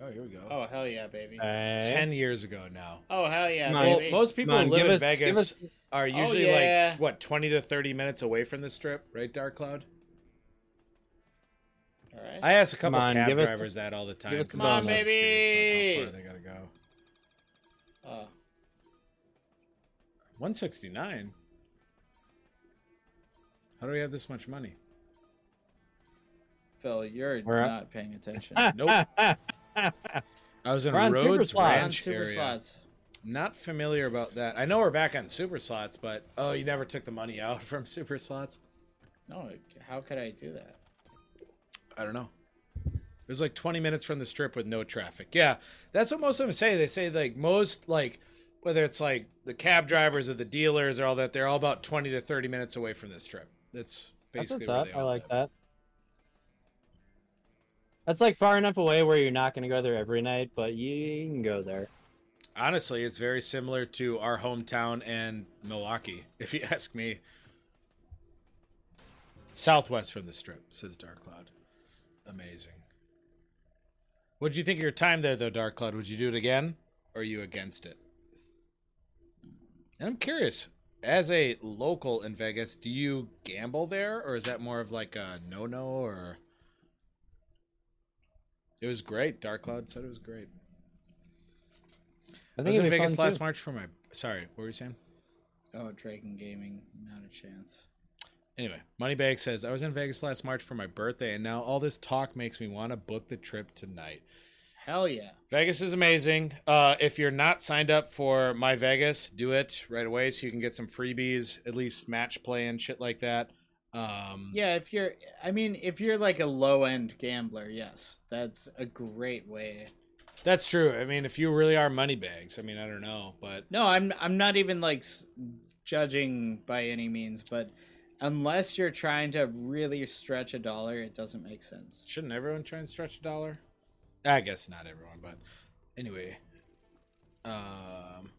S4: Oh, here we go.
S11: Oh hell yeah, baby.
S2: Ten.
S4: Ten years ago now.
S11: Oh hell yeah,
S2: Come on.
S4: Well,
S11: baby.
S4: most people
S2: Come
S4: who
S2: on,
S4: live
S2: give
S4: in
S2: us- give
S4: Vegas
S2: us-
S4: are usually
S11: yeah.
S4: like what twenty to thirty minutes away from the strip, right, Dark Cloud?
S11: All right.
S4: I ask a
S2: Come
S4: couple
S2: on,
S4: cab
S2: give us-
S4: drivers that all the time.
S2: us
S4: 'cause
S2: Come on,
S4: I'm always curious about How far they gotta go.
S11: Oh.
S4: One sixty nine. How do we have this much money?
S3: Phil, you're
S2: We're up.
S3: not paying attention.
S4: Nope. I was in
S2: We're on
S4: Rhodes
S2: Super Slots.
S3: on
S4: Ranch
S3: Super
S4: area.
S3: Slots.
S4: Not familiar about that. I know we're back on Super Slots, but oh, you never took the money out from Super Slots.
S3: No, how could I do that?
S4: I don't know. It was like 20 minutes from the strip with no traffic. Yeah, that's what most of them say. They say like most like whether it's like the cab drivers or the dealers or all that, they're all about 20 to 30 minutes away from the strip. That's
S2: That's
S4: basically
S2: what's
S4: where
S2: up.
S4: they
S2: I
S4: all
S2: like
S4: live.
S2: that. That's like far enough away where you're not gonna go there every night, but you can go there.
S4: Honestly, it's very similar to our hometown and Milwaukee, if you ask me. Southwest from the strip, says Dark Cloud. Amazing. What'd you think of your time there, though, Dark Cloud? Would you do it again, or are you against it? And I'm curious, as a local in Vegas, do you gamble there, or is that more of like a no no? Or it was great. Dark Cloud said it was great.
S2: I
S4: I,
S2: think
S4: was in
S2: it'd be
S4: Vegas
S2: fun,
S4: last
S2: too.
S4: March for my. Sorry, what were you saying?
S3: Oh, Dragon Gaming, not a chance.
S4: Anyway, Moneybag says I was in Vegas last March for my birthday, and now all this talk makes me want to book the trip tonight.
S3: Hell yeah.
S4: Vegas is amazing. Uh, if you're not signed up for My Vegas, do it right away so you can get some freebies, at least match play and shit like that. Um,
S3: Yeah, if you're I mean, if you're like a low end gambler, yes. That's a great way.
S4: that's true. I mean, if you really are money bags, I mean, I don't know, but
S3: No, I'm I'm not even like s- judging by any means, but unless you're trying to really stretch a dollar, it doesn't make sense.
S4: shouldn't everyone try and stretch a dollar? I guess not everyone, but anyway. Um.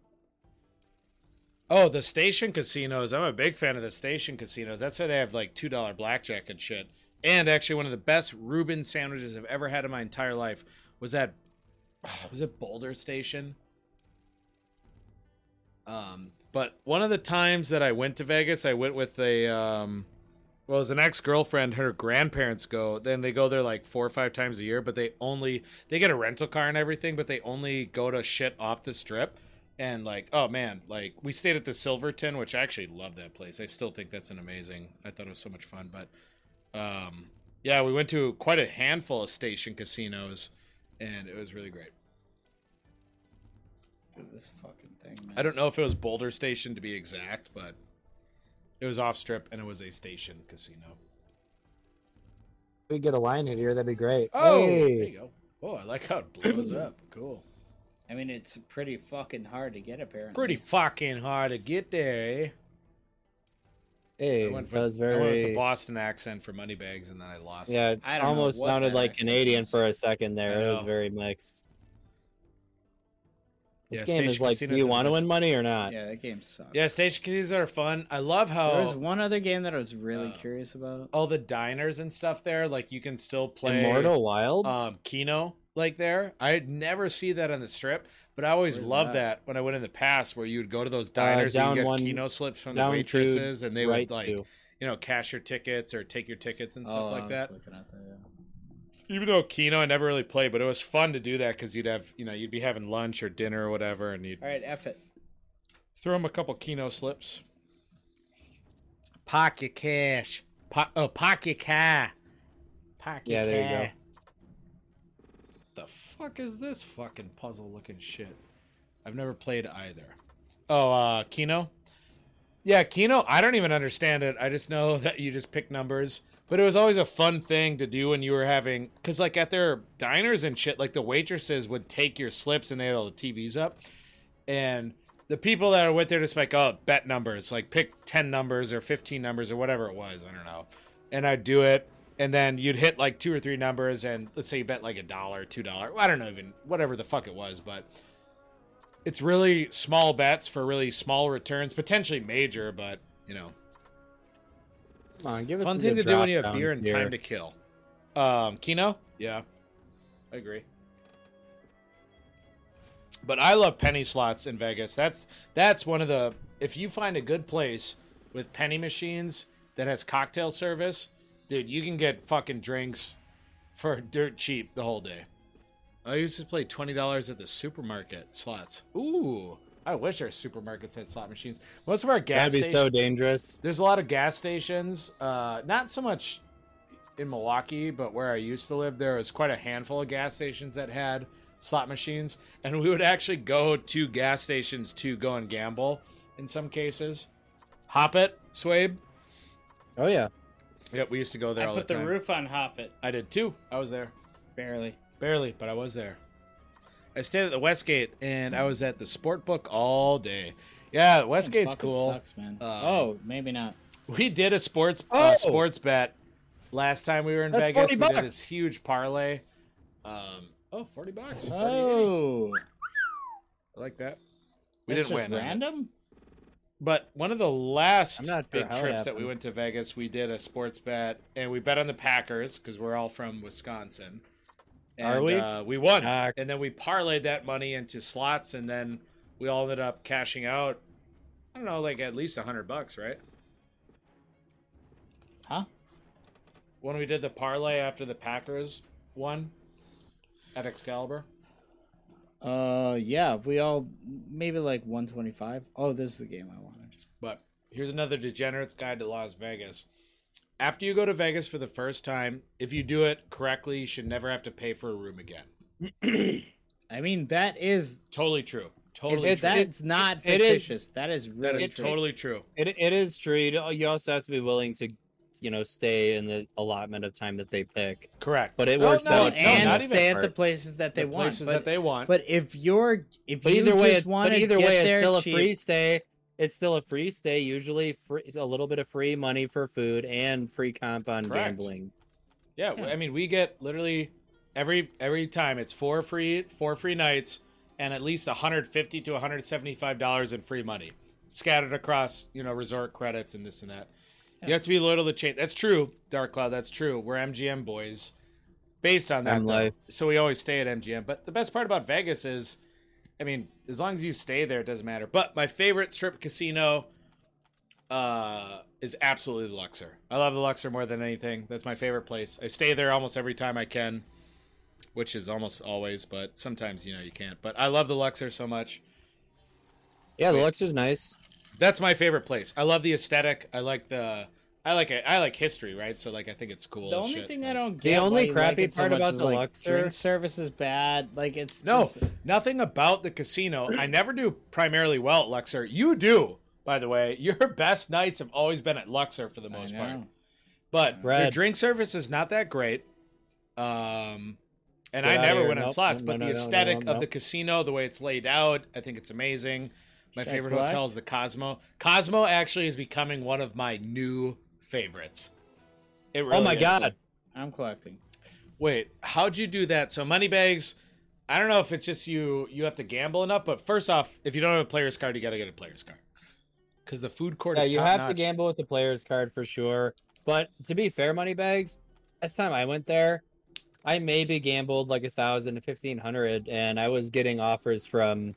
S4: Oh, the station casinos. I'm a big fan of the station casinos. That's why they have like two dollar blackjack and shit. And actually, one of the best Reuben sandwiches I've ever had in my entire life was that. Was it Boulder Station? Um, but one of the times that I went to Vegas, I went with a um, well, it was an ex girlfriend. Her grandparents go. Then they go there like four or five times a year, but they only they get a rental car and everything, but they only go to shit off the strip. And like, oh man, like we stayed at the Silverton, which I actually love that place. I still think that's an amazing. I thought it was so much fun, but um, yeah, we went to quite a handful of station casinos, and it was really great.
S3: Look at This fucking thing. Man.
S4: I don't know if it was Boulder Station to be exact, but it was off strip and it was a station casino.
S2: If we get a line in here, that'd be great.
S4: Oh,
S2: Hey!
S4: there you go. Oh, I like how it blows up. Cool.
S3: I mean, it's pretty fucking hard to get apparently.
S4: Pretty fucking hard to get there, eh?
S2: Hey,
S4: I went,
S2: that was
S4: with, I went with the
S2: very.
S4: Boston accent for Moneybags, and then I lost.
S5: Yeah, it
S3: I don't know
S5: almost
S3: what
S5: sounded
S3: that
S5: like
S3: accent
S5: Canadian
S3: is.
S5: for a second there.
S4: I
S5: It was
S4: know.
S5: very mixed.
S4: Yeah,
S5: This game is
S4: station
S5: like, do
S4: casinos
S5: you
S4: are
S5: want to
S4: nice.
S5: win money or not?
S3: Yeah, that game sucks.
S4: Yeah, station casinos are fun. I love
S3: There was
S4: how
S3: one other game that I was really
S4: Uh,
S3: curious about.
S4: all the diners and stuff there. Like you can still play
S5: Immortal Wilds.
S4: um Kino like there. I'd never see that on the strip, but I always
S3: Where's
S4: loved
S3: that?
S4: that? when I went in the past where you would go to those diners
S5: down
S4: and you get
S5: one-
S4: Kino slips from the
S5: down two,
S4: waitresses, and they
S5: right
S4: would like
S5: to.
S4: you know cash your tickets or take your tickets and stuff
S3: Oh, I
S4: like
S3: was
S4: that.
S3: looking at that, yeah.
S4: even though Keno I never really played, but it was fun to do that because you'd have, you know, you'd be having lunch or dinner or whatever, and you'd
S3: All right, F it.
S4: throw him a couple Keno slips. Pocket cash, po- oh, pocket car, pocket
S2: Yeah, there you
S4: car. The fuck is this fucking puzzle looking shit? I've never played either. Oh, uh, Keno. Yeah, Keno, I don't even understand it. I just know that you just pick numbers. But it was always a fun thing to do when you were having, because like at their diners and shit, like the waitresses would take your slips and they had all the TVs up. And the people that are with there just like, oh, bet numbers, like pick 10 numbers or 15 numbers or whatever it was. I don't know. And I'd do it. And then you'd hit like two or three numbers. And let's say you bet like a dollar, two dollar. I don't know, even whatever the fuck it was. But it's really small bets for really small returns, potentially major, but you know,
S2: Come on, give us
S4: fun
S2: a
S4: thing to
S2: good
S4: do when you have
S2: drop-down
S4: beer and
S2: here.
S4: time to kill. Um, Kino, yeah, I agree. But I love penny slots in Vegas. That's that's one of the if you find a good place with penny machines that has cocktail service, dude, you can get fucking drinks for dirt cheap the whole day. I used to play twenty dollars at the supermarket slots. Ooh, I wish our supermarkets had slot machines. Most of our gas
S2: That'd be
S4: stations,
S2: so dangerous.
S4: there's a lot of gas stations. Uh, not so much in Milwaukee, but where I used to live, there was quite a handful of gas stations that had slot machines, and we would actually go to gas stations to go and gamble. In some cases, hop it, Swabe.
S2: Oh yeah,
S4: Yep, we used to go there
S6: I
S4: all
S6: put
S4: the
S6: the,
S4: time.
S6: roof on Hop It.
S4: I did too. I was there.
S3: Barely.
S4: Barely, but I was there. I stayed at the Westgate and I was at the Sportbook all day. Yeah, Westgate's
S3: Fucking
S4: cool.
S3: Sucks, man.
S4: Um,
S3: oh, maybe not.
S4: We did a sports
S2: Oh!
S4: uh, sports bet last time we were in
S2: That's
S4: Vegas.
S2: 40
S4: We
S2: bucks.
S4: did this huge parlay. Um, oh, 40
S3: Uh,
S4: bucks. 40.
S3: Oh,
S4: I like that. We
S3: that's
S4: didn't win.
S3: just
S4: on it.
S3: Random.
S4: But one of the last
S2: I'm not sure
S4: big
S2: how it
S4: trips that we
S2: happened.
S4: went to Vegas, we did a sports bet and we bet on the Packers because we're all from Wisconsin. And,
S2: Are we?
S4: Uh, we won.
S2: Packed.
S4: And then we parlayed that money into slots and then we all ended up cashing out, I don't know, like at least 100 bucks, right?
S3: Huh?
S4: When we did the parlay after the Packers won at Excalibur.
S3: Uh, yeah. We all maybe like 125. Oh, this is the game I wanted.
S4: But here's another degenerate's guide to Las Vegas. After you go to Vegas for the first time, if you do it correctly, you should never have to pay for a room again.
S3: I mean, that is
S4: Totally true. Totally
S12: It's-
S4: true.
S12: it's-
S3: that's not
S12: it is-
S3: fictitious. that is really
S4: That is
S3: true.
S4: totally true.
S2: It it is true. You don't- you also have to be willing to, you know, stay in the allotment of time that they pick.
S4: Correct.
S2: But it
S4: No,
S2: works
S4: no,
S2: out.
S4: no,
S3: and
S4: not even
S3: stay at the
S2: part.
S3: places that they
S4: the
S3: want.
S4: places
S3: but,
S4: that they want.
S3: but if you're if
S2: But
S3: you
S2: either way,
S3: just
S2: it,
S3: want
S2: but
S3: to
S2: either
S3: get
S2: way,
S3: there
S2: it's still
S3: cheap,
S2: a free stay. It's still a free stay. Usually, free, a little bit of free money for food and free comp on
S4: Correct.
S2: gambling.
S4: Yeah, w- I mean, we get literally every every time it's four free four free nights and at least 150 to 175 dollars in free money scattered across you know resort credits and this and that. You have to be loyal to the chain. That's true, Dark Cloud. That's true. We're MGM boys, based on that.
S2: I'm
S4: though.
S2: life.
S4: So we always stay at MGM. But the best part about Vegas is, I mean, as long as you stay there, it doesn't matter. But my favorite strip casino uh, is absolutely the Luxor. I love the Luxor more than anything. That's my favorite place. I stay there almost every time I can, which is almost always, but sometimes you know you can't. But I love the Luxor so much.
S2: Yeah, the Luxor's nice.
S4: That's my favorite place. I love the aesthetic. I like the. I like it. I like history, right? So like I think it's cool.
S3: The
S4: and
S3: only
S4: shit.
S3: thing
S4: Like-
S3: I don't get
S2: The only
S3: why you like
S2: crappy
S3: it so
S2: part
S3: much
S2: about
S3: is,
S2: the
S3: like,
S2: Luxor-
S3: drink service is bad. Like it's
S4: No,
S3: just-
S4: nothing about the casino. I never do primarily well at Luxor. You do, by the way. Your best nights have always been at Luxor for the
S3: I
S4: most
S3: know.
S4: part. But your
S2: Red.
S4: drink service is not that great. Um, and
S2: Get
S4: I
S2: outta
S4: never
S2: here.
S4: win on
S2: Nope.
S4: slots,
S2: No,
S4: but
S2: no,
S4: the
S2: no, no,
S4: aesthetic
S2: no,
S4: of
S2: no.
S4: the casino, the way it's laid out, I think it's amazing. My
S3: Should I
S4: favorite
S3: collect?
S4: hotel is the Cosmo. Cosmo actually is becoming one of my new favorites. It really
S2: oh my
S4: is.
S2: god!
S3: I'm collecting.
S4: Wait, how'd you do that? So moneybags, I don't know if it's just you you have to gamble enough, but first off, if you don't have a player's card, you gotta get a player's card. Cause the food court
S2: Yeah,
S4: is
S2: you
S4: top
S2: have to
S4: notch.
S2: gamble with the player's card for sure. But to be fair, Moneybags, last time I went there, I maybe gambled like a thousand to fifteen hundred, and I was getting offers from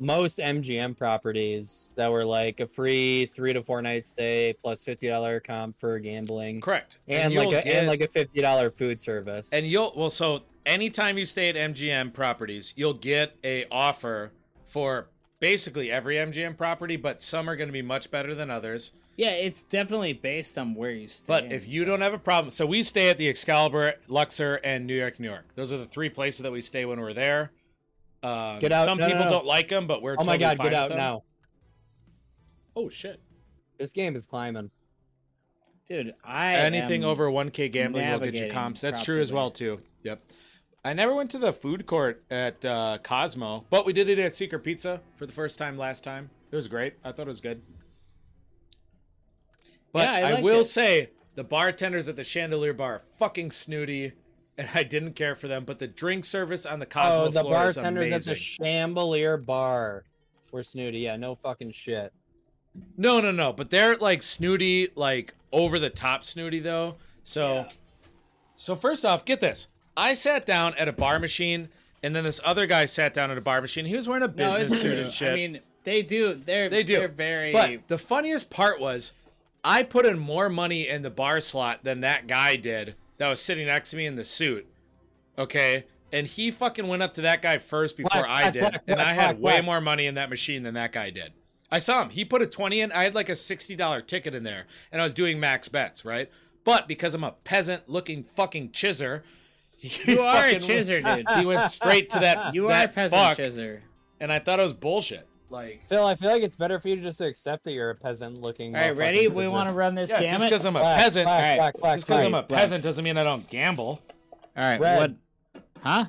S2: most MGM properties that were like a free three to four night stay plus fifty dollar comp for gambling,
S4: Correct.
S2: and, like
S4: you'll
S2: a
S4: get-
S2: and like a fifty dollar food service.
S4: and you'll well so anytime you stay at MGM properties, you'll get a offer for basically every MGM property, but some are gonna be much better than others.
S3: Yeah, it's definitely based on where you stay.
S4: But
S3: and
S4: if you don't have a problem, so we stay at the Excalibur, Luxor, and New York, New York. Those are the three places that we stay when we're there. Um,
S2: Get out.
S4: Some
S2: No, no,
S4: people
S2: no.
S4: don't like them, but we're
S2: oh
S4: totally
S2: my god,
S4: fine
S2: get
S4: with
S2: out
S4: them.
S2: now!
S4: Oh shit!
S2: This game is climbing.
S3: dude. I
S4: Anything
S3: am-
S4: over 1K gambling will get you
S3: navigating
S4: comps. That's true as well too. Yep. I never went to the food court at uh, Cosmo, but we did it at Secret Pizza for the first time last time. It was great. I thought it was good. But
S3: Yeah, I
S4: I,
S3: liked
S4: will
S3: it.
S4: say the bartenders at the Chandelier Bar are fucking snooty, and I didn't care for them. But the drink service on the Cosmo
S2: oh, the
S4: floor is
S2: bartenders at
S4: amazing.
S2: the Chandelier Bar were snooty. Yeah, no fucking shit.
S4: no, no, no. But they're like snooty, like over the top snooty though. So, so first off, get this. I sat down at a bar machine, and then this other guy sat down at a bar machine. He was wearing a
S3: No,
S4: business
S3: it's
S4: suit
S3: true.
S4: and shit.
S3: I mean, they do. They're
S4: They do.
S3: They're very.
S4: But the funniest part was, I put in more money in the bar slot than that guy did that was sitting next to me in the suit. Okay. And he fucking went up to that guy first before
S2: Whack,
S4: I
S2: whack,
S4: did.
S2: whack,
S4: and
S2: whack,
S4: I had
S2: whack,
S4: way
S2: whack.
S4: more money in that machine than that guy did. I saw him. He put a 20 in. I had like a $60 ticket in there. And I was doing max bets, right? But because I'm a peasant looking fucking chiser, he
S3: you are a
S4: fucking went-
S3: chiser, dude.
S4: He went straight to that.
S3: You are a
S4: that
S3: peasant
S4: fuck,
S3: chiser.
S4: And I thought it was bullshit. Like,
S2: Phil, I feel like it's better for you to just accept that you're a peasant looking.
S3: All right, ready? We want to run this
S4: yeah,
S3: gamut.
S4: just because I'm a
S2: Quack,
S4: peasant,
S2: quack,
S4: all right,
S2: quack, quack,
S4: just because I'm a
S2: quack.
S4: peasant doesn't mean I don't gamble.
S3: All right,
S2: Red.
S3: what? Huh?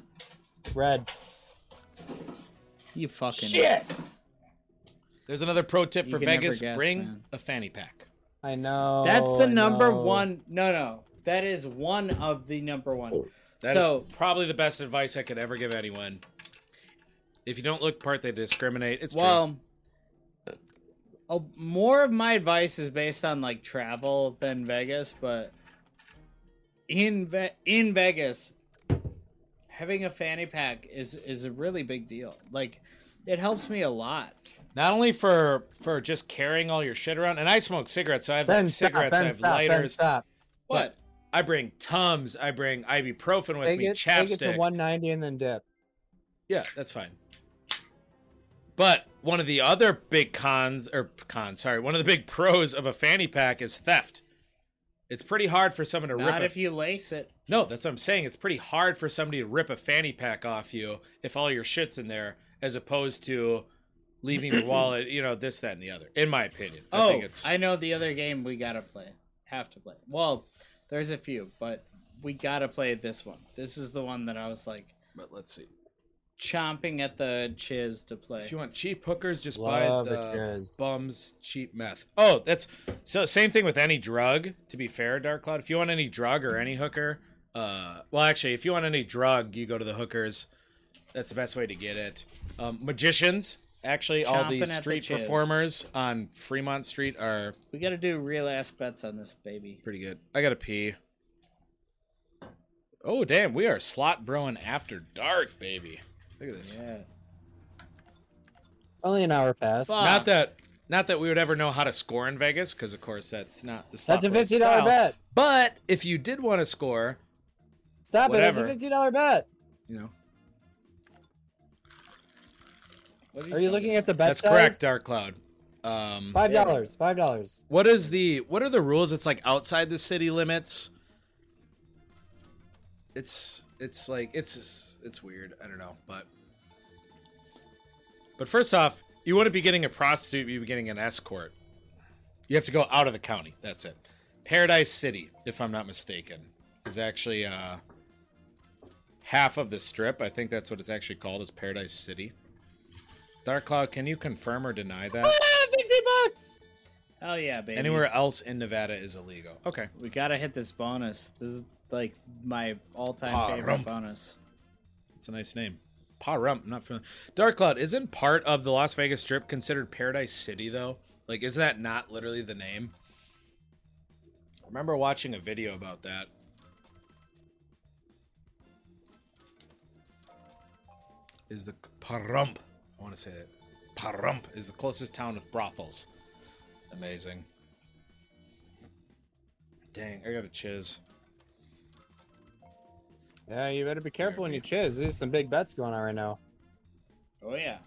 S2: Red.
S3: You fucking
S4: There's another pro tip
S3: You
S4: for
S3: can never
S4: Vegas:
S3: guess,
S4: bring
S3: man.
S4: a fanny pack.
S2: I know.
S3: That's
S4: Oh,
S3: the
S2: I
S3: number
S2: know.
S3: one. No, no, that is one of the number one.
S4: That is
S3: so
S4: probably the best advice I could ever give anyone. If you don't look part, they discriminate. It's true.
S3: well, a, more of my advice is based on like travel than Vegas, but in Ve- in Vegas, having a fanny pack is is a really big deal. Like, it helps me a lot.
S4: not only for for just carrying all your shit around, and I smoke cigarettes, so I have
S12: Ben,
S4: like,
S12: stop,
S4: cigarettes, I
S12: Ben,
S4: have
S12: stop, Ben,
S4: lighters,
S12: stop.
S4: but I bring tums, I bring ibuprofen with
S2: Take
S4: me,
S2: it, take
S4: chapstick.
S2: it to 190 and then dip.
S4: Yeah, that's fine. But one of the other big cons or cons, sorry, one of the big pros of a fanny pack is theft. It's pretty hard for someone to
S3: Not
S4: rip
S3: if you lace it.
S4: No, that's what I'm saying. It's pretty hard for somebody to rip a fanny pack off you if all your shit's in there, as opposed to leaving your wallet, you know, this, that, and the other. In my opinion,
S3: Oh,
S4: I
S3: I,
S4: think it's
S3: know the other game we gotta play. Have to play. Well, there's a few, but we gotta play this one. This is the one that I was like
S4: But let's see.
S3: chomping at the chiz to play.
S4: If you want cheap hookers, just
S13: Love
S4: buy
S13: it,
S4: the
S13: guys.
S4: bums cheap meth. Oh, that's so same thing with any drug. To be fair, Dark Cloud, if you want any drug or any hooker, uh, well, actually, if you want any drug, you go to the hookers. That's the best way to get it. Um, magicians, actually, all
S3: Chomping at
S4: these
S3: the
S4: street
S3: chiz.
S4: performers on Fremont Street are
S3: We gotta do real ass bets on this baby.
S4: pretty good. I gotta pee. Oh damn, we are slot broing after dark, baby. Look at this.
S3: Yeah.
S2: Only an hour passed.
S3: Fuck.
S4: Not that not that we would ever know how to score in Vegas, because of course that's not the
S2: That's a
S4: Slopro
S2: fifty dollar
S4: style.
S2: bet.
S4: But if you did want to score,
S2: Stop it.
S4: Whatever.
S2: That's a fifty dollar bet.
S4: you know
S3: What
S2: Are you looking at the bet
S4: that's
S2: size?
S4: correct, Dark Cloud. Um,
S2: Five dollars. Five dollars.
S4: what is the what are the rules? It's like outside the city limits. It's it's like it's it's weird. I don't know, but but first off, you wouldn't be getting a prostitute. You'd be getting an escort. You have to go out of the county. That's it. Paradise City, if I'm not mistaken, is actually uh, half of the strip. I think that's what it's actually called is Paradise City. Dark Cloud, can you confirm or deny that?
S3: Hell yeah, baby.
S4: Anywhere else in Nevada is illegal. Okay.
S3: We gotta hit this bonus. This is like my all
S4: Ah,
S3: time favorite
S4: rump.
S3: bonus.
S4: It's a nice name. Pa Rump, not familiar. Dark Cloud, isn't part of the Las Vegas Strip considered Paradise City, though? Like, isn't that not literally the name? I remember watching a video about that. Is the Parump. I want to say that. Parump is the closest town with brothels. Amazing. Dang, I got a chiz.
S2: Yeah, you better be careful when you chiz. There's some big bets going on right now.
S3: Oh yeah.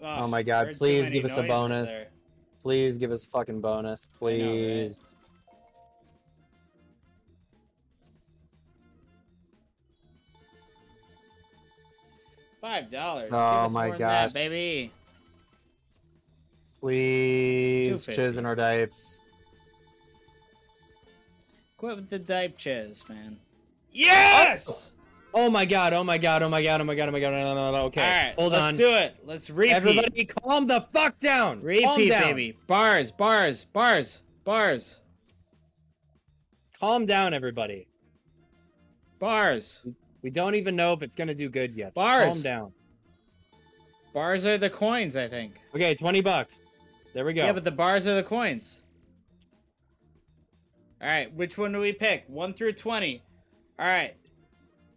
S14: Ugh,
S2: Oh my God,
S14: there's too
S2: please
S14: many
S2: give us a
S14: noises
S2: bonus.
S14: there.
S2: Please give us a fucking bonus,
S3: right?
S2: please.
S14: Five dollars.
S2: Oh my
S14: more than that,
S2: gosh.
S14: baby.
S2: Please chiz
S3: 250.
S2: in our diapers.
S3: Quit with the diaper chiz, man.
S14: Yes.
S2: Oh my god, oh my god, oh my god, oh my god, oh my god, no, no, no, no, okay.
S14: All right.
S2: Hold
S14: let's
S2: on.
S14: do it. Let's repeat.
S2: Everybody calm the fuck down. calm
S3: Repeat,
S2: down.
S3: baby. Bars, bars, bars, bars,
S2: Calm down, everybody.
S3: bars.
S2: We don't even know if it's gonna do good yet. Just
S3: Bars.
S2: Calm down.
S3: Bars are the coins, I think.
S2: Okay, twenty bucks. There we go.
S3: Yeah, but the bars are the coins. All right, which one do we pick? 1 through 20. All right.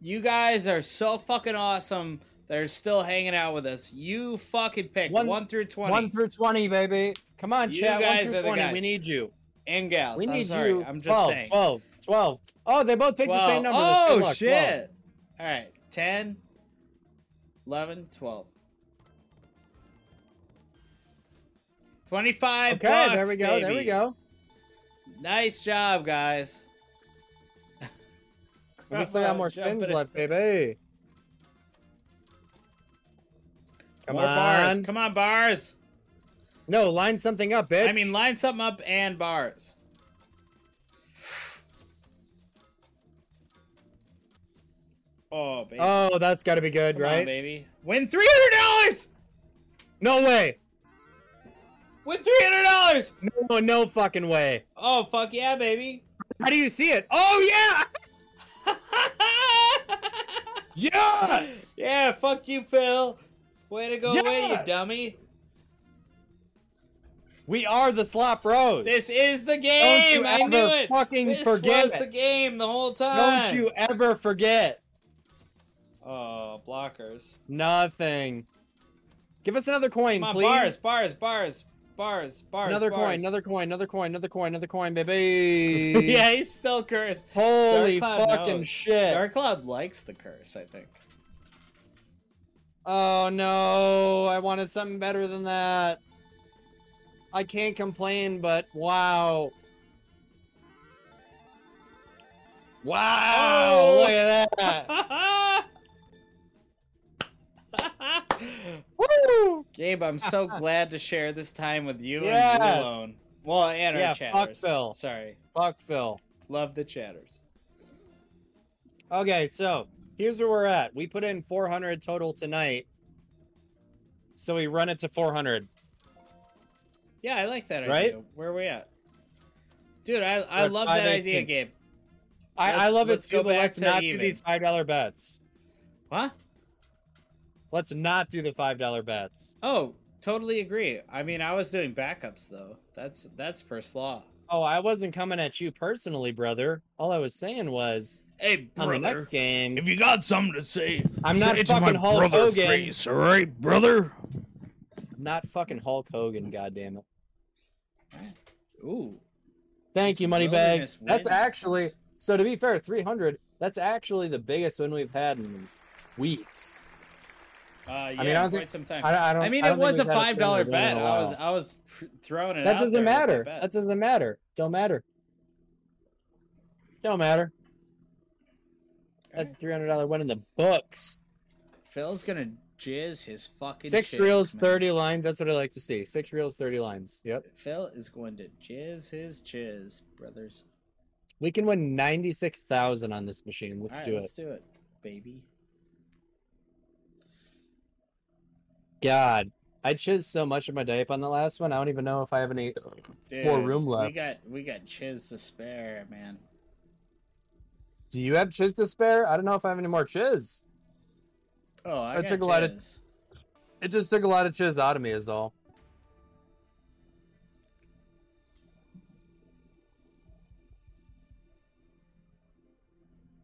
S3: You guys are so fucking awesome that are still hanging out with us. You fucking pick
S2: One-
S3: 1, through 20.
S2: one through twenty, baby. Come on,
S3: You
S2: chat.
S3: guys
S2: one
S3: are
S2: through
S3: the
S2: twenty.
S3: guys.
S2: We need you.
S3: and gals.
S2: We
S3: I'm
S2: need
S3: sorry.
S2: you.
S3: I'm just
S2: 12,
S3: saying.
S2: 12, 12. Oh, they both picked the same
S3: 12.
S2: number. That's
S3: Oh,
S2: good luck. 12.
S3: shit. All right. 10, 11, 12. 25
S2: Okay,
S3: bucks,
S2: there we go. There we
S3: baby.
S2: go.
S3: Nice job, guys.
S2: And we still got more
S3: Jumping
S2: spins
S3: in.
S2: left, baby. Come
S3: more
S2: on.
S3: bars. Come on, bars.
S2: No, line something up, bitch.
S3: I mean, line something up and bars. Oh, baby.
S2: oh, that's got to be good,
S3: Come on,
S2: right?
S3: baby. Win $300!
S2: no way.
S3: Win $300!
S2: No, no fucking way.
S3: Oh, fuck yeah, baby.
S2: How do you see it? Oh yeah. Yes.
S3: yeah, fuck you, Phil. Way to go away, you
S2: Yes!
S3: dummy.
S2: We are the slop bros.
S3: This is the
S2: Don't
S3: game.
S2: you
S3: I
S2: ever
S3: knew it.
S2: fucking
S3: this
S2: forget
S3: was
S2: it.
S3: the game the whole time.
S2: Don't you ever forget.
S3: Oh, blockers.
S2: Nothing. Give us another coin,
S3: Come on,
S2: please.
S3: bars, bars, bars, bars, bars.
S2: another coin,
S3: bars.
S2: another coin, another coin, another coin, another coin, baby.
S3: yeah, he's still cursed.
S2: Holy
S3: Dark Cloud
S2: fucking
S3: knows.
S2: shit.
S3: Dark Cloud likes the curse, I think.
S2: Oh no, I wanted something better than that. I can't complain, but wow. Wow! Oh,
S3: Oh.
S2: Look at that. Woo!
S3: Gabe, I'm so glad to share this time with you and
S2: Yes.
S3: you alone. Well, and
S2: Yeah,
S3: our
S2: fuck
S3: chatters.
S2: Phil.
S3: Sorry.
S2: Fuck Phil.
S3: Love the chatters.
S2: Okay, so here's where we're at. We put in 400 total tonight. So we run it to 400.
S3: Yeah, I like that
S2: Right?
S3: idea. Where are we at? Dude, I, I
S2: We're
S3: love
S2: five
S3: that idea,
S2: eighteen.
S3: Gabe.
S2: I, I
S3: Let's-
S2: love it
S3: let's
S2: too,
S3: go
S2: but
S3: back
S2: let's
S3: to
S2: not do
S3: even.
S2: these $5 bets.
S3: Huh?
S2: Let's not do the $5 bets.
S3: Oh, totally agree. I mean, I was doing backups though. That's that's first law.
S2: Oh, I wasn't coming at you personally, brother. All I was saying was
S4: Hey,
S2: on the next game,
S4: you got something to say,
S2: I'm not fucking Hulk Hogan.
S4: all right, brother?
S2: I'm not fucking Hulk Hogan, goddammit.
S3: Ooh.
S2: Thank
S3: This
S2: you,
S3: wilderness
S2: Moneybags. That's
S3: wins.
S2: actually so. To be fair, 300. That's actually the biggest win we've had in weeks.
S3: Uh, yeah,
S15: mean, I don't
S3: quite
S15: think-
S3: some time.
S15: I, don't- I don't.
S3: I mean,
S15: I
S3: it
S15: don't think
S3: was a
S15: we've had
S3: five dollar
S15: tournament
S3: bet.
S15: in a
S3: I was
S15: while.
S3: I was pr- throwing it.
S2: That
S3: out
S2: doesn't
S3: there with the
S2: matter.
S3: bet.
S2: That doesn't matter. Don't matter. Don't matter. That's a three hundred dollar win in the books.
S3: Phil's gonna jizz his fucking
S2: Six
S3: shades,
S2: reels,
S3: man.
S2: thirty lines. That's what I like to see. Six reels, thirty lines. Yep.
S3: Phil is going to jizz his jizz, brothers.
S2: We can win ninety six thousand on this machine. Let's
S3: All right,
S2: do it.
S3: Let's do it, baby.
S2: God, I chiz so much of my day up on the last one. I don't even know if I have any.
S3: Dude,
S15: More room
S3: We
S15: left.
S3: got we got chiz to spare, man.
S15: Do you have chiz to spare? I don't know if I have any more chiz.
S3: Oh, I,
S15: I
S3: got
S15: took a lot of-
S3: jizz.
S15: It just took a lot of chiz out of me, is all.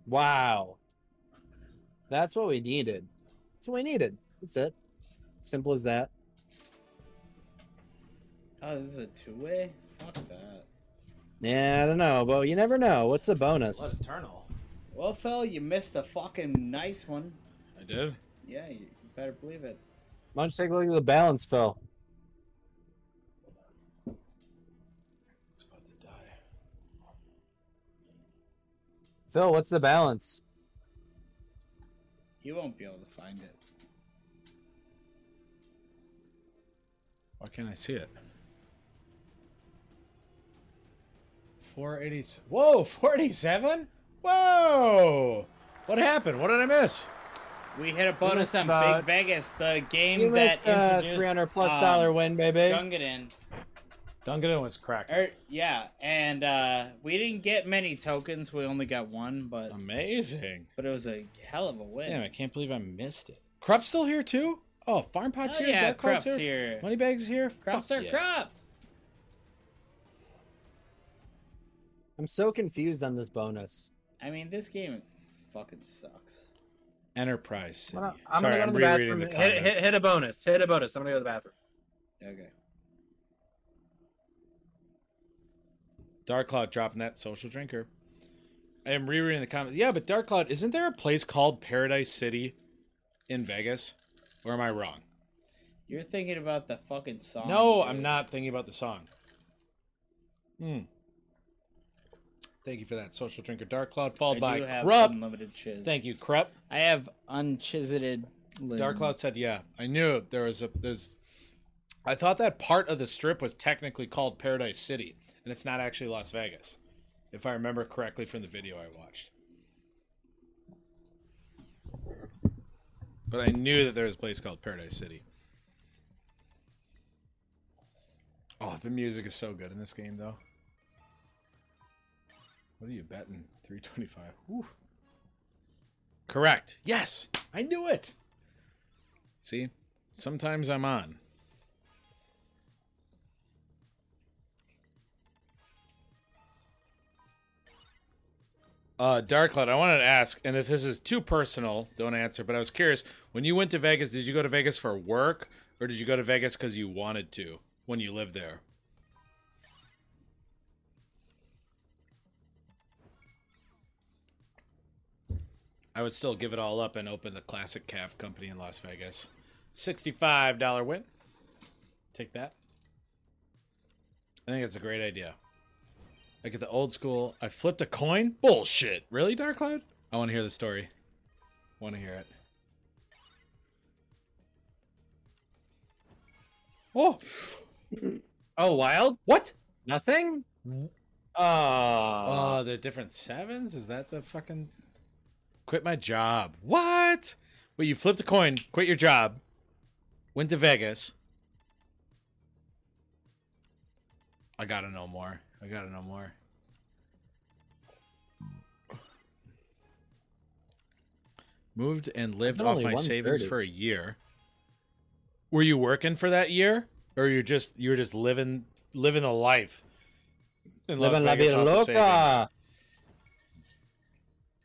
S2: Wow. That's what we needed. That's what we needed. That's it. Simple as that.
S3: Oh, this is a two way. Fuck that.
S2: Yeah, I don't know, but you never know. What's the bonus?
S4: eternal.
S3: Well, Phil, you missed a fucking nice one.
S4: I did.
S3: Yeah, you better believe it.
S2: Why don't you take a look at the balance, Phil?
S4: It's about to die.
S2: Phil, what's the balance?
S3: You won't be able to find it.
S4: Why can't I see it? Four eighty. Whoa, forty-seven. Whoa. What happened? What did I miss?
S3: We hit a bonus
S15: missed
S3: on
S15: about-
S3: Big Vegas, the game
S2: You
S3: that
S2: missed a
S3: introduced
S2: 300 plus
S3: um,
S2: dollar win, baby.
S3: Gungadin.
S4: Duncan was cracking.
S3: Er, yeah, and uh, we didn't get many tokens. We only got one, but
S4: Um, Amazing.
S3: but it was a hell of a win.
S4: Damn, I can't believe I missed it. Crup's still here too? Oh, Farm Pot's
S3: Hell
S4: here.
S3: yeah,
S4: Dark Cloud's
S3: Krupp's here.
S4: Moneybags here.
S3: Crops
S4: Fuck
S3: are
S4: yeah.
S3: crop.
S2: I'm so confused on this bonus.
S3: I mean, this game fucking sucks.
S4: Enterprise. City.
S15: Well, I'm
S4: Sorry,
S15: gonna
S4: I'm
S15: go to the
S4: rereading the
S15: bathroom. Hit- hit-
S4: comments.
S2: hit a bonus. Hit a bonus. I'm gonna go to the bathroom.
S3: Okay.
S4: Dark Cloud dropping that social drinker. I am rereading the comments. Yeah, but Dark Cloud, isn't there a place called Paradise City in Vegas? Or am I wrong?
S3: You're thinking about the fucking song.
S4: No,
S3: dude.
S4: I'm not thinking about the song. Hmm. Thank you for that social drinker, Dark Cloud,
S3: I
S4: followed
S3: do
S4: by
S3: have
S4: Krupp.
S3: unlimited chiz.
S4: Thank you, Krupp.
S3: I have unchiseted. limb.
S4: Dark Cloud said, "Yeah, I knew there was a there's." I thought that part of the strip was technically called Paradise City, and it's not actually Las Vegas, if I remember correctly from the video I watched. But I knew that there was a place called Paradise City. Oh, the music is so good in this game, though. What are you betting? Three twenty-five. Correct. Yes, I knew it. See, sometimes I'm on. Uh, Dark Cloud, I wanted to ask, and if this is too personal, don't answer. But I was curious: when you went to Vegas, did you go to Vegas for work, or did you go to Vegas because you wanted to when you lived there? I would still give it all up and open the Classic Cab Company in Las Vegas. $65 win. Take that. I think it's a great idea. I get the old school. I flipped a coin. Bullshit. Really, Dark Cloud? I want to hear the story. Want to hear it? Oh,
S2: Oh, wild?
S4: what?
S2: Nothing? Uh, Oh.
S4: Oh, the different sevens? Is that the fucking quit my job? What? Wait, you flipped a coin, quit your job, went to Vegas. I gotta know more. I gotta know more. Moved and lived
S2: Isn't
S4: off
S2: only
S4: my
S2: 130?
S4: savings for a year. Were you working for that year, or you just you were just living living the life? in Las
S2: Living la
S4: Vegas
S2: vida
S4: off the savings?
S2: loca.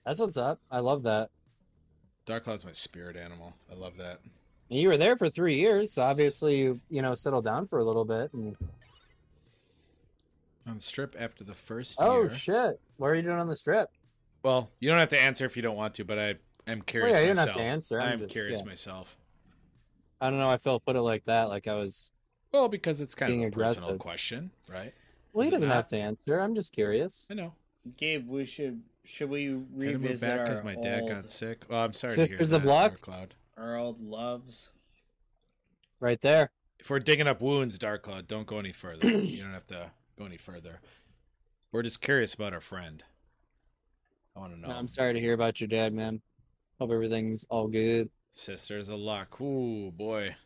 S16: That's what's up. I love that.
S4: Dark Cloud's my spirit animal. I love that.
S2: And You were there for three years, so obviously.
S16: Obviously, you you know settle down for a little bit. And,
S4: On the strip after the first
S16: oh
S4: year.
S16: shit, what are you doing on the strip?
S4: well, you don't have to answer if you don't want to, but I am curious
S16: yeah, you don't have
S4: myself.
S16: to answer. I'm
S4: I'm
S16: just-
S4: curious
S16: yeah.
S4: myself.
S2: I don't know. I felt put it like that. Like I was.
S4: Well, because it's kind
S16: Being
S4: of a personal
S16: aggressive.
S4: question, right?
S16: Well, he
S4: Is it
S16: doesn't
S4: not?
S16: have to answer. I'm just curious.
S4: I know.
S3: Gabe, we should should we
S4: I had to move
S3: revisit
S4: back
S3: our,
S4: because my dad
S3: old,
S4: got sick. Well, I'm sorry to hear
S2: Sisters
S4: that,
S2: of Luck?
S4: Dark Cloud.
S3: our old loves?
S2: Right there.
S4: If we're digging up wounds, Dark Cloud, don't go any further. you don't have to go any further. We're just curious about our friend. I want to know.
S2: I'm sorry to hear about your dad, man. Hope everything's all good.
S4: Sisters of Luck. Ooh, boy.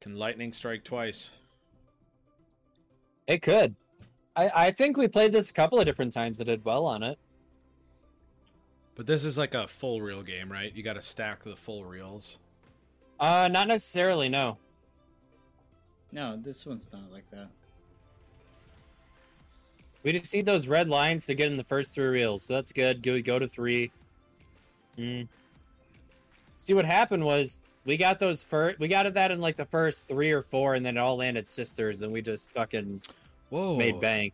S4: Can lightning strike twice?
S2: It could. I, I think we played this a couple of different times and did well on it.
S4: But this is like a full reel game, right? You got to stack the full reels.
S2: Uh, not necessarily. No.
S3: No, this one's not like that.
S2: We just need those red lines to get in the first three reels, so that's good. Go go to three. Mm. See what happened was we got those first. We got that in like the first three or four, and then it all landed sisters, and we just fucking
S4: Whoa!
S2: made bank.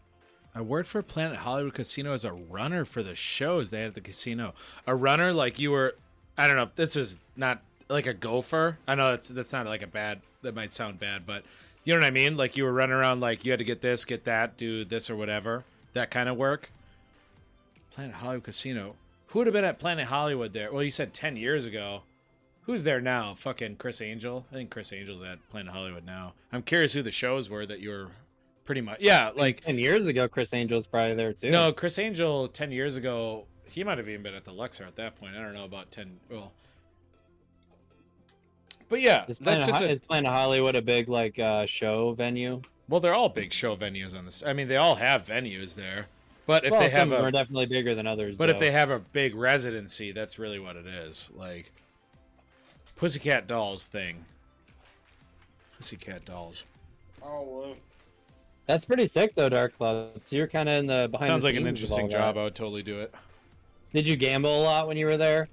S4: I worked for Planet Hollywood Casino as a runner for the shows they had at the casino. A runner like you were. I don't know. This is not like a gopher. I know that's that's not like a bad. That might sound bad, but you know what I mean. Like you were running around like you had to get this, get that, do this or whatever. That kind of work. Planet Hollywood Casino. Who would have been at Planet Hollywood there? Well, you said ten years ago. Who's there now? Fucking Chris Angel. I think Chris Angel's at Planet Hollywood now. I'm curious who the shows were that you were pretty much. Yeah, like
S2: Ten years ago, Chris Angel's probably there too.
S4: no, Chris Angel ten years ago, he might have even been at the Luxor at that point. I don't know about ten. Well, but yeah,
S2: is
S4: that's
S2: Planet,
S4: just
S2: Ho-
S4: a,
S2: is Planet Hollywood a big like uh, show venue?
S4: well, they're all big show venues on this. I mean, they all have venues there, but if
S2: well,
S4: they
S2: some
S4: have
S2: of them are
S4: a
S2: definitely bigger than others.
S4: but if
S2: though.
S4: they have a big residency, that's really what it is. Like Pussycat Dolls thing. Pussycat Dolls
S2: that's pretty sick though, Dark Cloud. So you're kind of in the behind.
S4: sounds
S2: the
S4: like an
S2: scenes of all
S4: interesting
S2: that.
S4: job. I would totally do it.
S2: Did you gamble a lot when you were there?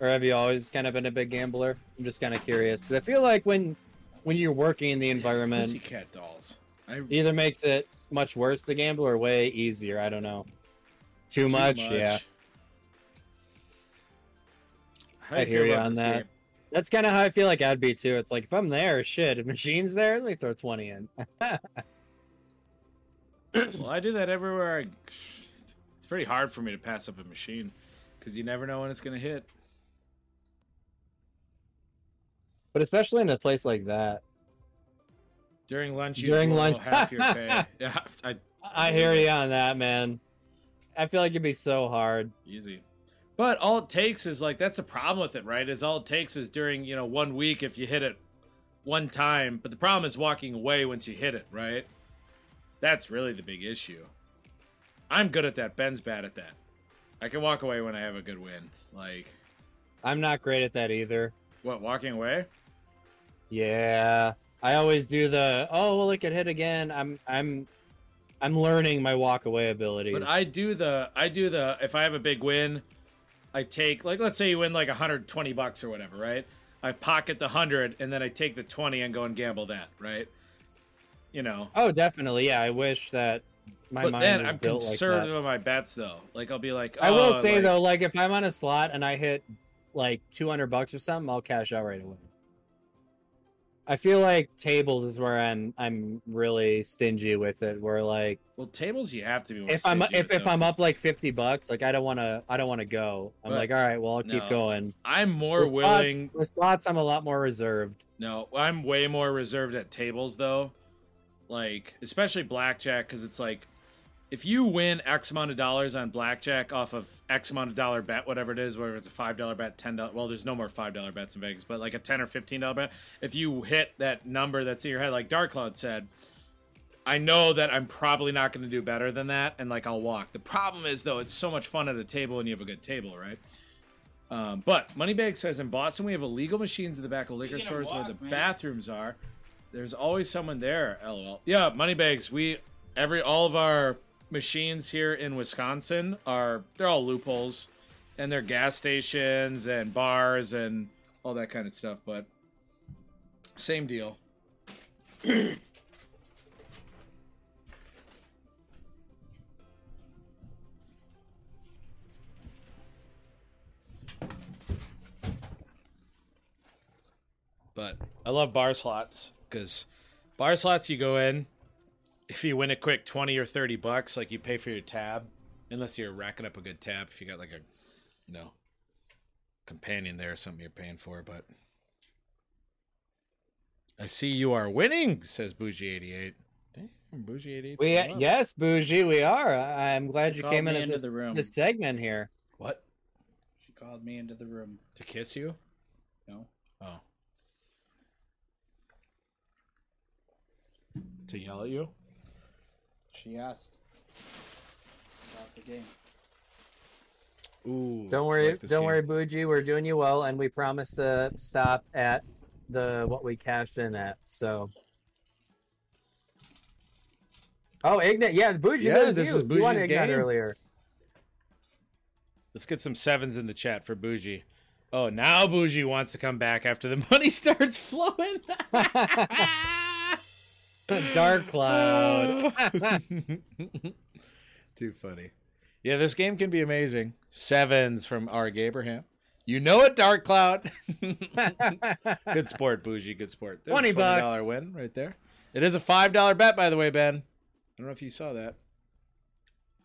S2: Or have you always kind of been a big gambler? I'm just kind of curious because I feel like when when you're working in the environment,
S4: Pussycat Dolls. I
S2: it either makes it much worse to gamble or way easier. I don't know. Too, much, yeah.
S4: How
S2: I
S4: do
S2: hear
S4: feel
S2: ya
S4: about
S2: on
S4: this
S2: that.
S4: game?
S2: That's kind of how I feel like I'd be too. It's like if I'm there, shit, if machine's there, let me throw twenty in.
S4: Well, I do that everywhere. I... It's pretty hard for me to pass up a machine because you never know when it's going to hit.
S2: But especially in a place like that,
S4: During lunch, you
S2: During
S4: blow
S2: lunch.
S4: half your pay. yeah, I,
S2: I I hear you on that, man. I feel like it'd be so hard.
S4: easy. But all it takes is like that's the problem with it, right? Is all it takes is during you know one week if you hit it one time. But the problem is walking away once you hit it, right? That's really the big issue. I'm good at that. Ben's bad at that. I can walk away when I have a good win. Like
S2: I'm not great at that either.
S4: what? Walking away?
S2: Yeah, I always do the oh well, it could hit again. I'm I'm I'm learning my walk away abilities.
S4: But I do the I do the if I have a big win, I take like let's say you win like 120 bucks or whatever, right? I pocket the 100 and then I take the 20 and go and gamble that, right? You know.
S2: oh definitely yeah. I wish that my
S4: but
S2: mind
S4: then
S2: was
S4: I'm
S2: built
S4: conservative
S2: like
S4: on my bets though. Like I'll be like
S2: that. I will
S4: oh,
S2: say
S4: like-
S2: though, like if I'm on a slot and I hit like 200 bucks or something, I'll cash out right away. I feel like tables is where I'm I'm really stingy with it. Where like
S17: Well, tables you have to be. more
S2: if I'm
S17: stingy
S2: if,
S17: with
S2: if I'm
S17: those.
S2: up like fifty bucks, like I don't want to I don't want to go. I'm
S17: Well,
S2: like, all right, well I'll
S17: no.
S2: keep going.
S17: I'm more
S2: With spots-
S17: willing.
S2: With spots, I'm a lot more reserved.
S17: No, I'm way more reserved at tables though. Like, especially blackjack, because it's like, if you win X amount of dollars on blackjack off of X amount of dollar bet, whatever it is, whether it's a five dollar bet, ten dollar. Well, there's no more five dollar bets in Vegas, but like a ten or fifteen dollar bet. If you hit that number that's in your head, like Dark Cloud said, I know that I'm probably not going to do better than that, and like I'll walk. The problem is though, it's so much fun at a table, and you have a good table, right? Um, but Moneybag says in Boston we have illegal machines in the back of liquor
S18: Speaking of
S17: stores where
S18: walk,
S17: the
S18: man.
S17: bathrooms are. There's always someone there. LOL. Yeah, Moneybags. We every all of our machines here in Wisconsin are they're all loopholes, and they're gas stations and bars and all that kind of stuff. But same deal.
S4: but I love bar slots because bar slots you go in, if you win a quick twenty or thirty bucks, like you pay for your tab, unless you're racking up a good tab. If you got like a, you know, companion there or something you're paying for, but I see you are winning, says Bougie eighty eight. Damn, Bougie eighty eight.
S2: We yes, bougie, we are. I, I'm glad
S3: She
S2: you
S3: called
S2: came in
S3: me
S2: at
S3: into
S2: this,
S3: the room.
S2: this segment here.
S4: What
S3: She called me into the room.
S4: to kiss you?
S3: No.
S4: Oh. To yell at you?
S3: She asked about the game.
S4: Ooh.
S2: Don't
S4: I
S2: worry,
S4: like this
S2: don't
S4: game.
S2: worry, Bougie. We're doing you well, and we promise to stop at the what we cashed in at. So. Oh, Ignat, yeah, Bougie.
S4: Yeah,
S2: that was
S4: this
S2: you.
S4: is
S2: You wanted
S4: Bougie's
S2: Ignat
S4: game.
S2: earlier.
S4: Let's get some sevens in the chat for Bougie. Oh, now Bougie wants to come back after the money starts flowing.
S2: Dark cloud.
S4: Too funny. Yeah, this game can be amazing. Sevens from Arg Abraham. You know it, Dark Cloud. good sport, Bougie. Good sport. There's
S2: $20
S4: a $20 win right there. It is a $5 bet, by the way, Ben. I don't know if you saw that.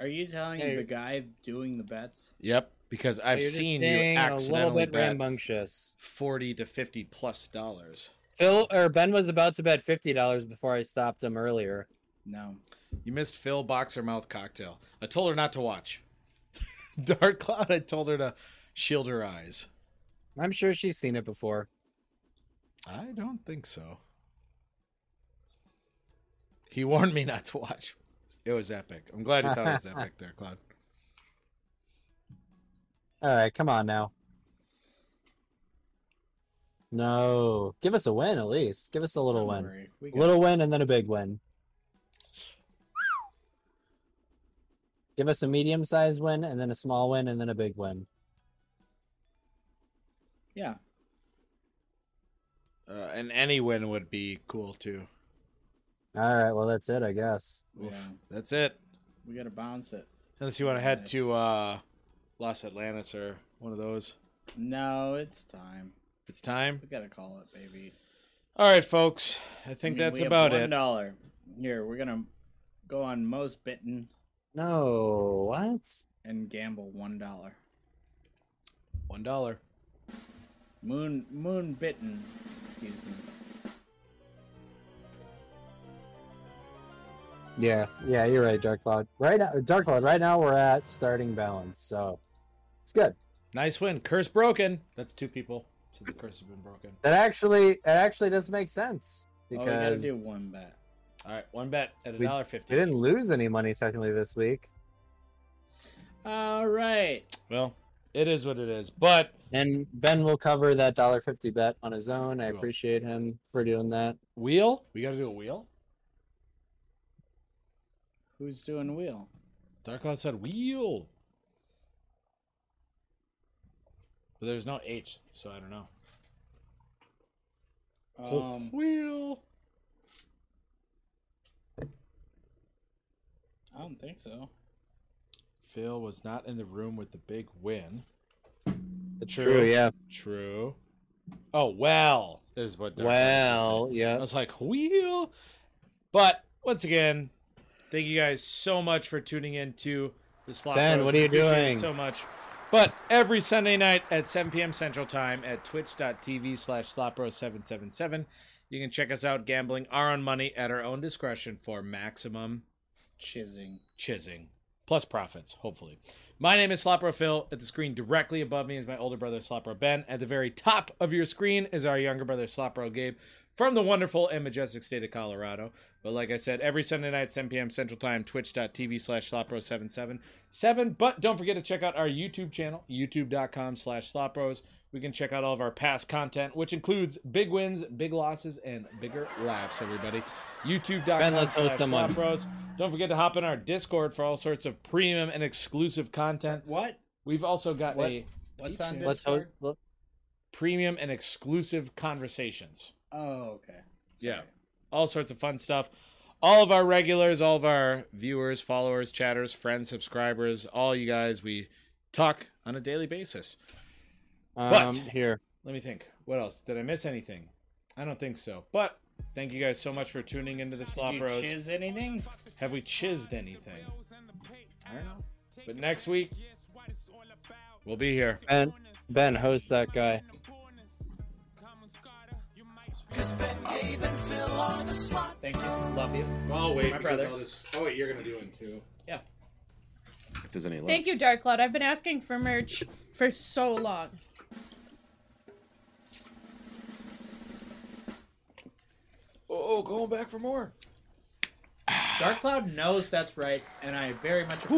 S3: Are you telling
S2: Hey.
S3: the guy doing the bets?
S4: Yep, because I've
S2: You're just
S4: seen
S2: being
S4: you
S2: a little
S4: accidentally
S2: bit
S4: bet
S2: rambunctious.
S4: 40 to 50 plus dollars.
S2: Phil or Ben was about to bet fifty dollars before I stopped him earlier.
S3: No.
S4: You missed Phil Boxer Mouth Cocktail. I told her not to watch. Dark Cloud, I told her to shield her eyes.
S2: I'm sure she's seen it before.
S4: I don't think so. He warned me not to watch. It was epic. I'm glad you thought it was epic, Dark Cloud.
S2: All right, come on now. No, give us a win at least. Give us a little
S3: Don't
S2: win,
S3: worry. We got
S2: little win, and then a big win. Give us a medium-sized win, and then a small win, and then a big win.
S3: Yeah.
S4: Uh, and any win would be cool too.
S2: All right, well that's it, I guess.
S4: Oof.
S3: Yeah.
S4: That's it.
S3: We gotta bounce it.
S4: Unless you want to head to uh, Los Atlantis or one of those.
S3: No, it's time.
S4: It's time.
S3: We gotta call it, baby.
S4: All right, folks. I think
S3: mean,
S4: that's
S3: we have
S4: about
S3: $1.
S4: it.
S3: dollar. Here, we're gonna go on most bitten
S2: No, what?
S3: and gamble one dollar.
S4: One dollar.
S3: Moon moon bitten. Excuse me. Oh,
S2: Yeah, yeah, you're right, Dark Cloud. Right now, Dark Cloud. Right now, we're at starting balance, so it's good.
S4: Nice win. Curse broken. That's two people. So the curse has been broken.
S2: That actually, it actually does make sense
S3: All
S2: because
S3: Oh, we gotta do one bet.
S4: All right, one bet at a
S2: We-
S4: dollar
S2: we
S4: fifty.
S2: didn't lose any money technically this week.
S3: All right.
S4: Well, it is what it is. But
S2: And Ben will cover that dollar fifty bet on his own. I
S4: He will.
S2: appreciate him for doing that.
S4: wheel, we got to do a wheel.
S3: Who's doing wheel?
S4: Dark Cloud said wheel, but there's no H, so I don't know.
S3: Um,
S4: wheel.
S3: I don't think so.
S4: Phil was not in the room with the big win.
S2: It's
S4: True. true,
S2: yeah.
S4: True. Oh well, is what. Dark Horse is saying.
S5: Well,
S4: I
S5: yeah.
S4: was like, wheel. But once again, thank you guys so much for tuning in to the slot.
S5: Ben,
S4: Bros.
S5: what are you
S4: Appreciate it
S5: doing?
S4: So much. But every Sunday night at 7 p.m. Central Time at twitch.tv slash slotbro777, you can check us out gambling our own money at our own discretion for maximum
S3: Chizzing.
S4: chizzing plus profits hopefully my name is slopro phil at the screen directly above me is my older brother slopro ben at the very top of your screen is our younger brother slopro gabe from the wonderful and majestic state of colorado but like i said every sunday night 7 p.m central time twitch.tv slash slopro777 but don't forget to check out our youtube channel youtube.com slash slopros we can check out all of our past content which includes big wins big losses and bigger laughs everybody youtube.com
S5: Ben, let's
S4: slash
S5: host someone.
S4: slopros don't forget to hop in our Discord for all sorts of premium and exclusive content.
S3: What?
S4: We've also got
S3: What?
S4: a
S3: What's on
S5: Let's
S3: Discord?
S5: host. let-
S4: premium and exclusive conversations.
S3: Oh, okay.
S4: Yeah. All sorts of fun stuff. All of our regulars, all of our viewers, followers, chatters, friends, subscribers, all you guys, we talk on a daily basis. But-
S5: Um, here.
S4: Let me think. What else? Did I miss anything? I don't think so. But thank you guys so much for tuning into the
S3: Did
S4: Slop
S3: you
S4: Bros.
S3: chiz anything?
S4: Have we chizzed anything?
S3: I don't know.
S4: But next week, we'll be here.
S5: Ben, Ben, host that guy.
S3: Thank you. Love you.
S4: Oh wait,
S3: My brother.
S4: this. Oh wait, you're gonna do one too.
S3: Yeah.
S19: If there's any left.
S20: Thank you, Dark Cloud. I've been asking for merch for so long.
S4: Oh, going back for more.
S3: Dark Cloud knows that's right, and I very much appreciate